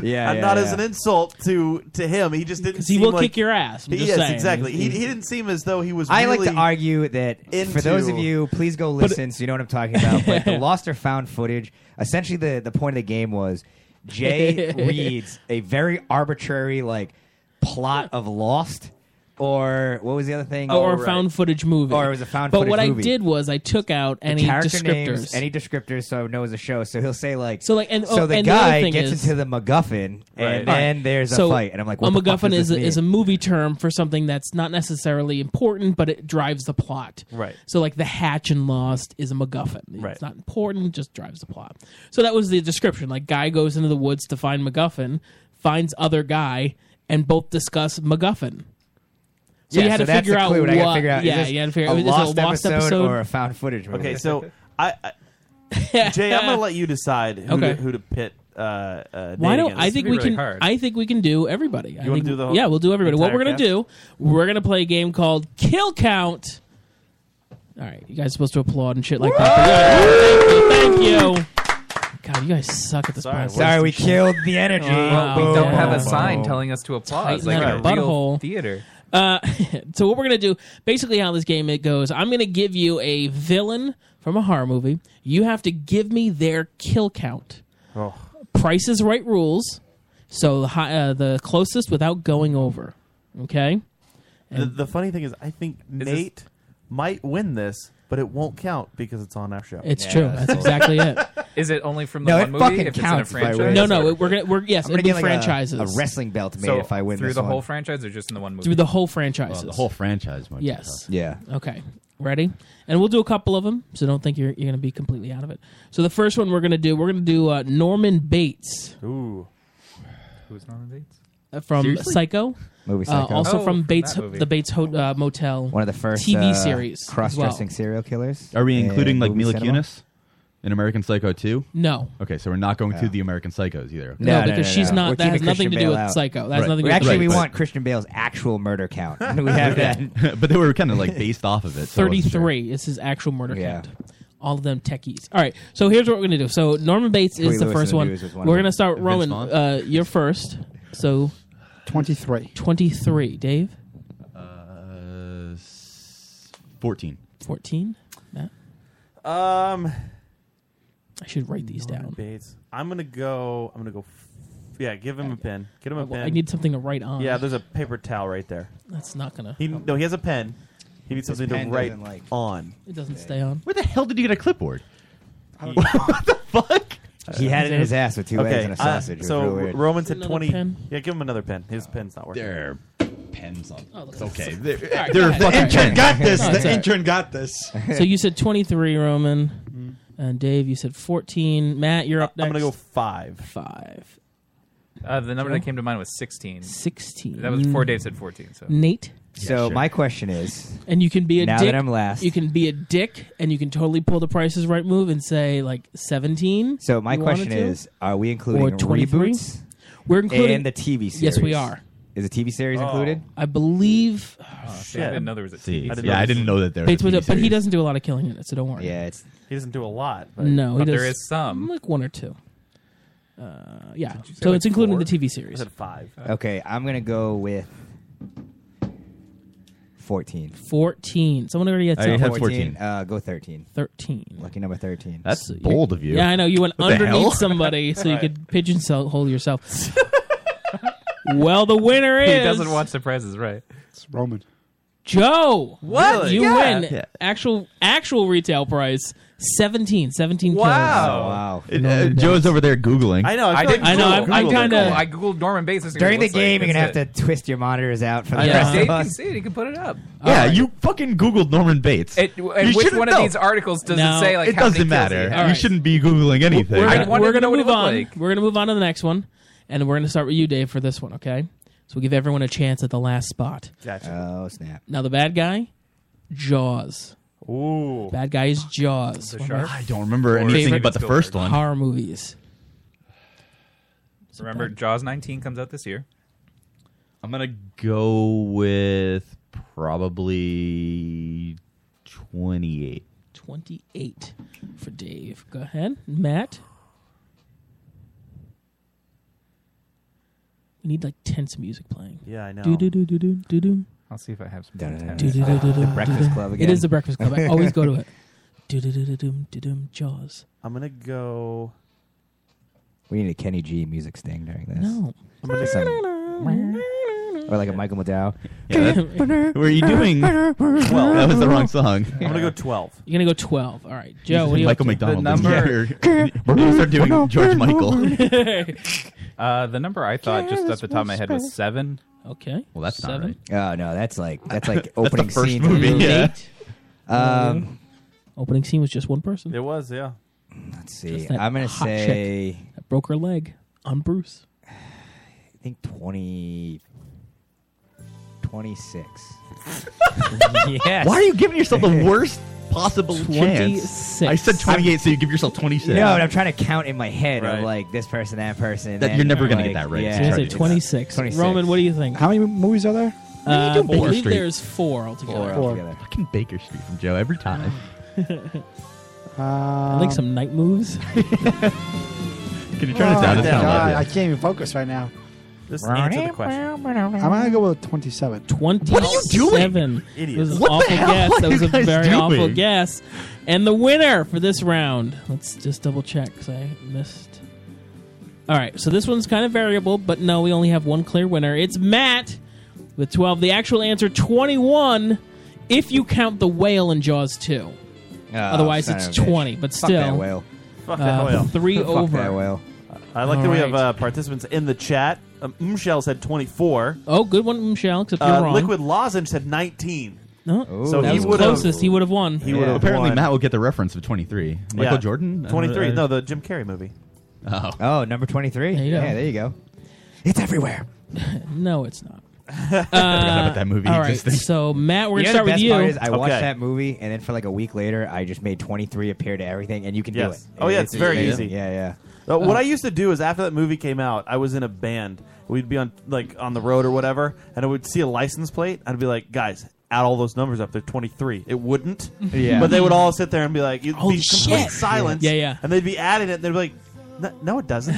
Speaker 4: Yeah,
Speaker 8: and
Speaker 4: [LAUGHS] yeah,
Speaker 8: not as
Speaker 4: yeah.
Speaker 8: an insult to to him. He just didn't.
Speaker 11: 'Cause he
Speaker 8: seem
Speaker 11: will
Speaker 8: like-
Speaker 11: kick your ass, I'm just
Speaker 8: yes,
Speaker 11: saying.
Speaker 8: exactly. He,
Speaker 11: He's-
Speaker 8: he didn't seem as though he was.
Speaker 4: I like to
Speaker 8: really-
Speaker 4: argue that for those of
Speaker 8: into-
Speaker 4: you, please go listen so you know what I'm talking about.
Speaker 8: [LAUGHS]
Speaker 4: But the lost or found footage, essentially the, the point of the game was
Speaker 8: [LAUGHS]
Speaker 4: Jay reads a very arbitrary like plot of lost or what was the other thing?
Speaker 8: Oh,
Speaker 11: or a found footage movie.
Speaker 4: Oh, Or it was a found
Speaker 11: but
Speaker 4: footage
Speaker 11: what I
Speaker 4: movie.
Speaker 11: did was I took out any
Speaker 4: character
Speaker 11: descriptors.
Speaker 4: names, any descriptors, so I would know it's a show. So he'll say like,
Speaker 11: So, like, and-
Speaker 4: so
Speaker 11: oh,
Speaker 4: the
Speaker 11: and the other
Speaker 4: guy
Speaker 11: thing
Speaker 4: gets
Speaker 11: is-
Speaker 4: into the MacGuffin,
Speaker 11: Right.
Speaker 4: and then there's a
Speaker 11: So,
Speaker 4: fight, and I'm like, what
Speaker 11: a
Speaker 4: the fuck
Speaker 11: MacGuffin
Speaker 4: does
Speaker 11: is
Speaker 4: this
Speaker 11: a, is a
Speaker 4: mean?
Speaker 11: movie term for something that's not necessarily important, but it drives the plot.
Speaker 8: Right.
Speaker 11: So, like the hatch and Lost is a MacGuffin.
Speaker 8: Right.
Speaker 11: It's not important, just drives the plot. So that was the description. Like, guy goes into the woods to find MacGuffin, finds other guy, and both discuss MacGuffin. So
Speaker 4: yeah,
Speaker 11: you had
Speaker 4: so
Speaker 11: to
Speaker 4: that's
Speaker 11: figure
Speaker 4: the
Speaker 11: out
Speaker 4: clue,
Speaker 11: what.
Speaker 4: and I gotta figure out.
Speaker 11: yeah,
Speaker 4: is this
Speaker 11: you had to figure
Speaker 4: a
Speaker 11: out. is this
Speaker 4: lost,
Speaker 11: a lost
Speaker 4: episode,
Speaker 11: episode,
Speaker 4: or a found footage. Movie?
Speaker 8: Okay,
Speaker 4: [LAUGHS]
Speaker 8: so I, I Jay, I'm gonna let you decide who, to,
Speaker 11: Okay.
Speaker 8: who to pit. Uh, uh,
Speaker 11: Why
Speaker 8: Nate
Speaker 11: don't
Speaker 8: against.
Speaker 11: I think we can? I think we can do everybody. I
Speaker 8: wanna
Speaker 11: think-
Speaker 8: do the whole-
Speaker 11: yeah, we'll do everybody. What
Speaker 8: entire
Speaker 11: we're gonna
Speaker 8: cast?
Speaker 11: do? We're gonna play a game called Kill Count. All right, you guys are supposed to applaud and shit like that. Thank you, thank you. God, you guys suck at this. podcast.
Speaker 4: Sorry, we killed the energy.
Speaker 11: Wow.
Speaker 9: we don't have a
Speaker 11: Yeah.
Speaker 9: sign telling us to applaud.
Speaker 11: Tighten
Speaker 9: Like
Speaker 11: that
Speaker 9: in a real
Speaker 11: butthole.
Speaker 9: theater.
Speaker 11: Uh, [LAUGHS] so what we're gonna do? Basically, how this game it goes. I'm gonna give you a villain from a horror movie. You have to give me their kill count.
Speaker 8: Oh.
Speaker 11: Price is Right rules. So the hi- uh, the closest without going over. Okay.
Speaker 8: The, the funny thing is, I think Nate might win this, but it won't count because it's on our show.
Speaker 11: It's true. That's, exactly it.
Speaker 9: [LAUGHS] Is it only from the one movie? if it's in a franchise?
Speaker 11: No, no. We're gonna. We're yes.
Speaker 9: I'm gonna
Speaker 11: It'll be
Speaker 9: get, like, a-
Speaker 11: franchises.
Speaker 4: a wrestling belt made
Speaker 9: So
Speaker 4: if I win
Speaker 9: through
Speaker 4: this
Speaker 9: the
Speaker 4: one.
Speaker 9: whole franchise or just in the one movie?
Speaker 11: Through the whole franchises.
Speaker 10: the whole franchise might be
Speaker 11: Yes.
Speaker 10: tough. Yeah.
Speaker 11: Okay. Ready? And we'll do a couple of them, so don't think you're you're gonna be completely out of it. So the first one we're gonna do, we're gonna do uh, Norman Bates.
Speaker 8: Ooh.
Speaker 9: Who's Norman Bates?
Speaker 11: uh, from
Speaker 9: Seriously?
Speaker 11: Psycho.
Speaker 4: Movie
Speaker 11: Uh,
Speaker 4: Psycho.
Speaker 11: also
Speaker 4: Oh,
Speaker 11: from
Speaker 4: from
Speaker 11: Bates,
Speaker 4: that movie.
Speaker 11: the Bates Ho- uh, Motel.
Speaker 4: One of the first
Speaker 11: TV
Speaker 4: uh,
Speaker 11: series. as well.
Speaker 4: cross-dressing serial
Speaker 10: [LAUGHS]
Speaker 4: killers. [LAUGHS]
Speaker 10: Are we
Speaker 4: in
Speaker 10: including like
Speaker 4: movie
Speaker 10: Mila
Speaker 4: cinema?
Speaker 10: Kunis in American Psycho 2?
Speaker 11: No.
Speaker 10: Okay, so we're not going
Speaker 4: No.
Speaker 10: through the American Psychos either. Okay.
Speaker 11: No, No, no, because no, she's no. not-
Speaker 4: We're
Speaker 11: that has
Speaker 4: keeping
Speaker 11: nothing
Speaker 4: Christian
Speaker 11: to do
Speaker 4: Bale
Speaker 11: with
Speaker 4: out.
Speaker 11: Psycho. That has
Speaker 10: Right. nothing to do with
Speaker 4: Actually, we
Speaker 10: Psycho.
Speaker 4: want Christian Bale's actual
Speaker 10: [LAUGHS]
Speaker 4: murder count. we have that.
Speaker 10: but they were kind of like based off of it. So I wasn't sure.
Speaker 11: 33 is his actual murder count. All of them techies. All right, so here's what we're gonna do. So Norman Bates
Speaker 17: Huey
Speaker 11: is the
Speaker 17: Lewis in
Speaker 11: first
Speaker 17: the
Speaker 11: one.
Speaker 17: News was one
Speaker 11: We're
Speaker 17: of
Speaker 11: gonna
Speaker 17: them.
Speaker 11: start
Speaker 17: Vince
Speaker 11: Roman.
Speaker 17: Vaughn?
Speaker 11: Uh, you're first. So
Speaker 17: 23.
Speaker 11: 23, Dave.
Speaker 10: Uh, s- 14.
Speaker 11: 14. Matt.
Speaker 8: Um,
Speaker 11: I should write these down.
Speaker 8: Bates. I'm gonna go. I'm gonna go. F- yeah, give him a pen. Get him a
Speaker 11: well,
Speaker 8: pen.
Speaker 11: Uh, I need something to write on.
Speaker 8: Yeah, there's a paper towel right there.
Speaker 11: That's not gonna
Speaker 8: He,
Speaker 11: help.
Speaker 8: no, he has a pen. He needs something to
Speaker 11: pen
Speaker 8: write
Speaker 11: doesn't like-
Speaker 8: on.
Speaker 11: It doesn't stay on.
Speaker 10: Where the hell did you get a clipboard?
Speaker 8: [LAUGHS]
Speaker 4: He had it in his ass with two
Speaker 8: okay,
Speaker 4: eggs and a
Speaker 8: uh,
Speaker 4: sausage. It was
Speaker 8: so
Speaker 4: real weird. Uh,
Speaker 8: Roman said
Speaker 11: Another
Speaker 8: twenty.
Speaker 11: pen?
Speaker 8: Yeah, give him another pen. His pen's not working.
Speaker 10: Their pens on.
Speaker 11: Oh, look.
Speaker 10: okay.
Speaker 11: All
Speaker 10: They're, they're
Speaker 11: right, go ahead.
Speaker 10: fucking
Speaker 11: All right.
Speaker 10: pens.
Speaker 11: [LAUGHS]
Speaker 17: got this. The
Speaker 11: All right.
Speaker 17: intern got this. Mm-hmm.
Speaker 11: So you said 23, Roman. And Dave, you said 14. Matt, you're up next.
Speaker 8: I'm gonna go five.
Speaker 11: Five.
Speaker 9: Uh, the number that came to mind was 16.
Speaker 11: 16.
Speaker 9: That was before Dave said 14. So
Speaker 11: Mm. Nate.
Speaker 4: So my question is,
Speaker 11: And you can be a
Speaker 4: now
Speaker 11: dick.
Speaker 4: that I'm last.
Speaker 11: You can be a dick and you can totally pull the prices right move and say like 17.
Speaker 4: so my
Speaker 11: you
Speaker 4: question
Speaker 11: wanted to.
Speaker 4: is, are we including
Speaker 11: Or 23?
Speaker 4: reboots?
Speaker 11: We're including-
Speaker 4: and the TV series.
Speaker 11: Yes, we are.
Speaker 4: Is the TV series included?
Speaker 11: I believe
Speaker 9: shit. I didn't know there was a
Speaker 10: See,
Speaker 9: TV.
Speaker 10: Oh, I didn't yeah, know I this. didn't know that there was
Speaker 11: Bates
Speaker 10: a
Speaker 11: was
Speaker 10: TV
Speaker 11: up, but he
Speaker 10: series.
Speaker 11: doesn't do a lot of killing in it, so don't worry.
Speaker 4: Yeah, it's
Speaker 8: He doesn't do a lot. But
Speaker 11: No, he
Speaker 9: But
Speaker 11: does,
Speaker 9: there is some.
Speaker 11: like one or two. Uh, yeah,
Speaker 9: Did you say
Speaker 11: so
Speaker 9: like
Speaker 11: it's including
Speaker 9: four?
Speaker 11: the TV series.
Speaker 8: I said five.
Speaker 4: okay. I'm gonna go with fourteen.
Speaker 11: 14. Someone already had something.
Speaker 4: Uh, go thirteen.
Speaker 11: Thirteen.
Speaker 4: Lucky number thirteen.
Speaker 10: That's bold of you.
Speaker 11: Yeah, I know. You went
Speaker 10: What the hell? [LAUGHS]
Speaker 11: underneath somebody so you
Speaker 10: Right.
Speaker 11: could pigeonhole yourself. [LAUGHS] well, the winner
Speaker 9: [LAUGHS]
Speaker 11: is
Speaker 9: He doesn't watch the prizes, right?
Speaker 17: It's Roman.
Speaker 11: Joe.
Speaker 9: What?
Speaker 11: You
Speaker 9: Yeah.
Speaker 11: win.
Speaker 9: Yeah.
Speaker 11: Actual actual retail price 17. 17 kills.
Speaker 9: Wow. Oh,
Speaker 4: wow.
Speaker 10: It- uh, Joe's over there Googling.
Speaker 11: I feel like- I know, I'm- I'm
Speaker 9: Googled it.
Speaker 11: kinda-
Speaker 9: Oh, I googled Norman Bates. This is
Speaker 4: During
Speaker 9: what
Speaker 4: the
Speaker 9: it looks like.
Speaker 4: game, you're gonna
Speaker 9: That's
Speaker 4: have
Speaker 9: it.
Speaker 4: to twist your monitors out for the
Speaker 9: Yeah.
Speaker 4: rest
Speaker 9: Dave
Speaker 4: [LAUGHS] of
Speaker 9: can
Speaker 4: us.
Speaker 9: see it. He can put it up.
Speaker 11: Oh.
Speaker 10: Yeah, you fucking Googled Norman Bates.
Speaker 9: It,
Speaker 10: You
Speaker 9: and which
Speaker 10: should've
Speaker 9: one of
Speaker 10: known.
Speaker 9: these articles does it say? Like
Speaker 10: it
Speaker 9: how many
Speaker 10: doesn't
Speaker 9: kills he
Speaker 10: matter.
Speaker 9: had?
Speaker 10: You shouldn't be Googling anything.
Speaker 11: We're
Speaker 9: I
Speaker 11: gonna,
Speaker 9: wanted
Speaker 11: we're
Speaker 9: to
Speaker 11: gonna
Speaker 9: know what he
Speaker 11: move
Speaker 9: looked
Speaker 11: on.
Speaker 9: like.
Speaker 11: We're gonna move on to the next one, and we're gonna start with you, Dave, for this one. Okay, so we give everyone a chance at the last spot.
Speaker 4: Gotcha. Oh snap!
Speaker 11: Now the bad guy, Jaws.
Speaker 8: Ooh.
Speaker 11: Bad guy is Jaws. One of my
Speaker 10: shark? I don't remember anything
Speaker 11: favorite
Speaker 10: about the first one.
Speaker 11: Horror movies.
Speaker 9: Remember, Jaws 19 comes out this year.
Speaker 10: I'm gonna go with probably 28.
Speaker 11: Twenty-eight for Dave. Go ahead, Matt. We need like tense music playing.
Speaker 8: Yeah, I know.
Speaker 11: Do do do do do do do.
Speaker 9: I'll see if I have some.
Speaker 11: Do-do-do-do-do-do. It is the Breakfast Club. I always go to it. Do do do do do do. Jaws.
Speaker 8: I'm gonna go.
Speaker 4: We need a Kenny G music sting during this.
Speaker 11: No.
Speaker 4: Just some-
Speaker 10: [LAUGHS]
Speaker 4: or like a Michael McDowell.
Speaker 10: Yeah, [LAUGHS] that- were you doing- That was the wrong song. I'm
Speaker 8: gonna go twelve.
Speaker 11: You're gonna go twelve. All right, Joe. What are you
Speaker 10: Michael
Speaker 11: up to?
Speaker 10: McDonald.
Speaker 4: [LAUGHS]
Speaker 10: Yeah, we're gonna start doing George Michael.
Speaker 9: Uh, the number I thought just off the top of my head was seven.
Speaker 11: Okay.
Speaker 10: Well, [LAUGHS] that's
Speaker 9: not right.
Speaker 4: Oh no, that's like
Speaker 10: [LAUGHS]
Speaker 4: that's like
Speaker 9: That's the
Speaker 4: opening
Speaker 9: first
Speaker 4: scene
Speaker 9: movie, yeah.
Speaker 4: Um,
Speaker 11: Opening scene was just one person.
Speaker 8: It was, yeah.
Speaker 4: Let's see.
Speaker 11: Just that
Speaker 4: I'm gonna
Speaker 11: hot
Speaker 4: say
Speaker 11: chick that broke her leg on
Speaker 4: [SIGHS]
Speaker 11: Bruce.
Speaker 4: I think 20, 26.
Speaker 10: [LAUGHS] Yes. Why are you giving yourself
Speaker 4: [LAUGHS]
Speaker 10: the worst possible chance?
Speaker 4: 26.
Speaker 10: I said 28, so you give yourself 26.
Speaker 4: No, and I'm trying to count in my head
Speaker 10: Right.
Speaker 4: of like this person, that person. and
Speaker 10: That-
Speaker 4: then,
Speaker 10: you're never gonna
Speaker 4: like,
Speaker 10: get that right.
Speaker 4: Yeah.
Speaker 10: It's hard
Speaker 11: Say
Speaker 10: to do.
Speaker 11: 26. Roman, what do you think?
Speaker 17: How many movies are there?
Speaker 11: Uh, I
Speaker 10: Baker
Speaker 11: believe
Speaker 10: Street?
Speaker 11: there's four altogether.
Speaker 10: Fucking Baker Street from Joe every time.
Speaker 11: [LAUGHS] I like some night moves.
Speaker 10: Can you
Speaker 17: oh,
Speaker 10: turn it down? It's not
Speaker 17: God,
Speaker 10: loud
Speaker 17: I
Speaker 10: yet.
Speaker 17: can't even focus right now.
Speaker 8: This
Speaker 10: answer
Speaker 8: the question.
Speaker 17: I'm gonna go with 27.
Speaker 11: 27. It was an awful guess. that was a very awful guess. And the winner for this round, let's just double check because I missed. All right, so this one's kind of variable, but no, we only have one clear winner. It's Matt with 12. The actual answer, 21, if you count the whale in Jaws 2. Otherwise,
Speaker 4: son
Speaker 11: it's
Speaker 4: of a bitch.
Speaker 11: 20, but
Speaker 4: Ah, Fuck
Speaker 11: still.
Speaker 4: that whale.
Speaker 8: Fuck that
Speaker 11: uh,
Speaker 8: whale.
Speaker 11: Three over.
Speaker 8: I like that
Speaker 11: All
Speaker 8: we have
Speaker 11: right.
Speaker 8: uh, participants in the chat. Um, Michelle said 24.
Speaker 11: Oh, good one, Michelle, except you're
Speaker 8: Uh,
Speaker 11: wrong.
Speaker 8: Liquid Lozenge said 19.
Speaker 11: No,
Speaker 8: so
Speaker 11: that
Speaker 8: he
Speaker 11: was
Speaker 8: would
Speaker 11: closest. He would have won.
Speaker 8: He would have
Speaker 10: Apparently,
Speaker 8: won.
Speaker 10: Matt will get the reference of 23. Michael
Speaker 8: Yeah.
Speaker 10: Jordan? Uh, I don't-
Speaker 8: 23.
Speaker 10: I-
Speaker 8: No, the Jim Carrey movie.
Speaker 10: Oh.
Speaker 4: Oh, number 23?
Speaker 11: There you go.
Speaker 4: Yeah, there you go. It's [LAUGHS] everywhere.
Speaker 11: [LAUGHS] no, it's
Speaker 4: [LAUGHS]
Speaker 11: not.
Speaker 4: about that movie
Speaker 11: Uh, All right,
Speaker 4: existed.
Speaker 11: so Matt, we're
Speaker 4: You
Speaker 11: gonna
Speaker 4: know
Speaker 11: start
Speaker 4: the
Speaker 11: with
Speaker 4: best
Speaker 11: you.
Speaker 4: Part is I watched that movie, and then for like a week later, I just made 23 appear to everything, and you can
Speaker 8: Yes.
Speaker 4: do it.
Speaker 8: Oh, yeah, it's very
Speaker 4: amazing.
Speaker 8: easy.
Speaker 4: Yeah, yeah.
Speaker 8: Uh,
Speaker 11: Uh-huh.
Speaker 8: what I used to do is after that movie came out, I was in a band. We'd be on like on the road or whatever, and I would see a license plate. I'd be like, guys, add all those numbers up. They're twenty three. It wouldn't.
Speaker 11: Yeah.
Speaker 8: But they would all sit there and be like, you'd
Speaker 11: Holy
Speaker 8: be complete
Speaker 11: shit.
Speaker 8: silence.
Speaker 11: Yeah, yeah.
Speaker 8: And they'd be adding it. and They'd be like, no, no, it doesn't.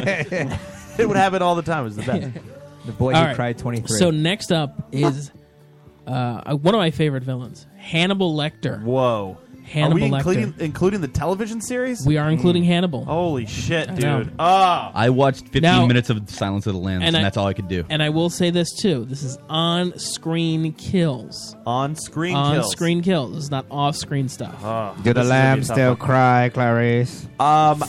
Speaker 8: [LAUGHS] it would happen all the time. It was the
Speaker 11: [LAUGHS]
Speaker 8: best.
Speaker 4: The boy
Speaker 11: All
Speaker 4: who
Speaker 11: right.
Speaker 4: cried 23.
Speaker 11: So next up is uh, one of my favorite villains, Hannibal Lecter.
Speaker 8: Whoa,
Speaker 11: Hannibal
Speaker 8: Are we including
Speaker 11: Lecter.
Speaker 8: including the television series? Oh,
Speaker 11: We are including Hannibal.
Speaker 8: Holy shit,
Speaker 11: know.
Speaker 8: dude! Ah,
Speaker 10: I watched 15
Speaker 11: Now-
Speaker 10: minutes of Silence of the Lambs, and,
Speaker 11: I-
Speaker 10: that's all I could do.
Speaker 11: And I will say this too: this is on-screen kills.
Speaker 8: On-screen kills. Ah.
Speaker 11: On-screen kills. This is not off-screen stuff.
Speaker 4: Do the lambs still cry, Clarice?
Speaker 8: Um.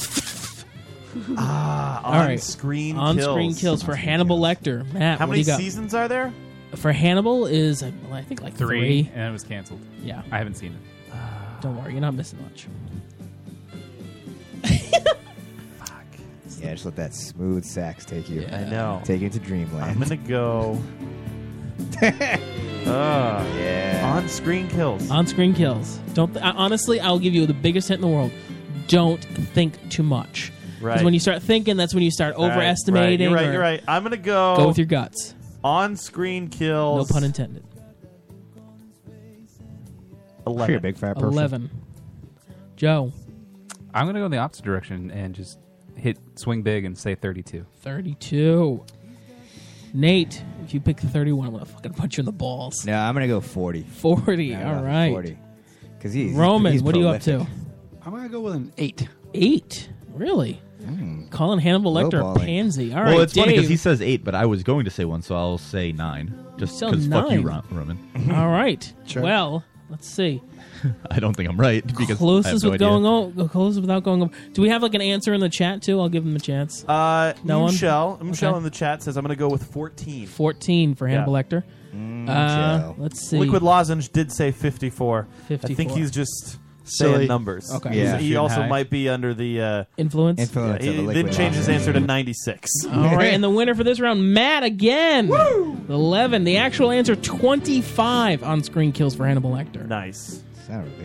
Speaker 8: Ah,
Speaker 11: All right.
Speaker 8: on-screen
Speaker 11: on-screen
Speaker 8: kills.
Speaker 11: kills, for Hannibal Lecter. Matt,
Speaker 8: How
Speaker 11: what do
Speaker 8: many
Speaker 11: you got?
Speaker 8: seasons are there?
Speaker 11: for Hannibal is I I think like three.
Speaker 9: Three, and it was canceled.
Speaker 11: Yeah.
Speaker 9: I haven't seen it.
Speaker 11: Don't worry, you're not missing much.
Speaker 4: Yeah, just let that smooth sax take you.
Speaker 8: Yeah. I know.
Speaker 4: Take you to dreamland.
Speaker 8: I'm gonna
Speaker 11: [LAUGHS]
Speaker 8: go. Ah,
Speaker 4: yeah.
Speaker 8: On screen kills.
Speaker 11: On-screen kills. Don't th- I, honestly, I'll give you the biggest hint in the world. Don't think too much. 'Cause
Speaker 8: Right.
Speaker 11: when you start thinking, that's when you start
Speaker 8: Right,
Speaker 11: overestimating.
Speaker 8: Right, you're right. Oh.
Speaker 11: or-
Speaker 8: You're right. I'm gonna go.
Speaker 11: Go with your guts.
Speaker 8: On screen
Speaker 11: No
Speaker 8: kills.
Speaker 11: pun intended.
Speaker 8: Eleven.
Speaker 4: You're a big fat person.
Speaker 11: Eleven. Joe,
Speaker 9: I'm going to go in the opposite direction and just hit swing big and say 32.
Speaker 11: thirty-two. Nate, if you pick thirty-one, I'm gonna fucking punch you in the balls.
Speaker 4: No, I'm going to go 40.
Speaker 11: 40,
Speaker 4: I'm gonna
Speaker 11: all
Speaker 4: go
Speaker 11: right.
Speaker 4: 40. Because he's.
Speaker 11: Roman,
Speaker 4: he's
Speaker 11: what are you up to?
Speaker 4: prolific.
Speaker 17: I'm gonna go with an eight.
Speaker 11: Eight, really?
Speaker 4: Hmm.
Speaker 11: Calling Hannibal Lecter a
Speaker 10: Lowballing.
Speaker 11: pansy. All right,
Speaker 10: well, it's funny because
Speaker 11: Dave.
Speaker 10: he says eight, but I was going to say one, so I'll say nine. Just
Speaker 11: said
Speaker 10: because fuck you,
Speaker 11: nine.
Speaker 10: Ro- Roman.
Speaker 11: [LAUGHS]
Speaker 4: Mm-hmm.
Speaker 11: All right. Well, let's see.
Speaker 10: I don't think I'm right because I have
Speaker 11: Closest
Speaker 10: no
Speaker 11: with
Speaker 10: idea.
Speaker 11: going on. Closest without going on. Do we have like an answer in the chat too? I'll give them a chance.
Speaker 8: Uh,
Speaker 11: No one?
Speaker 8: Michelle. Michelle
Speaker 11: Okay.
Speaker 8: in the chat says I'm gonna go with 14.
Speaker 11: Fourteen for Hannibal
Speaker 8: Yeah.
Speaker 11: Lecter.
Speaker 4: Mm,
Speaker 11: Uh, let's see.
Speaker 8: Liquid lozenge did say 54. I think
Speaker 11: 54.
Speaker 8: he's just
Speaker 11: Silly.
Speaker 8: saying numbers.
Speaker 11: Okay.
Speaker 8: He's-
Speaker 11: Yeah.
Speaker 8: He also
Speaker 11: Shooting high.
Speaker 8: might be under the uh,
Speaker 11: Influence?
Speaker 4: Influence
Speaker 8: Yeah,
Speaker 4: of the
Speaker 8: he
Speaker 4: liquid
Speaker 8: did change his
Speaker 4: lozenge.
Speaker 8: answer to 96.
Speaker 11: [LAUGHS] All
Speaker 9: [LAUGHS]
Speaker 11: right, and the winner for this round, Matt again. Woo! Eleven. The actual answer, twenty-five on screen kills for Hannibal Lecter.
Speaker 8: Nice.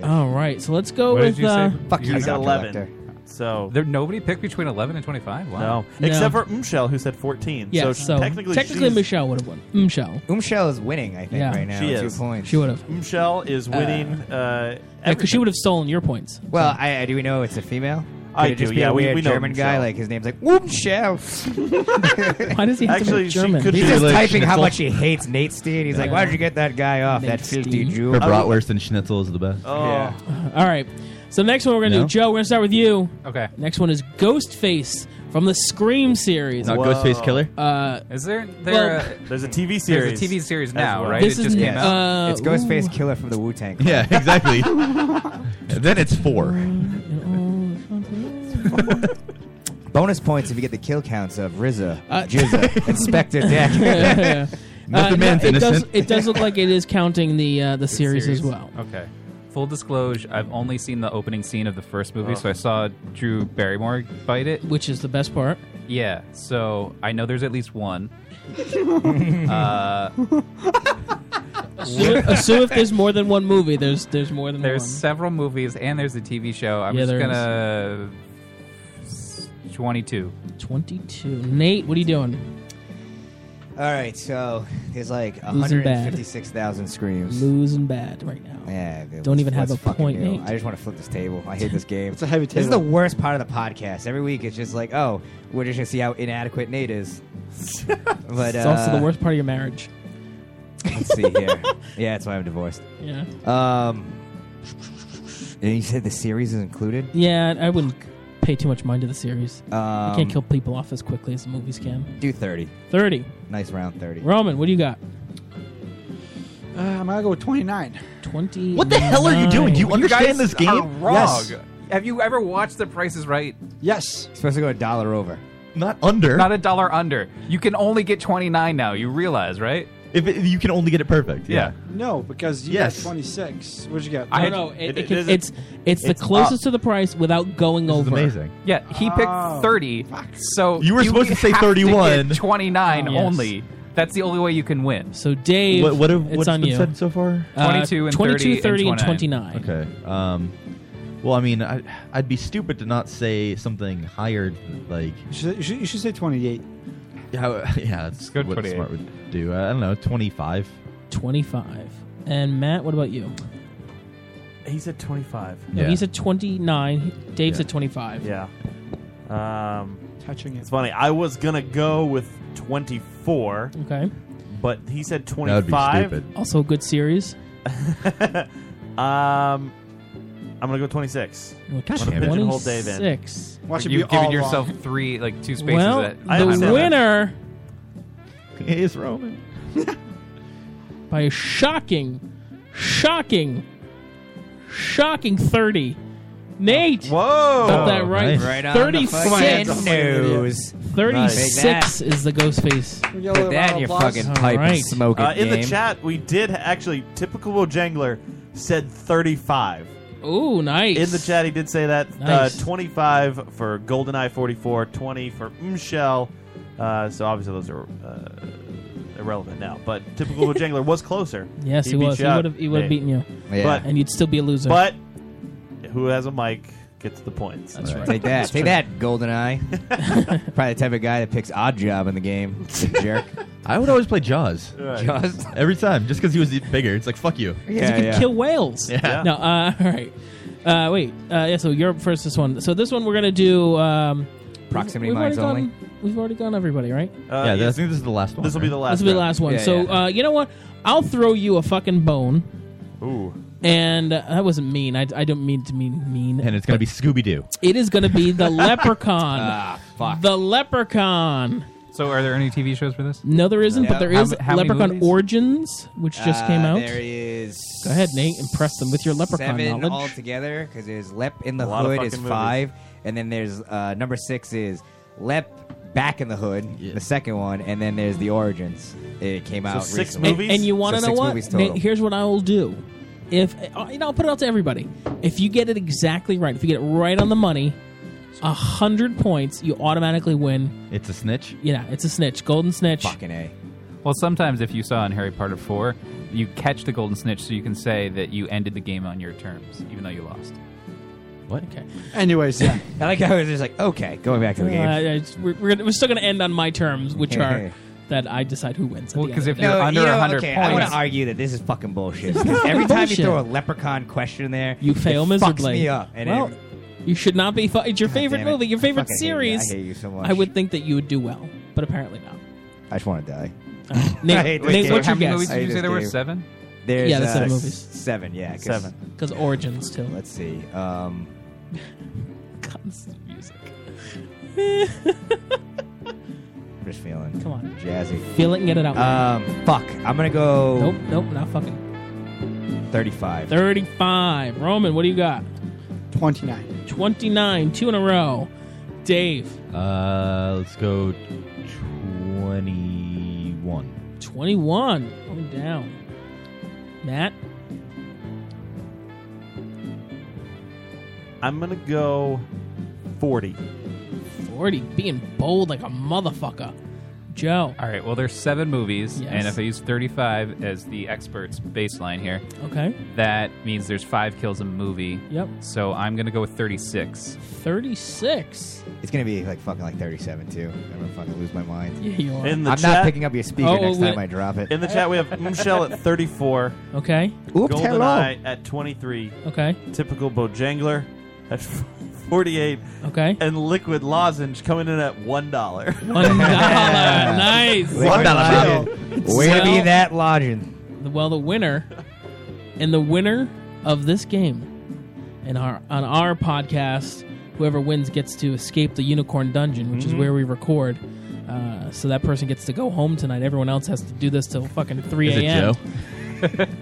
Speaker 11: All right, so let's go with uh,
Speaker 8: I said 11. So
Speaker 9: there nobody picked between 11 and 25. Wow.
Speaker 8: No.
Speaker 11: No.
Speaker 8: except for Michelle, who said 14.
Speaker 11: Yeah,
Speaker 8: so,
Speaker 11: so
Speaker 8: technically,
Speaker 11: technically
Speaker 8: she's-
Speaker 11: Michelle would have won. Michelle.
Speaker 4: Michelle is winning, I think,
Speaker 11: Yeah.
Speaker 4: right now.
Speaker 8: She
Speaker 4: two
Speaker 8: is.
Speaker 4: points.
Speaker 11: She would have.
Speaker 8: Michelle is winning. Uh,
Speaker 11: because she would have stolen your points.
Speaker 4: Well, I, I- do we know it's a female?
Speaker 8: I
Speaker 4: Could it
Speaker 8: do,
Speaker 4: just be
Speaker 8: yeah,
Speaker 4: a
Speaker 8: we-
Speaker 4: weird
Speaker 8: we know
Speaker 4: German guy.
Speaker 8: Michelle.
Speaker 4: Like his name's like
Speaker 11: [LAUGHS]
Speaker 4: Michelle.
Speaker 11: Why does he have to
Speaker 8: Actually,
Speaker 11: be
Speaker 8: she
Speaker 11: German?
Speaker 8: could
Speaker 4: He's
Speaker 8: be
Speaker 4: just
Speaker 8: like
Speaker 4: typing how
Speaker 8: Schnitzel. [LAUGHS]
Speaker 4: much he hates Nate Steen. He's like, why would you get that guy off?
Speaker 11: Nate
Speaker 4: that filthy
Speaker 11: Steen.
Speaker 4: Jew.
Speaker 10: Her bratwurst and schnitzel is the best.
Speaker 8: Oh.
Speaker 11: All right. So next one we're gonna
Speaker 9: No?
Speaker 11: do, Joe. We're gonna start with you.
Speaker 9: Okay.
Speaker 11: Next one is Ghostface from the Scream series.
Speaker 9: Not Whoa. Ghostface Killer?
Speaker 11: Uh,
Speaker 9: Is there- there, uh, There's a TV series. TV series now, right? It just came
Speaker 11: uh,
Speaker 9: out.
Speaker 4: it's Ghostface
Speaker 11: ooh.
Speaker 4: Killer from the Wu Tang.
Speaker 10: Yeah, exactly.
Speaker 4: [LAUGHS]
Speaker 10: then it's four.
Speaker 4: Bonus points if you get the kill counts of RZA,
Speaker 9: uh,
Speaker 11: [LAUGHS]
Speaker 4: Jizza, Inspector Deck. [LAUGHS]
Speaker 11: Uh, no, it Does, it does look like it is counting the uh, the series, as well.
Speaker 9: Okay. Full disclosure, I've only seen the opening scene of the first movie,
Speaker 11: Oh.
Speaker 9: so I saw Drew Barrymore bite it.
Speaker 11: Which is the best part.
Speaker 9: Yeah, so I know there's at least
Speaker 11: [LAUGHS]
Speaker 9: one. uh, [LAUGHS]
Speaker 11: Assume, assume if there's more than one movie, there's there's more than
Speaker 9: there's
Speaker 11: one.
Speaker 9: several movies, and there's a TV show. I'm
Speaker 11: Yeah,
Speaker 9: just
Speaker 11: there is.
Speaker 9: gonna. 22.
Speaker 11: 22. Nate, what are you doing?
Speaker 4: All right, so there's like
Speaker 11: Losing bad.
Speaker 4: 156,000 screams.
Speaker 11: Losing bad right now.
Speaker 4: Yeah,
Speaker 11: Don't even have
Speaker 4: let's
Speaker 11: a
Speaker 4: fucking
Speaker 11: point,
Speaker 4: do it.
Speaker 11: Nate.
Speaker 4: I just want to flip this table. I
Speaker 11: [LAUGHS]
Speaker 4: hate this game.
Speaker 11: It's a heavy
Speaker 4: This is the
Speaker 11: table.
Speaker 4: worst part of the podcast. Every week, it's just like, oh, we're just gonna see how inadequate
Speaker 11: [LAUGHS]
Speaker 4: Nate is. but
Speaker 11: it's also
Speaker 4: uh,
Speaker 11: the worst part of your marriage.
Speaker 4: Let's see here. yeah, that's why I'm divorced.
Speaker 11: Yeah.
Speaker 4: Um. And you said the series is included.
Speaker 11: [LAUGHS] Yeah, I wouldn't pay too much mind to the series. I
Speaker 4: Um,
Speaker 11: can't kill people off as quickly as the movies can.
Speaker 4: Do thirty.
Speaker 11: 30.
Speaker 4: Nice round thirty.
Speaker 11: Roman, what do you got?
Speaker 17: Uh, I'm gonna go with 29.
Speaker 11: 20.
Speaker 10: What the hell are you doing? Do you understand this game?
Speaker 9: Are wrong. Have you ever watched The Price is Right?
Speaker 17: Yes.
Speaker 4: supposed to go a dollar over.
Speaker 10: Not under.
Speaker 9: Not a dollar under. You can only get 29 now. You realize, right?
Speaker 10: If it, you can only get it perfect. Yeah.
Speaker 17: No, because you
Speaker 10: Yes.
Speaker 17: got 26. What'd you get?
Speaker 9: I had-
Speaker 11: No, it,
Speaker 9: It-
Speaker 11: it can-
Speaker 9: it is-
Speaker 11: it's it's the
Speaker 9: it's
Speaker 11: closest
Speaker 9: up.
Speaker 11: to the price without going over.
Speaker 9: Yeah, he picked
Speaker 11: Oh.
Speaker 9: 30. So
Speaker 10: You were supposed to say
Speaker 9: have
Speaker 10: 31.
Speaker 9: get 29
Speaker 11: Oh, yes.
Speaker 9: only. That's the only way you can win.
Speaker 11: So Dave,
Speaker 10: What- what have-
Speaker 11: it's
Speaker 10: what's
Speaker 11: on
Speaker 10: been
Speaker 11: you.
Speaker 10: said so far?
Speaker 11: Uh,
Speaker 9: 22 and
Speaker 11: 22, 30, and
Speaker 9: 29.
Speaker 11: 29.
Speaker 10: Okay. Um, well, I mean, I, I'd be stupid to not say something higher, like.
Speaker 17: You should, you should, you should say 28.
Speaker 10: Yeah, [LAUGHS] yeah that's
Speaker 17: Go
Speaker 10: what
Speaker 17: 28.
Speaker 10: smart would do. I don't know, 25.
Speaker 11: 25. And Matt, what about you?
Speaker 8: He's at 25.
Speaker 11: No,
Speaker 8: Yeah.
Speaker 11: He's at 29. He- Dave's
Speaker 8: Yeah.
Speaker 11: at 25.
Speaker 8: Yeah. Um,
Speaker 17: Touching it.
Speaker 8: It's funny. I was gonna go with 24.
Speaker 11: Okay.
Speaker 8: But he said
Speaker 10: That would be
Speaker 8: 25.
Speaker 10: stupid.
Speaker 11: Also a good series.
Speaker 8: Um, I'm gonna go 26.
Speaker 11: Well,
Speaker 8: I'm
Speaker 11: gosh,
Speaker 8: gonna pigeonhole Dave in.
Speaker 11: 26.
Speaker 17: Watch it
Speaker 9: You've
Speaker 17: be
Speaker 9: given
Speaker 17: all wrong.
Speaker 9: yourself three, like two spaces.
Speaker 11: well,
Speaker 9: at
Speaker 11: the winner
Speaker 10: is Roman.
Speaker 11: [LAUGHS] by a shocking, shocking, shocking 30. Nate!
Speaker 8: Whoa!
Speaker 11: Got that right.
Speaker 4: Nice. Right on the
Speaker 11: 36.
Speaker 4: fucking nose. Nice.
Speaker 11: 36
Speaker 4: Take
Speaker 11: is the ghost face.
Speaker 17: Put that
Speaker 4: in your fucking pipe and smoke it,
Speaker 8: Uh, in the
Speaker 4: game.
Speaker 8: chat, we did actually. Typical Wojangler said 35.
Speaker 11: Ooh, nice.
Speaker 8: In the chat, he did say that.
Speaker 11: Nice.
Speaker 8: Uh, 25 for GoldenEye 44, 20 for Mshell. Uh, so obviously those are uh, irrelevant now. But typical
Speaker 11: [LAUGHS]
Speaker 8: Wojangler was closer.
Speaker 11: Yes, he,
Speaker 8: beat
Speaker 11: was. He
Speaker 8: you out,
Speaker 11: would have. He would have
Speaker 8: Nate.
Speaker 11: beaten you.
Speaker 8: But
Speaker 11: and you'd still be a loser.
Speaker 8: But who has a mic gets the points.
Speaker 11: That's right.
Speaker 4: that. Take that, Golden Eye. Probably the type of guy that picks odd job in the game.
Speaker 8: [LAUGHS]
Speaker 4: Jerk.
Speaker 10: I would always play Jaws.
Speaker 4: Right. Jaws?
Speaker 10: Every time, just because he was bigger. It's like, fuck you.
Speaker 11: Because you can kill whales.
Speaker 10: Yeah.
Speaker 11: No. Uh, [LAUGHS] all right. Uh, wait. Uh, yeah. So Europe first. This one. So this one we're gonna do. Um,
Speaker 4: Proximity
Speaker 11: we've already
Speaker 4: mines only?
Speaker 11: gone- We've already gone everybody, right?
Speaker 10: Uh, yeah, I think this is the last one.
Speaker 8: This will be
Speaker 10: right?
Speaker 8: the last.
Speaker 11: this will be the last one.
Speaker 10: Yeah,
Speaker 11: so
Speaker 10: yeah.
Speaker 11: Uh, you know what? I'll throw you a fucking bone.
Speaker 8: Ooh.
Speaker 11: And uh, that wasn't mean. I, I don't mean to mean mean.
Speaker 10: And it's going to be Scooby Doo.
Speaker 11: It is going to be
Speaker 10: [LAUGHS]
Speaker 11: the leprechaun.
Speaker 9: Ah, fuck.
Speaker 11: The leprechaun.
Speaker 9: So, are there any TV shows for this?
Speaker 11: No, there isn't, but there
Speaker 9: How-
Speaker 11: is
Speaker 9: how many
Speaker 11: Leprechaun
Speaker 9: movies?
Speaker 11: Origins, which just
Speaker 4: Uh,
Speaker 11: came out.
Speaker 4: There is.
Speaker 11: Go ahead, Nate. Impress them with your leprechaun
Speaker 4: seven
Speaker 11: knowledge.
Speaker 4: altogether because there's Lep in
Speaker 11: A
Speaker 4: the
Speaker 11: lot of
Speaker 4: Hood is
Speaker 11: fucking movies.
Speaker 4: five, and then there's uh, number six is Lep Back in the Hood, the second one, and then there's the Origins. It came out recently.
Speaker 11: And, and you want to
Speaker 4: So
Speaker 11: know
Speaker 4: six
Speaker 11: what?
Speaker 4: Movies
Speaker 11: Nate,
Speaker 4: total.
Speaker 11: here's what I will do. If uh, you know, I'll put it out to everybody. If you get it exactly right, if you get it right on the money, a hundred points, you automatically win.
Speaker 10: It's a snitch.
Speaker 11: Yeah, it's a snitch, golden snitch.
Speaker 4: Fucking a.
Speaker 9: Well, sometimes if you saw in Harry Potter 4, you catch the golden snitch so you can say that you ended the game on your terms, even though you lost.
Speaker 10: What?
Speaker 11: Okay.
Speaker 17: Anyways, yeah.
Speaker 4: [LAUGHS] I like how it was just like, okay, going back to the game.
Speaker 11: Uh, it's- we're, we're, gonna- we're still going to end on my terms, which are that I decide who wins. Well,
Speaker 4: No, you know, okay, I want to argue that this is
Speaker 11: [LAUGHS]
Speaker 4: fucking bullshit.
Speaker 11: It's
Speaker 4: 'Cause
Speaker 11: fucking
Speaker 4: every time
Speaker 11: bullshit.
Speaker 4: you throw a leprechaun question in there,
Speaker 11: You fail
Speaker 4: it
Speaker 11: miserably.
Speaker 4: Fucks me up. And
Speaker 11: well,
Speaker 4: it,
Speaker 11: you should not be. Fu- it's your favorite
Speaker 4: damn it.
Speaker 11: movie, your favorite
Speaker 4: Fucking hate you. I
Speaker 11: series.
Speaker 4: hate you so much.
Speaker 11: I would think that you would do well,
Speaker 4: [LAUGHS]
Speaker 11: but apparently not.
Speaker 4: I just want to die.
Speaker 11: Nate, Nate, what's your guess?
Speaker 9: Did you say there were seven?
Speaker 4: There's
Speaker 11: yeah, the
Speaker 4: uh,
Speaker 11: seven
Speaker 4: s-
Speaker 11: movies.
Speaker 4: Seven, yeah, 'cause-
Speaker 11: Because Origins too.
Speaker 4: Let's see. Um, I'm just feeling.
Speaker 11: Come on.
Speaker 4: jazzy.
Speaker 11: Feel it and get it out.
Speaker 4: Um, fuck. I'm gonna go.
Speaker 11: Nope, nope, not fucking.
Speaker 4: Thirty-five.
Speaker 11: 35. Roman, what do you got?
Speaker 17: 29.
Speaker 11: 29, two in a row. Dave,
Speaker 10: Uh, let's go twenty-one.
Speaker 11: 21. Going down. Matt,
Speaker 8: I'm gonna go forty.
Speaker 11: 40. Being bold like a motherfucker. Joe.
Speaker 9: All right. Well, there's seven movies,
Speaker 11: Yes.
Speaker 9: and if I use 35 as the expert's baseline here,
Speaker 11: Okay.
Speaker 9: that means there's five kills a movie.
Speaker 11: Yep.
Speaker 9: So I'm gonna go with 36.
Speaker 11: 36.
Speaker 4: It's gonna be like fucking like 37 too. I'm gonna fucking lose my mind.
Speaker 11: Yeah, you are.
Speaker 8: In the
Speaker 4: I'm
Speaker 8: chat-
Speaker 4: not picking up your speaker
Speaker 8: Oh,
Speaker 4: next
Speaker 8: we-
Speaker 4: time I drop it.
Speaker 8: In the chat, we have Michelle at [LAUGHS] 34.
Speaker 11: Okay.
Speaker 4: Oop, hello.
Speaker 8: GoldenEye at 23.
Speaker 11: Okay.
Speaker 8: Typical Bojangler at [LAUGHS] 48.
Speaker 11: Okay.
Speaker 8: And Liquid Lozenge coming in at $1. $1.
Speaker 9: [LAUGHS]
Speaker 8: [LAUGHS]
Speaker 11: nice.
Speaker 4: Liquid lozenge. Where be
Speaker 11: So-
Speaker 4: that lodging?
Speaker 11: Well, the winner and the winner of this game and our on our podcast, whoever wins gets to escape the unicorn dungeon, which is
Speaker 9: Mhm.
Speaker 11: where we record. Uh, so that person gets to go home tonight. Everyone else has to do this till fucking three
Speaker 9: Is it
Speaker 11: a.m.
Speaker 9: Joe?
Speaker 11: [LAUGHS]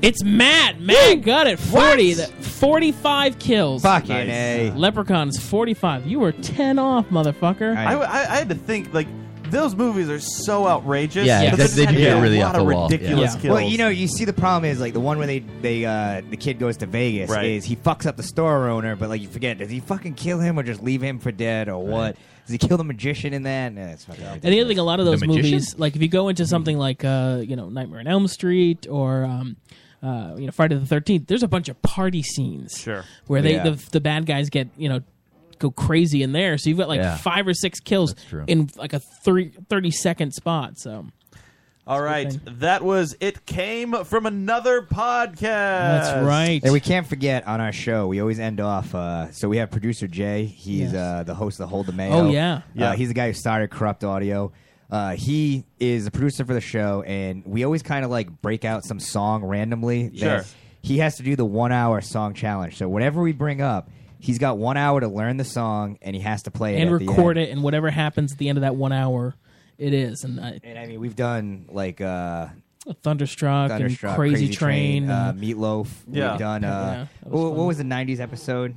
Speaker 11: It's Matt. Matt got it. 40. The- 45 kills.
Speaker 4: Fucking Nice. A.
Speaker 11: Leprechauns, 45. You were 10 off, motherfucker.
Speaker 8: I, I, I had to think, like, those movies are so outrageous.
Speaker 4: Yeah,
Speaker 8: but
Speaker 4: they-
Speaker 8: this
Speaker 4: they
Speaker 8: had
Speaker 4: do
Speaker 8: to
Speaker 4: get
Speaker 8: be a
Speaker 4: really
Speaker 8: lot
Speaker 4: off the
Speaker 8: of
Speaker 4: wall,
Speaker 8: ridiculous kills.
Speaker 4: Well, you know, you see the problem is like the one where they they uh, the kid goes to Vegas
Speaker 8: Right.
Speaker 4: is he fucks up the store owner, but like you forget does he fucking kill him or just leave him for dead or what? Does he kill the magician in that? Nah, it's fucking
Speaker 11: And the other thing, a lot of those
Speaker 4: The magician? Mm-hmm.
Speaker 11: movies, like if you go into something like uh, you know Nightmare on Elm Street or um, uh, you know Friday the Thirteenth, there's a bunch of party scenes
Speaker 8: Sure.
Speaker 11: where they
Speaker 8: Yeah.
Speaker 11: the, the bad guys get you know go crazy in there. So you've got like
Speaker 8: Yeah.
Speaker 11: five or six kills
Speaker 8: true.
Speaker 11: in like a three, 30 second spot. So
Speaker 8: All right. That was It Came From Another Podcast. That's
Speaker 4: And we can't forget on our show, we always end off. Uh, so we have producer Jay. He's
Speaker 8: Yes.
Speaker 4: uh, the host of the Hold the Mayo.
Speaker 11: Oh, yeah.
Speaker 4: Uh,
Speaker 11: Yeah.
Speaker 4: He's the guy who started Corrupt Audio. Uh, he is the producer for the show, and we always kind of like break out some song randomly. that-
Speaker 8: Sure.
Speaker 4: He has to do the one hour song challenge. So whatever we bring up, he's got one hour to learn the song, and he has to play it
Speaker 11: and
Speaker 4: at the end.
Speaker 11: record it, and whatever happens at the end of that one hour, it is. And uh, I,
Speaker 4: And I mean, we've done like uh,
Speaker 11: Thunderstruck,
Speaker 4: Thunderstruck,
Speaker 11: and Crazy,
Speaker 4: Crazy
Speaker 11: Train,
Speaker 4: uh,
Speaker 11: and-
Speaker 4: Meatloaf.
Speaker 11: Yeah.
Speaker 4: We've done.
Speaker 11: Yeah,
Speaker 4: Uh,
Speaker 11: that
Speaker 4: wh- what was the '90s episode?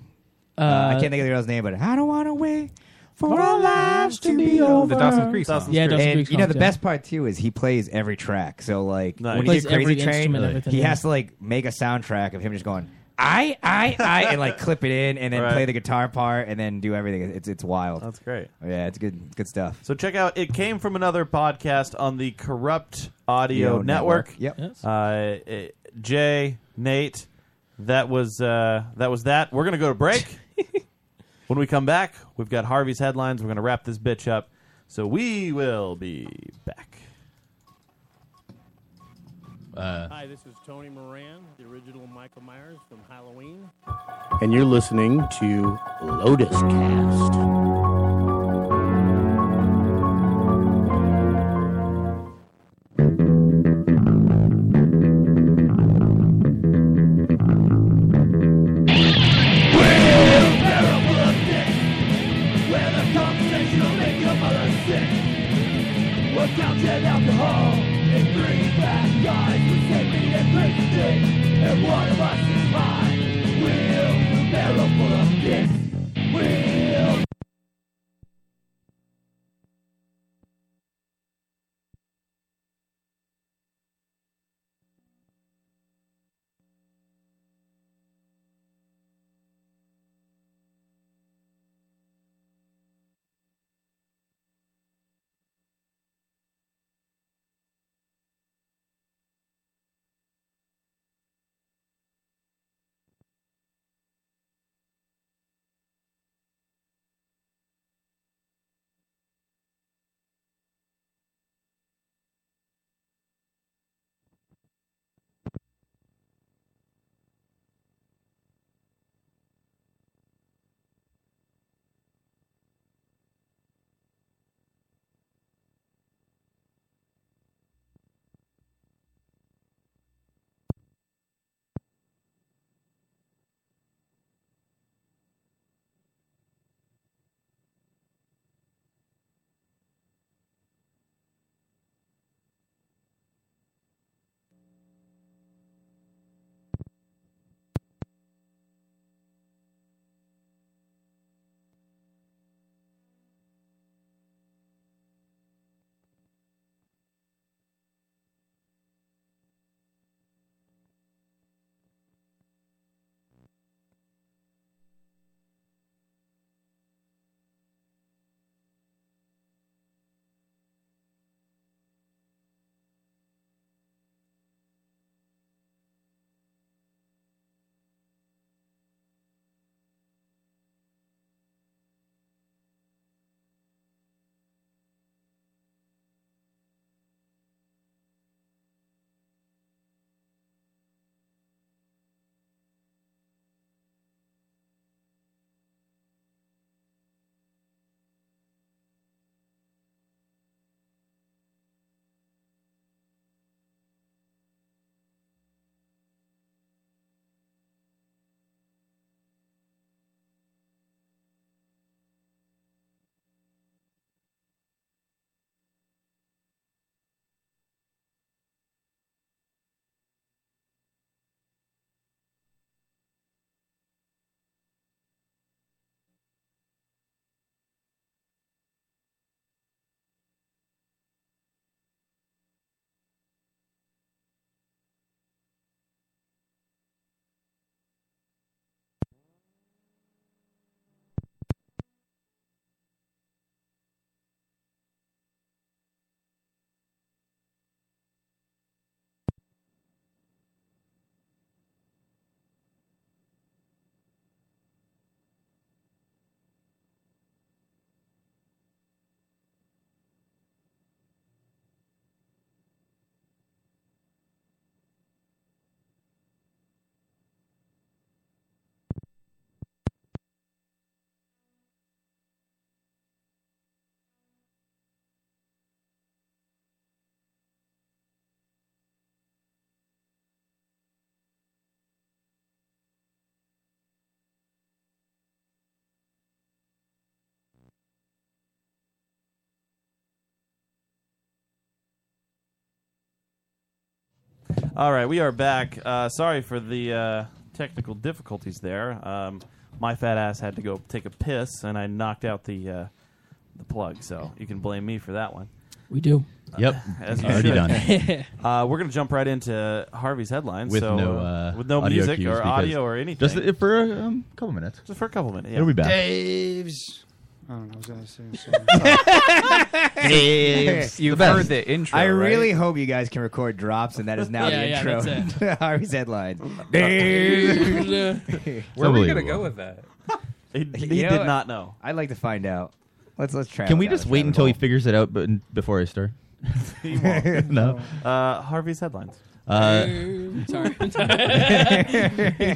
Speaker 4: Uh, I
Speaker 11: Uh,
Speaker 4: can't think of the girl's name, but I don't want to wait
Speaker 16: for our lives to be over.
Speaker 11: song. Yeah, Dawson
Speaker 4: And,
Speaker 11: Creek
Speaker 4: You know
Speaker 11: songs,
Speaker 4: the
Speaker 11: yeah.
Speaker 4: best part too is he plays every track. So like
Speaker 16: Nice.
Speaker 4: when
Speaker 16: He
Speaker 4: he
Speaker 16: plays
Speaker 4: did
Speaker 16: every
Speaker 4: Crazy Train,
Speaker 16: instrument, everything,
Speaker 4: he
Speaker 16: yeah.
Speaker 4: has to like make a soundtrack of him just going I I I
Speaker 11: [LAUGHS]
Speaker 4: and like clip it in and then
Speaker 8: Right.
Speaker 4: play the guitar part and then do everything. It's it's wild. That's
Speaker 8: great.
Speaker 4: Yeah, it's good it's good stuff.
Speaker 8: So check out It Came From Another Podcast on the Corrupt Audio
Speaker 4: Yo,
Speaker 8: Network.
Speaker 4: Network. Yep. Yes.
Speaker 8: Uh, eh, Jay, Nate, that was uh, that was that. We're gonna go to break. when we come back, we've got Harvey's headlines. We're gonna wrap this bitch up. So we will be back.
Speaker 10: Uh,
Speaker 18: Hi, this is Tony Moran, the original Michael Myers from Halloween.
Speaker 21: And you're listening to Lotus Cast.
Speaker 7: Where the conversation will make your mother sick. What counts in alcohol? It brings back guys with safety and thirsty. And one of us is fine. We'll be a barrel full of dicks. We'll.
Speaker 8: All right, we are back. Uh, sorry for the uh, technical difficulties there. Um, my fat ass had to go take a piss, and I knocked out the uh, the plug. So you can blame me for that one. Uh,
Speaker 11: We do.
Speaker 10: Yep.
Speaker 8: as you
Speaker 10: Already
Speaker 8: should.
Speaker 11: [LAUGHS]
Speaker 10: done.
Speaker 8: uh, we're gonna jump right into Harvey's headlines.
Speaker 10: With
Speaker 8: so,
Speaker 10: no,
Speaker 8: uh,
Speaker 10: uh,
Speaker 8: with no
Speaker 10: audio
Speaker 8: music
Speaker 10: cues
Speaker 8: or
Speaker 10: because-
Speaker 8: audio or anything.
Speaker 10: Just i- for a um, couple minutes.
Speaker 8: Just for a couple minutes. Yeah.
Speaker 10: It'll be back.
Speaker 20: Dave's. I don't know. I was gonna say.
Speaker 9: [LAUGHS]
Speaker 4: [LAUGHS] Dave's
Speaker 9: You've
Speaker 4: the best.
Speaker 9: heard the intro,
Speaker 4: I
Speaker 9: right?
Speaker 4: really hope you guys can record drops, and that is
Speaker 9: [LAUGHS]
Speaker 4: now
Speaker 9: Yeah,
Speaker 4: the
Speaker 9: yeah,
Speaker 4: intro. Uh,
Speaker 9: that's
Speaker 4: [LAUGHS]
Speaker 9: [LAUGHS]
Speaker 4: Harvey's headlines.
Speaker 9: Dave. Where are we gonna go with that?
Speaker 10: [LAUGHS]
Speaker 8: He,
Speaker 4: You know,
Speaker 8: know.
Speaker 4: I'd like to find out. Let's let's try.
Speaker 10: Can we just wait until he figures it out but, before I start?
Speaker 8: [LAUGHS] He won't.
Speaker 10: [LAUGHS] No.
Speaker 8: Uh, Harvey's headlines.
Speaker 10: Uh, [LAUGHS]
Speaker 11: Sorry.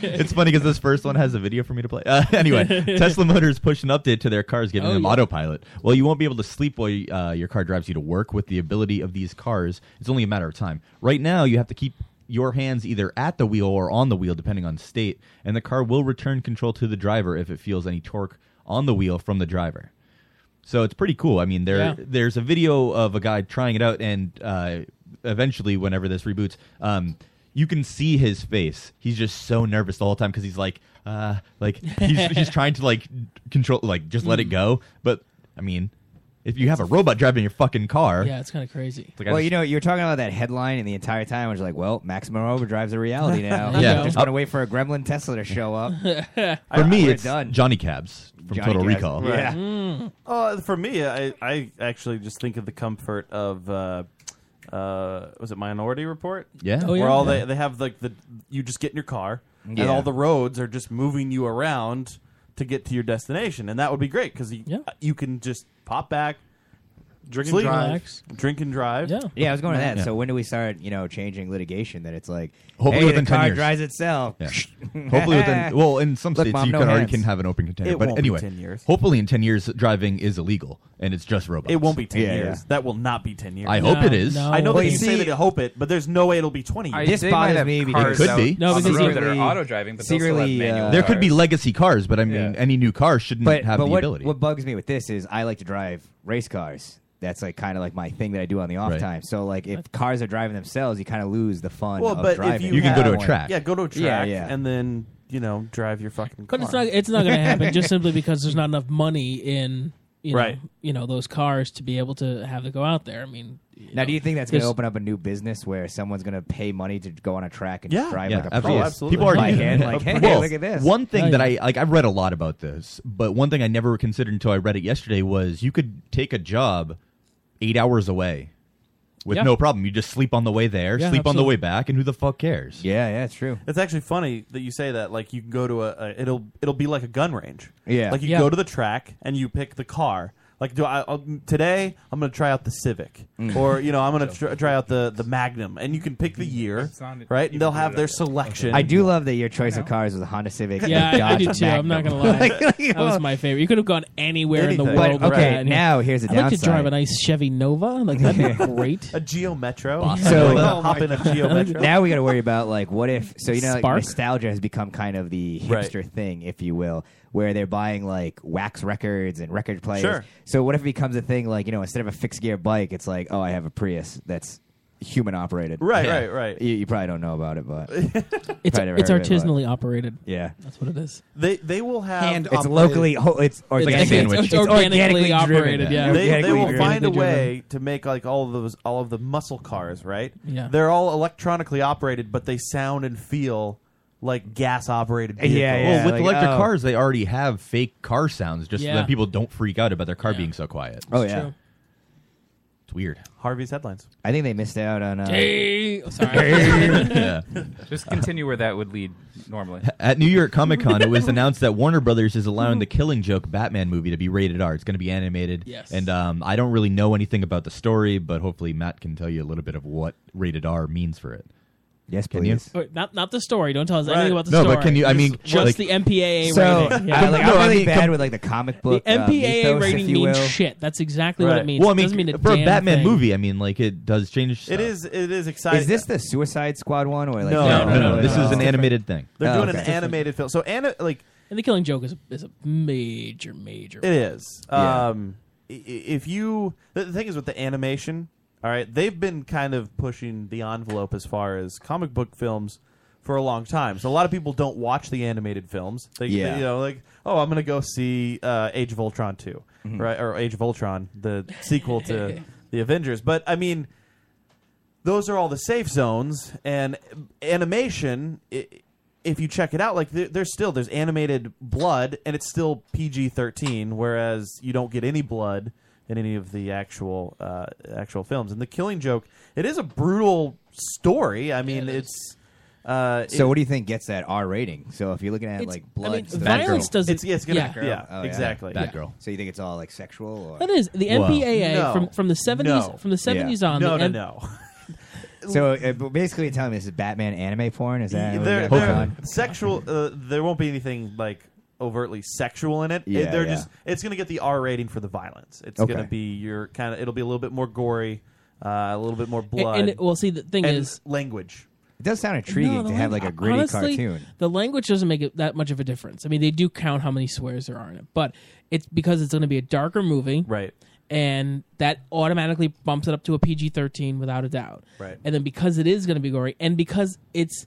Speaker 10: it's funny because this first one has a video for me to play. Uh, [LAUGHS]
Speaker 11: [LAUGHS]
Speaker 10: anyway, Tesla Motors pushed an update to their cars, giving
Speaker 11: Oh,
Speaker 10: them
Speaker 11: yeah.
Speaker 10: autopilot. Well, you won't be able to sleep while you, uh, your car drives you to work with the ability of these cars. It's only a matter of time. Right now, you have to keep your hands either at the wheel or on the wheel, depending on state, and the car will return control to the driver if it feels any torque on the wheel from the driver. So it's pretty cool. I mean, there
Speaker 11: Yeah.
Speaker 10: there's a video of a guy trying it out, and uh, eventually, whenever this reboots, um, you can see his face. He's just so nervous the whole time because he's like, uh, like he's he's trying to like control, like just let it
Speaker 11: Mm.
Speaker 10: go. But I mean, if you have a robot driving your fucking car,
Speaker 11: Yeah, it's kind of crazy.
Speaker 10: It's like, I
Speaker 4: Well,
Speaker 10: just-
Speaker 4: you know, you were talking about that headline, and the entire time I was like, "Well, maximum overdrive's a
Speaker 10: [LAUGHS]
Speaker 4: reality now."
Speaker 10: There you Yeah. go.
Speaker 4: just gotta wait for a gremlin Tesla to
Speaker 9: [LAUGHS]
Speaker 4: show up.
Speaker 10: for me,
Speaker 4: we're
Speaker 10: it's
Speaker 4: done.
Speaker 10: Johnny Cabs from
Speaker 4: Johnny
Speaker 10: Total
Speaker 4: Cabs,
Speaker 10: Recall.
Speaker 4: right. Mm. Yeah.
Speaker 8: Oh, for me, I, I actually just think of the comfort of uh, uh, was it Minority Report?
Speaker 10: Yeah. Oh,
Speaker 8: where
Speaker 10: yeah.
Speaker 8: all
Speaker 10: Yeah.
Speaker 8: they they have like the you just get in your car
Speaker 10: Yeah.
Speaker 8: and all the roads are just moving you around to get to your destination, and that would be great because you, you can just pop back,
Speaker 4: Drink and
Speaker 8: sleep,
Speaker 4: drive. Relax.
Speaker 8: drink and drive.
Speaker 4: Yeah, I was going to that.
Speaker 8: Yeah.
Speaker 4: So when do we start, you know, changing litigation that it's like,
Speaker 10: Hopefully
Speaker 4: hey,
Speaker 10: within
Speaker 4: the
Speaker 10: 10
Speaker 4: car
Speaker 10: years.
Speaker 4: drives itself.
Speaker 8: [LAUGHS]
Speaker 4: [LAUGHS]
Speaker 10: Yeah. hopefully within well in some
Speaker 4: Look,
Speaker 10: states
Speaker 4: Mom,
Speaker 10: you
Speaker 4: no
Speaker 10: can already
Speaker 4: hands.
Speaker 10: can have an open container
Speaker 8: It
Speaker 10: but
Speaker 8: won't be
Speaker 10: anyway
Speaker 8: 10 years.
Speaker 10: hopefully in 10 years driving is illegal and it's just robots
Speaker 8: It won't be ten years. That will not be ten years.
Speaker 10: I hope it is.
Speaker 8: I know
Speaker 10: Well,
Speaker 8: that
Speaker 10: you
Speaker 8: you say
Speaker 10: see-
Speaker 8: that you hope it, but there's no way it'll be twenty
Speaker 9: I-
Speaker 8: years.
Speaker 9: This they might bothers have me because- cars
Speaker 10: could be
Speaker 9: out on the road that are auto driving, but they'll still have
Speaker 4: secretly, manual uh,
Speaker 10: there could be
Speaker 4: cars.
Speaker 10: legacy cars but i mean any new car shouldn't
Speaker 4: But,
Speaker 10: Mm, have
Speaker 4: but
Speaker 10: the
Speaker 4: what,
Speaker 10: ability
Speaker 4: what bugs me with this is I like to drive race cars. That's like kind of like my thing that I do on the off
Speaker 10: Right.
Speaker 4: time. So like if cars are driving themselves, you kind of lose the fun.
Speaker 8: Well,
Speaker 4: of
Speaker 8: but if
Speaker 4: driving.
Speaker 8: you, have- yeah,
Speaker 4: Yeah,
Speaker 8: go to a track,
Speaker 4: yeah.
Speaker 8: and then you know drive your fucking.
Speaker 11: But it's
Speaker 8: car.
Speaker 11: not it's not going to
Speaker 9: [LAUGHS]
Speaker 11: happen just simply because there's not enough money in you know,
Speaker 4: Right.
Speaker 11: you know those cars to be able to have it go out there. I mean,
Speaker 4: Now, do you think that's going to
Speaker 11: there's-
Speaker 4: open up a new business where someone's going to pay money to go on a track and
Speaker 11: Yeah.
Speaker 4: drive
Speaker 10: Yeah,
Speaker 4: like a
Speaker 10: absolutely.
Speaker 8: Oh,
Speaker 4: Prius?
Speaker 10: People are
Speaker 4: by
Speaker 10: [LAUGHS]
Speaker 4: hand, [LAUGHS] like, hey,
Speaker 10: Well,
Speaker 4: look at this.
Speaker 10: One thing
Speaker 4: Oh,
Speaker 10: that
Speaker 4: yeah.
Speaker 10: I like, I've read a lot about this, but one thing I never considered until I read it yesterday was you could take a job eight hours away with
Speaker 8: Yeah.
Speaker 10: no problem. You just sleep on the way there,
Speaker 8: Yeah,
Speaker 10: sleep on the
Speaker 8: absolutely.
Speaker 10: way back, and who the fuck cares?
Speaker 4: Yeah, yeah, it's true.
Speaker 8: It's actually funny that you say that. Like you can go to a, a it'll it'll be like a gun range.
Speaker 4: Yeah.
Speaker 8: Like you
Speaker 4: Yeah.
Speaker 8: go to the track and you pick the car. Like do I I'll, today? I'm going to try out the Civic,
Speaker 9: Mm.
Speaker 8: or you know
Speaker 9: [LAUGHS]
Speaker 8: I'm going to tr- try out the the Magnum, and you can pick the year, right? And they'll have their selection.
Speaker 4: I do love that your choice of cars was a
Speaker 11: [LAUGHS]
Speaker 4: Honda Civic.
Speaker 11: Yeah,
Speaker 4: a
Speaker 11: I- I
Speaker 4: Dodge
Speaker 11: do too. I'm not
Speaker 4: Magnum.
Speaker 11: gonna lie.
Speaker 4: [LAUGHS] Like,
Speaker 11: that was my favorite. You could have gone anywhere in the
Speaker 4: Anything.
Speaker 11: world.
Speaker 4: But,
Speaker 11: with
Speaker 4: okay,
Speaker 11: that.
Speaker 4: now here's the
Speaker 11: I'd like to
Speaker 4: downside.
Speaker 11: drive a nice Chevy Nova.
Speaker 4: [LAUGHS]
Speaker 11: Like that'd be Oh great.
Speaker 8: a Geo Metro.
Speaker 4: So
Speaker 8: Like, I'll hop in a
Speaker 4: [LAUGHS]
Speaker 8: Geo
Speaker 11: [LAUGHS]
Speaker 8: Metro.
Speaker 4: uh, now we got to worry about like what if so you know like,
Speaker 8: Spark?
Speaker 4: nostalgia has become kind of the
Speaker 8: Right.
Speaker 4: hipster thing if you will where they're buying like wax records and record players.
Speaker 8: Sure.
Speaker 4: So what if it becomes a thing like you know instead of a fixed gear bike it's like oh I have a Prius that's human operated.
Speaker 8: Right, right, right.
Speaker 4: You, you probably don't know about
Speaker 8: [LAUGHS]
Speaker 4: it but
Speaker 11: It's
Speaker 4: probably never
Speaker 11: it's
Speaker 4: heard of it, but-
Speaker 11: artisanally operated.
Speaker 4: Yeah.
Speaker 11: that's what it is.
Speaker 8: They they will have
Speaker 4: it's locally ho- it's organic,
Speaker 11: It's, organically, operated. Yeah,
Speaker 8: they, they will
Speaker 4: Organically
Speaker 8: find a
Speaker 4: driven.
Speaker 8: way to make like all of those all of the muscle cars, right?
Speaker 11: Yeah.
Speaker 8: they're all electronically operated, but they sound and feel like gas operated vehicles.
Speaker 10: well, with electric cars, they already have fake car sounds just so
Speaker 8: oh. Yeah.
Speaker 10: that people don't freak out about their car being so quiet.
Speaker 4: Oh, It's yeah. true.
Speaker 10: It's weird.
Speaker 8: Harvey's headlines.
Speaker 4: I think they missed out on. Uh,
Speaker 11: Hey! Oh, sorry.
Speaker 4: [LAUGHS]
Speaker 10: Yeah.
Speaker 9: [LAUGHS] Just continue where that would lead normally.
Speaker 10: At New York Comic Con, it was announced that Warner Brothers is allowing the Killing Joke Batman movie to be rated R. It's going to be animated.
Speaker 11: Yes.
Speaker 10: And um, I don't really know anything about the story, but hopefully Matt can tell you a little bit of what rated R means for it.
Speaker 4: Yes,
Speaker 10: can you?
Speaker 11: Wait, not not the story. Don't tell us
Speaker 10: Right.
Speaker 11: anything about the
Speaker 10: No, but
Speaker 11: story.
Speaker 10: can you- I mean,
Speaker 11: just,
Speaker 10: like-
Speaker 11: just the MPAA
Speaker 4: So
Speaker 11: rating.
Speaker 4: I, like, I'm really bad with like the comic book.
Speaker 11: the
Speaker 4: uh,
Speaker 11: MPAA
Speaker 4: mythos, if
Speaker 11: rating
Speaker 4: you
Speaker 11: means
Speaker 4: will.
Speaker 11: shit. That's exactly what it means.
Speaker 10: Well, I
Speaker 11: it
Speaker 10: mean,
Speaker 11: doesn't mean a
Speaker 10: for a
Speaker 11: damn
Speaker 10: Batman
Speaker 11: thing.
Speaker 10: movie, I mean, like it does change. Stuff.
Speaker 8: It is it is exciting.
Speaker 4: Is this the Suicide Squad one or Oh, like
Speaker 10: No, no, no, no, this is an
Speaker 4: Different.
Speaker 10: animated thing.
Speaker 8: They're
Speaker 4: Oh,
Speaker 8: doing
Speaker 4: okay.
Speaker 8: an animated film. So ani- like
Speaker 11: And the Killing Joke is is a major, major.
Speaker 8: It is.
Speaker 11: Yeah.
Speaker 8: Um, i- i- if you the the thing is with the animation, All right, they've been kind of pushing the envelope as far as comic book films for a long time. So a lot of people don't watch the animated films. They,
Speaker 4: Yeah.
Speaker 8: they, you know, like oh, I'm gonna go see uh, Age of Ultron 2
Speaker 11: Mm-hmm.
Speaker 4: Mhm.
Speaker 8: right? Or Age of Ultron, the sequel to the Avengers. But I mean, those are all the safe zones and animation. i if you check it out, like there, there's still there's animated blood and it's still PG-13, whereas you don't get any blood in any of the actual uh, actual films. And the Killing Joke, it is a brutal story. I mean, it's. Uh,
Speaker 4: So
Speaker 8: it-
Speaker 4: what do you think gets that R rating? So if you're looking at
Speaker 8: It's- I
Speaker 4: like blood,
Speaker 8: mean,
Speaker 4: stuff-
Speaker 8: violence Batgirl. doesn't- It's- yeah, it's gonna- yeah,
Speaker 4: Oh,
Speaker 8: exactly.
Speaker 4: Batgirl.
Speaker 8: Yeah.
Speaker 4: So you think it's all like sexual? Or?
Speaker 11: That is the MPAA
Speaker 4: No.
Speaker 11: from from the seventies
Speaker 4: No.
Speaker 11: from the seventies
Speaker 4: Yeah.
Speaker 11: on.
Speaker 4: No,
Speaker 11: the
Speaker 4: no,
Speaker 11: [LAUGHS]
Speaker 4: no. so uh, but basically, you're telling me this is Batman anime porn? Is that what
Speaker 8: there,
Speaker 4: we got going
Speaker 8: there
Speaker 4: on?
Speaker 8: sexual. Uh, there won't be anything like overtly sexual in it. It-
Speaker 4: Yeah,
Speaker 8: they're
Speaker 4: yeah.
Speaker 8: just. It's going to get the R rating for the violence. It's
Speaker 11: Okay.
Speaker 8: going to be your kind of. It'll be a little bit more gory, uh, a little bit more blood.
Speaker 11: and it- well, see, the thing
Speaker 8: and
Speaker 11: is-
Speaker 8: language.
Speaker 4: It does sound
Speaker 11: No, the lang- honestly, The language doesn't make it that much of a difference. I mean, they do count how many swears there are in it, but it's because it's going to be a darker movie,
Speaker 8: right?
Speaker 11: And that automatically bumps it up to a PG thirteen without a doubt,
Speaker 8: Right.
Speaker 11: And then because it is going to be gory, and because it's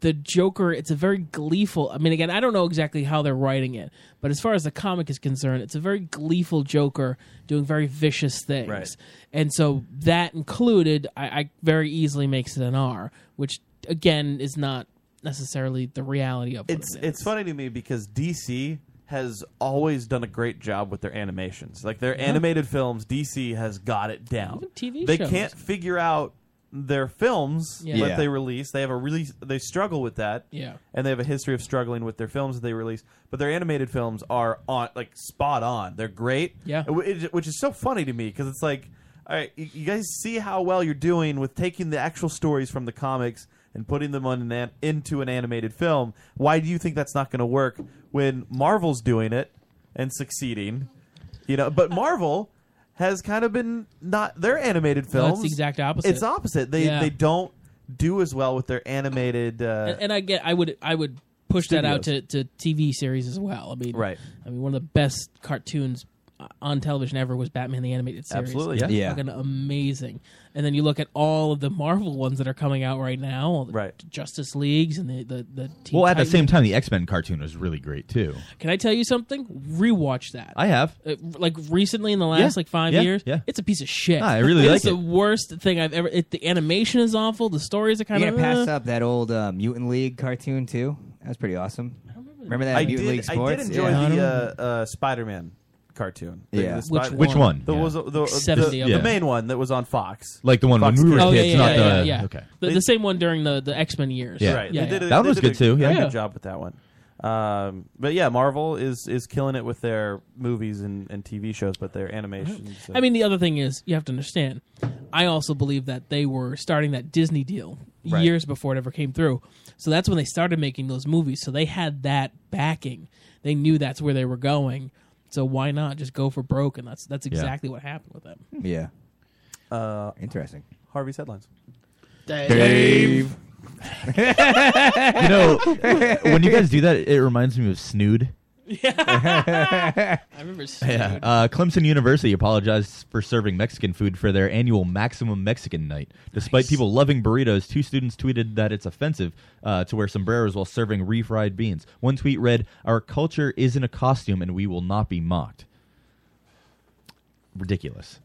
Speaker 11: the Joker, it's a very gleeful. I mean, again, I don't know exactly how they're writing it, but as far as the comic is concerned, it's a very gleeful Joker doing very vicious things,
Speaker 8: Right.
Speaker 11: and so that included, I, I very easily makes it an R, which again is not necessarily the reality of what
Speaker 8: It's it's funny to me because DC has always done a great job with their animations. Like their
Speaker 11: Yeah.
Speaker 8: animated films, DC has got it down.
Speaker 11: TV
Speaker 8: they
Speaker 11: shows.
Speaker 8: can't figure out their films
Speaker 11: Yeah.
Speaker 8: that
Speaker 11: Yeah.
Speaker 8: they release. They have a really they struggle with that.
Speaker 11: Yeah.
Speaker 8: And they have a history of struggling with their films that they release, but their animated films are on like spot on. They're great.
Speaker 11: Yeah.
Speaker 8: Wh- it- which is so funny to me because it's like, all right, you you guys see how well you're doing with taking the actual stories from the comics and putting them on an, an- into an animated film. Why do you think that's not going to work when Marvel's doing it and succeeding? You know, but Marvel has kind of been not their animated
Speaker 11: No, it's the
Speaker 8: films.
Speaker 11: exact opposite.
Speaker 8: It's opposite. They
Speaker 11: Yeah.
Speaker 8: they don't do as well with their animated. Uh,
Speaker 11: and, and I get I would I would push that out to,
Speaker 8: Studios.
Speaker 11: to TV series as well. I mean,
Speaker 8: Right.
Speaker 11: I mean, one of the best cartoons on television ever was Batman the animated series.
Speaker 8: Absolutely, yeah. Yeah.
Speaker 11: fucking amazing. And then you look at all of the Marvel ones that are coming out right now, all the
Speaker 8: right.
Speaker 11: Justice Leagues and the the, the Teen
Speaker 10: well, at the
Speaker 11: Titans.
Speaker 10: same time, the X Men cartoon was really great too.
Speaker 11: Can I tell you something? Rewatch that.
Speaker 10: I have.
Speaker 11: Uh, like recently in the last
Speaker 10: Yeah.
Speaker 11: like five
Speaker 10: Yeah.
Speaker 11: years.
Speaker 10: Yeah.
Speaker 11: It's a piece of shit.
Speaker 10: Ah, I really
Speaker 11: it's
Speaker 10: like
Speaker 11: the worst thing I've ever. It, the animation is awful. The stories are kind
Speaker 4: You
Speaker 11: of
Speaker 4: gonna pass
Speaker 11: uh,
Speaker 4: up that old uh, Mutant League cartoon too? That was pretty awesome. Remember that
Speaker 8: I
Speaker 4: Mutant
Speaker 8: did,
Speaker 4: League
Speaker 8: I
Speaker 4: Sports?
Speaker 8: did enjoy
Speaker 4: Yeah.
Speaker 8: the uh, uh, Spider-Man cartoon. The-
Speaker 4: Yeah.
Speaker 8: the
Speaker 4: Which
Speaker 8: Spider-
Speaker 4: Which one?
Speaker 8: The,
Speaker 4: Yeah.
Speaker 8: was, the, the,
Speaker 11: Seventy
Speaker 8: the-
Speaker 11: of
Speaker 8: the
Speaker 11: them.
Speaker 8: main one that was on Fox.
Speaker 10: Like the one
Speaker 8: Fox
Speaker 10: when we were
Speaker 8: Kids.
Speaker 11: Oh yeah,
Speaker 10: kids,
Speaker 11: yeah,
Speaker 10: not
Speaker 11: yeah,
Speaker 10: the-
Speaker 11: yeah.
Speaker 10: okay.
Speaker 11: The, the same one during the, the X Men years.
Speaker 10: Yeah.
Speaker 8: right.
Speaker 11: Yeah,
Speaker 8: They did
Speaker 11: yeah.
Speaker 8: a,
Speaker 10: That one
Speaker 8: they
Speaker 10: was
Speaker 8: did a
Speaker 10: good, too, yeah.
Speaker 8: Good
Speaker 10: Yeah.
Speaker 8: job with that one. Um, but yeah, Marvel is is killing it with their movies and, and TV shows, but their animations.
Speaker 11: I mean, the other thing is you have to understand. I also believe that they were starting that Disney deal
Speaker 8: Right.
Speaker 11: years before it ever came through. So that's when they started making those movies. So they had that backing. They knew that's where they were going. So why not just go for broke? And that's that's
Speaker 4: Yeah.
Speaker 11: exactly what happened with them.
Speaker 4: Yeah.
Speaker 8: Uh,
Speaker 4: Interesting.
Speaker 8: Harvey's headlines.
Speaker 10: Dave. you know, when you guys do that, it reminds me of Snood.
Speaker 4: [LAUGHS]
Speaker 11: Yeah. I remember Snood.
Speaker 10: Yeah. Uh, Clemson University apologized for serving Mexican food for their annual Maximum Mexican Night. Despite people loving burritos, two students tweeted that it's offensive uh, to wear sombreros while serving refried beans. One tweet read, Our culture isn't a costume and we will not be mocked. Ridiculous.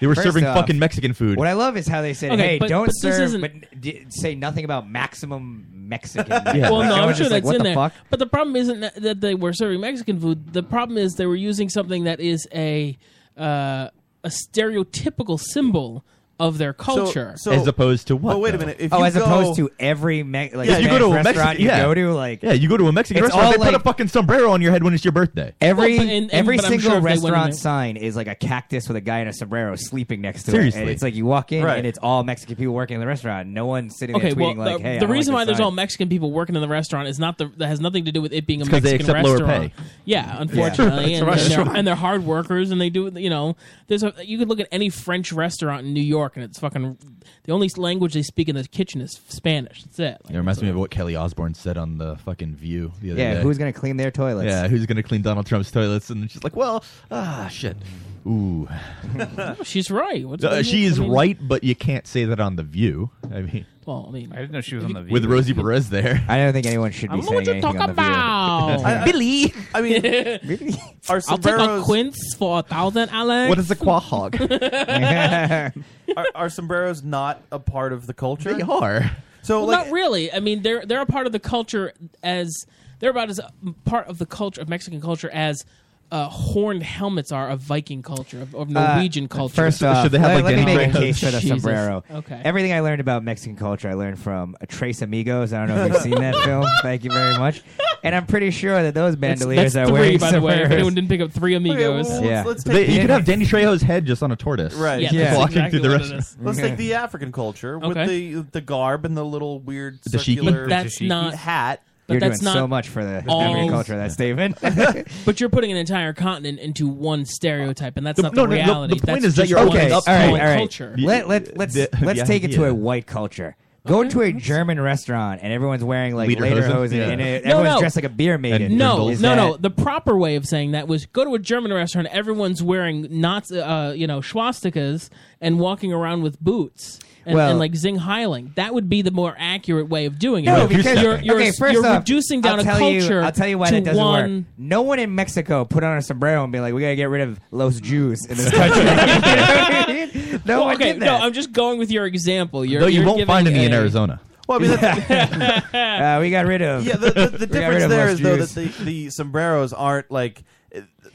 Speaker 10: They were
Speaker 4: First
Speaker 10: serving
Speaker 4: off,
Speaker 10: fucking Mexican food.
Speaker 4: What I love is how they said,
Speaker 11: Okay,
Speaker 4: "Hey,
Speaker 11: but-
Speaker 4: don't
Speaker 11: but this
Speaker 4: serve,
Speaker 11: isn't-
Speaker 4: but d- say nothing about maximum
Speaker 10: [LAUGHS]
Speaker 4: Mexican." night."
Speaker 11: Well, no, I'm
Speaker 4: Everyone's
Speaker 11: sure
Speaker 4: just like,
Speaker 11: that's
Speaker 4: "What
Speaker 11: in
Speaker 4: the
Speaker 11: there.
Speaker 4: fuck?"
Speaker 11: But the problem isn't that- that they were serving Mexican food. The problem is they were using something that is a uh, a stereotypical symbol of their culture.
Speaker 4: As
Speaker 10: opposed to what?
Speaker 4: But
Speaker 8: wait a minute. If
Speaker 4: oh,
Speaker 8: you
Speaker 4: as
Speaker 8: go-
Speaker 4: opposed to every me- like
Speaker 10: yeah, you go to a
Speaker 4: restaurant
Speaker 10: Mexican.
Speaker 4: you
Speaker 10: yeah.
Speaker 4: go to, like
Speaker 10: yeah, you go to a Mexican
Speaker 4: It's
Speaker 10: restaurant.
Speaker 4: all
Speaker 10: They put a
Speaker 4: like-
Speaker 10: fucking sombrero on your head when it's your birthday.
Speaker 4: Every
Speaker 10: Well, but- and- and-
Speaker 4: every
Speaker 10: but I'm
Speaker 4: single
Speaker 10: sure if they went in
Speaker 4: restaurant
Speaker 10: there-
Speaker 4: sign is like a cactus with a guy in a sombrero sleeping next to it, and
Speaker 10: Seriously.
Speaker 4: it's like you walk in
Speaker 10: Right.
Speaker 4: and it's all Mexican people working in the restaurant. No one's sitting
Speaker 11: Okay,
Speaker 4: there tweeting
Speaker 11: well,
Speaker 4: like,
Speaker 11: the,
Speaker 4: "Hey, I
Speaker 11: the
Speaker 4: don't
Speaker 11: reason
Speaker 4: like
Speaker 11: why
Speaker 4: this
Speaker 11: there's all Mexican people working in the restaurant is not the that has nothing to do with it being a
Speaker 10: It's 'cause
Speaker 11: Mexican
Speaker 10: they accept lower
Speaker 11: restaurant.
Speaker 10: pay.
Speaker 11: Yeah,
Speaker 10: Yeah.
Speaker 11: unfortunately,
Speaker 10: It's a
Speaker 11: and, and
Speaker 10: restaurant.
Speaker 11: they're, and they're hard workers, and they do you know there's a you could look at any French restaurant in New York York, and it's fucking the only language they speak in the kitchen is Spanish. That's it.
Speaker 10: It reminds me of what Kelly Osborne said on the fucking View the other
Speaker 4: Yeah,
Speaker 10: day.
Speaker 4: who's gonna clean their toilets?
Speaker 10: Yeah, who's gonna clean Donald Trump's toilets? And she's like, well, ah, shit. Ooh,
Speaker 11: [LAUGHS] She's right. What's
Speaker 10: Uh, she is
Speaker 11: I mean-
Speaker 10: right, but you can't say that on the View. I mean,
Speaker 11: Well, I mean, I
Speaker 9: didn't know she was on the
Speaker 10: with Rosie Perez there,
Speaker 4: I don't think anyone should be saying anything on the
Speaker 10: [LAUGHS]
Speaker 4: View.
Speaker 11: about?
Speaker 4: Billy.
Speaker 8: I
Speaker 11: [LAUGHS]
Speaker 8: mean, are
Speaker 11: I'll take a
Speaker 8: sombreros-
Speaker 11: quince for a thousand, Alex.
Speaker 8: What is a
Speaker 11: [LAUGHS]
Speaker 8: [LAUGHS]
Speaker 11: quahog?
Speaker 8: are, are sombreros not a part of the culture? They
Speaker 10: are.
Speaker 8: So
Speaker 11: Well,
Speaker 8: like,
Speaker 11: not really. I mean, they're they're a part of the culture as they're about as part of the culture of Mexican culture as uh, horned helmets are of Viking culture of, of Norwegian
Speaker 4: Uh,
Speaker 11: culture.
Speaker 4: First off, let, let me make a [LAUGHS] case for the
Speaker 11: Jesus.
Speaker 4: sombrero.
Speaker 11: Okay.
Speaker 4: Everything I learned about Mexican culture, I learned from uh, Trace Amigos. I don't know if you've seen [LAUGHS] that film. Thank you very much. And I'm pretty sure that those
Speaker 11: That's,
Speaker 4: bandoliers
Speaker 11: that's
Speaker 4: are
Speaker 11: three,
Speaker 4: wearing
Speaker 11: by the way. If
Speaker 4: sombreros.
Speaker 11: anyone didn't pick up three amigos,
Speaker 10: They- you could have Danny Trejo's head just on a tortoise,
Speaker 8: Right.
Speaker 10: Just walking through the restaurant.
Speaker 8: Let's take the African culture with
Speaker 11: Okay.
Speaker 8: the the garb and the little weird
Speaker 10: The dashiki?
Speaker 8: circular
Speaker 11: But that's not [LAUGHS]
Speaker 8: hat.
Speaker 4: You're doing so much for the
Speaker 11: all-
Speaker 4: American
Speaker 11: [LAUGHS]
Speaker 4: culture, that statement.
Speaker 11: but you're putting an entire continent into one stereotype, and that's
Speaker 4: The-
Speaker 11: not
Speaker 4: no,
Speaker 11: the
Speaker 4: no, no, the
Speaker 11: reality.
Speaker 4: point
Speaker 11: that's
Speaker 4: is that
Speaker 11: just
Speaker 4: you're
Speaker 11: one
Speaker 4: okay,
Speaker 11: All
Speaker 4: all right,
Speaker 11: right,
Speaker 4: all right.
Speaker 11: culture.
Speaker 4: Let, let, let's
Speaker 10: The-
Speaker 4: let's
Speaker 10: the
Speaker 4: take it to
Speaker 10: idea.
Speaker 4: a white culture. Go into a German restaurant and everyone's wearing like
Speaker 10: Lederhosen?
Speaker 4: lederhosen,
Speaker 10: Yeah.
Speaker 4: and it,
Speaker 11: No,
Speaker 4: everyone's
Speaker 11: no.
Speaker 4: dressed like a beer maiden.
Speaker 11: No,
Speaker 4: Is
Speaker 11: no,
Speaker 4: that-
Speaker 11: no. The proper way of saying that was go to a German restaurant. Everyone's wearing Nazi, uh, you know, swastikas and walking around with boots and,
Speaker 4: Well-
Speaker 11: and like zing heiling. That would be the more accurate way of doing it.
Speaker 4: No, because
Speaker 11: you're, you're,
Speaker 4: okay, first
Speaker 11: you're
Speaker 4: off,
Speaker 11: reducing down
Speaker 4: I'll
Speaker 11: a
Speaker 4: tell
Speaker 11: culture.
Speaker 4: You, I'll tell you why
Speaker 11: to
Speaker 4: that doesn't
Speaker 11: one,
Speaker 4: work. No one in Mexico put on a sombrero and be like, "We gotta get rid of los Jews
Speaker 11: [LAUGHS]
Speaker 4: in this country." You know what I mean? No
Speaker 11: Well,
Speaker 4: one
Speaker 11: okay,
Speaker 4: did
Speaker 11: no,
Speaker 4: that.
Speaker 11: I'm just going with your example. You're,
Speaker 10: Though you
Speaker 11: you're
Speaker 10: won't
Speaker 11: giving
Speaker 10: find any in
Speaker 11: a-
Speaker 10: Arizona.
Speaker 8: Well, I mean, that's,
Speaker 11: [LAUGHS]
Speaker 4: uh, we got rid of.
Speaker 8: yeah, the, the, the
Speaker 4: [LAUGHS] we got rid
Speaker 8: difference
Speaker 4: of
Speaker 8: there
Speaker 4: Los
Speaker 8: is though that
Speaker 4: Jews.
Speaker 8: the, the sombreros aren't like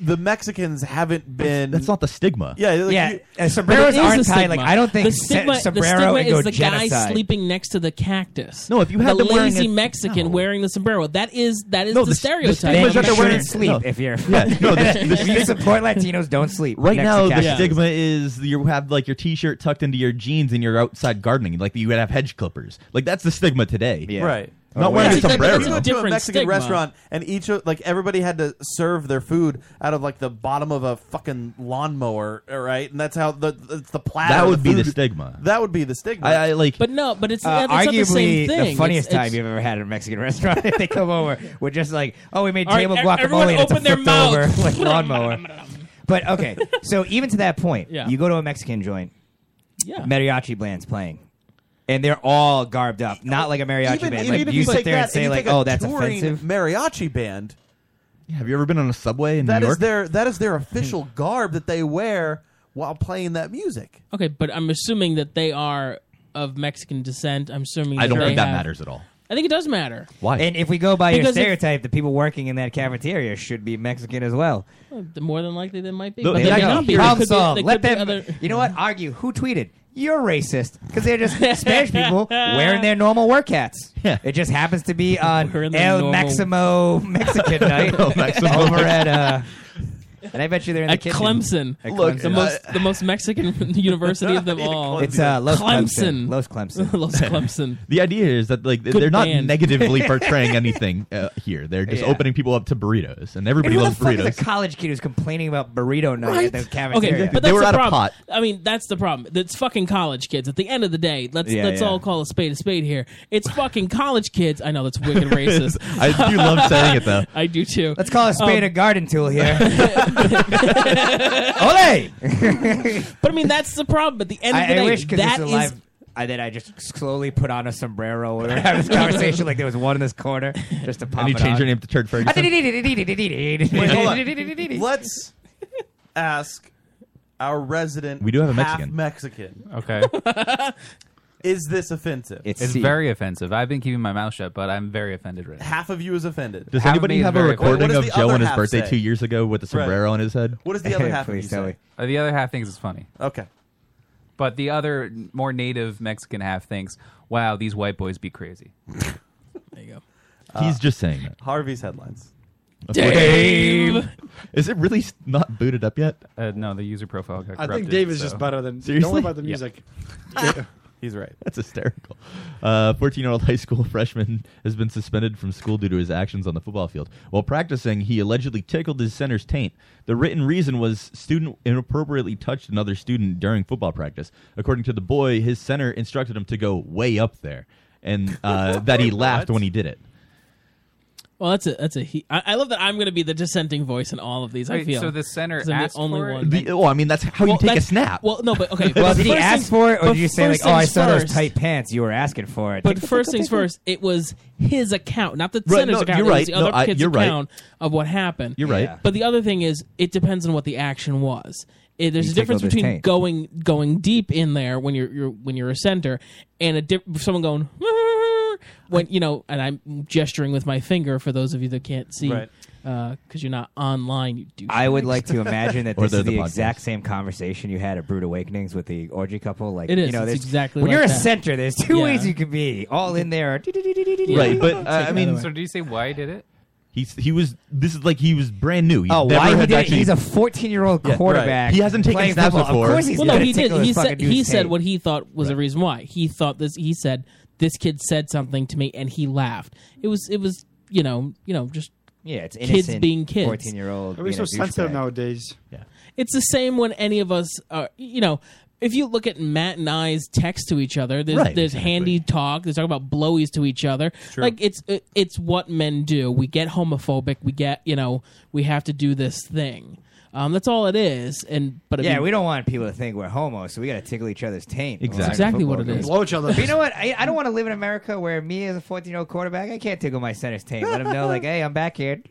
Speaker 8: the Mexicans haven't been. That's
Speaker 10: not the stigma.
Speaker 8: Yeah, like,
Speaker 4: Yeah,
Speaker 8: you-
Speaker 4: uh, sombreros
Speaker 11: But it is
Speaker 4: aren't
Speaker 11: the
Speaker 4: tied. Like
Speaker 11: stigma.
Speaker 4: I don't think
Speaker 11: the stigma,
Speaker 4: se- sombrero
Speaker 11: the stigma
Speaker 4: and go
Speaker 11: is the guy
Speaker 4: genocide.
Speaker 11: sleeping next to the cactus.
Speaker 10: No, if you
Speaker 11: the
Speaker 10: had them wearing
Speaker 11: lazy
Speaker 10: a-
Speaker 11: Mexican wearing the sombrero, that is that is
Speaker 10: No, the
Speaker 11: the,
Speaker 10: s- the
Speaker 11: stereotype.
Speaker 10: stigma is that they're wearing-
Speaker 4: sleep
Speaker 10: No.
Speaker 4: if you're.
Speaker 10: Yeah,
Speaker 4: [LAUGHS]
Speaker 10: no, the- the
Speaker 4: if you
Speaker 10: stigma-
Speaker 4: support Latinos, don't sleep.
Speaker 10: Right
Speaker 4: next
Speaker 10: now,
Speaker 4: to
Speaker 10: the
Speaker 4: cactus.
Speaker 10: stigma is you have like your T-shirt tucked into your jeans and you're outside gardening. Like you would have hedge clippers. Like that's the stigma today.
Speaker 8: Right.
Speaker 10: Not wearing a sombrero.
Speaker 8: You go to a
Speaker 11: different
Speaker 8: Mexican
Speaker 11: stigma.
Speaker 8: restaurant and each of- like everybody had to serve their food out of like the bottom of a fucking lawnmower, all right? And that's how the it's the platter.
Speaker 10: That
Speaker 8: of
Speaker 10: would be the
Speaker 8: food-
Speaker 10: stigma.
Speaker 8: That would be the stigma.
Speaker 10: I, I like.
Speaker 11: But no, but it's,
Speaker 4: Uh,
Speaker 11: yeah, that's not the
Speaker 4: arguably
Speaker 11: same
Speaker 4: the,
Speaker 11: thing.
Speaker 4: funniest
Speaker 11: It's-
Speaker 4: time
Speaker 11: it's-
Speaker 4: you've ever had at a Mexican [LAUGHS] restaurant. they come over, we're just like, oh, we made
Speaker 11: All right,
Speaker 4: table
Speaker 11: e- everyone
Speaker 4: guacamole and it's a
Speaker 11: open their
Speaker 4: flipped
Speaker 11: mouth.
Speaker 4: over [LAUGHS] like lawnmower. but okay, so even to that point,
Speaker 11: Yeah.
Speaker 4: you go to a Mexican joint,
Speaker 11: Yeah.
Speaker 4: mariachi band's playing. And they're all garbed up, not like a mariachi
Speaker 8: even,
Speaker 4: band.
Speaker 8: even
Speaker 4: like
Speaker 8: if
Speaker 4: you
Speaker 8: you
Speaker 4: sit
Speaker 8: take
Speaker 4: there
Speaker 8: that
Speaker 4: and say
Speaker 8: you
Speaker 4: like,
Speaker 8: take a
Speaker 4: "Oh, that's
Speaker 8: touring
Speaker 4: offensive."
Speaker 8: Mariachi band.
Speaker 10: Have you ever been on a subway in
Speaker 8: That
Speaker 10: New
Speaker 8: is
Speaker 10: York?
Speaker 8: their that is their
Speaker 10: [LAUGHS]
Speaker 8: official garb that they wear while playing that
Speaker 11: [LAUGHS]
Speaker 8: music.
Speaker 11: Okay, but I'm assuming that they are of Mexican descent. I'm assuming.
Speaker 10: I don't
Speaker 11: they
Speaker 10: think that
Speaker 11: have-
Speaker 10: matters at all.
Speaker 11: I think it does matter.
Speaker 10: Why?
Speaker 4: And if we go by your
Speaker 11: Because if-
Speaker 4: stereotype, the people working in that cafeteria should be Mexican as well.
Speaker 11: Well, More than likely, they might be.
Speaker 4: No,
Speaker 11: but
Speaker 4: they
Speaker 11: they
Speaker 4: don't.
Speaker 11: might not be. They
Speaker 4: Problem
Speaker 11: could be-
Speaker 4: solved.
Speaker 11: they
Speaker 4: Let
Speaker 11: could be
Speaker 4: them-
Speaker 11: other-
Speaker 4: You know what? Argue. Who tweeted? You're racist because they're just [LAUGHS] Spanish people wearing their normal work hats. It just happens to be on
Speaker 16: Wearing their
Speaker 4: El
Speaker 16: normal-
Speaker 4: Maximo Mexican night
Speaker 16: El Maximo.
Speaker 4: over at. Uh, and I bet you they're in the
Speaker 11: At
Speaker 4: kitchen.
Speaker 11: Clemson,
Speaker 4: At
Speaker 11: look
Speaker 10: uh,
Speaker 11: the
Speaker 4: Clemson.
Speaker 11: most the most
Speaker 10: [LAUGHS]
Speaker 11: Mexican university of them all.
Speaker 4: It's uh, Los Clemson.
Speaker 11: Clemson.
Speaker 4: Los
Speaker 11: [LAUGHS]
Speaker 4: Clemson.
Speaker 10: [LAUGHS]
Speaker 11: Los
Speaker 4: [LAUGHS]
Speaker 11: Clemson.
Speaker 10: The idea is that like
Speaker 11: Good
Speaker 10: they're not
Speaker 11: band. [LAUGHS]
Speaker 10: negatively portraying anything uh, here. They're just
Speaker 4: Yeah.
Speaker 10: opening people up to burritos, and everybody
Speaker 4: and who
Speaker 10: loves
Speaker 4: the fuck
Speaker 10: burritos.
Speaker 4: Is a college kid who's complaining about burrito night at the
Speaker 11: Okay,
Speaker 4: cafeteria.
Speaker 11: but
Speaker 10: They
Speaker 11: that's
Speaker 10: were
Speaker 11: the
Speaker 10: out of
Speaker 11: problem.
Speaker 10: pot.
Speaker 11: I mean, that's the problem. That's fucking college kids. At the end of the day, let's
Speaker 10: Yeah,
Speaker 11: let's
Speaker 10: yeah.
Speaker 11: all call a spade a spade here. It's fucking college kids. I know that's wicked racist.
Speaker 10: [LAUGHS] I do love saying it though.
Speaker 11: [LAUGHS] I do too.
Speaker 4: Let's call a spade
Speaker 11: Um, [LAUGHS]
Speaker 4: a garden tool here. [LAUGHS] Ole!
Speaker 11: but I mean, that's the problem. At the end of the
Speaker 4: I,
Speaker 11: day,
Speaker 4: I wish because
Speaker 11: that
Speaker 4: it's a
Speaker 11: is-
Speaker 4: live. I, then I just slowly put on a sombrero. We were having
Speaker 11: [LAUGHS]
Speaker 4: this conversation like there was one in this corner just to pop.
Speaker 10: [LAUGHS] And you
Speaker 4: it
Speaker 10: change
Speaker 4: on.
Speaker 10: your name to Turd
Speaker 4: [LAUGHS]
Speaker 10: Ferguson.
Speaker 8: Wait, hold on. Let's ask our resident.
Speaker 10: We do have a
Speaker 8: half
Speaker 10: Mexican.
Speaker 8: Mexican.
Speaker 9: Okay.
Speaker 8: [LAUGHS] is this offensive?
Speaker 9: It's, very offensive. I've been keeping my mouth shut, but I'm very offended right now.
Speaker 8: half of you is offended.
Speaker 10: Does
Speaker 9: Have
Speaker 10: anybody
Speaker 9: me
Speaker 10: have a
Speaker 9: very offended.
Speaker 10: recording
Speaker 9: What
Speaker 10: of
Speaker 9: does the
Speaker 10: Joe
Speaker 9: other
Speaker 10: on his
Speaker 9: half
Speaker 10: birthday
Speaker 9: say?
Speaker 10: two years ago with a
Speaker 9: Right.
Speaker 10: sombrero on his head?
Speaker 8: What does the other half of you
Speaker 9: Please
Speaker 8: say?
Speaker 9: Uh, the other half thinks it's funny.
Speaker 8: Okay.
Speaker 9: But the other more native Mexican half thinks, "Wow, these white boys be crazy."
Speaker 11: there you go.
Speaker 10: He's
Speaker 4: uh,
Speaker 10: just saying that.
Speaker 8: Harvey's headlines.
Speaker 11: Dave!
Speaker 10: Is it really s- not booted up yet?
Speaker 9: Uh, no, the user profile got
Speaker 17: I
Speaker 9: corrupted.
Speaker 17: think Dave is
Speaker 9: so-
Speaker 8: [LAUGHS]
Speaker 17: just better than. Don't worry about the music.
Speaker 8: He's right.
Speaker 10: That's hysterical. Uh, 14-year-old [LAUGHS] high school freshman has been suspended from school due to his actions on the football field. While practicing, he allegedly tickled his center's taint. The written reason was student inappropriately touched another student during football practice. According to the boy, his center instructed him to go way up there, and uh, that he laughed when he did it.
Speaker 11: Well, that's a that's a he. I, I love that I'm going to be the dissenting voice in all of these. I
Speaker 9: Wait,
Speaker 11: feel
Speaker 9: so the center
Speaker 11: 'Cause I'm
Speaker 9: asked
Speaker 11: the only
Speaker 9: for it?
Speaker 11: one.
Speaker 10: The- oh, I mean, that's how
Speaker 11: Well,
Speaker 10: you take a
Speaker 11: that's-
Speaker 10: snap.
Speaker 11: Well, no, but okay.
Speaker 4: [LAUGHS] well,
Speaker 11: but
Speaker 4: did he
Speaker 11: first
Speaker 4: ask
Speaker 11: things-
Speaker 4: for it, or
Speaker 11: but
Speaker 4: did you say like,
Speaker 11: first
Speaker 4: "Oh, I
Speaker 11: things
Speaker 4: saw those
Speaker 11: first."
Speaker 4: tight pants. You were asking for it."
Speaker 11: But first things first, it was his account, not the
Speaker 4: Right,
Speaker 11: center's
Speaker 4: no,
Speaker 11: account.
Speaker 4: you're
Speaker 11: it was
Speaker 4: right.
Speaker 11: the
Speaker 4: No,
Speaker 11: other
Speaker 4: I-
Speaker 11: kid's
Speaker 4: you're right.
Speaker 11: account of what happened.
Speaker 4: You're right. Yeah.
Speaker 11: But the other thing is, it depends on what the action was. It- there's
Speaker 4: You
Speaker 11: a difference
Speaker 4: tickled his
Speaker 11: between
Speaker 4: taint.
Speaker 11: going going deep in there when you're, you're when you're a center and a dip, someone going [LAUGHS] when you know, and I'm gesturing with my finger for those of you that can't see because
Speaker 4: Right.
Speaker 11: you're not online. You do.
Speaker 4: I would like to
Speaker 10: [LAUGHS]
Speaker 4: imagine
Speaker 11: [LAUGHS]
Speaker 4: that
Speaker 11: Or
Speaker 4: this
Speaker 11: they're
Speaker 4: is
Speaker 11: the
Speaker 4: the
Speaker 11: podcast.
Speaker 4: exact same conversation you had at Brood Awakenings with the orgy couple. Like
Speaker 11: It is.
Speaker 4: You know,
Speaker 11: It's
Speaker 4: there's-
Speaker 11: exactly
Speaker 4: when
Speaker 11: like
Speaker 4: you're a
Speaker 11: that.
Speaker 4: center. There's two
Speaker 11: Yeah.
Speaker 4: ways you could be all in there. [LAUGHS]
Speaker 10: Right, but uh, I mean,
Speaker 9: so do you say why he did it?
Speaker 10: he's he was this is like he was brand new. He's
Speaker 4: Oh,
Speaker 10: never
Speaker 4: why he
Speaker 10: had
Speaker 4: did it?
Speaker 10: actually-
Speaker 4: He's a 14-year-old
Speaker 10: Yeah, right.
Speaker 4: quarterback
Speaker 10: He hasn't taken
Speaker 4: playing
Speaker 10: snaps
Speaker 4: football. Of
Speaker 10: before.
Speaker 4: course he's
Speaker 11: well, no,
Speaker 4: gonna
Speaker 11: he did.
Speaker 4: tickle his
Speaker 11: He
Speaker 4: fucking
Speaker 11: said
Speaker 4: dude's
Speaker 11: he said
Speaker 4: taint.
Speaker 11: what he thought was the reason why. He thought this. He said this kid said something to me, and he laughed. It was. It was. You know. You know. Just
Speaker 4: Yeah, it's
Speaker 11: kids
Speaker 4: innocent
Speaker 11: being kids.
Speaker 4: 14-year-old
Speaker 20: Are we so sensitive nowadays?
Speaker 10: Yeah.
Speaker 11: It's the same when any of us are. You know. If you look at Matt and I's text to each other, there's,
Speaker 10: Right,
Speaker 11: there's handy talk. There's talk about blowies to each other.
Speaker 10: true.
Speaker 11: Like it's it, it's what men do. We get homophobic. We get you know we have to do this thing. Um, that's all it is. And but I
Speaker 4: yeah,
Speaker 11: mean-
Speaker 4: we don't want people to think we're homo, so we got to tickle each other's taint.
Speaker 11: Exactly. That's exactly what it is. Blow each other.
Speaker 4: But you know what? I, I don't want to live in America where me as a 14 year old quarterback, I can't tickle my center's taint. Let him know, like, [LAUGHS] hey, I'm back here.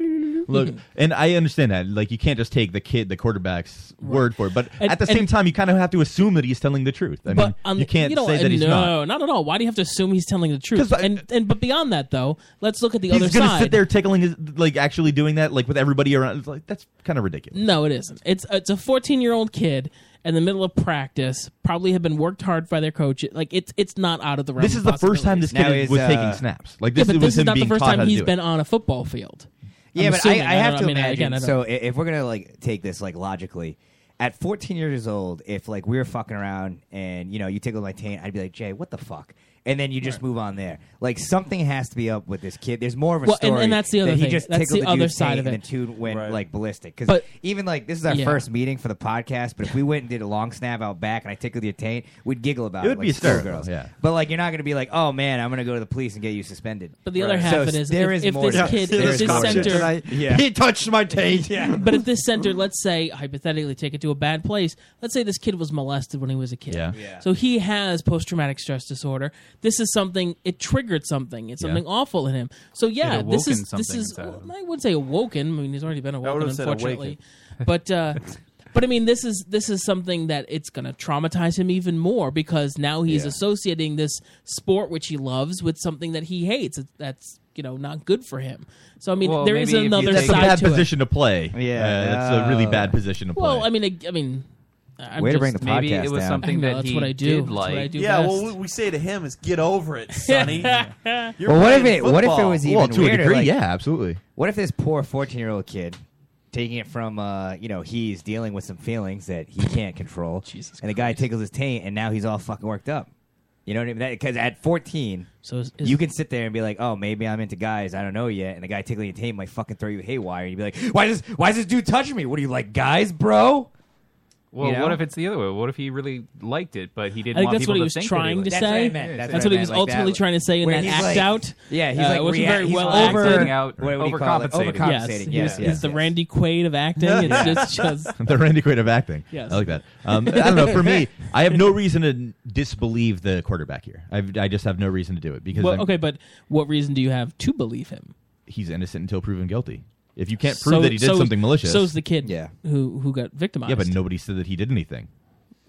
Speaker 10: Look, and I understand that. Like, you can't just take the kid, the quarterback's word for it. But
Speaker 11: And-
Speaker 10: at the same
Speaker 11: and-
Speaker 10: time, you kind of have to assume that he's telling the truth. I mean,
Speaker 11: on
Speaker 10: you
Speaker 11: the-
Speaker 10: can't
Speaker 11: know,
Speaker 10: say that he's
Speaker 11: no,
Speaker 10: not.
Speaker 11: not at all. Why do you have to assume he's telling the truth? and and but beyond that though, let's look at the other
Speaker 10: he's gonna
Speaker 11: side.
Speaker 10: sit there tickling his, like actually doing that, like with everybody around. It's like that's kind of ridiculous.
Speaker 11: No, it isn't. It's it's a 14 year old kid in the middle of practice, probably have been worked hard by their coach. Like it's it's not out of the realm.
Speaker 10: This
Speaker 11: of
Speaker 10: is the first time this kid
Speaker 11: possibilities.
Speaker 10: was
Speaker 4: uh,
Speaker 10: taking snaps. Like this
Speaker 11: yeah, but
Speaker 10: was
Speaker 11: this
Speaker 10: him
Speaker 11: is not
Speaker 10: being
Speaker 11: the first
Speaker 10: taught how
Speaker 11: time
Speaker 10: to
Speaker 11: he's
Speaker 10: do it.
Speaker 11: been on a football field.
Speaker 4: Yeah,
Speaker 11: I'm
Speaker 4: but
Speaker 11: assuming.
Speaker 4: I, I have
Speaker 11: don't
Speaker 4: to
Speaker 11: know. I mean,
Speaker 4: imagine.
Speaker 11: again, I don't-
Speaker 4: so i- if we're gonna like take this like logically, at 14 years old, if like we were fucking around and you know you tickled my taint, I'd be like, Jay, what the fuck? And then you just move on there. Like something has to be up with this kid. There's more of a
Speaker 11: Well, and-
Speaker 4: story.
Speaker 11: and that's the other
Speaker 4: that he
Speaker 11: thing.
Speaker 4: just
Speaker 11: That's
Speaker 4: tickled
Speaker 11: the
Speaker 4: dude's
Speaker 11: other side
Speaker 4: taint
Speaker 11: of
Speaker 4: and
Speaker 11: it.
Speaker 4: the dude went like ballistic. Because
Speaker 11: But-
Speaker 4: even like this is our
Speaker 11: Yeah.
Speaker 4: first meeting for the podcast. But if we went and did a long snap out back and I tickled your taint, we'd giggle about it.
Speaker 10: It would
Speaker 4: like
Speaker 10: be
Speaker 4: school
Speaker 10: hysterical,
Speaker 4: girls.
Speaker 10: yeah.
Speaker 4: But like you're not gonna be like, oh man, I'm gonna go to the police and get you suspended.
Speaker 11: But the other
Speaker 4: Right.
Speaker 11: half
Speaker 4: So
Speaker 11: of it is
Speaker 4: there
Speaker 11: if,
Speaker 4: is
Speaker 11: if
Speaker 4: more to
Speaker 11: this kid, if this center,
Speaker 4: Yeah.
Speaker 11: touched my [LAUGHS] taint.
Speaker 4: Yeah.
Speaker 11: But if this center, let's say hypothetically, take it to a bad place. Let's say this kid was molested when he was a kid.
Speaker 10: Yeah. Yeah.
Speaker 11: So he has post traumatic stress disorder. This is something it triggered something. It's
Speaker 9: Yeah.
Speaker 11: something awful in him. So yeah,
Speaker 9: It
Speaker 11: this
Speaker 9: awoken
Speaker 11: is this
Speaker 9: something
Speaker 11: is.
Speaker 9: inside of
Speaker 11: well, I wouldn't say awoken. I mean, he's already been awoken,
Speaker 9: would've said
Speaker 11: unfortunately. [LAUGHS] but. uh But I mean, this is this is something that it's going to traumatize him even more because now he's
Speaker 9: Yeah.
Speaker 11: associating this sport which he loves with something that he hates. It's- That's you know not good for him. So I mean, there is another
Speaker 10: That's a
Speaker 11: side
Speaker 10: bad
Speaker 11: to it.
Speaker 10: position to play.
Speaker 4: Yeah.
Speaker 10: Uh, that's a really bad position to play.
Speaker 11: Well, I mean, I, I mean, I'm
Speaker 10: Way to
Speaker 11: just-
Speaker 10: bring the
Speaker 9: Maybe it was something
Speaker 11: I know,
Speaker 9: that
Speaker 11: that's
Speaker 9: he
Speaker 11: what I do.
Speaker 9: did
Speaker 11: That's what
Speaker 9: like.
Speaker 11: I do
Speaker 8: yeah,
Speaker 11: best.
Speaker 8: well, what we say to him is get over it, Sonny. You're
Speaker 4: well, what if
Speaker 8: playing
Speaker 4: it? What if it
Speaker 8: football.
Speaker 4: was even
Speaker 10: Well, to a
Speaker 4: weirder?
Speaker 10: degree,
Speaker 4: like,
Speaker 10: yeah, absolutely.
Speaker 4: What if this poor fourteen-year-old kid, taking it from, uh, you know, he's dealing with some feelings that he can't control, [LAUGHS] Jesus and the guy tickles his taint, and now he's all fucking worked up. You know what I mean? Because at fourteen,
Speaker 11: so
Speaker 4: you can sit there and be like, "Oh, maybe I'm into guys. I don't know yet." And the guy tickling your taint might fucking throw you haywire. And you'd be like, "Why does Why is this dude touching me? What are you like, guys, bro?"
Speaker 9: Well,
Speaker 4: You know?
Speaker 9: what if it's the other way? What if he really liked it, but he didn't
Speaker 11: I think
Speaker 9: want
Speaker 11: that's
Speaker 9: people
Speaker 11: what he
Speaker 9: to
Speaker 11: was
Speaker 9: think
Speaker 11: trying to
Speaker 9: that he liked
Speaker 11: say.
Speaker 9: it?
Speaker 11: That's what I meant, like that was- where he's like-
Speaker 4: Yeah, he's
Speaker 11: Uh,
Speaker 4: like
Speaker 11: it wasn't
Speaker 4: react-
Speaker 11: very
Speaker 4: he's
Speaker 11: well
Speaker 4: over-
Speaker 11: acted.
Speaker 4: out- what would he call it?
Speaker 9: overcompensating.
Speaker 11: Yes,
Speaker 4: Overcompensating, yes,
Speaker 11: he's,
Speaker 4: yes,
Speaker 11: he's the Randy Quaid of acting.
Speaker 10: [LAUGHS]
Speaker 11: It's just, just
Speaker 10: the Randy Quaid of acting.
Speaker 11: Yes.
Speaker 10: I like that. Um, I don't know. For
Speaker 11: [LAUGHS]
Speaker 10: me, I have no reason to disbelieve the quarterback here. I've, I just have no reason to do it because
Speaker 11: well,
Speaker 10: I'm-
Speaker 11: okay. But what reason do you have to believe him?
Speaker 10: he's innocent until proven guilty. If you can't prove
Speaker 11: So-
Speaker 10: that he did
Speaker 11: so-
Speaker 10: something malicious,
Speaker 11: so's the kid. Yeah. who who got victimized.
Speaker 10: yeah, but nobody said that he did anything.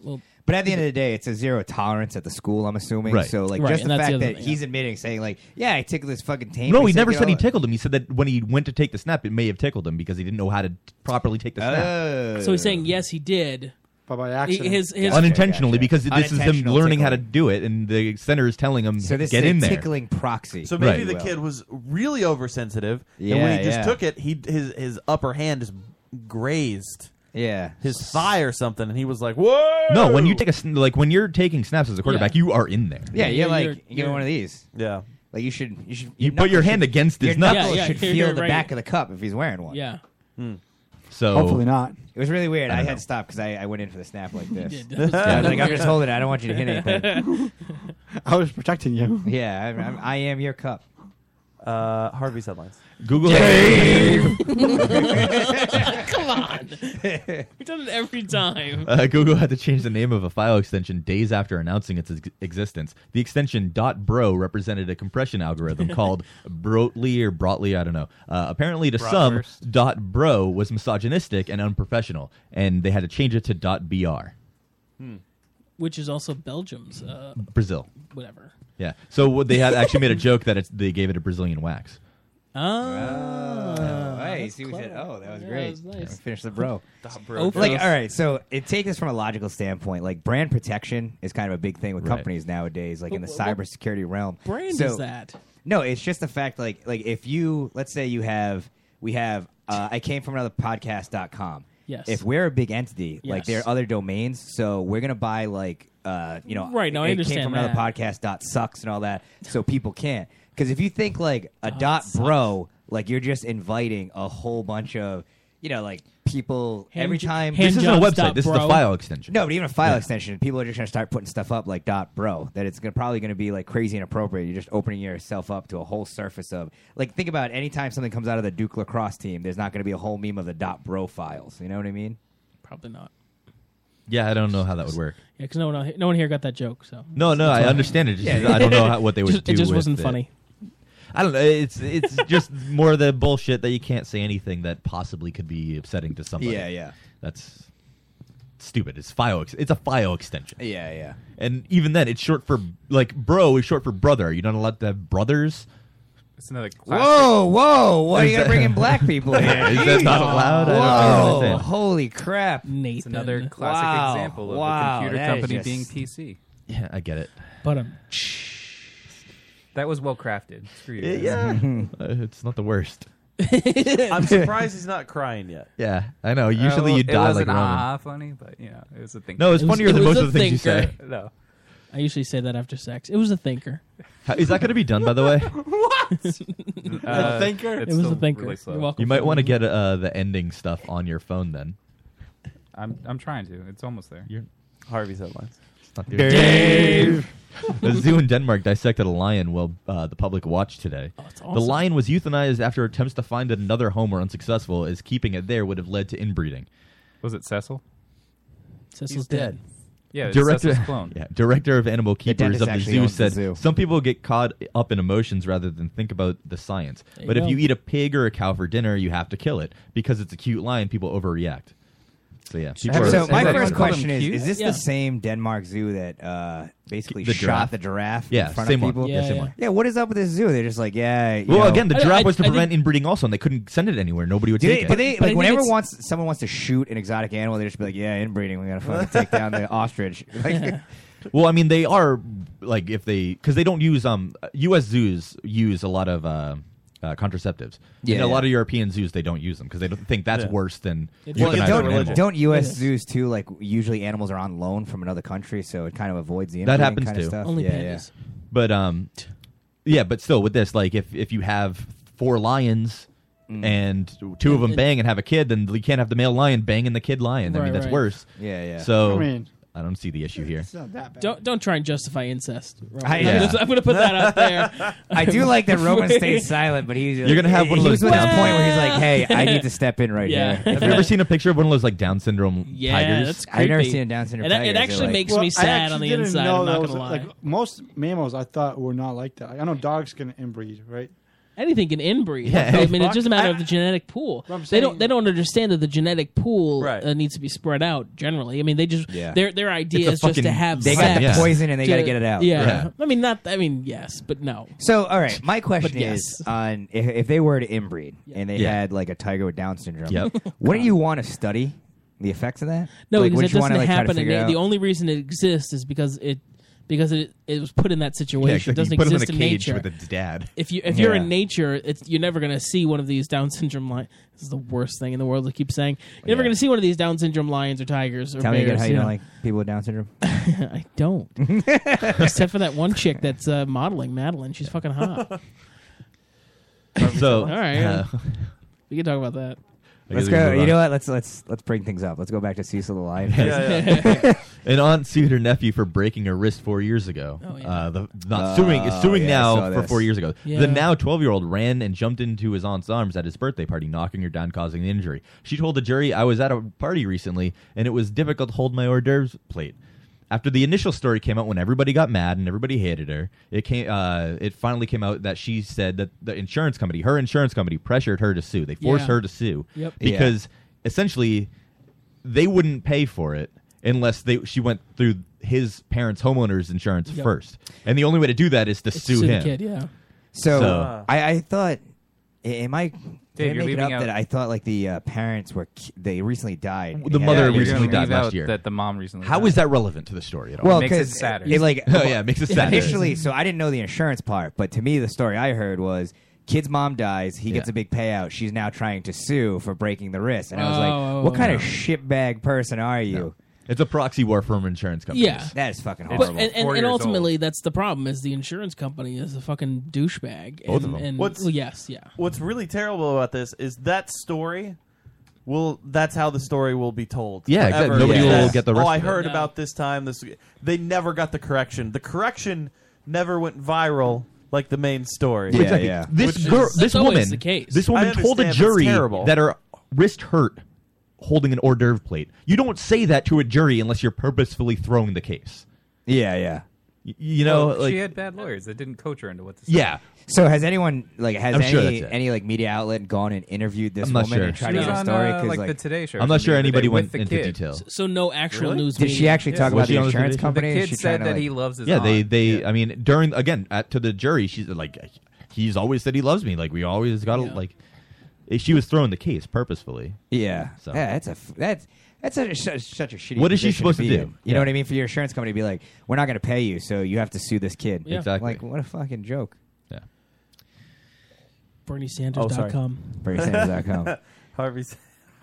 Speaker 11: Well,
Speaker 4: But at the end of the day, it's a zero tolerance at the school. I'm assuming.
Speaker 10: Right.
Speaker 4: So like,
Speaker 10: Right,
Speaker 4: just
Speaker 10: and
Speaker 4: the
Speaker 10: that's
Speaker 4: fact
Speaker 10: the other
Speaker 4: that
Speaker 10: thing,
Speaker 4: he's admitting, saying like, "Yeah, I tickled his fucking taint."
Speaker 10: No,
Speaker 4: but
Speaker 10: he never
Speaker 4: like,
Speaker 10: said he
Speaker 4: "Oh,
Speaker 10: tickled him. He said that when he went to take the snap, it may have tickled him because he didn't know how to properly take the snap.
Speaker 4: Oh.
Speaker 11: so he's saying yes, he did.
Speaker 20: But by
Speaker 11: accident, his, his
Speaker 10: unintentionally because this is him
Speaker 4: Unintentional
Speaker 10: learning how to do it, and the center is telling him
Speaker 4: So this
Speaker 10: get
Speaker 4: is a
Speaker 10: in there.
Speaker 4: tickling proxy.
Speaker 8: So maybe
Speaker 10: Right.
Speaker 8: the kid was really oversensitive, and
Speaker 10: Yeah,
Speaker 8: when he just
Speaker 10: yeah.
Speaker 8: took it, he his his upper hand just grazed.
Speaker 4: yeah
Speaker 8: his thigh or something, and he was like, "Whoa!" [LAUGHS]
Speaker 10: No, when you take a sn- like when you're taking snaps as a quarterback,
Speaker 8: Yeah.
Speaker 10: you are in there.
Speaker 4: Yeah, you're
Speaker 8: You're-
Speaker 4: like
Speaker 8: you're-
Speaker 4: you give me
Speaker 8: you're-
Speaker 4: one of these.
Speaker 8: Yeah,
Speaker 4: like you should. You should.
Speaker 10: You
Speaker 4: your
Speaker 10: put your
Speaker 4: knuckles
Speaker 10: hand
Speaker 4: should-
Speaker 10: against his
Speaker 4: your
Speaker 10: knuckles.
Speaker 4: knuckles
Speaker 10: Yeah, yeah,
Speaker 4: should
Speaker 10: you're-
Speaker 4: feel
Speaker 10: you're
Speaker 4: the
Speaker 10: right.
Speaker 4: back of the cup if he's wearing one.
Speaker 11: Yeah.
Speaker 17: Hmm.
Speaker 10: So
Speaker 17: Hopefully not.
Speaker 4: It was really weird.
Speaker 10: I
Speaker 4: I,
Speaker 10: don't
Speaker 4: had
Speaker 10: know.
Speaker 4: to stop because I, I went in for the snap [LAUGHS] like this.
Speaker 11: did.
Speaker 4: I was like, I'm [LAUGHS] just holding it. I don't want you to hit anything.
Speaker 17: I was protecting you.
Speaker 4: yeah, I'm, I'm, I am your cup.
Speaker 8: Uh, Harvey's headlines.
Speaker 10: Google
Speaker 11: [LAUGHS] Come
Speaker 4: [LAUGHS]
Speaker 11: on. We've done it every time.
Speaker 10: Uh, Google had to change the name of a file extension days after announcing its ex- existence. The extension .bro represented a compression
Speaker 4: [LAUGHS]
Speaker 10: algorithm called Brotli or Brotli, I don't know. Uh, apparently, to some,
Speaker 9: Bratwurst.
Speaker 10: dot .bro was misogynistic and unprofessional, and they had to change it to dot .br.
Speaker 11: Which is also Belgium's. Uh,
Speaker 10: Hmm. Brazil.
Speaker 11: Whatever.
Speaker 10: Yeah. So what they had actually made a joke that it's, they gave it a Brazilian wax.
Speaker 11: Oh.
Speaker 4: hey,
Speaker 11: that's
Speaker 4: see what we said.
Speaker 11: clever.
Speaker 4: Oh, that was
Speaker 11: Yeah,
Speaker 4: great.
Speaker 11: that was nice.
Speaker 4: Finish
Speaker 11: [LAUGHS]
Speaker 4: the bro.
Speaker 11: Stop, bro. Oh,
Speaker 4: like,
Speaker 11: bros.
Speaker 4: all right, so it take this from a logical standpoint. Like, brand protection is kind of a big thing with
Speaker 11: Right.
Speaker 4: companies nowadays, like in the
Speaker 11: But what- what
Speaker 4: cybersecurity realm.
Speaker 11: brand
Speaker 4: So-
Speaker 11: is that?
Speaker 4: No, it's just the fact, like, like if you, let's say you have, we have, uh, I came from another podcast.com.
Speaker 11: Yes.
Speaker 4: If we're a big entity, like there
Speaker 11: Yes.
Speaker 4: are other domains, so we're going to buy, like, uh, you know,
Speaker 11: Right, no, I
Speaker 4: it
Speaker 11: understand
Speaker 4: came from
Speaker 11: that.
Speaker 4: another podcast dot sucks and all that, so people can't. Because if you think like a dot bro, like you're just inviting a whole bunch of, you know, like people
Speaker 10: Hand
Speaker 4: every
Speaker 10: j-
Speaker 4: time.
Speaker 10: hand This isn't a jobs website, dot this is a bro. file extension.
Speaker 4: No, but even a file
Speaker 10: Yeah.
Speaker 4: extension, people are just going to start putting stuff up like dot bro. That it's gonna, probably going to be like crazy inappropriate. You're just opening yourself up to a whole surface of like think about anytime something comes out of the Duke lacrosse team, there's not going to be a whole meme of the dot bro files. You know what I mean?
Speaker 11: Probably not.
Speaker 10: Yeah, I don't know how that would work.
Speaker 11: Yeah, because no one, out- no one here got that joke. So
Speaker 10: No, no, I understand it. Just, I don't know how, what
Speaker 11: [LAUGHS]
Speaker 4: [LAUGHS]
Speaker 10: they would
Speaker 11: Just-
Speaker 10: do.
Speaker 11: It just
Speaker 10: with
Speaker 11: wasn't funny.
Speaker 10: I don't know. It's it's just more the bullshit that you can't say anything that possibly could be upsetting to somebody.
Speaker 4: Yeah, yeah.
Speaker 10: That's stupid. It's file. Ex- it's a file extension.
Speaker 4: Yeah, yeah.
Speaker 10: And even then, it's short for like bro is short for brother. You're not allowed to have brothers.
Speaker 9: It's another
Speaker 4: Whoa, whoa! What
Speaker 10: Is
Speaker 4: are you going
Speaker 10: that-
Speaker 4: to bring
Speaker 9: [LAUGHS]
Speaker 10: [LAUGHS]
Speaker 4: in black people here?
Speaker 10: Is that not
Speaker 4: Jeez.
Speaker 10: allowed? I don't
Speaker 4: Whoa!
Speaker 10: understand.
Speaker 4: holy crap! Nathan.
Speaker 9: It's another classic
Speaker 4: Wow,
Speaker 9: example of
Speaker 4: wow,
Speaker 9: a computer
Speaker 4: that is
Speaker 9: company
Speaker 4: just-
Speaker 9: being PC.
Speaker 10: Yeah, I get it.
Speaker 11: But um,
Speaker 9: That was well crafted. Screw you. guys.
Speaker 8: [LAUGHS]
Speaker 4: Hmm.
Speaker 10: Uh, [LAUGHS] it's not the worst.
Speaker 8: I'm surprised he's not crying yet.
Speaker 10: [LAUGHS] Yeah, I know.
Speaker 9: Uh,
Speaker 10: Usually
Speaker 9: well,
Speaker 10: you die
Speaker 9: it wasn't
Speaker 10: like Roman.
Speaker 9: ah funny, but you know it was a thing.
Speaker 10: No, it's
Speaker 11: was-
Speaker 10: funnier than
Speaker 11: was
Speaker 10: most
Speaker 11: a
Speaker 10: of the things you say.
Speaker 11: thinker.
Speaker 9: No.
Speaker 11: I usually say that after sex. It was a thinker.
Speaker 10: How- Is that going to be done? By the
Speaker 11: [LAUGHS]
Speaker 9: [LAUGHS]
Speaker 10: way,
Speaker 11: Uh, It was a thinker. You're welcome.
Speaker 10: You might want to get uh, the ending stuff on your phone then.
Speaker 9: I'm I'm trying to. It's almost there.
Speaker 10: You're
Speaker 8: Harvey's headlines.
Speaker 10: Not the original. [LAUGHS] a zoo in Denmark dissected a lion while uh, the public watched today.
Speaker 11: Oh,
Speaker 10: The
Speaker 9: awesome.
Speaker 10: lion was euthanized after attempts to find another home were unsuccessful, as keeping it there would have led to inbreeding.
Speaker 9: Was it Cecil?
Speaker 11: Cecil's dead.
Speaker 9: Yeah, it's
Speaker 10: director,
Speaker 9: Cecil's clone.
Speaker 10: [LAUGHS] yeah, director of animal keepers
Speaker 9: dentist
Speaker 10: of the
Speaker 9: actually
Speaker 10: zoo
Speaker 9: owns the
Speaker 10: said
Speaker 9: zoo.
Speaker 10: some people get caught up in emotions rather than think about the science.
Speaker 9: There you
Speaker 10: but if
Speaker 9: go.
Speaker 10: you eat a pig or a cow for dinner, you have to kill it because it's a cute lion. People overreact. So yeah.
Speaker 4: So my
Speaker 10: People are-
Speaker 4: first question is:
Speaker 10: cute?
Speaker 4: Is this
Speaker 10: Yeah.
Speaker 4: the same Denmark zoo that uh, basically
Speaker 10: The
Speaker 4: shot
Speaker 10: giraffe?
Speaker 4: the giraffe?
Speaker 10: Yeah,
Speaker 4: in front
Speaker 10: same
Speaker 4: of
Speaker 10: one.
Speaker 4: people?
Speaker 10: Yeah, Yeah, same yeah. one.
Speaker 4: What is up with this zoo? They're just like, yeah. you
Speaker 10: Well,
Speaker 4: know-
Speaker 10: again, the giraffe was to prevent inbreeding also, and they couldn't send it anywhere. Nobody would
Speaker 4: Do
Speaker 10: take
Speaker 4: they,
Speaker 10: it.
Speaker 4: but they like whenever wants someone wants to shoot an exotic animal, they just be like, yeah, inbreeding. We gotta fucking take down the ostrich. [LAUGHS] Like,
Speaker 10: well, I mean, they are like if they because they don't use um U.S. zoos use a lot of uh, uh, contraceptives.
Speaker 4: Yeah,
Speaker 10: and a
Speaker 4: yeah.
Speaker 10: lot of European zoos they don't use them because they don't think that's
Speaker 4: Yeah.
Speaker 10: worse than.
Speaker 4: Well,
Speaker 10: euthanizing an
Speaker 4: don't,
Speaker 10: animal.
Speaker 4: don't U.S. zoos too? Like usually animals are on loan from another country, so it kind of avoids the
Speaker 10: that
Speaker 4: inbreeding
Speaker 10: happens
Speaker 4: kind
Speaker 10: too.
Speaker 4: Of stuff. yeah, yeah.
Speaker 10: But um, yeah, but still with this, like if if you have four lions.
Speaker 4: Mm.
Speaker 10: And two of them
Speaker 4: And-
Speaker 10: bang and have a kid, then you can't have the male lion banging the kid lion. I
Speaker 11: Right,
Speaker 10: mean, that's
Speaker 11: right.
Speaker 10: worse.
Speaker 11: Yeah, yeah.
Speaker 10: So
Speaker 11: I mean-
Speaker 10: I don't see the issue here.
Speaker 11: Don't don't try and justify incest. Roman.
Speaker 10: I-
Speaker 11: I'm,
Speaker 10: Yeah.
Speaker 11: gonna, I'm gonna put that out there.
Speaker 4: [LAUGHS] I do like
Speaker 11: [LAUGHS]
Speaker 4: that Roman stays silent, but he's
Speaker 10: You're gonna have one of
Speaker 4: he
Speaker 10: those
Speaker 4: was at the
Speaker 10: down-
Speaker 4: point where he's like, "Hey, I need
Speaker 10: [LAUGHS]
Speaker 4: to step in right
Speaker 11: Yeah.
Speaker 4: here."
Speaker 10: Have you ever seen a picture of one of those like Down syndrome
Speaker 11: Yeah,
Speaker 10: tigers?
Speaker 11: that's
Speaker 4: I've never
Speaker 11: creepy.
Speaker 4: seen a Down
Speaker 11: And
Speaker 4: syndrome
Speaker 11: that- it
Speaker 4: tiger, so,
Speaker 11: actually
Speaker 4: like-
Speaker 11: makes me
Speaker 17: I
Speaker 11: sad
Speaker 17: actually
Speaker 11: on the
Speaker 17: didn't
Speaker 11: inside,
Speaker 17: know
Speaker 11: I'm not
Speaker 17: that
Speaker 11: gonna lie.
Speaker 17: Like, most mammals, I thought were not like that. I know dogs can inbreed, right?
Speaker 11: Anything can inbreed.
Speaker 17: Yeah.
Speaker 11: I mean, it's just a matter
Speaker 17: I-
Speaker 11: of the genetic pool.
Speaker 17: What I'm
Speaker 11: They don't
Speaker 17: saying-
Speaker 11: they don't understand that the genetic pool
Speaker 17: Right.
Speaker 11: uh, needs to be spread out generally. I mean, they just
Speaker 4: Yeah.
Speaker 11: their their idea
Speaker 4: It's a
Speaker 11: is just to
Speaker 4: fucking-
Speaker 11: have
Speaker 4: They got
Speaker 11: sex.
Speaker 4: the Yeah. poison and they
Speaker 11: to-
Speaker 4: gotta get it out.
Speaker 11: Yeah.
Speaker 4: Yeah.
Speaker 11: I mean, not. I mean, yes, but no.
Speaker 4: So, all right, my
Speaker 11: But
Speaker 4: question
Speaker 11: yes.
Speaker 4: is on if, if they were to inbreed and they
Speaker 11: Yeah.
Speaker 4: had like a tiger with Down syndrome,
Speaker 11: Yep.
Speaker 4: wouldn't you want to study the effects of that?
Speaker 11: No,
Speaker 4: like,
Speaker 11: because
Speaker 4: wouldn't
Speaker 11: it
Speaker 4: you wanna,
Speaker 11: doesn't
Speaker 4: like, try to
Speaker 11: happen.
Speaker 4: figure
Speaker 11: And
Speaker 4: out-
Speaker 11: the only reason it exists is because it because it it was put in that situation.
Speaker 10: Yeah,
Speaker 11: it doesn't
Speaker 10: you put him in
Speaker 11: exist
Speaker 10: a cage
Speaker 11: nature.
Speaker 10: with its dad.
Speaker 11: If you if you're
Speaker 10: Yeah.
Speaker 11: in nature, it's, you're never gonna see one of these Down syndrome lions. This is the worst thing in the world. I keep saying you're never gonna see one of these Down syndrome lions or tigers or
Speaker 4: Tell me
Speaker 11: bears.
Speaker 4: again how you
Speaker 11: know?
Speaker 4: don't like [LAUGHS] people with Down syndrome.
Speaker 11: I don't. [LAUGHS] Except for that one chick that's uh, modeling, Madeline. She's fucking
Speaker 4: [LAUGHS]
Speaker 11: hot.
Speaker 10: So
Speaker 11: All right,
Speaker 10: uh,
Speaker 11: we can talk about that.
Speaker 4: Let's
Speaker 10: guess we
Speaker 4: go.
Speaker 10: move
Speaker 4: You know
Speaker 10: on.
Speaker 4: what? Let's let's let's bring things up. Let's go back to
Speaker 10: [LAUGHS]
Speaker 4: Cecil the Lion. [LAUGHS]
Speaker 10: An aunt sued her nephew for breaking her wrist four years ago. uh, the, not
Speaker 4: Oh,
Speaker 10: suing is suing
Speaker 4: yeah, I saw
Speaker 10: now for
Speaker 4: this.
Speaker 10: four years ago.
Speaker 4: Yeah.
Speaker 10: The now twelve year old ran and jumped into his aunt's arms at his birthday party, knocking her down, causing the injury. She told the jury, "I was at a party recently, and it was difficult to hold my hors d'oeuvres plate." After the initial story came out, when everybody got mad and everybody hated her, it came. Uh, it finally came out that she said that the insurance company, her insurance company, pressured her to sue. They forced
Speaker 4: Yeah.
Speaker 10: her to sue
Speaker 4: Yep. Yeah.
Speaker 10: because essentially they wouldn't pay for it unless they she went through his parents' homeowners insurance
Speaker 4: Yep.
Speaker 10: first. And the only way to do that is to sue, him.
Speaker 4: So,
Speaker 10: So-
Speaker 4: I, I thought, a- am I? Did
Speaker 10: you're
Speaker 4: I make it
Speaker 10: leaving
Speaker 4: up
Speaker 10: out-
Speaker 4: that I thought like the uh, parents were ki- they recently died.
Speaker 10: The
Speaker 4: Yeah,
Speaker 10: mother
Speaker 4: you're
Speaker 10: recently
Speaker 4: gonna
Speaker 10: died
Speaker 4: leave
Speaker 10: last
Speaker 4: out
Speaker 10: year.
Speaker 9: that the mom recently
Speaker 10: How
Speaker 9: died.
Speaker 10: is that relevant to the story at all?
Speaker 4: Well,
Speaker 9: Makes it
Speaker 4: 'cause
Speaker 9: sadder.
Speaker 4: it- like,
Speaker 10: [LAUGHS] oh yeah, it makes it sadder.
Speaker 4: Initially, so I didn't know the insurance part, but to me, the story I heard was kid's mom dies, he gets
Speaker 10: Yeah.
Speaker 4: a big payout. She's now trying to sue for breaking the wrist, and I was
Speaker 11: Oh.
Speaker 4: like, what kind of shitbag person are you?
Speaker 10: It's a proxy war from insurance companies.
Speaker 11: Yeah,
Speaker 4: that is fucking
Speaker 11: But-
Speaker 4: horrible.
Speaker 11: and and, and ultimately, that's the problem: is the insurance company is a fucking douchebag.
Speaker 8: Both
Speaker 11: and,
Speaker 8: of them.
Speaker 11: And,
Speaker 8: What's-
Speaker 11: well, yes, yeah.
Speaker 8: What's really terrible about this is that story. Will that's how the story will be told?
Speaker 10: Yeah, exactly.
Speaker 8: forever.
Speaker 10: Nobody
Speaker 8: Yes.
Speaker 10: will get the rest
Speaker 8: Oh, I
Speaker 10: of it.
Speaker 8: heard
Speaker 10: No.
Speaker 8: about this time. This they never got the correction. The correction never went viral like the main story.
Speaker 10: exactly. This
Speaker 8: Which
Speaker 10: girl,
Speaker 8: is-
Speaker 10: this woman, this
Speaker 8: I
Speaker 10: woman told a
Speaker 8: understand, but it's
Speaker 10: jury
Speaker 8: terrible.
Speaker 10: that her wrist hurt holding an hors d'oeuvre plate. You don't say that to a jury unless you're purposefully throwing the case.
Speaker 4: Yeah, yeah.
Speaker 10: you know,
Speaker 9: Well,
Speaker 10: like
Speaker 9: she had bad lawyers that didn't coach her into what this.
Speaker 4: So has anyone like has
Speaker 10: I'm
Speaker 4: any
Speaker 10: sure that's it.
Speaker 4: any like media outlet gone and interviewed this
Speaker 10: I'm not
Speaker 4: woman
Speaker 10: sure.
Speaker 4: and tried
Speaker 10: She
Speaker 4: to
Speaker 10: was
Speaker 4: get a
Speaker 10: on,
Speaker 4: story?
Speaker 10: uh,
Speaker 4: 'Cause,
Speaker 10: like,
Speaker 4: like
Speaker 10: the Today Show I'm not sure anybody went into detail.
Speaker 11: So, so no actual
Speaker 4: Really?
Speaker 11: news.
Speaker 4: Did she
Speaker 11: media.
Speaker 4: actually
Speaker 10: Was
Speaker 4: talk about
Speaker 10: she
Speaker 4: the
Speaker 10: on
Speaker 4: insurance
Speaker 10: Today Show?
Speaker 4: company?
Speaker 9: The kid said that he loves his
Speaker 10: yeah, they
Speaker 9: aunt.
Speaker 10: they. I mean, during again at, to the jury, she's like, he's always said he loves me. Like we always got to like. eh, She was throwing the case purposefully.
Speaker 4: Yeah.
Speaker 10: So.
Speaker 4: Yeah, that's a f- that's that's such a, sh- such a shitty.
Speaker 10: What is she
Speaker 4: position
Speaker 10: supposed to
Speaker 4: be
Speaker 10: do?
Speaker 4: in. You
Speaker 10: Yeah.
Speaker 4: know what I mean? For your insurance company to be like, we're not going to pay you, so you have to sue this kid.
Speaker 11: Yeah. Exactly.
Speaker 4: Like, what a fucking joke.
Speaker 10: Yeah.
Speaker 11: Oh, BernieSanders.com. [LAUGHS]
Speaker 4: BernieSanders.com.
Speaker 8: Harvey.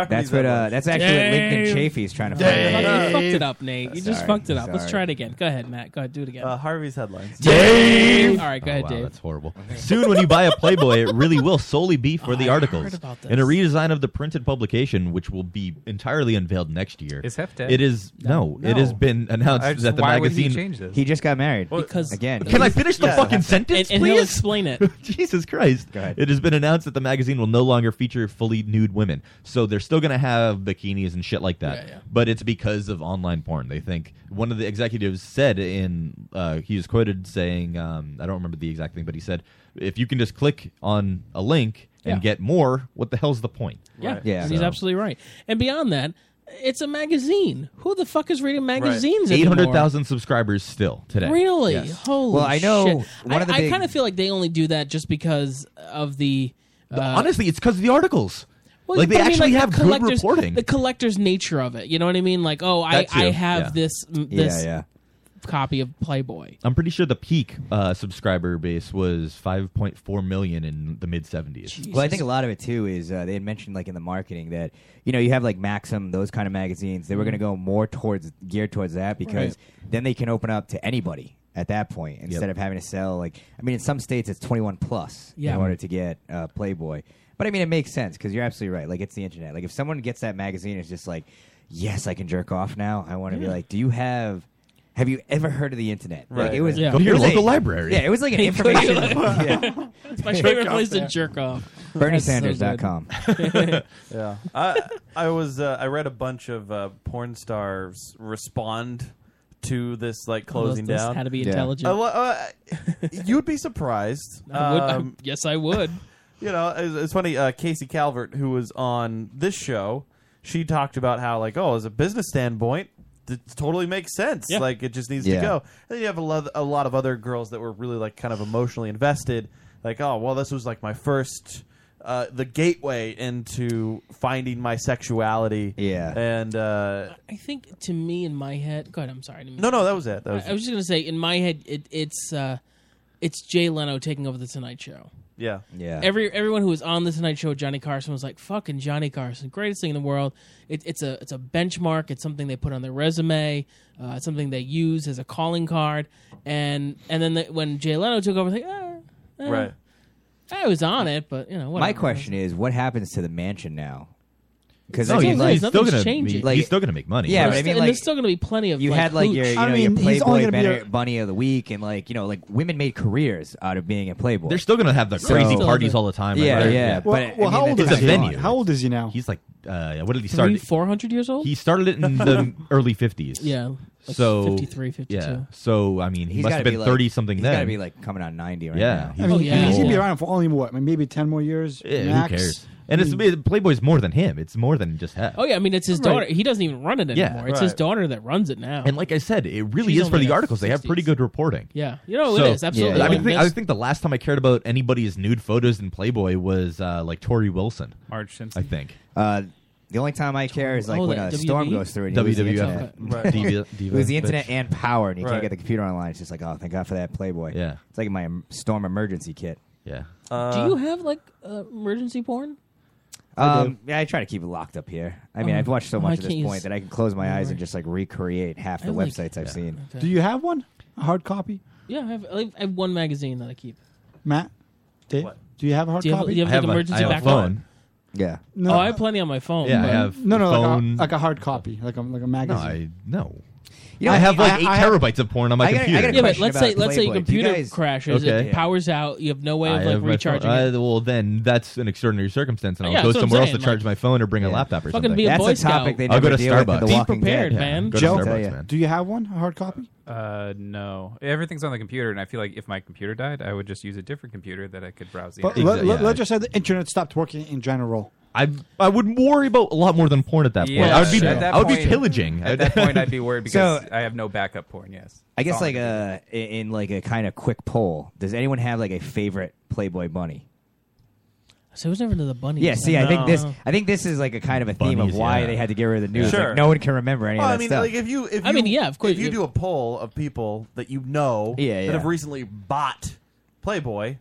Speaker 4: That's what. Uh, that's actually
Speaker 11: Dave.
Speaker 4: what Lincoln Chafee is trying to find.
Speaker 11: Fuck,
Speaker 4: out.
Speaker 11: You fucked it up, Nate. You just
Speaker 4: Sorry,
Speaker 11: fucked it up. Let's
Speaker 4: sorry.
Speaker 11: try it again. Go ahead, Matt. Go ahead. Do it again.
Speaker 8: Uh, Harvey's headlines.
Speaker 11: All right, go
Speaker 10: Oh,
Speaker 11: ahead,
Speaker 10: wow,
Speaker 11: Dave.
Speaker 10: That's horrible. Soon, when you buy a Playboy, it really will solely be for the articles.
Speaker 11: about
Speaker 10: In a redesign of the printed publication, which will be entirely unveiled next year,
Speaker 9: Is Hef dead?
Speaker 10: It is no. It has
Speaker 9: No.
Speaker 10: been announced
Speaker 9: I just-
Speaker 10: that the
Speaker 9: why would he
Speaker 10: magazine
Speaker 9: change this?
Speaker 4: He just got married.
Speaker 11: because
Speaker 4: again,
Speaker 10: Can I finish the
Speaker 4: Yeah.
Speaker 10: fucking sentence,
Speaker 11: And, and he'll
Speaker 10: please?
Speaker 11: explain it.
Speaker 10: [LAUGHS] Jesus Christ. It has been announced that the magazine will no longer feature fully nude women. So they're still going to have bikinis and shit like that. But it's because of online porn. They think one of the executives said in, uh, he was quoted saying, um, I don't remember the exact thing, but he said, if you can just click on a link and
Speaker 11: Yeah.
Speaker 10: get more, what the hell's the point?
Speaker 11: Yeah, and he's
Speaker 10: Oh, So-
Speaker 11: absolutely right. And beyond that, it's a magazine. Who the fuck is reading magazines?
Speaker 10: Eight
Speaker 11: anymore?
Speaker 10: hundred thousand subscribers still today.
Speaker 11: Really?
Speaker 10: Yes.
Speaker 11: Holy
Speaker 10: Well, I know
Speaker 11: shit.
Speaker 10: one
Speaker 11: I,
Speaker 10: of the
Speaker 11: I
Speaker 10: big-
Speaker 11: kind of feel like they only do that just because of the. Uh,
Speaker 10: Honestly, it's because of the articles.
Speaker 11: well,
Speaker 10: like they
Speaker 11: but I mean,
Speaker 10: actually
Speaker 11: like,
Speaker 10: have
Speaker 11: the
Speaker 10: good
Speaker 11: collector's-
Speaker 10: reporting.
Speaker 11: The collector's nature of it. You know what I mean? Like, oh, I,
Speaker 10: That too,
Speaker 11: I have
Speaker 10: yeah.
Speaker 11: this m-
Speaker 10: Yeah,
Speaker 11: this
Speaker 10: yeah.
Speaker 11: copy of Playboy.
Speaker 10: I'm pretty sure the peak uh, subscriber base was 5.4 million in the mid 70s.
Speaker 4: Well, I think a lot of it too is uh, they had mentioned like in the marketing that you know you have like Maxim, those kind of magazines. They were
Speaker 10: Mhm.
Speaker 4: going
Speaker 16: Mm-hmm.
Speaker 4: to go more towards geared towards that because then they can open up to anybody at that point instead of having to sell like I mean in some states it's 21 plus
Speaker 16: Yeah.
Speaker 4: in order to get uh, Playboy. But I mean it makes sense because you're absolutely right. Like it's the internet. Like if someone gets that magazine, it's just like yes, I can jerk off now. I want to be
Speaker 16: Yeah.
Speaker 4: like, do you have? Have you ever heard of the internet? Like
Speaker 16: Right.
Speaker 4: it was
Speaker 16: Yeah. Go to
Speaker 4: it
Speaker 16: your
Speaker 4: was
Speaker 16: local
Speaker 4: a-
Speaker 16: library.
Speaker 4: Yeah, it was like
Speaker 11: [LAUGHS]
Speaker 4: an
Speaker 16: [LAUGHS] Go to your
Speaker 4: information.
Speaker 16: li-
Speaker 4: [LAUGHS] yeah.
Speaker 11: It's my favorite place to jerk off. That's so good.
Speaker 4: BernieSanders.com.
Speaker 8: [LAUGHS]
Speaker 11: [LAUGHS]
Speaker 8: yeah, I I was uh, I read a bunch of uh, porn stars respond to this like
Speaker 11: Well,
Speaker 8: closing
Speaker 11: this
Speaker 8: down.
Speaker 11: had to be Yeah. intelligent.
Speaker 8: Uh, well, uh, you'd be surprised.
Speaker 11: I would- I-
Speaker 8: Um,
Speaker 11: yes, I would.
Speaker 8: you know, it's, it's funny. Uh, Casey Calvert, who was on this show, she talked about how like oh, as a business standpoint. It totally makes sense.
Speaker 1: Yeah.
Speaker 8: Like it just needs
Speaker 1: Yeah.
Speaker 8: to go. And then you have a lot, a lot of other girls that were really like kind of emotionally invested. Like, oh well, this was like my first uh, the gateway into finding my sexuality. Yeah, and uh,
Speaker 11: I think to me in my head, God, I'm sorry. I didn't mean
Speaker 8: No, no,
Speaker 11: to-
Speaker 8: that was it. That was
Speaker 11: I, I was just gonna say in my head, it, it's uh, it's Jay Leno taking over the Tonight Show.
Speaker 8: Yeah. Yeah.
Speaker 11: Every everyone who was on the Tonight Show, Johnny Carson was like, "Fucking Johnny Carson, greatest thing in the world." It, it's a it's a benchmark. It's something they put on their resume. Uh, it's something they use as a calling card. And and then the, when Jay Leno took over, it's like, ah, eh,
Speaker 4: Right.
Speaker 11: I was on it, but you know. Whatever.
Speaker 4: My question is, what happens to the mansion now?
Speaker 11: It's
Speaker 4: I
Speaker 11: still there.
Speaker 4: mean,
Speaker 11: Nothing's He's still gonna changing. be- he's still
Speaker 10: gonna make money.
Speaker 11: There's
Speaker 4: Yeah, but I
Speaker 11: still-
Speaker 4: mean,
Speaker 11: and
Speaker 4: like,
Speaker 11: there's still going to be plenty of
Speaker 4: you
Speaker 11: like,
Speaker 4: had like your,
Speaker 11: hooch.
Speaker 4: you know, your Playboy banner, bunny of the week, and like you know, like women made careers out of being a Playboy.
Speaker 10: They're still gonna have the crazy parties all the time, like,
Speaker 4: Yeah,
Speaker 10: right?
Speaker 4: yeah.
Speaker 10: Yeah. Well-
Speaker 4: but
Speaker 10: well,
Speaker 4: I mean,
Speaker 10: how
Speaker 4: that-
Speaker 10: old is It's a he? venue.
Speaker 17: How old is he now?
Speaker 10: He's like, uh, what did he
Speaker 11: Three,
Speaker 10: start?
Speaker 11: four hundred years old.
Speaker 10: He started it in
Speaker 4: [LAUGHS]
Speaker 10: the early 50s.
Speaker 11: Yeah, like
Speaker 10: so
Speaker 11: 53, 52.
Speaker 10: Yeah. So I mean, he
Speaker 4: He's
Speaker 10: must
Speaker 4: gotta
Speaker 10: have
Speaker 4: be,
Speaker 10: been
Speaker 4: like-
Speaker 10: 30 something
Speaker 4: he's
Speaker 10: then.
Speaker 4: gotta be, like, coming on 90 right
Speaker 10: yeah.
Speaker 4: now.
Speaker 17: I
Speaker 11: Oh,
Speaker 10: He's
Speaker 17: mean, he's gonna
Speaker 10: old.
Speaker 17: be around for only what, maybe ten more years.
Speaker 10: Yeah, who
Speaker 17: max? Hmm.
Speaker 10: cares? And
Speaker 17: I
Speaker 10: it's
Speaker 17: mean,
Speaker 4: Hmm.
Speaker 10: Playboy's more than him. It's more than just him.
Speaker 11: Oh yeah, I mean it's his
Speaker 10: Right.
Speaker 11: daughter. He doesn't even run it
Speaker 10: Yeah.
Speaker 11: anymore. It's his
Speaker 10: Right.
Speaker 11: daughter that runs it now.
Speaker 10: And like I said, it really
Speaker 11: Oh. She's
Speaker 10: is for
Speaker 11: only in
Speaker 10: the
Speaker 11: her
Speaker 10: articles. They have pretty good reporting.
Speaker 11: Yeah. You know, it is, absolutely.
Speaker 10: I,
Speaker 11: Like,
Speaker 10: mean, think, I
Speaker 11: that's-
Speaker 10: think the last time I cared about anybody's nude photos in Playboy was uh, like Tori Wilson,
Speaker 9: Marge Simpson.
Speaker 10: I think.
Speaker 4: Uh, the only time I care is like
Speaker 10: Oh,
Speaker 4: when
Speaker 10: that
Speaker 4: a storm
Speaker 10: WB?
Speaker 11: E?
Speaker 4: goes through and you lose the
Speaker 10: WWF.
Speaker 4: internet.
Speaker 10: [LAUGHS]
Speaker 11: [LAUGHS]
Speaker 10: Right. Diva-
Speaker 4: you
Speaker 10: diva
Speaker 4: lose the internet
Speaker 10: bitch.
Speaker 4: and power, and you
Speaker 10: Right.
Speaker 4: can't get the computer online. It's just like, oh, thank God for that Playboy.
Speaker 10: Yeah,
Speaker 4: it's like my em- storm emergency kit.
Speaker 10: Yeah.
Speaker 11: do you have like uh, emergency porn?
Speaker 4: I um, yeah, I try to keep it locked up here. I mean,
Speaker 11: Oh.
Speaker 4: I've watched so
Speaker 11: Oh, I
Speaker 4: much at this
Speaker 11: can't
Speaker 4: point
Speaker 11: use-
Speaker 4: that I can close my eyes and just like recreate half
Speaker 11: I
Speaker 4: the
Speaker 11: like-
Speaker 4: websites I've
Speaker 11: Yeah.
Speaker 4: seen.
Speaker 11: Okay.
Speaker 17: Do you have one? A hard copy,
Speaker 11: Yeah, I have. I have- I have one magazine that I keep.
Speaker 17: Matt? Dave, do you have a hard
Speaker 11: Do you have,
Speaker 17: copy?
Speaker 11: do you have, like emergency backup?
Speaker 4: Yeah.
Speaker 17: No.
Speaker 11: Oh, I have plenty on my phone. but-
Speaker 17: no, no, Like, a, like a hard copy, like a like a magazine.
Speaker 10: I no.
Speaker 11: You know,
Speaker 10: I have
Speaker 11: I-
Speaker 10: like
Speaker 11: I-
Speaker 10: eight
Speaker 11: I-
Speaker 10: terabytes of porn on my
Speaker 11: I got a- I
Speaker 10: computer.
Speaker 11: got a Yeah, but question let's about say- let's say your Playboy. Do you computer guys- crashes, it
Speaker 10: Okay.
Speaker 11: powers out, you have no way of,
Speaker 10: I
Speaker 11: like,
Speaker 10: have my
Speaker 11: recharging
Speaker 10: phone.
Speaker 11: it. Oh,
Speaker 10: Uh, well, then that's an extraordinary circumstance, and I'll
Speaker 11: Yeah,
Speaker 10: go
Speaker 11: that's what I'm
Speaker 10: somewhere else
Speaker 11: saying,
Speaker 10: to charge
Speaker 11: like-
Speaker 10: my phone or bring a laptop or
Speaker 11: Fucking
Speaker 10: something.
Speaker 11: be a That's Boy a Scout. topic they
Speaker 10: I'll go
Speaker 11: never
Speaker 10: to
Speaker 11: deal with in The
Speaker 10: Starbucks.
Speaker 11: Walking Be Dead. prepared,
Speaker 10: Yeah,
Speaker 11: man.
Speaker 10: Go to
Speaker 17: Joe,
Speaker 10: Starbucks, man.
Speaker 17: do you have one? A hard copy?
Speaker 9: Uh, no. Everything's on the computer, and I feel like if my computer died, I would just use a different computer that I could browse the
Speaker 17: But
Speaker 9: internet.
Speaker 17: let, let, let's just say the internet stopped working in general.
Speaker 10: I I would worry about a lot more than porn at that point. I would be
Speaker 9: at that
Speaker 10: I would be
Speaker 9: point-
Speaker 10: pillaging.
Speaker 9: At
Speaker 10: [LAUGHS]
Speaker 9: that point, I'd be worried because
Speaker 4: So-
Speaker 9: I have no backup porn. Yes,
Speaker 4: I guess
Speaker 8: Oh,
Speaker 9: That's all
Speaker 4: like uh in in, like a kind of quick poll. Does anyone have like a favorite Playboy bunny?
Speaker 11: So it was never into the bunny.
Speaker 4: Yeah, see, I think this I think this is like a kind of a theme
Speaker 8: Bunnies,
Speaker 4: of why
Speaker 8: yeah.
Speaker 4: they had to get rid of the news.
Speaker 8: Sure.
Speaker 4: Like, no one can remember any
Speaker 8: Well,
Speaker 4: of that
Speaker 8: I mean,
Speaker 4: stuff.
Speaker 8: like if you, if
Speaker 11: I mean,
Speaker 8: you-
Speaker 11: yeah, of course,
Speaker 8: If you
Speaker 11: if-
Speaker 8: do a poll of people that you know
Speaker 4: Yeah,
Speaker 8: that
Speaker 4: yeah.
Speaker 8: have recently bought Playboy,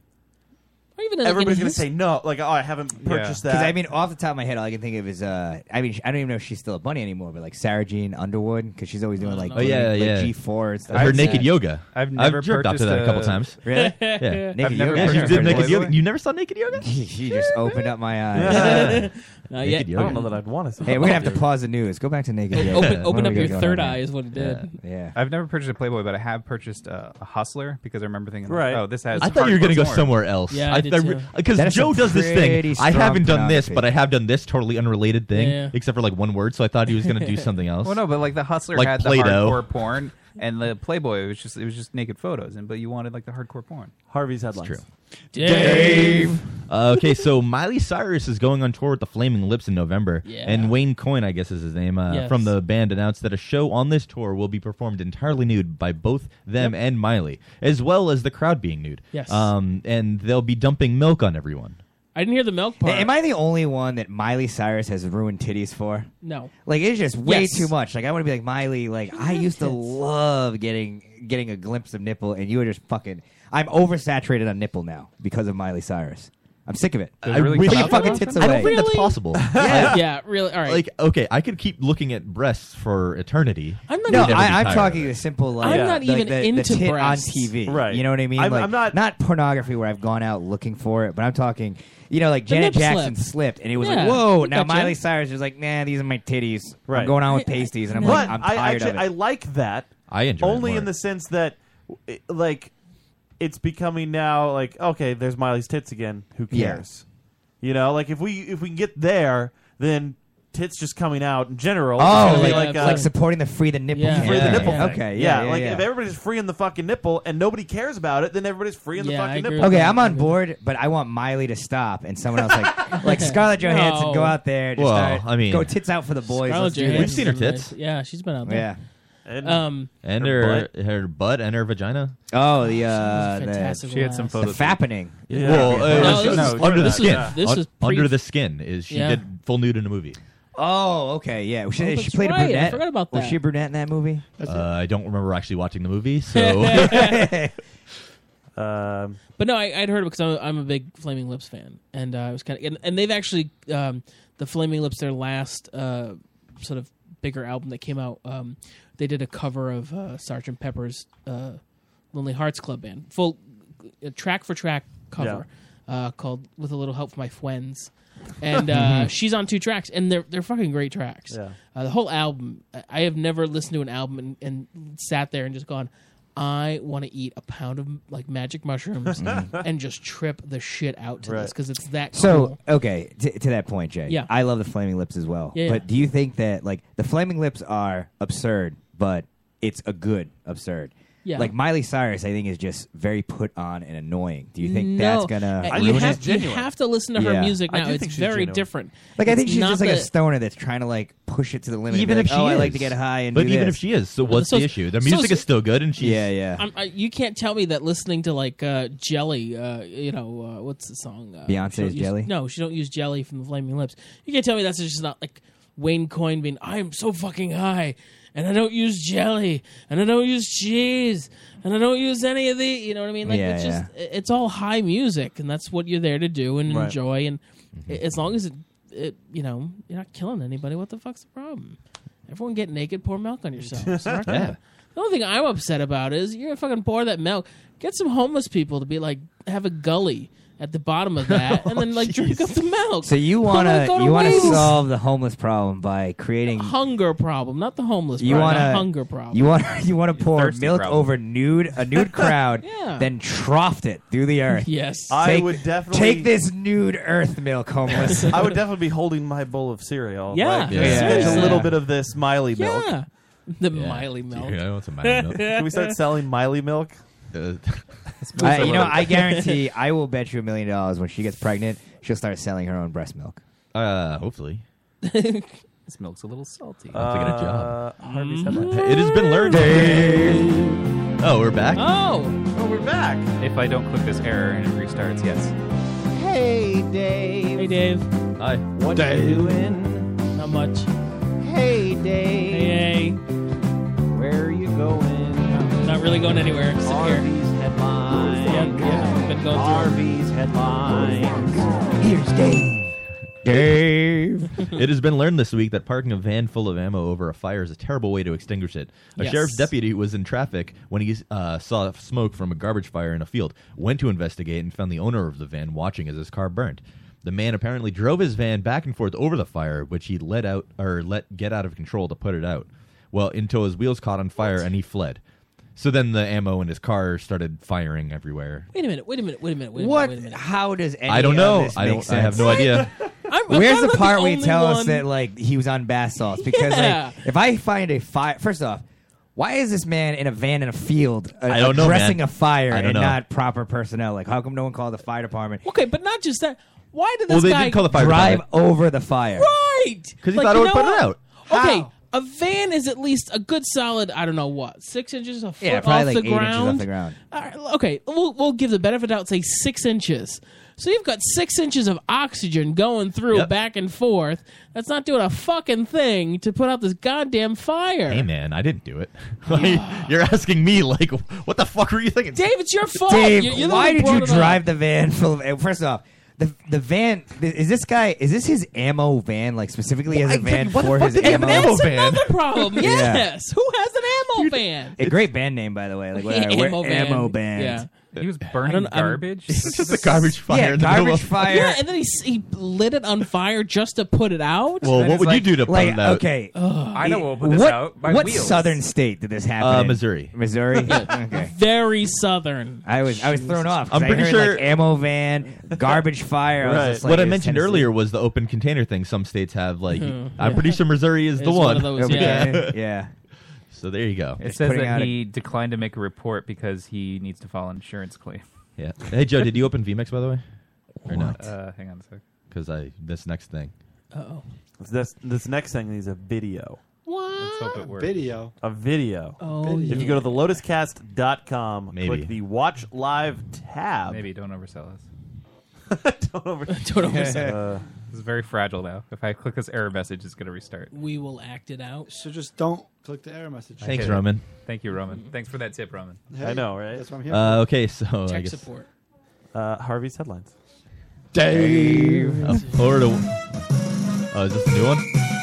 Speaker 11: Or even like,
Speaker 8: everybody's
Speaker 11: in
Speaker 8: gonna
Speaker 11: his-
Speaker 8: say no. Like, oh, I haven't purchased
Speaker 4: Because
Speaker 8: that.
Speaker 4: I mean, off the top of my head, all I can think of is uh, I mean, sh- I don't even know if she's still a bunny anymore, but like Sarah Jean Underwood, because she's always doing like
Speaker 10: Oh, yeah,
Speaker 4: like,
Speaker 10: yeah.
Speaker 4: G four and stuff.
Speaker 10: Her
Speaker 4: like
Speaker 10: naked
Speaker 4: that.
Speaker 10: yoga. I've I've never jerked off to purchased that a couple a- times.
Speaker 4: [LAUGHS] Really?
Speaker 10: Yeah. I've
Speaker 4: Naked
Speaker 10: never
Speaker 4: yoga.
Speaker 10: purchased You did a naked Playboy? yoga? You never saw naked yoga?
Speaker 4: [LAUGHS] she just opened up my uh,
Speaker 11: Yeah.
Speaker 4: eyes.
Speaker 11: Not Naked yet. I don't yoga. know that I'd wanna see
Speaker 4: Hey,
Speaker 11: that.
Speaker 4: we're gonna have to pause the news. Go back to naked yoga.
Speaker 11: open-
Speaker 4: What
Speaker 11: open
Speaker 4: do
Speaker 11: up
Speaker 4: we
Speaker 11: your
Speaker 4: got going
Speaker 11: third
Speaker 4: on
Speaker 11: eye
Speaker 4: here?
Speaker 11: is what it did.
Speaker 4: Yeah. yeah.
Speaker 9: I've never purchased a Playboy, but I have purchased uh, a Hustler because I remember thinking, like,
Speaker 10: Right.
Speaker 9: oh, this has.
Speaker 10: I thought you were
Speaker 9: going
Speaker 10: gonna
Speaker 9: to
Speaker 10: go somewhere else.
Speaker 4: That
Speaker 10: Because
Speaker 4: is
Speaker 10: Joe
Speaker 4: some
Speaker 10: does this
Speaker 4: pretty
Speaker 10: thing. I haven't
Speaker 4: strong
Speaker 10: done this, but I
Speaker 4: pornography.
Speaker 10: have done this totally unrelated thing,
Speaker 9: Yeah.
Speaker 10: except for like one word. So I thought he was
Speaker 9: [LAUGHS]
Speaker 10: going to do something else.
Speaker 9: Well, no, but like the Hustler
Speaker 10: Like
Speaker 9: had
Speaker 10: Play-Doh.
Speaker 9: the hardcore porn, and the Playboy it was just it was just naked photos, and but you wanted like the hardcore porn.
Speaker 8: Harvey's headlines.
Speaker 10: true.
Speaker 9: Dave.
Speaker 10: Uh, okay, so Miley Cyrus is going on tour with the Flaming Lips in November,
Speaker 9: Yeah.
Speaker 10: and Wayne Coyne, I guess is his name, uh,
Speaker 9: Yes.
Speaker 10: from the band, announced that a show on this tour will be performed entirely nude by both them and Miley, as well as the crowd being nude.
Speaker 11: Yes.
Speaker 10: um, and they'll be dumping milk on everyone.
Speaker 11: I didn't hear the milk part.
Speaker 4: Am I the only one that Miley Cyrus has ruined titties for?
Speaker 11: No.
Speaker 4: Like it's just way
Speaker 11: Yes.
Speaker 4: too much. Like I want to be like Miley. Like I used to love getting getting a glimpse of nipple, and you were just fucking. I'm oversaturated on nipple now because of Miley Cyrus. I'm sick of it.
Speaker 10: I wish-
Speaker 4: Put your fucking tits away.
Speaker 10: I don't think that's [LAUGHS]
Speaker 11: [LAUGHS]
Speaker 10: possible.
Speaker 4: [LAUGHS] Yeah.
Speaker 11: yeah, really. All right.
Speaker 10: Like, okay, I could keep looking at breasts for eternity.
Speaker 11: I'm not
Speaker 10: and
Speaker 4: No,
Speaker 10: never be
Speaker 4: I, I'm
Speaker 10: tired.
Speaker 4: talking the simple like
Speaker 11: I'm not
Speaker 4: the-
Speaker 11: even
Speaker 4: the- the
Speaker 11: into
Speaker 4: tit on
Speaker 11: breasts.
Speaker 4: TV.
Speaker 8: Right.
Speaker 4: You know what I mean?
Speaker 8: I'm-
Speaker 4: like,
Speaker 8: I'm
Speaker 4: not pornography where I've gone out looking for it, but I'm talking. You know, like
Speaker 8: The
Speaker 4: Janet
Speaker 8: nip
Speaker 4: Jackson
Speaker 8: slip.
Speaker 4: slipped, and it was
Speaker 8: Yeah,
Speaker 4: like, whoa.
Speaker 8: I
Speaker 4: Now
Speaker 8: gotcha.
Speaker 4: Miley Cyrus is like, nah, these are my titties.
Speaker 8: Right.
Speaker 4: I'm going on with pasties, and I'm
Speaker 8: but
Speaker 4: like, I'm
Speaker 8: I
Speaker 4: tired
Speaker 8: actually,
Speaker 4: of it.
Speaker 8: I like that.
Speaker 10: I enjoy it
Speaker 8: only
Speaker 10: more.
Speaker 8: in the sense that, it- like, it's becoming now like okay, there's Miley's tits again. Who
Speaker 4: Yeah.
Speaker 8: cares? You know, like if we if we can get there, then tits just coming out in general.
Speaker 4: Oh,
Speaker 8: It's gonna be
Speaker 4: like, like,
Speaker 8: uh,
Speaker 4: supporting the free the nipple.
Speaker 8: Free the nipple thing.
Speaker 4: Okay, yeah, yeah,
Speaker 8: like
Speaker 4: yeah.
Speaker 8: if everybody's freeing the fucking nipple and nobody cares about it, then everybody's freeing the fucking nipple. [LAUGHS]
Speaker 4: Okay, I'm on board, but I want Miley to stop and someone else [LAUGHS] like like Scarlett Johansson
Speaker 8: No.
Speaker 4: go out there. Just
Speaker 10: Well,
Speaker 4: start,
Speaker 10: I mean-
Speaker 4: go tits out for the boys.
Speaker 11: Scarlett
Speaker 4: Let's do
Speaker 11: Johansson
Speaker 4: this.
Speaker 11: is nice. Yeah, she's been out there.
Speaker 4: Yeah.
Speaker 8: And,
Speaker 11: Um,
Speaker 10: and
Speaker 11: Her
Speaker 10: her her butt. and her vagina.
Speaker 4: Oh, the uh,
Speaker 11: She was fantastic
Speaker 4: the- she had some
Speaker 10: photos.
Speaker 4: The fappening. Yeah.
Speaker 10: Well,
Speaker 4: Yeah.
Speaker 10: uh,
Speaker 4: No, this
Speaker 10: no,
Speaker 4: is-
Speaker 10: under the
Speaker 4: this is-
Speaker 10: skin.
Speaker 4: this
Speaker 10: Un-
Speaker 4: is
Speaker 10: under
Speaker 4: pre-
Speaker 10: the skin is she
Speaker 4: Yeah.
Speaker 10: did full nude in a movie.
Speaker 4: Oh, okay, yeah. She,
Speaker 11: Oh,
Speaker 4: she
Speaker 11: that's
Speaker 4: played
Speaker 11: right. I
Speaker 4: a brunette.
Speaker 11: forgot about
Speaker 4: Was
Speaker 11: that.
Speaker 4: she a brunette in that movie?
Speaker 10: Uh, I don't remember actually watching the movie,
Speaker 4: [LAUGHS]
Speaker 10: so
Speaker 8: um,
Speaker 11: But no, I, I'd heard of it because I'm, I'm a big Flaming Lips fan, and uh, I was kind of and, and they've actually um, the Flaming Lips their last uh, sort of bigger album that came out. Um, they did a cover of uh, Sergeant Pepper's uh, Lonely Hearts Club Band, full uh, track for track cover uh, called "With a Little Help from My Friends," and
Speaker 4: [LAUGHS]
Speaker 11: uh,
Speaker 8: Mhm.
Speaker 11: she's on two tracks, and they're they're fucking great tracks.
Speaker 8: Yeah.
Speaker 11: Uh, the whole album, I- I have never listened to an album and, and sat there and just gone, I want to eat a pound of like magic mushrooms and just trip the shit out to this because it's that
Speaker 4: So
Speaker 11: cool.
Speaker 4: okay, to, to that point, Jay.
Speaker 11: Yeah.
Speaker 4: I love the Flaming Lips as well.
Speaker 11: Yeah, yeah.
Speaker 4: But do you think that like the Flaming Lips are absurd, but it's a good absurd?
Speaker 11: Yeah.
Speaker 4: Like Miley Cyrus, I think is just very put on and annoying. Do you think
Speaker 11: No,
Speaker 4: that's gonna?
Speaker 11: uh,
Speaker 4: ruin
Speaker 11: you
Speaker 4: it?
Speaker 11: have, you have to listen to her
Speaker 4: Yeah.
Speaker 11: music now. It's very different.
Speaker 4: Like I
Speaker 11: It's
Speaker 4: think she's
Speaker 11: not
Speaker 4: just like a
Speaker 11: the-
Speaker 4: stoner that's trying to like push it to the limit. and
Speaker 10: Even
Speaker 4: be
Speaker 10: if
Speaker 4: like,
Speaker 10: she
Speaker 4: oh, I like
Speaker 10: is.
Speaker 4: to get high and
Speaker 10: But
Speaker 4: do
Speaker 10: even
Speaker 4: this."
Speaker 10: if she is, so what's the issue? The music is still good, and she's
Speaker 4: yeah, yeah.
Speaker 11: I'm, I, you can't tell me that listening to like uh, Jelly, uh, you know, uh, what's the song? Uh,
Speaker 4: Beyonce's
Speaker 11: she don't use-
Speaker 4: Jelly?
Speaker 11: No, she don't use Jelly from the Flaming Lips. You can't tell me that's just not like Wayne Coyne being, I'm so fucking high, and I don't use jelly, and I don't use cheese, and I don't use any of the, you know what I mean? Like
Speaker 4: Yeah,
Speaker 11: it's just, it's all high music, and that's what you're there to do and
Speaker 4: Right.
Speaker 11: enjoy, and
Speaker 4: Mm-hmm.
Speaker 11: a- as long as it, it, you know, you're not killing anybody, what the fuck's the problem? Everyone get naked, pour milk
Speaker 10: [LAUGHS]
Speaker 11: on yourselves. Aren't they?
Speaker 10: Yeah.
Speaker 11: The only thing I'm upset about is you're gonna fucking pour that milk. Get some homeless people to be like have a gully at the bottom
Speaker 10: [LAUGHS]
Speaker 11: of that, and
Speaker 10: Oh,
Speaker 11: then like drink up the milk.
Speaker 4: So you
Speaker 11: Pour
Speaker 4: wanna
Speaker 11: milk on
Speaker 4: you wanna
Speaker 11: waste.
Speaker 4: solve the homeless problem by
Speaker 11: [SIGHS]
Speaker 4: creating
Speaker 11: hunger problem, not the homeless.
Speaker 4: you
Speaker 11: problem,
Speaker 4: want
Speaker 11: the
Speaker 4: to
Speaker 11: hunger problem. [LAUGHS]
Speaker 4: You want [LAUGHS] you want to pour
Speaker 11: thirsty
Speaker 4: milk
Speaker 11: problem.
Speaker 4: over nude a
Speaker 8: [LAUGHS]
Speaker 4: nude crowd,
Speaker 11: Yeah.
Speaker 4: then troughed it through the
Speaker 10: [LAUGHS]
Speaker 4: earth.
Speaker 11: Yes.
Speaker 8: I
Speaker 4: Take-
Speaker 8: would definitely-
Speaker 4: take this nude earth
Speaker 8: [LAUGHS]
Speaker 4: milk, homeless.
Speaker 8: I
Speaker 4: [LAUGHS]
Speaker 8: would definitely be holding my bowl of cereal.
Speaker 4: Yeah,
Speaker 8: like,
Speaker 4: yeah,
Speaker 8: just-
Speaker 4: yeah,
Speaker 8: just a
Speaker 4: yeah.
Speaker 8: little bit of this Miley
Speaker 11: Yeah.
Speaker 8: milk.
Speaker 11: The Miley milk.
Speaker 10: Dude, I want some Miley milk. Uh,
Speaker 8: Can we start selling Miley milk?
Speaker 10: [LAUGHS]
Speaker 4: I- you know, I guarantee I will bet you a million dollars when she gets pregnant, she'll start selling her own breast milk.
Speaker 10: Uh, hopefully.
Speaker 9: This milk's a little salty.
Speaker 10: I'll have to get a job.
Speaker 9: Harvey's
Speaker 11: Mm-hmm.
Speaker 9: headline.
Speaker 10: It has been learned. Oh, we're back.
Speaker 11: Oh,
Speaker 8: oh, we're back.
Speaker 9: If I don't click this error and it restarts, yes.
Speaker 1: Hey, Dave.
Speaker 11: Hey, Dave.
Speaker 9: Hi.
Speaker 1: What you doing?
Speaker 11: Not much.
Speaker 4: Uh,
Speaker 1: Hey, Dave.
Speaker 11: Hey.
Speaker 1: Where are you going?
Speaker 11: Not really going anywhere. I'm sitting here.
Speaker 1: Harvey's headlines.
Speaker 11: Yeah, yeah, been going through.
Speaker 1: Harvey's headlines.
Speaker 4: Here's Dave.
Speaker 10: [LAUGHS]
Speaker 4: Dave.
Speaker 10: it has been learned this week that parking a van full of ammo over a fire is a terrible way to extinguish it. A
Speaker 11: Yes.
Speaker 10: sheriff's deputy was in traffic when he uh, saw smoke from a garbage fire in a field, went to investigate, and found the owner of the van watching as his car burned. The man apparently drove his van back and forth over the fire, which he let out or let get out of control to put it out. Well, until his wheels caught on fire and he fled. So then the ammo in his car started firing everywhere.
Speaker 11: Wait a minute. Wait a minute. Wait a minute. Wait a
Speaker 4: What-
Speaker 11: minute. Wait a minute.
Speaker 4: How does any
Speaker 10: I don't
Speaker 4: of
Speaker 10: know.
Speaker 4: this
Speaker 10: I
Speaker 4: make
Speaker 10: don't. I have no
Speaker 4: sense? [LAUGHS]
Speaker 10: idea.
Speaker 11: [LAUGHS] I'm
Speaker 4: Where's
Speaker 11: not
Speaker 4: the
Speaker 11: the
Speaker 4: part where you
Speaker 11: only
Speaker 4: tell us
Speaker 11: one-
Speaker 4: that like he was on bath salts? Because
Speaker 11: Yeah.
Speaker 4: like if I find a fire, first off, why is this man in a van in a field uh,
Speaker 10: I don't know,
Speaker 4: addressing
Speaker 10: man.
Speaker 4: a fire
Speaker 10: I don't
Speaker 4: and
Speaker 10: know.
Speaker 4: not proper personnel? Like how come no one called the fire department?
Speaker 11: Okay, but not just that. Why did this
Speaker 4: Well, they
Speaker 11: guy
Speaker 4: didn't call the fire Drive department. over the fire.
Speaker 11: Right.
Speaker 4: 'Cause he thought
Speaker 11: you
Speaker 4: it would
Speaker 11: know
Speaker 4: put it
Speaker 11: what?
Speaker 4: out.
Speaker 11: Okay. A van is at least a good solid, I don't know what, six inches a foot
Speaker 4: Yeah, probably
Speaker 11: off
Speaker 4: like
Speaker 11: the
Speaker 4: eight
Speaker 11: ground.
Speaker 4: inches off the ground.
Speaker 11: All right, okay, we'll, we'll give the benefit of the doubt, say six inches. So you've got six inches of oxygen going through
Speaker 10: Yep.
Speaker 11: back and forth. That's not doing a fucking thing to put out this goddamn fire.
Speaker 10: Hey man, I didn't
Speaker 4: [LAUGHS]
Speaker 10: do it. Like, [LAUGHS] you're asking me like, what the fuck were you thinking?
Speaker 11: Dave, it's your fault.
Speaker 4: Dave,
Speaker 11: You're- you're the
Speaker 4: why
Speaker 11: one who
Speaker 4: did you
Speaker 11: brought it up.
Speaker 4: drive the van full of? uh, First off, the the van is this guy? Is this his ammo van? Like specifically as a van
Speaker 11: What the
Speaker 4: for
Speaker 11: fuck
Speaker 4: his
Speaker 11: did he have
Speaker 4: ammo?
Speaker 11: an ammo That's van? another problem.
Speaker 4: Yeah.
Speaker 11: Yes. Who has an ammo van?
Speaker 4: A great band name, by the way. Like whatever,
Speaker 11: [LAUGHS] Ammo
Speaker 4: we're
Speaker 11: Band.
Speaker 4: ammo band.
Speaker 9: He was
Speaker 4: [LAUGHS]
Speaker 9: burning garbage.
Speaker 10: It's
Speaker 9: [LAUGHS]
Speaker 10: just a garbage fire
Speaker 4: Yeah,
Speaker 10: in the middle
Speaker 4: garbage
Speaker 10: of
Speaker 4: fire.
Speaker 11: Yeah, and then he, s- he lit it on fire just to put it out.
Speaker 10: Well, what would you do to put
Speaker 4: like,
Speaker 10: it out?
Speaker 4: Okay,
Speaker 9: I know we'll put this
Speaker 4: what,
Speaker 9: out. My
Speaker 4: what
Speaker 9: wheels.
Speaker 4: southern state did this happen?
Speaker 10: Uh,
Speaker 4: in?
Speaker 10: Missouri.
Speaker 4: Missouri.
Speaker 11: [LAUGHS]
Speaker 4: [LAUGHS] okay.
Speaker 11: Very
Speaker 10: [LAUGHS]
Speaker 11: southern.
Speaker 4: I was I was thrown off. 'cause
Speaker 10: I'm
Speaker 4: I
Speaker 10: pretty
Speaker 4: heard,
Speaker 10: sure-
Speaker 4: like, ammo van, garbage fire. I was just like,
Speaker 10: what I
Speaker 4: it's
Speaker 10: mentioned
Speaker 4: Tennessee.
Speaker 10: earlier was the open container thing. Some states have like,
Speaker 4: Mhm.
Speaker 10: I'm pretty sure Missouri is the
Speaker 9: It's
Speaker 10: one.
Speaker 9: one of those, Open yeah. container,
Speaker 4: yeah.
Speaker 10: So there you go.
Speaker 9: It says that he declined to make a report because he needs to file an insurance claim.
Speaker 10: [LAUGHS] [LAUGHS] Yeah. Hey Joe, did you open VMix by the way? Or not?
Speaker 9: Uh, hang on a sec.
Speaker 10: Because I this next thing.
Speaker 11: Oh,
Speaker 8: This this next thing needs a video.
Speaker 11: What?
Speaker 9: Let's hope it works.
Speaker 20: Video.
Speaker 8: A video.
Speaker 11: Oh,
Speaker 8: If you
Speaker 11: yeah.
Speaker 8: go to the lotuscast.com,
Speaker 9: Maybe.
Speaker 8: click the watch live tab.
Speaker 9: Maybe don't oversell us.
Speaker 10: [LAUGHS]
Speaker 8: don't
Speaker 4: [LAUGHS]
Speaker 8: over-
Speaker 9: Uh, it's very fragile now. If I click this error message, it's going to restart.
Speaker 11: We will act it out. So
Speaker 20: just don't click the error message.
Speaker 9: I kid. Thank you, Roman. Thanks for that tip, Roman.
Speaker 20: Hey, I know, right? that's what I'm here
Speaker 10: Uh, okay, so I guess
Speaker 11: support.
Speaker 8: Uh, Harvey's headlines.
Speaker 10: Dave. Uh, Florida. Oh, is this a new one?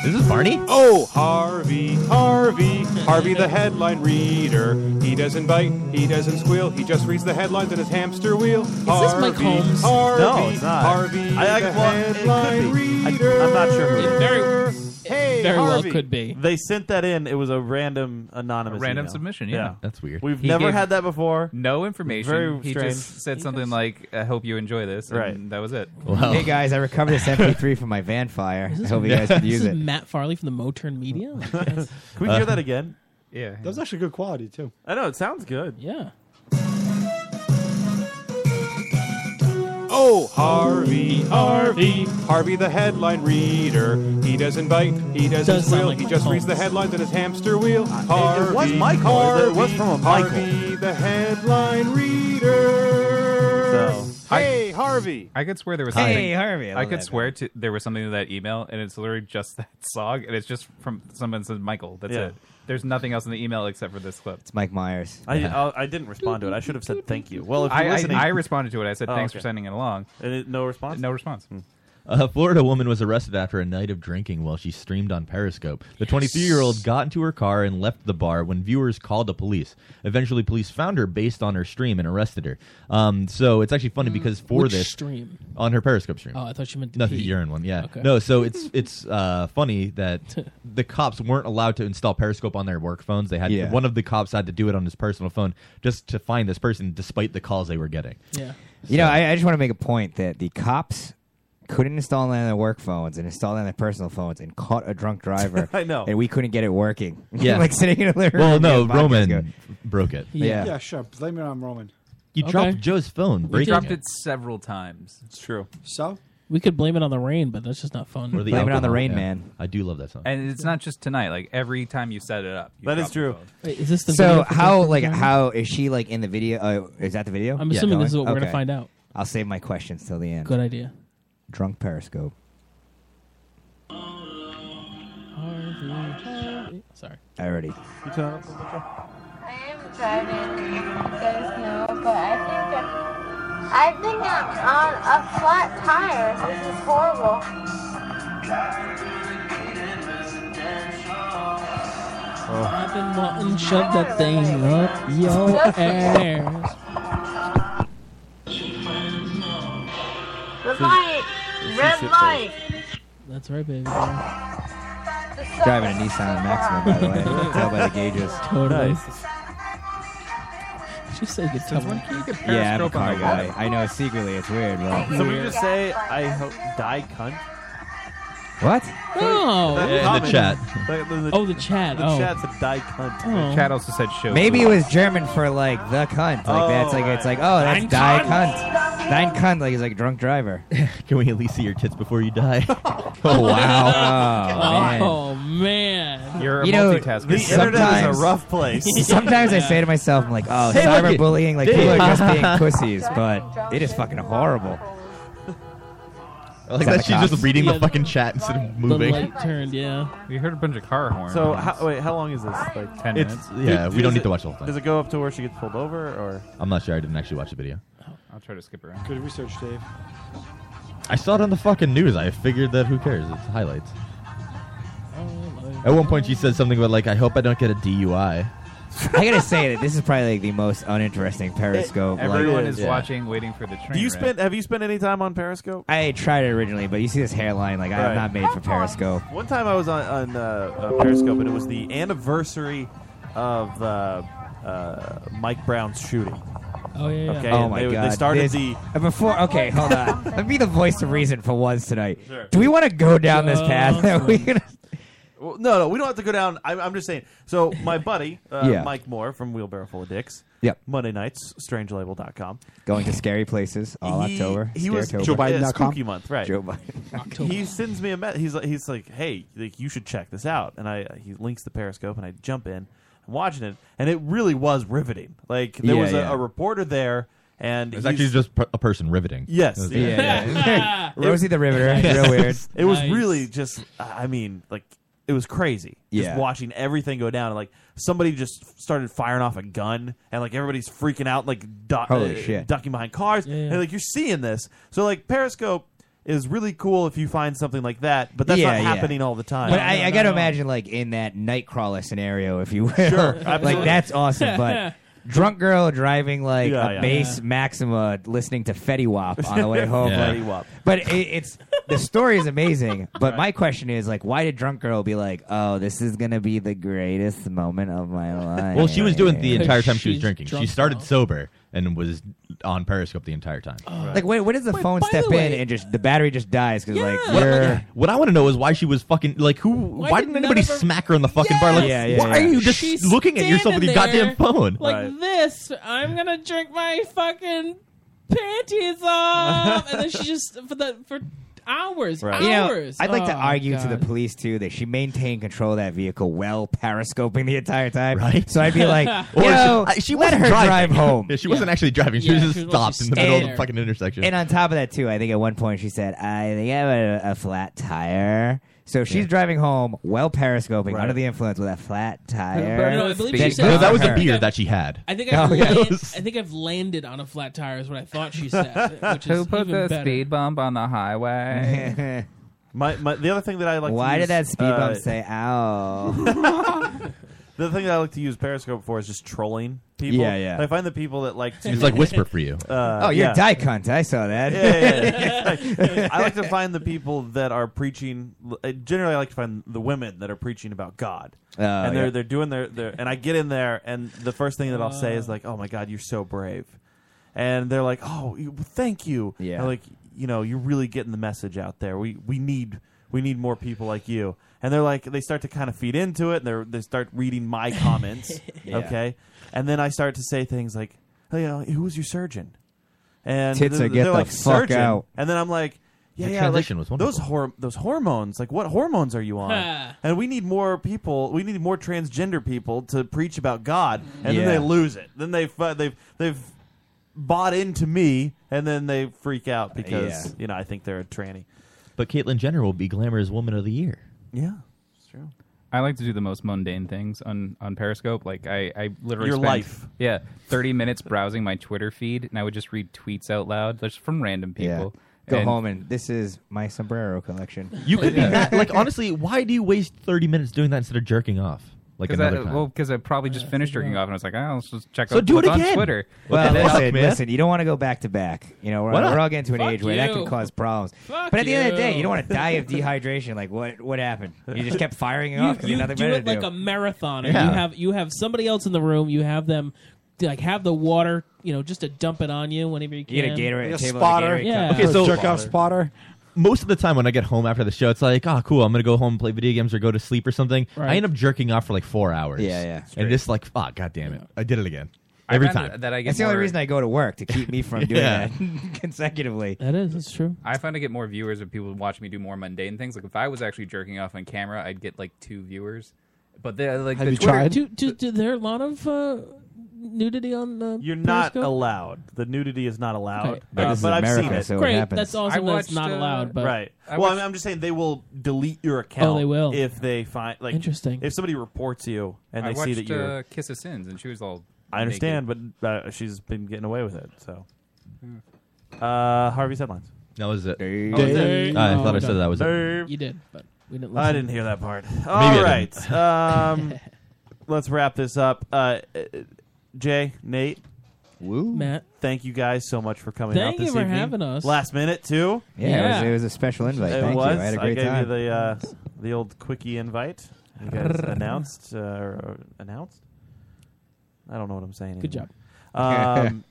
Speaker 10: Is this Barney?
Speaker 3: Oh, Harvey, Harvey, Harvey the headline reader. He doesn't bite, he doesn't squeal, he just reads the headlines on his hamster wheel. Is
Speaker 11: this Mike Holmes?
Speaker 3: Harvey,
Speaker 11: No, it's not.
Speaker 3: Harvey
Speaker 11: I- I-
Speaker 3: the
Speaker 11: well, it could
Speaker 3: headline reader.
Speaker 8: I'm not sure.
Speaker 11: It very-
Speaker 3: hey,
Speaker 11: very well
Speaker 3: Harvey.
Speaker 11: could be.
Speaker 8: They sent that in. It was a random anonymous,
Speaker 9: A random
Speaker 8: email.
Speaker 9: submission, yeah. That's weird.
Speaker 8: We've
Speaker 9: He
Speaker 8: never
Speaker 9: gave
Speaker 8: had that before.
Speaker 9: No information.
Speaker 8: Very
Speaker 9: he
Speaker 8: strange.
Speaker 9: just said something like, "I hope you enjoy this," and
Speaker 8: Right.
Speaker 9: That was it.
Speaker 4: Hey guys, I recovered this
Speaker 10: [LAUGHS]
Speaker 4: MP3 from my van fire. I hope you guys can use
Speaker 11: this
Speaker 4: it.
Speaker 11: is Matt Farley from the Moturn Media. Can
Speaker 8: we hear that again?
Speaker 9: Yeah.
Speaker 20: That was actually good quality too.
Speaker 8: I know it sounds good.
Speaker 11: Yeah.
Speaker 3: Oh, Harvey, Harvey, Harvey the headline reader. He doesn't bite, he doesn't
Speaker 11: Does sound
Speaker 3: squeal,
Speaker 11: like
Speaker 3: he
Speaker 11: Mike
Speaker 3: just reads
Speaker 11: Holmes.
Speaker 3: the headlines on his hamster wheel.
Speaker 8: it- it was
Speaker 3: Harvey,
Speaker 8: Michael.
Speaker 3: Harvey,
Speaker 8: It was from a Michael.
Speaker 3: Harvey the headline reader.
Speaker 9: So-
Speaker 3: hey, Harvey.
Speaker 9: I could swear there was.
Speaker 3: Hey,
Speaker 9: something,
Speaker 3: Harvey, I
Speaker 9: I,
Speaker 3: love
Speaker 9: could
Speaker 3: that
Speaker 9: swear to there was something to that email, and it's literally just [LAUGHS] that song, and it's just from someone said Michael. That's
Speaker 8: Yeah.
Speaker 9: it. There's nothing else in the email except for this clip.
Speaker 4: It's Mike Myers.
Speaker 8: I, I, I didn't respond to it. I should have said thank you. Well, if you're
Speaker 9: I, I,
Speaker 8: listening,
Speaker 9: I responded to it. I said,
Speaker 8: Oh,
Speaker 9: "Thanks for
Speaker 8: okay.
Speaker 9: sending it along."
Speaker 8: And it, no response. Hmm.
Speaker 9: No response.
Speaker 10: A Florida woman was arrested after a night of drinking while she streamed on Periscope. The 23 year old got into her car and left the bar when viewers called the police. Eventually, police found her based on her stream and arrested her. Um, so it's actually funny because for
Speaker 11: Mm. Which
Speaker 10: this
Speaker 11: stream?
Speaker 10: on her Periscope stream.
Speaker 11: Oh, I thought you meant
Speaker 10: not the
Speaker 11: pee.
Speaker 10: urine one. Yeah,
Speaker 11: Okay.
Speaker 10: no. So it's it's uh, funny
Speaker 11: [LAUGHS]
Speaker 10: that the cops weren't allowed to install Periscope on their work phones. They had
Speaker 4: Yeah.
Speaker 10: one of the cops had to do it on his personal phone just to find this person, despite the calls they were getting.
Speaker 11: Yeah.
Speaker 4: You know, I, I just want to make a point that the cops couldn't install it on their work phones and install it on their personal phones and caught a drunk
Speaker 11: [LAUGHS]
Speaker 4: driver.
Speaker 8: I know.
Speaker 4: And we couldn't get it working. [LAUGHS]
Speaker 10: Yeah.
Speaker 4: like sitting in a living
Speaker 10: Well,
Speaker 4: room.
Speaker 10: no,
Speaker 4: getting vodka
Speaker 10: Roman
Speaker 4: going.
Speaker 10: broke it.
Speaker 4: Yeah.
Speaker 20: Yeah, sure. Blame it on Roman.
Speaker 10: You
Speaker 11: Okay.
Speaker 10: dropped Joe's phone.
Speaker 11: We
Speaker 10: breaking
Speaker 11: dropped
Speaker 10: it.
Speaker 9: It several times. It's
Speaker 8: true.
Speaker 20: So
Speaker 11: We could blame it on the rain, but that's just not fun.
Speaker 10: Or the alcohol, yeah. I do love that song.
Speaker 9: And it's not just tonight. Like every time you set it up,
Speaker 8: That is true.
Speaker 11: Wait, is this the
Speaker 4: so
Speaker 11: video for
Speaker 4: how
Speaker 11: Dunkin'
Speaker 4: like
Speaker 11: Donuts?
Speaker 4: how is she like in the video? Uh, is that the video?
Speaker 11: I'm assuming this is what we're gonna
Speaker 4: Okay.
Speaker 11: find out.
Speaker 4: I'll save my questions till the end.
Speaker 11: Good idea.
Speaker 4: Drunk Periscope.
Speaker 11: Sorry.
Speaker 4: I already.
Speaker 22: driving. You guys know, but I think I'm, I think I'm on a flat tire. This is horrible.
Speaker 11: I've been wanting to shove that thing up your ass.
Speaker 22: The light, red
Speaker 11: shit
Speaker 22: light.
Speaker 11: That's right, baby.
Speaker 22: The sun
Speaker 4: Driving a
Speaker 22: is
Speaker 4: Nissan Maxima, by the way.
Speaker 11: [LAUGHS]
Speaker 4: You can tell by the gauges.
Speaker 11: Totally. She said you could tell. me.
Speaker 4: Yeah, I'm a car guy. I know secretly it's weird, but
Speaker 8: Somebody just say, "I hope die cunt."
Speaker 4: what?
Speaker 11: No.
Speaker 8: That
Speaker 11: Oh. Yeah, in the
Speaker 8: comment-
Speaker 11: chat.
Speaker 8: that-
Speaker 11: Oh, the chat.
Speaker 8: The
Speaker 11: Oh.
Speaker 8: chat said die cunt.
Speaker 11: Oh.
Speaker 9: Chad also said show.
Speaker 4: Maybe it was German for like the cunt. Like that's like it's like oh that's
Speaker 9: Dein
Speaker 4: die
Speaker 9: Cunt.
Speaker 4: cunt. Dein cunt like he's like drunk driver.
Speaker 10: [LAUGHS] Can we at least see your tits before you die?
Speaker 4: oh wow. [LAUGHS]
Speaker 11: Oh man.
Speaker 9: You're
Speaker 4: you know,
Speaker 11: sometimes-
Speaker 4: sometimes-
Speaker 10: [LAUGHS]
Speaker 4: [LAUGHS] sometimes I say to myself, I'm like, oh,
Speaker 11: Hey, look at-
Speaker 4: cyberbullying, like
Speaker 11: Dave.
Speaker 4: people are
Speaker 10: [LAUGHS]
Speaker 4: just [LAUGHS] being pussies, but it is fucking horrible.
Speaker 10: I like that she's just reading the fucking chat instead of moving.
Speaker 11: The light turned. Yeah.
Speaker 9: We heard a bunch of car horns.
Speaker 8: So how, wait, how long is this? Like
Speaker 9: Ten It's-
Speaker 10: minutes? yeah, we don't
Speaker 8: does
Speaker 10: need
Speaker 8: it-
Speaker 10: to watch the whole thing.
Speaker 8: Does it go up to where she gets pulled over, or
Speaker 10: I'm not sure. I didn't actually watch the video.
Speaker 9: I'll try to skip around.
Speaker 20: Good research, Dave.
Speaker 10: I saw it on the fucking news. I figured that who cares? It's highlights. At one point, she said something about like, "I hope I don't get a DUI."
Speaker 4: I gotta [LAUGHS] say that this is probably like the most uninteresting Periscope. like-
Speaker 9: Everyone is watching, waiting for the train.
Speaker 8: do you
Speaker 9: wreck.
Speaker 8: spend? Have you spent any time on Periscope?
Speaker 4: I tried it originally, but you see this hairline, like I'm
Speaker 8: Right.
Speaker 4: not made for Periscope.
Speaker 8: One time I was on, on uh, uh, Periscope, and it was the anniversary of uh, uh, Mike Brown's shooting.
Speaker 11: Oh yeah.
Speaker 8: Okay.
Speaker 4: oh
Speaker 8: and
Speaker 4: my
Speaker 8: they,
Speaker 4: god.
Speaker 8: They started
Speaker 4: This-
Speaker 8: the.
Speaker 4: uh, before.
Speaker 8: [LAUGHS]
Speaker 4: Okay, hold on. Let me be the voice of reason for once tonight.
Speaker 8: Sure.
Speaker 4: [LAUGHS] Do we want to go down this path? Are we gonna-
Speaker 8: Well, no, no, we don't have to go down. I'm, I'm just saying. So my buddy, uh,
Speaker 4: [LAUGHS] Yeah.
Speaker 8: Mike Moore from Wheelbarrow Full of Dicks.
Speaker 4: Yep.
Speaker 8: Monday nights, strangelabel.com.
Speaker 4: Going to scary places all
Speaker 8: He-
Speaker 4: October.
Speaker 8: He was
Speaker 4: Scaretober.
Speaker 8: yeah, spooky month, right?
Speaker 4: Joe Biden.
Speaker 8: He sends me a message. He's like, he's like, hey, like, you should check this out. And I he links the Periscope, and I jump in. I'm watching it, and it really was riveting. Like there
Speaker 10: Yeah,
Speaker 8: was a,
Speaker 10: yeah.
Speaker 8: a reporter there, and
Speaker 10: It was
Speaker 8: he's-
Speaker 10: actually just per- a person riveting.
Speaker 8: Yes.
Speaker 10: That was it.
Speaker 8: [LAUGHS] It-
Speaker 4: Rosie the Riveter, [LAUGHS] real weird.
Speaker 8: It was
Speaker 4: Nice.
Speaker 8: really just, I mean, like, it was crazy.
Speaker 4: Yeah.
Speaker 8: Just watching everything go down. And, like, somebody just started firing off a gun, and, like, everybody's freaking out, like, du-
Speaker 4: Holy
Speaker 8: uh,
Speaker 4: shit.
Speaker 8: ducking behind cars.
Speaker 4: Yeah, yeah.
Speaker 8: And, like, you're seeing this. So, like, Periscope is really cool if you find something like that, but that's
Speaker 4: Yeah,
Speaker 8: not
Speaker 4: yeah.
Speaker 8: happening all the time.
Speaker 4: But I, I got to imagine, like in that nightcrawler scenario, if you will,
Speaker 8: Sure,
Speaker 4: [LAUGHS] like
Speaker 8: absolutely.
Speaker 4: that's awesome. But drunk girl driving like
Speaker 16: Yeah,
Speaker 4: a
Speaker 16: yeah.
Speaker 4: base Maxima, listening to Fetty Wap on the way home.
Speaker 16: Yeah.
Speaker 4: like-
Speaker 16: Fetty Wap.
Speaker 4: But it, it's the story is amazing. But my question is, like, why did drunk girl be like, "Oh, this is gonna be the greatest moment of my
Speaker 10: [LAUGHS]
Speaker 4: life"?
Speaker 10: Well, she was doing it the entire time she was
Speaker 4: She's
Speaker 10: drinking. She
Speaker 4: drunk
Speaker 10: started sober and was on Periscope the entire time.
Speaker 4: Like, wait, what does the phone step in and just the battery just dies because like
Speaker 10: What,
Speaker 4: you're.
Speaker 10: what I want to know is why she was fucking like who? Why, didn't anybody smack her in the fucking bar? Like,
Speaker 4: Yeah, yeah,
Speaker 10: why
Speaker 4: yeah.
Speaker 10: are you just
Speaker 11: She's
Speaker 10: looking at yourself with your
Speaker 11: standing
Speaker 10: goddamn
Speaker 11: there
Speaker 10: phone?
Speaker 11: Like this, I'm gonna drink my fucking panties off, and then she just for the for hours,
Speaker 4: You know,
Speaker 11: hours.
Speaker 4: I'd like to
Speaker 11: Oh,
Speaker 4: argue
Speaker 11: God.
Speaker 4: to the police too that she maintained control of that vehicle while periscoping the entire time. Right. So I'd be like,
Speaker 10: [LAUGHS] Or
Speaker 4: you know,
Speaker 10: she, I- she
Speaker 4: let
Speaker 10: wasn't
Speaker 4: her
Speaker 10: driving.
Speaker 4: drive home.
Speaker 10: Yeah, she wasn't actually driving. She was just stopped in the middle of
Speaker 4: And-
Speaker 10: the fucking intersection.
Speaker 4: And on top of that too, I think at one point she said, "I think I have a, a flat tire." So she's driving home, well periscoping, under the influence with a flat tire.
Speaker 11: No, I believe she
Speaker 4: That's
Speaker 11: said-
Speaker 4: on
Speaker 11: No, that was a
Speaker 4: her.
Speaker 10: beer that she had.
Speaker 11: I think
Speaker 4: Oh,
Speaker 11: I've,
Speaker 4: [LAUGHS] yeah.
Speaker 11: land- I think I've landed on a flat tire is what I thought
Speaker 9: [LAUGHS]
Speaker 11: she said. Which
Speaker 9: Who
Speaker 11: is
Speaker 9: put
Speaker 11: even
Speaker 9: the
Speaker 11: better.
Speaker 9: speed bump on the
Speaker 4: [LAUGHS]
Speaker 9: highway?
Speaker 8: my, my, the other thing that I like
Speaker 4: Why
Speaker 8: to use,
Speaker 4: did that speed
Speaker 8: uh,
Speaker 4: bump say "ow"? [LAUGHS]
Speaker 8: The thing that I like to use Periscope for is just trolling people.
Speaker 4: Yeah, yeah.
Speaker 8: I find the people that like to. Uh,
Speaker 4: It's like whisper for you. Oh, you're a die cunt. I saw that.
Speaker 8: Yeah, yeah,
Speaker 4: [LAUGHS]
Speaker 8: yeah. I like to find the people that are preaching. uh, Generally, I like to find the women that are preaching about God,
Speaker 4: Oh,
Speaker 8: and they're
Speaker 4: yeah.
Speaker 8: they're doing their, their. And I get in there, and the first thing that I'll say is like, "Oh my God, you're so brave," and they're like, "Oh, you, thank you."
Speaker 4: Yeah.
Speaker 8: I'm like you know, you're really getting the message out there. We we need we need more people like you. And they're like, they start to kind of feed into it, and they are they start reading my comments.
Speaker 4: [LAUGHS] Yeah.
Speaker 8: Okay, and then I start to say things like, "Hey, uh, who was your surgeon?" And
Speaker 4: Tits
Speaker 8: they're,
Speaker 4: are get
Speaker 8: they're
Speaker 4: the
Speaker 8: like
Speaker 4: fuck
Speaker 8: surgeon,
Speaker 4: out.
Speaker 8: and then I'm like, yeah,
Speaker 4: The
Speaker 8: yeah,
Speaker 4: transition
Speaker 8: like,
Speaker 4: was
Speaker 8: those hor- those hormones. Like, what hormones are you on? and we need more people. We need more transgender people to preach about God, and then
Speaker 4: Yeah.
Speaker 8: they lose it. Then they have they've they've bought into me, and then they freak
Speaker 4: Uh,
Speaker 8: out because
Speaker 10: yeah.
Speaker 8: you know I think they're a tranny.
Speaker 10: But Caitlyn Jenner will be glamorous woman of the year.
Speaker 8: Yeah, it's true.
Speaker 9: I like to do the most mundane things on, on Periscope. Like I, I literally
Speaker 8: Your
Speaker 9: spend,
Speaker 8: life.
Speaker 9: Yeah, thirty minutes browsing my Twitter feed, and I would just read tweets out loud, just from random people.
Speaker 4: Go home and this is my sombrero collection.
Speaker 10: You could
Speaker 9: Yeah.
Speaker 10: be that. Like honestly, why do you waste thirty minutes doing that instead of jerking off? Like
Speaker 9: Cause
Speaker 10: another
Speaker 9: I,
Speaker 10: time.
Speaker 9: well, because I probably just finished jerking off, and I was like, oh, let's just check
Speaker 10: So
Speaker 9: out
Speaker 10: do it
Speaker 9: what's on
Speaker 10: again.
Speaker 9: Twitter.
Speaker 4: Well,
Speaker 9: And then-
Speaker 4: listen, listen. You don't want to go back to back. You know, we're,
Speaker 9: Why not?
Speaker 4: we're all getting to an
Speaker 9: Fuck
Speaker 4: age where that
Speaker 9: you.
Speaker 4: can cause problems.
Speaker 9: Fuck
Speaker 4: but at the end of the day,
Speaker 9: you.
Speaker 4: you don't want to
Speaker 11: [LAUGHS]
Speaker 4: die of dehydration. Like, what what happened? You just kept firing it
Speaker 11: you,
Speaker 4: off because
Speaker 11: you
Speaker 4: nothing
Speaker 11: do
Speaker 4: better
Speaker 11: it
Speaker 4: to
Speaker 11: like
Speaker 4: do.
Speaker 11: a marathon.
Speaker 4: Yeah.
Speaker 11: You have you have somebody else in the room. You have them like have the water, you know, just to dump it on you whenever you can.
Speaker 4: You get a Gatorade Like a table and a
Speaker 11: spotter.
Speaker 4: Gatorade
Speaker 11: yeah.
Speaker 10: Okay, so
Speaker 17: spotter.
Speaker 10: Most of the time when I get home after the show, it's like, oh, cool, I'm gonna go home, play video games, or go to sleep or something.
Speaker 9: Right.
Speaker 10: I end up jerking off for like four hours.
Speaker 4: Yeah, yeah.
Speaker 10: And just like, fuck, god damn it, I did it again
Speaker 9: I
Speaker 10: every
Speaker 9: found
Speaker 10: time.
Speaker 9: that I get
Speaker 4: That's the only
Speaker 9: more-
Speaker 4: reason I go to work to keep me [LAUGHS] from
Speaker 10: [LAUGHS]
Speaker 4: doing
Speaker 10: Yeah.
Speaker 4: that consecutively.
Speaker 11: That is, that's true.
Speaker 9: I find I get more viewers if people watch me do more mundane things. Like if I was actually jerking off on camera, I'd get like two viewers. But they're like, the Twitter,
Speaker 11: Do, do, do there a lot of uh, nudity on the?
Speaker 8: You're not
Speaker 11: Periscope?
Speaker 8: allowed. The nudity is not allowed.
Speaker 11: Okay. But
Speaker 8: Uh,
Speaker 11: this is
Speaker 8: but I've
Speaker 11: America,
Speaker 8: seen it.
Speaker 11: so it Great, happens. that's awesome that it's not allowed, but-
Speaker 8: right.
Speaker 11: I
Speaker 8: well,
Speaker 11: watched-
Speaker 8: I'm, I'm just saying they will delete your account.
Speaker 11: they will.
Speaker 8: if they find like
Speaker 11: Interesting.
Speaker 8: If somebody reports you and
Speaker 9: I
Speaker 8: they
Speaker 9: watched
Speaker 8: see that you're,
Speaker 9: uh, Kiss of Sins, and she was all.
Speaker 8: I understand, but uh, she's been getting away with it. So, uh, Harvey's headlines.
Speaker 10: That was it.
Speaker 8: Oh, is it?
Speaker 10: I thought I said that was it.
Speaker 8: Derp.
Speaker 11: You did, but we didn't.
Speaker 8: I
Speaker 11: [LAUGHS] listen.
Speaker 8: didn't hear that part.
Speaker 10: I
Speaker 8: All
Speaker 10: didn't.
Speaker 8: right.
Speaker 11: [LAUGHS]
Speaker 8: Um, let's wrap this up. Uh, uh, Jay, Nate,
Speaker 4: Woo.
Speaker 11: Matt.
Speaker 8: Thank you guys so much for coming out
Speaker 11: Thank
Speaker 8: this
Speaker 11: you for
Speaker 8: evening.
Speaker 11: having us.
Speaker 8: Last minute too.
Speaker 4: Yeah, It, was, it was a special invite.
Speaker 8: It
Speaker 4: Thank
Speaker 8: was.
Speaker 4: you. I had a great
Speaker 8: gave
Speaker 4: time.
Speaker 8: you the uh, the old quickie invite. You guys announced uh, or announced. I don't know what I'm saying.
Speaker 11: Good
Speaker 4: [LAUGHS]
Speaker 8: anymore. Um,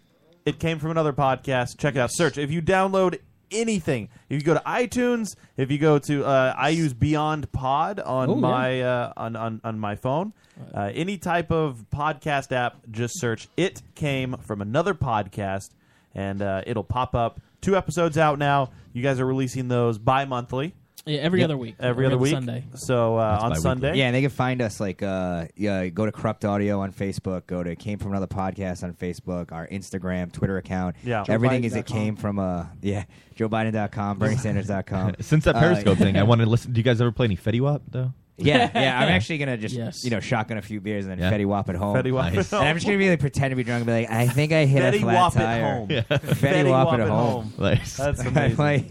Speaker 8: it came from another podcast. Check it out. Search if you download anything. If you go to iTunes, if you go to, uh, I use Beyond Pod on
Speaker 6: Oh, yeah.
Speaker 8: my uh, on, on on my phone. Uh, any type of podcast app, just search "It Came from Another Podcast" and uh, it'll pop up. Two episodes out now. You guys are releasing those bi-monthly.
Speaker 11: Yeah, every other week.
Speaker 8: Every, other week.
Speaker 11: Sunday.
Speaker 8: So uh,
Speaker 4: That's
Speaker 8: on
Speaker 4: bi-weekly.
Speaker 8: Sunday,
Speaker 4: Yeah, and they can find us like uh yeah, go to Corrupt Audio on Facebook, go to Came From Another Podcast on Facebook, our Instagram, Twitter account.
Speaker 10: Yeah.
Speaker 4: Everything is it
Speaker 10: JoeBiden.com.
Speaker 4: came from uh yeah, JoeBiden.com, BernieSanders.com.
Speaker 10: [LAUGHS] Since that
Speaker 4: Uh,
Speaker 10: Periscope thing,
Speaker 4: [LAUGHS]
Speaker 10: I want to listen. Do you guys ever play any Fetty Wap though?
Speaker 4: Yeah, yeah. I'm actually gonna just
Speaker 10: Yes.
Speaker 4: you know shotgun a few beers and then
Speaker 10: Yeah.
Speaker 4: Fetty Wap at home.
Speaker 10: Fetty Wap at Nice.
Speaker 4: And I'm just gonna be like pretend to be drunk and be like, I think I hit a
Speaker 10: Fetty
Speaker 4: flat
Speaker 10: Wap at
Speaker 4: tire.
Speaker 10: home. Yeah.
Speaker 4: Fetty, Wap, at home.
Speaker 10: Nice. That's
Speaker 4: [LAUGHS]
Speaker 10: amazing. Um,
Speaker 4: Like,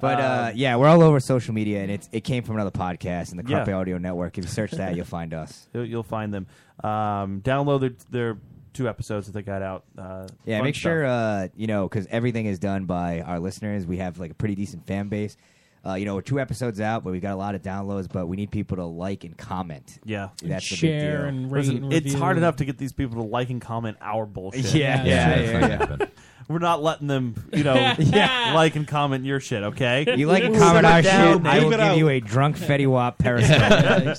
Speaker 4: but uh, yeah, we're all over social media, and it's it came from another podcast and the
Speaker 8: Yeah.
Speaker 4: Crumpy Audio Network. If you search that, you'll find us.
Speaker 8: You'll- You'll find them. Um, download their, their two episodes that they got out. Uh,
Speaker 4: Yeah,
Speaker 8: fun
Speaker 4: make
Speaker 8: stuff.
Speaker 4: sure uh, you know because everything is done by our listeners. We have like a pretty decent fan base. Uh, you know, we're two episodes out, but we got a lot of downloads. But we need people to like and comment.
Speaker 8: Yeah,
Speaker 4: that's the big deal.
Speaker 8: Listen, It's hard enough to get these people to like and comment our bullshit.
Speaker 4: Yeah, Yeah, yeah, that's yeah, not yeah. happening.
Speaker 8: We're not letting them, you
Speaker 4: [LAUGHS]
Speaker 8: know, [LAUGHS] like and comment your shit. Okay,
Speaker 4: You like and
Speaker 8: Simmer
Speaker 4: comment our
Speaker 8: down,
Speaker 4: shit, I will
Speaker 8: Nate.
Speaker 4: give you a [LAUGHS] drunk Fetty Wap periscope.
Speaker 8: Ah,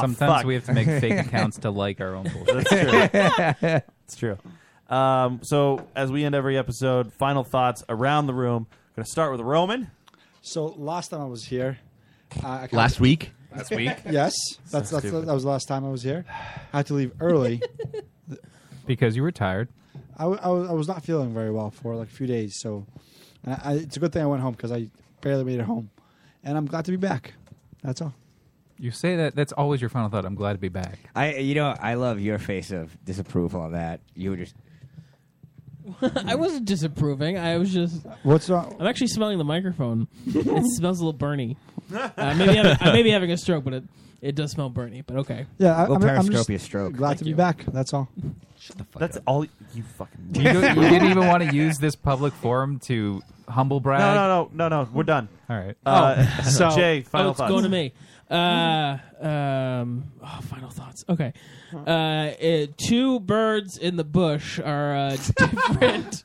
Speaker 9: Sometimes
Speaker 8: fuck.
Speaker 9: we have to make
Speaker 8: [LAUGHS]
Speaker 9: fake accounts to like our own bullshit.
Speaker 8: That's
Speaker 4: [LAUGHS]
Speaker 8: true. it's true. Um, so as we end every episode, final thoughts around the room. I'm gonna start with Roman.
Speaker 20: So last time I was here, Uh, I- I kinda-
Speaker 8: Last week? Last week?
Speaker 20: [LAUGHS] yes,
Speaker 9: So
Speaker 20: that's, that's
Speaker 9: stupid.
Speaker 20: that was the last time I was here. I had to leave early.
Speaker 9: because you were [LAUGHS] tired.
Speaker 20: I, w- I was, I was not feeling very well for like a few days, so and I, I, it's a good thing I went home because I barely made it home, and I'm glad to be back. That's all.
Speaker 9: You say that. That's always your final thought. I'm glad to be back.
Speaker 4: I, you know, I love your face of disapproval on that. You were just
Speaker 11: [LAUGHS] I wasn't disapproving. I was just.
Speaker 20: What's wrong?
Speaker 11: I'm actually smelling
Speaker 20: [LAUGHS]
Speaker 11: the microphone. it smells a little burny. Uh, maybe I'm, I may be having a stroke, but it, it does smell burny. But okay.
Speaker 20: Yeah, I, I'm, I'm just
Speaker 4: a stroke.
Speaker 20: Glad to be back. That's all.
Speaker 8: That's all you fucking.
Speaker 9: You, don't- you didn't even want to use this public forum to humble brag.
Speaker 8: No, no, no, no, no. We're done.
Speaker 9: All right.
Speaker 20: oh. [LAUGHS]
Speaker 8: Uh, [LAUGHS]
Speaker 11: so
Speaker 8: Jay, final
Speaker 11: oh, it's
Speaker 8: thoughts.
Speaker 11: going to me. Uh, um, oh, final thoughts. Okay. Uh, it- two birds in the bush are uh, [LAUGHS]
Speaker 20: [LAUGHS]
Speaker 11: different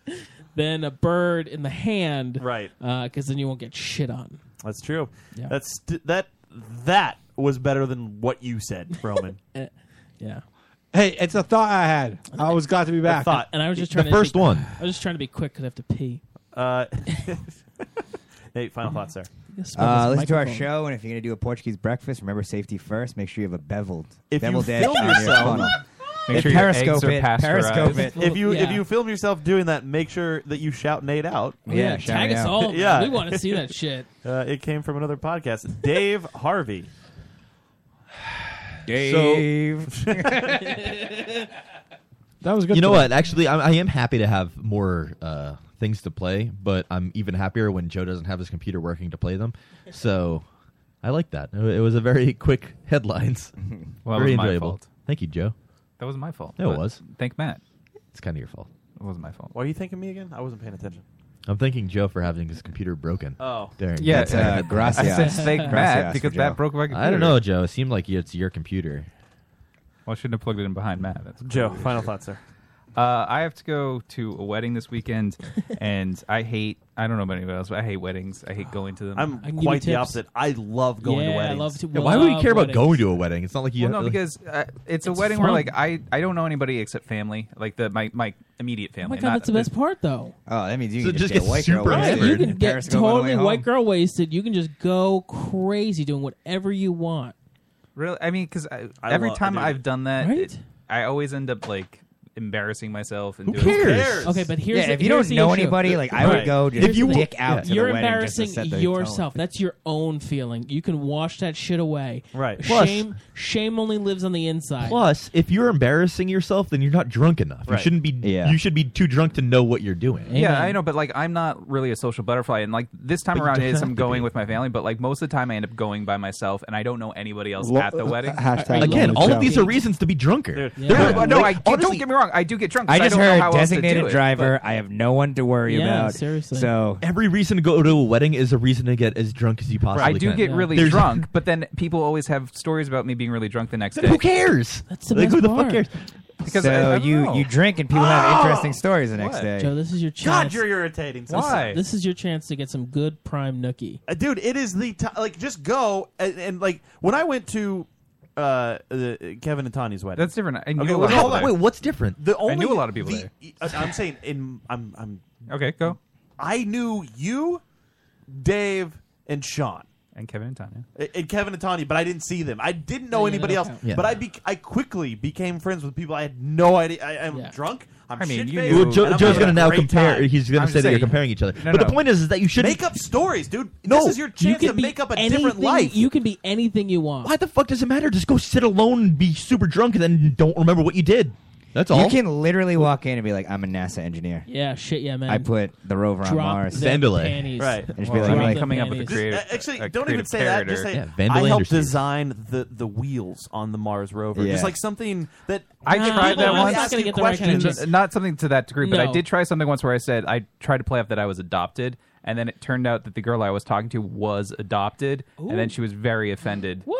Speaker 11: than a bird in the hand,
Speaker 8: right?
Speaker 11: Because then you won't get shit on.
Speaker 8: That's true. That's that that was better than what you said, Roman.
Speaker 11: yeah.
Speaker 20: [LAUGHS] Hey, it's a thought I had. I was glad to be back.
Speaker 8: thought.
Speaker 11: And I was just
Speaker 8: The
Speaker 11: trying to
Speaker 8: first
Speaker 11: be-
Speaker 8: one.
Speaker 11: I was just trying to be quick because I have to pee. [LAUGHS]
Speaker 8: Uh, Nate, final thoughts there.
Speaker 4: uh, listen to our show, and if you're gonna do a Portuguese breakfast, remember safety first. Make sure you have a beveled,
Speaker 8: If you
Speaker 4: beveled edge
Speaker 8: film
Speaker 4: on your
Speaker 8: yourself,
Speaker 4: funnel. If periscope it, periscope it.
Speaker 8: If you if you film yourself doing that, make sure that you shout Nate out.
Speaker 4: Oh, Yeah, Yeah, shout tag me us out. all, man.
Speaker 8: [LAUGHS] yeah,
Speaker 4: We wanna see that
Speaker 11: shit.
Speaker 8: [LAUGHS] Uh, it came from another podcast. Dave Harvey.
Speaker 4: [SIGHS]
Speaker 10: [LAUGHS]
Speaker 4: Dave. [LAUGHS]
Speaker 8: [LAUGHS]
Speaker 20: That was good.
Speaker 10: You know
Speaker 20: today.
Speaker 10: what? Actually, I, I am happy to have more uh, things to play, but I'm even happier when Joe doesn't have his computer working to play them. So I like that. It was a very quick headlines.
Speaker 9: [LAUGHS] Well, that
Speaker 10: very
Speaker 9: was my
Speaker 10: enjoyable.
Speaker 9: fault.
Speaker 10: Thank you, Joe.
Speaker 9: That was my fault.
Speaker 10: It
Speaker 9: But
Speaker 10: was.
Speaker 9: Thank Matt.
Speaker 10: It's kind of your fault.
Speaker 9: It wasn't my fault.
Speaker 8: Why are you thanking me again? I wasn't paying attention.
Speaker 10: I'm thanking Joe for having his computer broken.
Speaker 8: Oh.
Speaker 10: during
Speaker 9: Yeah,
Speaker 10: that's
Speaker 9: uh,
Speaker 10: how I had-
Speaker 9: gracias. I said thank Matt
Speaker 10: Gracias
Speaker 9: because
Speaker 10: for
Speaker 9: Matt
Speaker 10: Joe.
Speaker 9: broke my
Speaker 10: I
Speaker 9: computer.
Speaker 10: don't know, Joe. It seemed like it's your computer.
Speaker 9: Well, I shouldn't have plugged it in behind Matt. That's
Speaker 8: Joe,
Speaker 9: probably
Speaker 8: final
Speaker 9: true.
Speaker 8: thoughts, sir.
Speaker 9: Uh, I have to go to a wedding this weekend, and I hate. I don't know about anybody else, but I hate weddings. I hate going to them.
Speaker 8: I'm I can give quite you the tips. opposite. I love going to Yeah, I weddings. love to- Yeah, why would you love care about weddings. going to a wedding? It's not like you
Speaker 9: Well,
Speaker 8: have
Speaker 9: no,
Speaker 8: to-
Speaker 9: because uh, it's a
Speaker 11: It's
Speaker 9: wedding where
Speaker 11: fun.
Speaker 9: like I, I don't know anybody except family, like the my my immediate
Speaker 11: Oh
Speaker 9: family.
Speaker 11: my god,
Speaker 9: not-
Speaker 11: that's the best part though.
Speaker 4: Oh, that means you
Speaker 9: So
Speaker 4: can
Speaker 9: it
Speaker 4: just,
Speaker 9: just gets
Speaker 4: get white girl
Speaker 9: super
Speaker 4: wasted.
Speaker 9: awkward.
Speaker 11: You can get
Speaker 4: Periscope on the way
Speaker 11: totally
Speaker 4: home.
Speaker 11: white girl wasted. You can just go crazy doing whatever you want.
Speaker 9: Really, I mean, because
Speaker 11: I
Speaker 9: every
Speaker 11: love-
Speaker 9: time
Speaker 11: dude.
Speaker 9: I've done that,
Speaker 11: Right?
Speaker 9: it- I always end up like embarrassing myself and
Speaker 11: Who
Speaker 9: doing
Speaker 11: cares? Who cares? Okay, but here's
Speaker 4: yeah,
Speaker 11: the-
Speaker 4: if you
Speaker 11: here's the
Speaker 4: don't know
Speaker 11: issue.
Speaker 4: anybody, like I would
Speaker 11: Right.
Speaker 4: go just
Speaker 11: If you-
Speaker 4: dick out to the
Speaker 11: You're
Speaker 4: wedding just to
Speaker 11: embarrassing
Speaker 4: set the
Speaker 11: yourself. That's your own feeling. You can wash that shit away.
Speaker 8: Right.
Speaker 10: Plus-
Speaker 11: Shame. Shame only lives on the inside.
Speaker 10: Plus, if you're embarrassing yourself, then you're not drunk enough.
Speaker 9: Right.
Speaker 10: You shouldn't be.
Speaker 9: Yeah.
Speaker 10: You should be too drunk to know what you're doing.
Speaker 9: Yeah, I know, but like I'm not really a social butterfly, and like this time
Speaker 10: But you
Speaker 9: around
Speaker 10: don't
Speaker 9: it is
Speaker 10: have
Speaker 9: I'm
Speaker 10: to
Speaker 9: going with my family, but like most of the time I end up going by myself, and I don't know anybody else
Speaker 10: Lo-
Speaker 9: at the
Speaker 10: uh,
Speaker 9: wedding.
Speaker 10: hashtag Again, all of these are reasons to be drunker. They're-
Speaker 9: No, no,
Speaker 10: like,
Speaker 9: I don't get me wrong, I do get drunk.
Speaker 4: I
Speaker 9: 'cause
Speaker 4: just
Speaker 9: don't know
Speaker 4: heard
Speaker 9: how else to do
Speaker 4: designated
Speaker 9: it,
Speaker 4: driver.
Speaker 9: but-
Speaker 4: I have no one to worry about. So
Speaker 10: every reason to go to a wedding is a reason to get as drunk as you possibly.
Speaker 9: I do
Speaker 10: can.
Speaker 9: get really [LAUGHS]
Speaker 10: There's-
Speaker 9: drunk, but then people always have stories about me being really drunk the next day.
Speaker 10: Who cares?
Speaker 11: That's the
Speaker 9: Like,
Speaker 11: best
Speaker 9: who the fuck
Speaker 11: part. Ah!
Speaker 9: cares? Because
Speaker 4: so
Speaker 9: I- I don't
Speaker 4: you
Speaker 9: know.
Speaker 4: you drink and people have
Speaker 9: Oh!
Speaker 4: interesting stories the next
Speaker 9: What?
Speaker 4: day.
Speaker 11: Joe, this is your
Speaker 8: God,
Speaker 11: chance.
Speaker 8: you're irritating.
Speaker 11: This-
Speaker 8: Why?
Speaker 11: This is your chance to get some good prime nookie.
Speaker 8: Uh, dude, it is the ti like just go and, and like when I went to uh, the, Kevin and Tanya's wedding.
Speaker 9: That's different. I knew a
Speaker 8: well,
Speaker 9: lot of
Speaker 8: hold
Speaker 9: people
Speaker 8: on.
Speaker 9: there. Wait, what's different?
Speaker 8: The
Speaker 9: I
Speaker 8: only
Speaker 9: knew a lot of people
Speaker 8: the- uh, I'm saying in I'm I'm
Speaker 9: okay. Go.
Speaker 8: I knew you, Dave, and Sean.
Speaker 9: And Kevin and Tanya.
Speaker 8: And Kevin and Tanya, but I didn't see them. I didn't know
Speaker 9: Yeah, yeah,
Speaker 8: anybody
Speaker 9: they
Speaker 8: else.
Speaker 9: don't count. Yeah.
Speaker 8: But I be- I quickly became friends with people I had no idea. I, I'm drunk. I'm
Speaker 9: I mean, you
Speaker 8: shit-faced,
Speaker 9: knew-
Speaker 8: and
Speaker 9: Well, Joe-
Speaker 8: I'm
Speaker 9: Joe's
Speaker 8: having
Speaker 9: gonna
Speaker 8: a
Speaker 9: now
Speaker 8: great
Speaker 9: compare-
Speaker 8: time.
Speaker 10: he's gonna
Speaker 8: I'm
Speaker 10: say that
Speaker 8: saying-
Speaker 10: you're comparing each other. but the point is, is that you shouldn't
Speaker 8: make up stories, dude.
Speaker 10: No,
Speaker 8: this is your
Speaker 10: you
Speaker 8: chance
Speaker 10: can
Speaker 8: to
Speaker 10: be
Speaker 8: make up a
Speaker 10: anything
Speaker 8: different life.
Speaker 11: You can be anything you want.
Speaker 10: Why the fuck does it matter? Just go sit alone and be super drunk and then don't remember what you did. That's all.
Speaker 4: You can literally walk in and be like, "I'm a NASA engineer."
Speaker 11: Yeah, shit, yeah, man.
Speaker 4: I put the rover on
Speaker 11: Drop
Speaker 4: Mars.
Speaker 11: the Vandalay. panties. Right.
Speaker 4: And just be
Speaker 11: Well,
Speaker 4: like,
Speaker 11: I'm
Speaker 4: like-
Speaker 11: coming up with a
Speaker 8: Just-
Speaker 11: creative-
Speaker 8: uh, actually,
Speaker 11: a
Speaker 8: don't even
Speaker 11: creative
Speaker 8: say that. Just say
Speaker 11: character. Yeah,
Speaker 8: I
Speaker 11: Vandalay
Speaker 8: helped
Speaker 11: Industries.
Speaker 8: design the, the wheels on the Mars rover.
Speaker 9: Yeah.
Speaker 8: Just like something that
Speaker 9: I
Speaker 8: Nah,
Speaker 9: tried
Speaker 8: people
Speaker 9: that
Speaker 8: really
Speaker 9: once.
Speaker 8: ask you questions.
Speaker 9: N- Not something to that degree, but I
Speaker 8: No.
Speaker 9: did try something once where I said I tried to play up that I was adopted, and then it turned out that the girl I was talking to was adopted, and then she was very offended.
Speaker 11: What?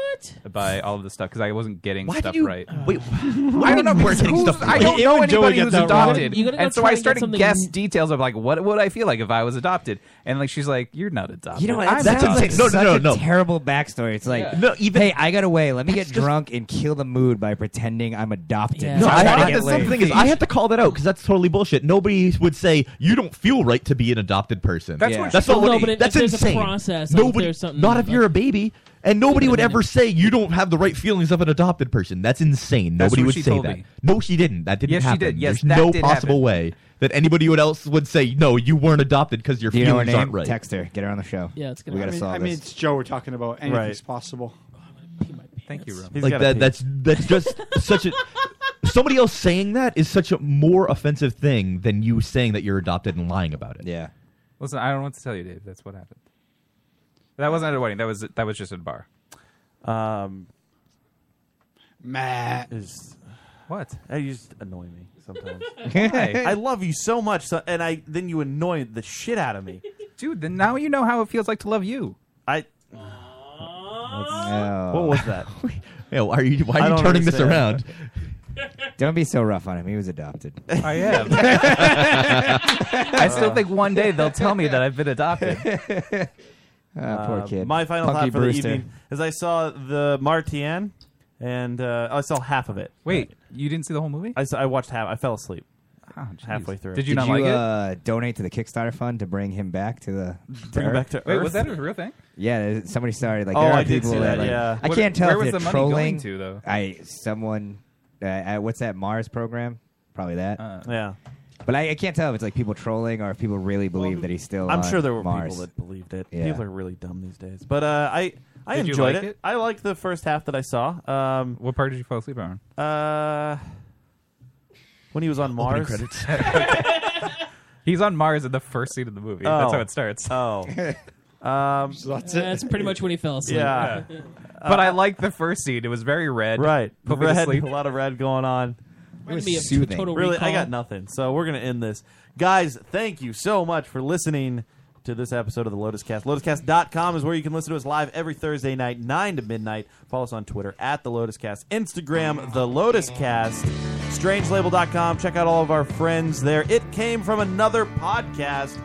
Speaker 9: By all of the stuff because I wasn't getting
Speaker 10: Why
Speaker 9: stuff
Speaker 10: did you-
Speaker 9: right.
Speaker 10: [LAUGHS] Wait, I don't know. We're getting stuff
Speaker 9: I
Speaker 10: right.
Speaker 9: don't
Speaker 10: You
Speaker 9: know
Speaker 10: and Joey
Speaker 9: anybody
Speaker 10: get
Speaker 9: who's
Speaker 10: that wrong.
Speaker 9: adopted,
Speaker 10: You gotta go
Speaker 9: and so
Speaker 10: try
Speaker 9: I
Speaker 10: and get
Speaker 9: started
Speaker 10: something-
Speaker 9: guess details of like what would I feel like if I was adopted, and like she's like, "You're not adopted."
Speaker 4: You know what? That
Speaker 9: I'm
Speaker 4: sounds like
Speaker 9: adopted."
Speaker 4: such a terrible backstory. It's like,
Speaker 9: Yeah.
Speaker 4: no, even, hey, I got away. Let me get drunk and kill the mood by pretending I'm adopted.
Speaker 10: No,
Speaker 4: Just
Speaker 10: I,
Speaker 4: trying to
Speaker 10: I,
Speaker 4: get
Speaker 10: the
Speaker 4: laid.
Speaker 10: thing is, I have to call that out because that's totally bullshit. Nobody would say you don't feel right to be an adopted person.
Speaker 11: That's Yeah. what
Speaker 10: that's
Speaker 11: she- Well, no,
Speaker 10: nobody.
Speaker 11: but if
Speaker 10: that's
Speaker 11: there's a
Speaker 10: insane.
Speaker 11: process, like, if
Speaker 10: nobody,
Speaker 11: there's something
Speaker 10: not if
Speaker 11: like-
Speaker 10: you're a baby, and nobody
Speaker 11: Wait a
Speaker 10: would
Speaker 11: minute.
Speaker 10: ever say you don't have the right feelings of an adopted person. That's insane.
Speaker 9: That's
Speaker 10: nobody
Speaker 9: what
Speaker 10: would
Speaker 9: she
Speaker 10: say
Speaker 9: told
Speaker 10: that.
Speaker 9: me.
Speaker 10: No, she didn't. That didn't
Speaker 9: Yes, she
Speaker 10: happen.
Speaker 9: did. Yes,
Speaker 10: There's
Speaker 9: that
Speaker 10: no
Speaker 9: did
Speaker 10: possible way that anybody would else would say no. You weren't adopted because your
Speaker 4: Do you know her
Speaker 10: feelings
Speaker 4: name?
Speaker 10: aren't right.
Speaker 4: Text her. Get her on the show. We
Speaker 20: I mean,
Speaker 4: gotta solve
Speaker 20: I mean, it's Joe we're talking about. Anything's possible.
Speaker 11: Oh,
Speaker 9: Thank you, Ron.
Speaker 10: like that. That's that's just such a. Somebody else saying that is such a more offensive thing than you saying that you're adopted and lying about it.
Speaker 4: Yeah.
Speaker 9: Listen, I don't know what to tell you, Dave. That's what happened. That wasn't at a wedding. That was that was just at a bar.
Speaker 8: Um,
Speaker 20: Matt.
Speaker 9: [LAUGHS] What?
Speaker 8: You just annoy me
Speaker 9: [LAUGHS]
Speaker 8: sometimes.
Speaker 9: Why?
Speaker 8: I love you so much, so, and I then you annoy the shit out of me,
Speaker 9: dude. Then now you know how it feels like to love you.
Speaker 8: I.
Speaker 4: Oh.
Speaker 8: What was
Speaker 10: [LAUGHS]
Speaker 8: that?
Speaker 10: Yeah, why are you why
Speaker 4: I
Speaker 10: are you
Speaker 4: don't
Speaker 10: turning this
Speaker 4: understand.
Speaker 10: around?
Speaker 4: [LAUGHS] Don't be so rough on him. He was adopted.
Speaker 9: I
Speaker 4: [LAUGHS]
Speaker 9: am. [LAUGHS] I still think one day they'll tell me that I've been adopted.
Speaker 4: [LAUGHS] Ah, poor
Speaker 8: Uh,
Speaker 4: kid.
Speaker 8: My final
Speaker 4: Punky
Speaker 8: thought for
Speaker 4: Brewster.
Speaker 8: the evening is I saw the Martian, and uh, I saw half of it.
Speaker 9: Wait, you didn't see the whole movie? Ah,
Speaker 8: I, saw, I watched half. I fell asleep halfway through.
Speaker 4: Did you uh, donate to the Kickstarter fund to bring him back to the to
Speaker 8: Bring him
Speaker 4: Earth?
Speaker 8: back to
Speaker 9: Wait, was that a real thing?
Speaker 4: Yeah, somebody started like
Speaker 8: Oh,
Speaker 4: there are
Speaker 8: I did
Speaker 4: people
Speaker 8: see that,
Speaker 4: like,
Speaker 8: yeah.
Speaker 4: I
Speaker 9: What-
Speaker 4: can't tell
Speaker 9: where
Speaker 4: if
Speaker 9: was
Speaker 4: they're
Speaker 9: the money going
Speaker 4: trolling
Speaker 9: to, though?
Speaker 4: I someone uh, uh, what's that Mars program? Probably that.
Speaker 8: yeah.
Speaker 4: But I, I can't tell if it's like people trolling or if people really believe that he's still.
Speaker 8: I'm
Speaker 4: on
Speaker 8: sure there were
Speaker 4: Mars.
Speaker 8: people that believed it.
Speaker 4: Yeah.
Speaker 8: People are really dumb these days. But uh, I I
Speaker 9: Did you
Speaker 8: enjoyed
Speaker 9: like
Speaker 8: it.
Speaker 9: it?
Speaker 8: I liked the first half that I saw. Um,
Speaker 9: what part did you fall asleep on?
Speaker 4: [LAUGHS]
Speaker 8: Uh, when he was on Mars.
Speaker 9: [LAUGHS] He's on Mars in the first scene of the movie.
Speaker 8: Oh.
Speaker 9: That's how it starts.
Speaker 8: Oh. Um,
Speaker 11: That's it. That's pretty much when he fell asleep.
Speaker 8: Yeah.
Speaker 11: Yeah.
Speaker 9: But I liked the first scene. It was very red.
Speaker 8: Right.
Speaker 9: Put me to
Speaker 8: red,
Speaker 9: sleep.
Speaker 8: [LAUGHS] a lot of red going on.
Speaker 11: It was me of soothing. Total
Speaker 8: really, I
Speaker 11: Recall.
Speaker 8: got nothing. So we're going to end this. Guys, thank you so much for listening to this episode of the Lotus Cast. LotusCast.com is where you can listen to us live every Thursday night, 9 to midnight. Follow us on Twitter at the Lotus Cast, Instagram, the Lotus Cast, strangelabel.com. Check out all of our friends there. It came from another podcast.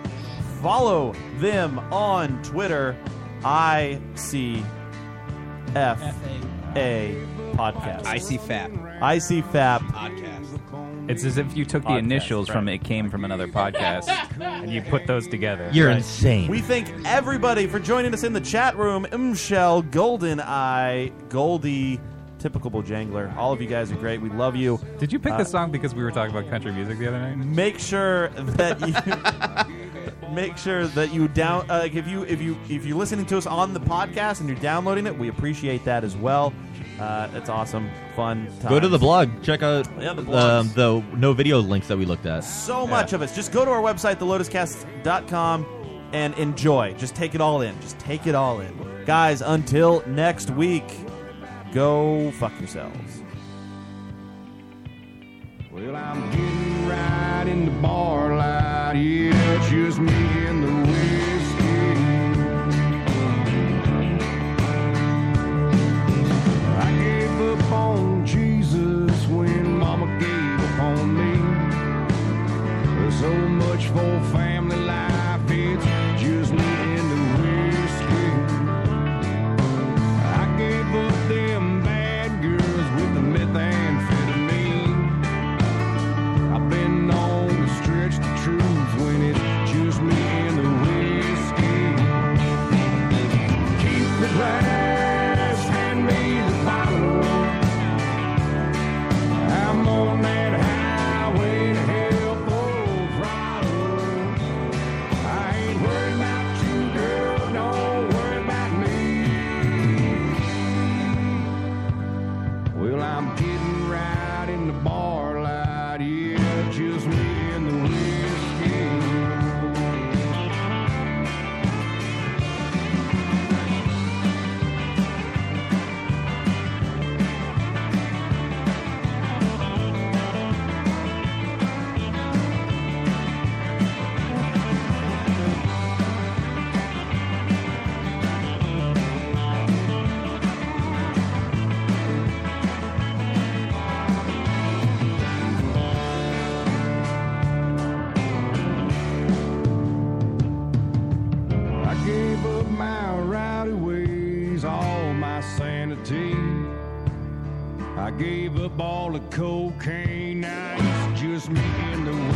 Speaker 8: Follow them on Twitter. I see F A podcast. I
Speaker 4: see FAP.
Speaker 8: I see FAP
Speaker 4: podcast.
Speaker 9: [LAUGHS] It's as if you took the initials from it came from another podcast and you put those together.
Speaker 10: You're insane.
Speaker 8: We thank everybody for joining us in the chat room. Michelle, Golden Eye, Goldie, typical Bojangler. All of you guys are great. We love you.
Speaker 9: Did you pick
Speaker 8: Uh,
Speaker 9: this song because we were talking about country music the other night?
Speaker 8: Make sure that you [LAUGHS] make sure that you down. Uh, like if you if you if you're listening to us on the podcast and you're downloading it, we appreciate that as well. Uh, that's awesome, fun. Times.
Speaker 10: Go to the blog. Check out
Speaker 8: Yeah, the
Speaker 10: um, the no video links that we looked at.
Speaker 8: so much of us. Just go to our website, thelotuscast.com, and enjoy. Just take it all in. Just take it all in. Guys, until next week, go fuck yourselves.
Speaker 6: Well, I'm getting right in the bar light. Yeah, it's just me and the whiskey. I gave up on Jesus when Mama gave Just me and the whiskey. I gave up my rowdy ways, all my sanity. I gave up all the cocaine. Now it's just me and the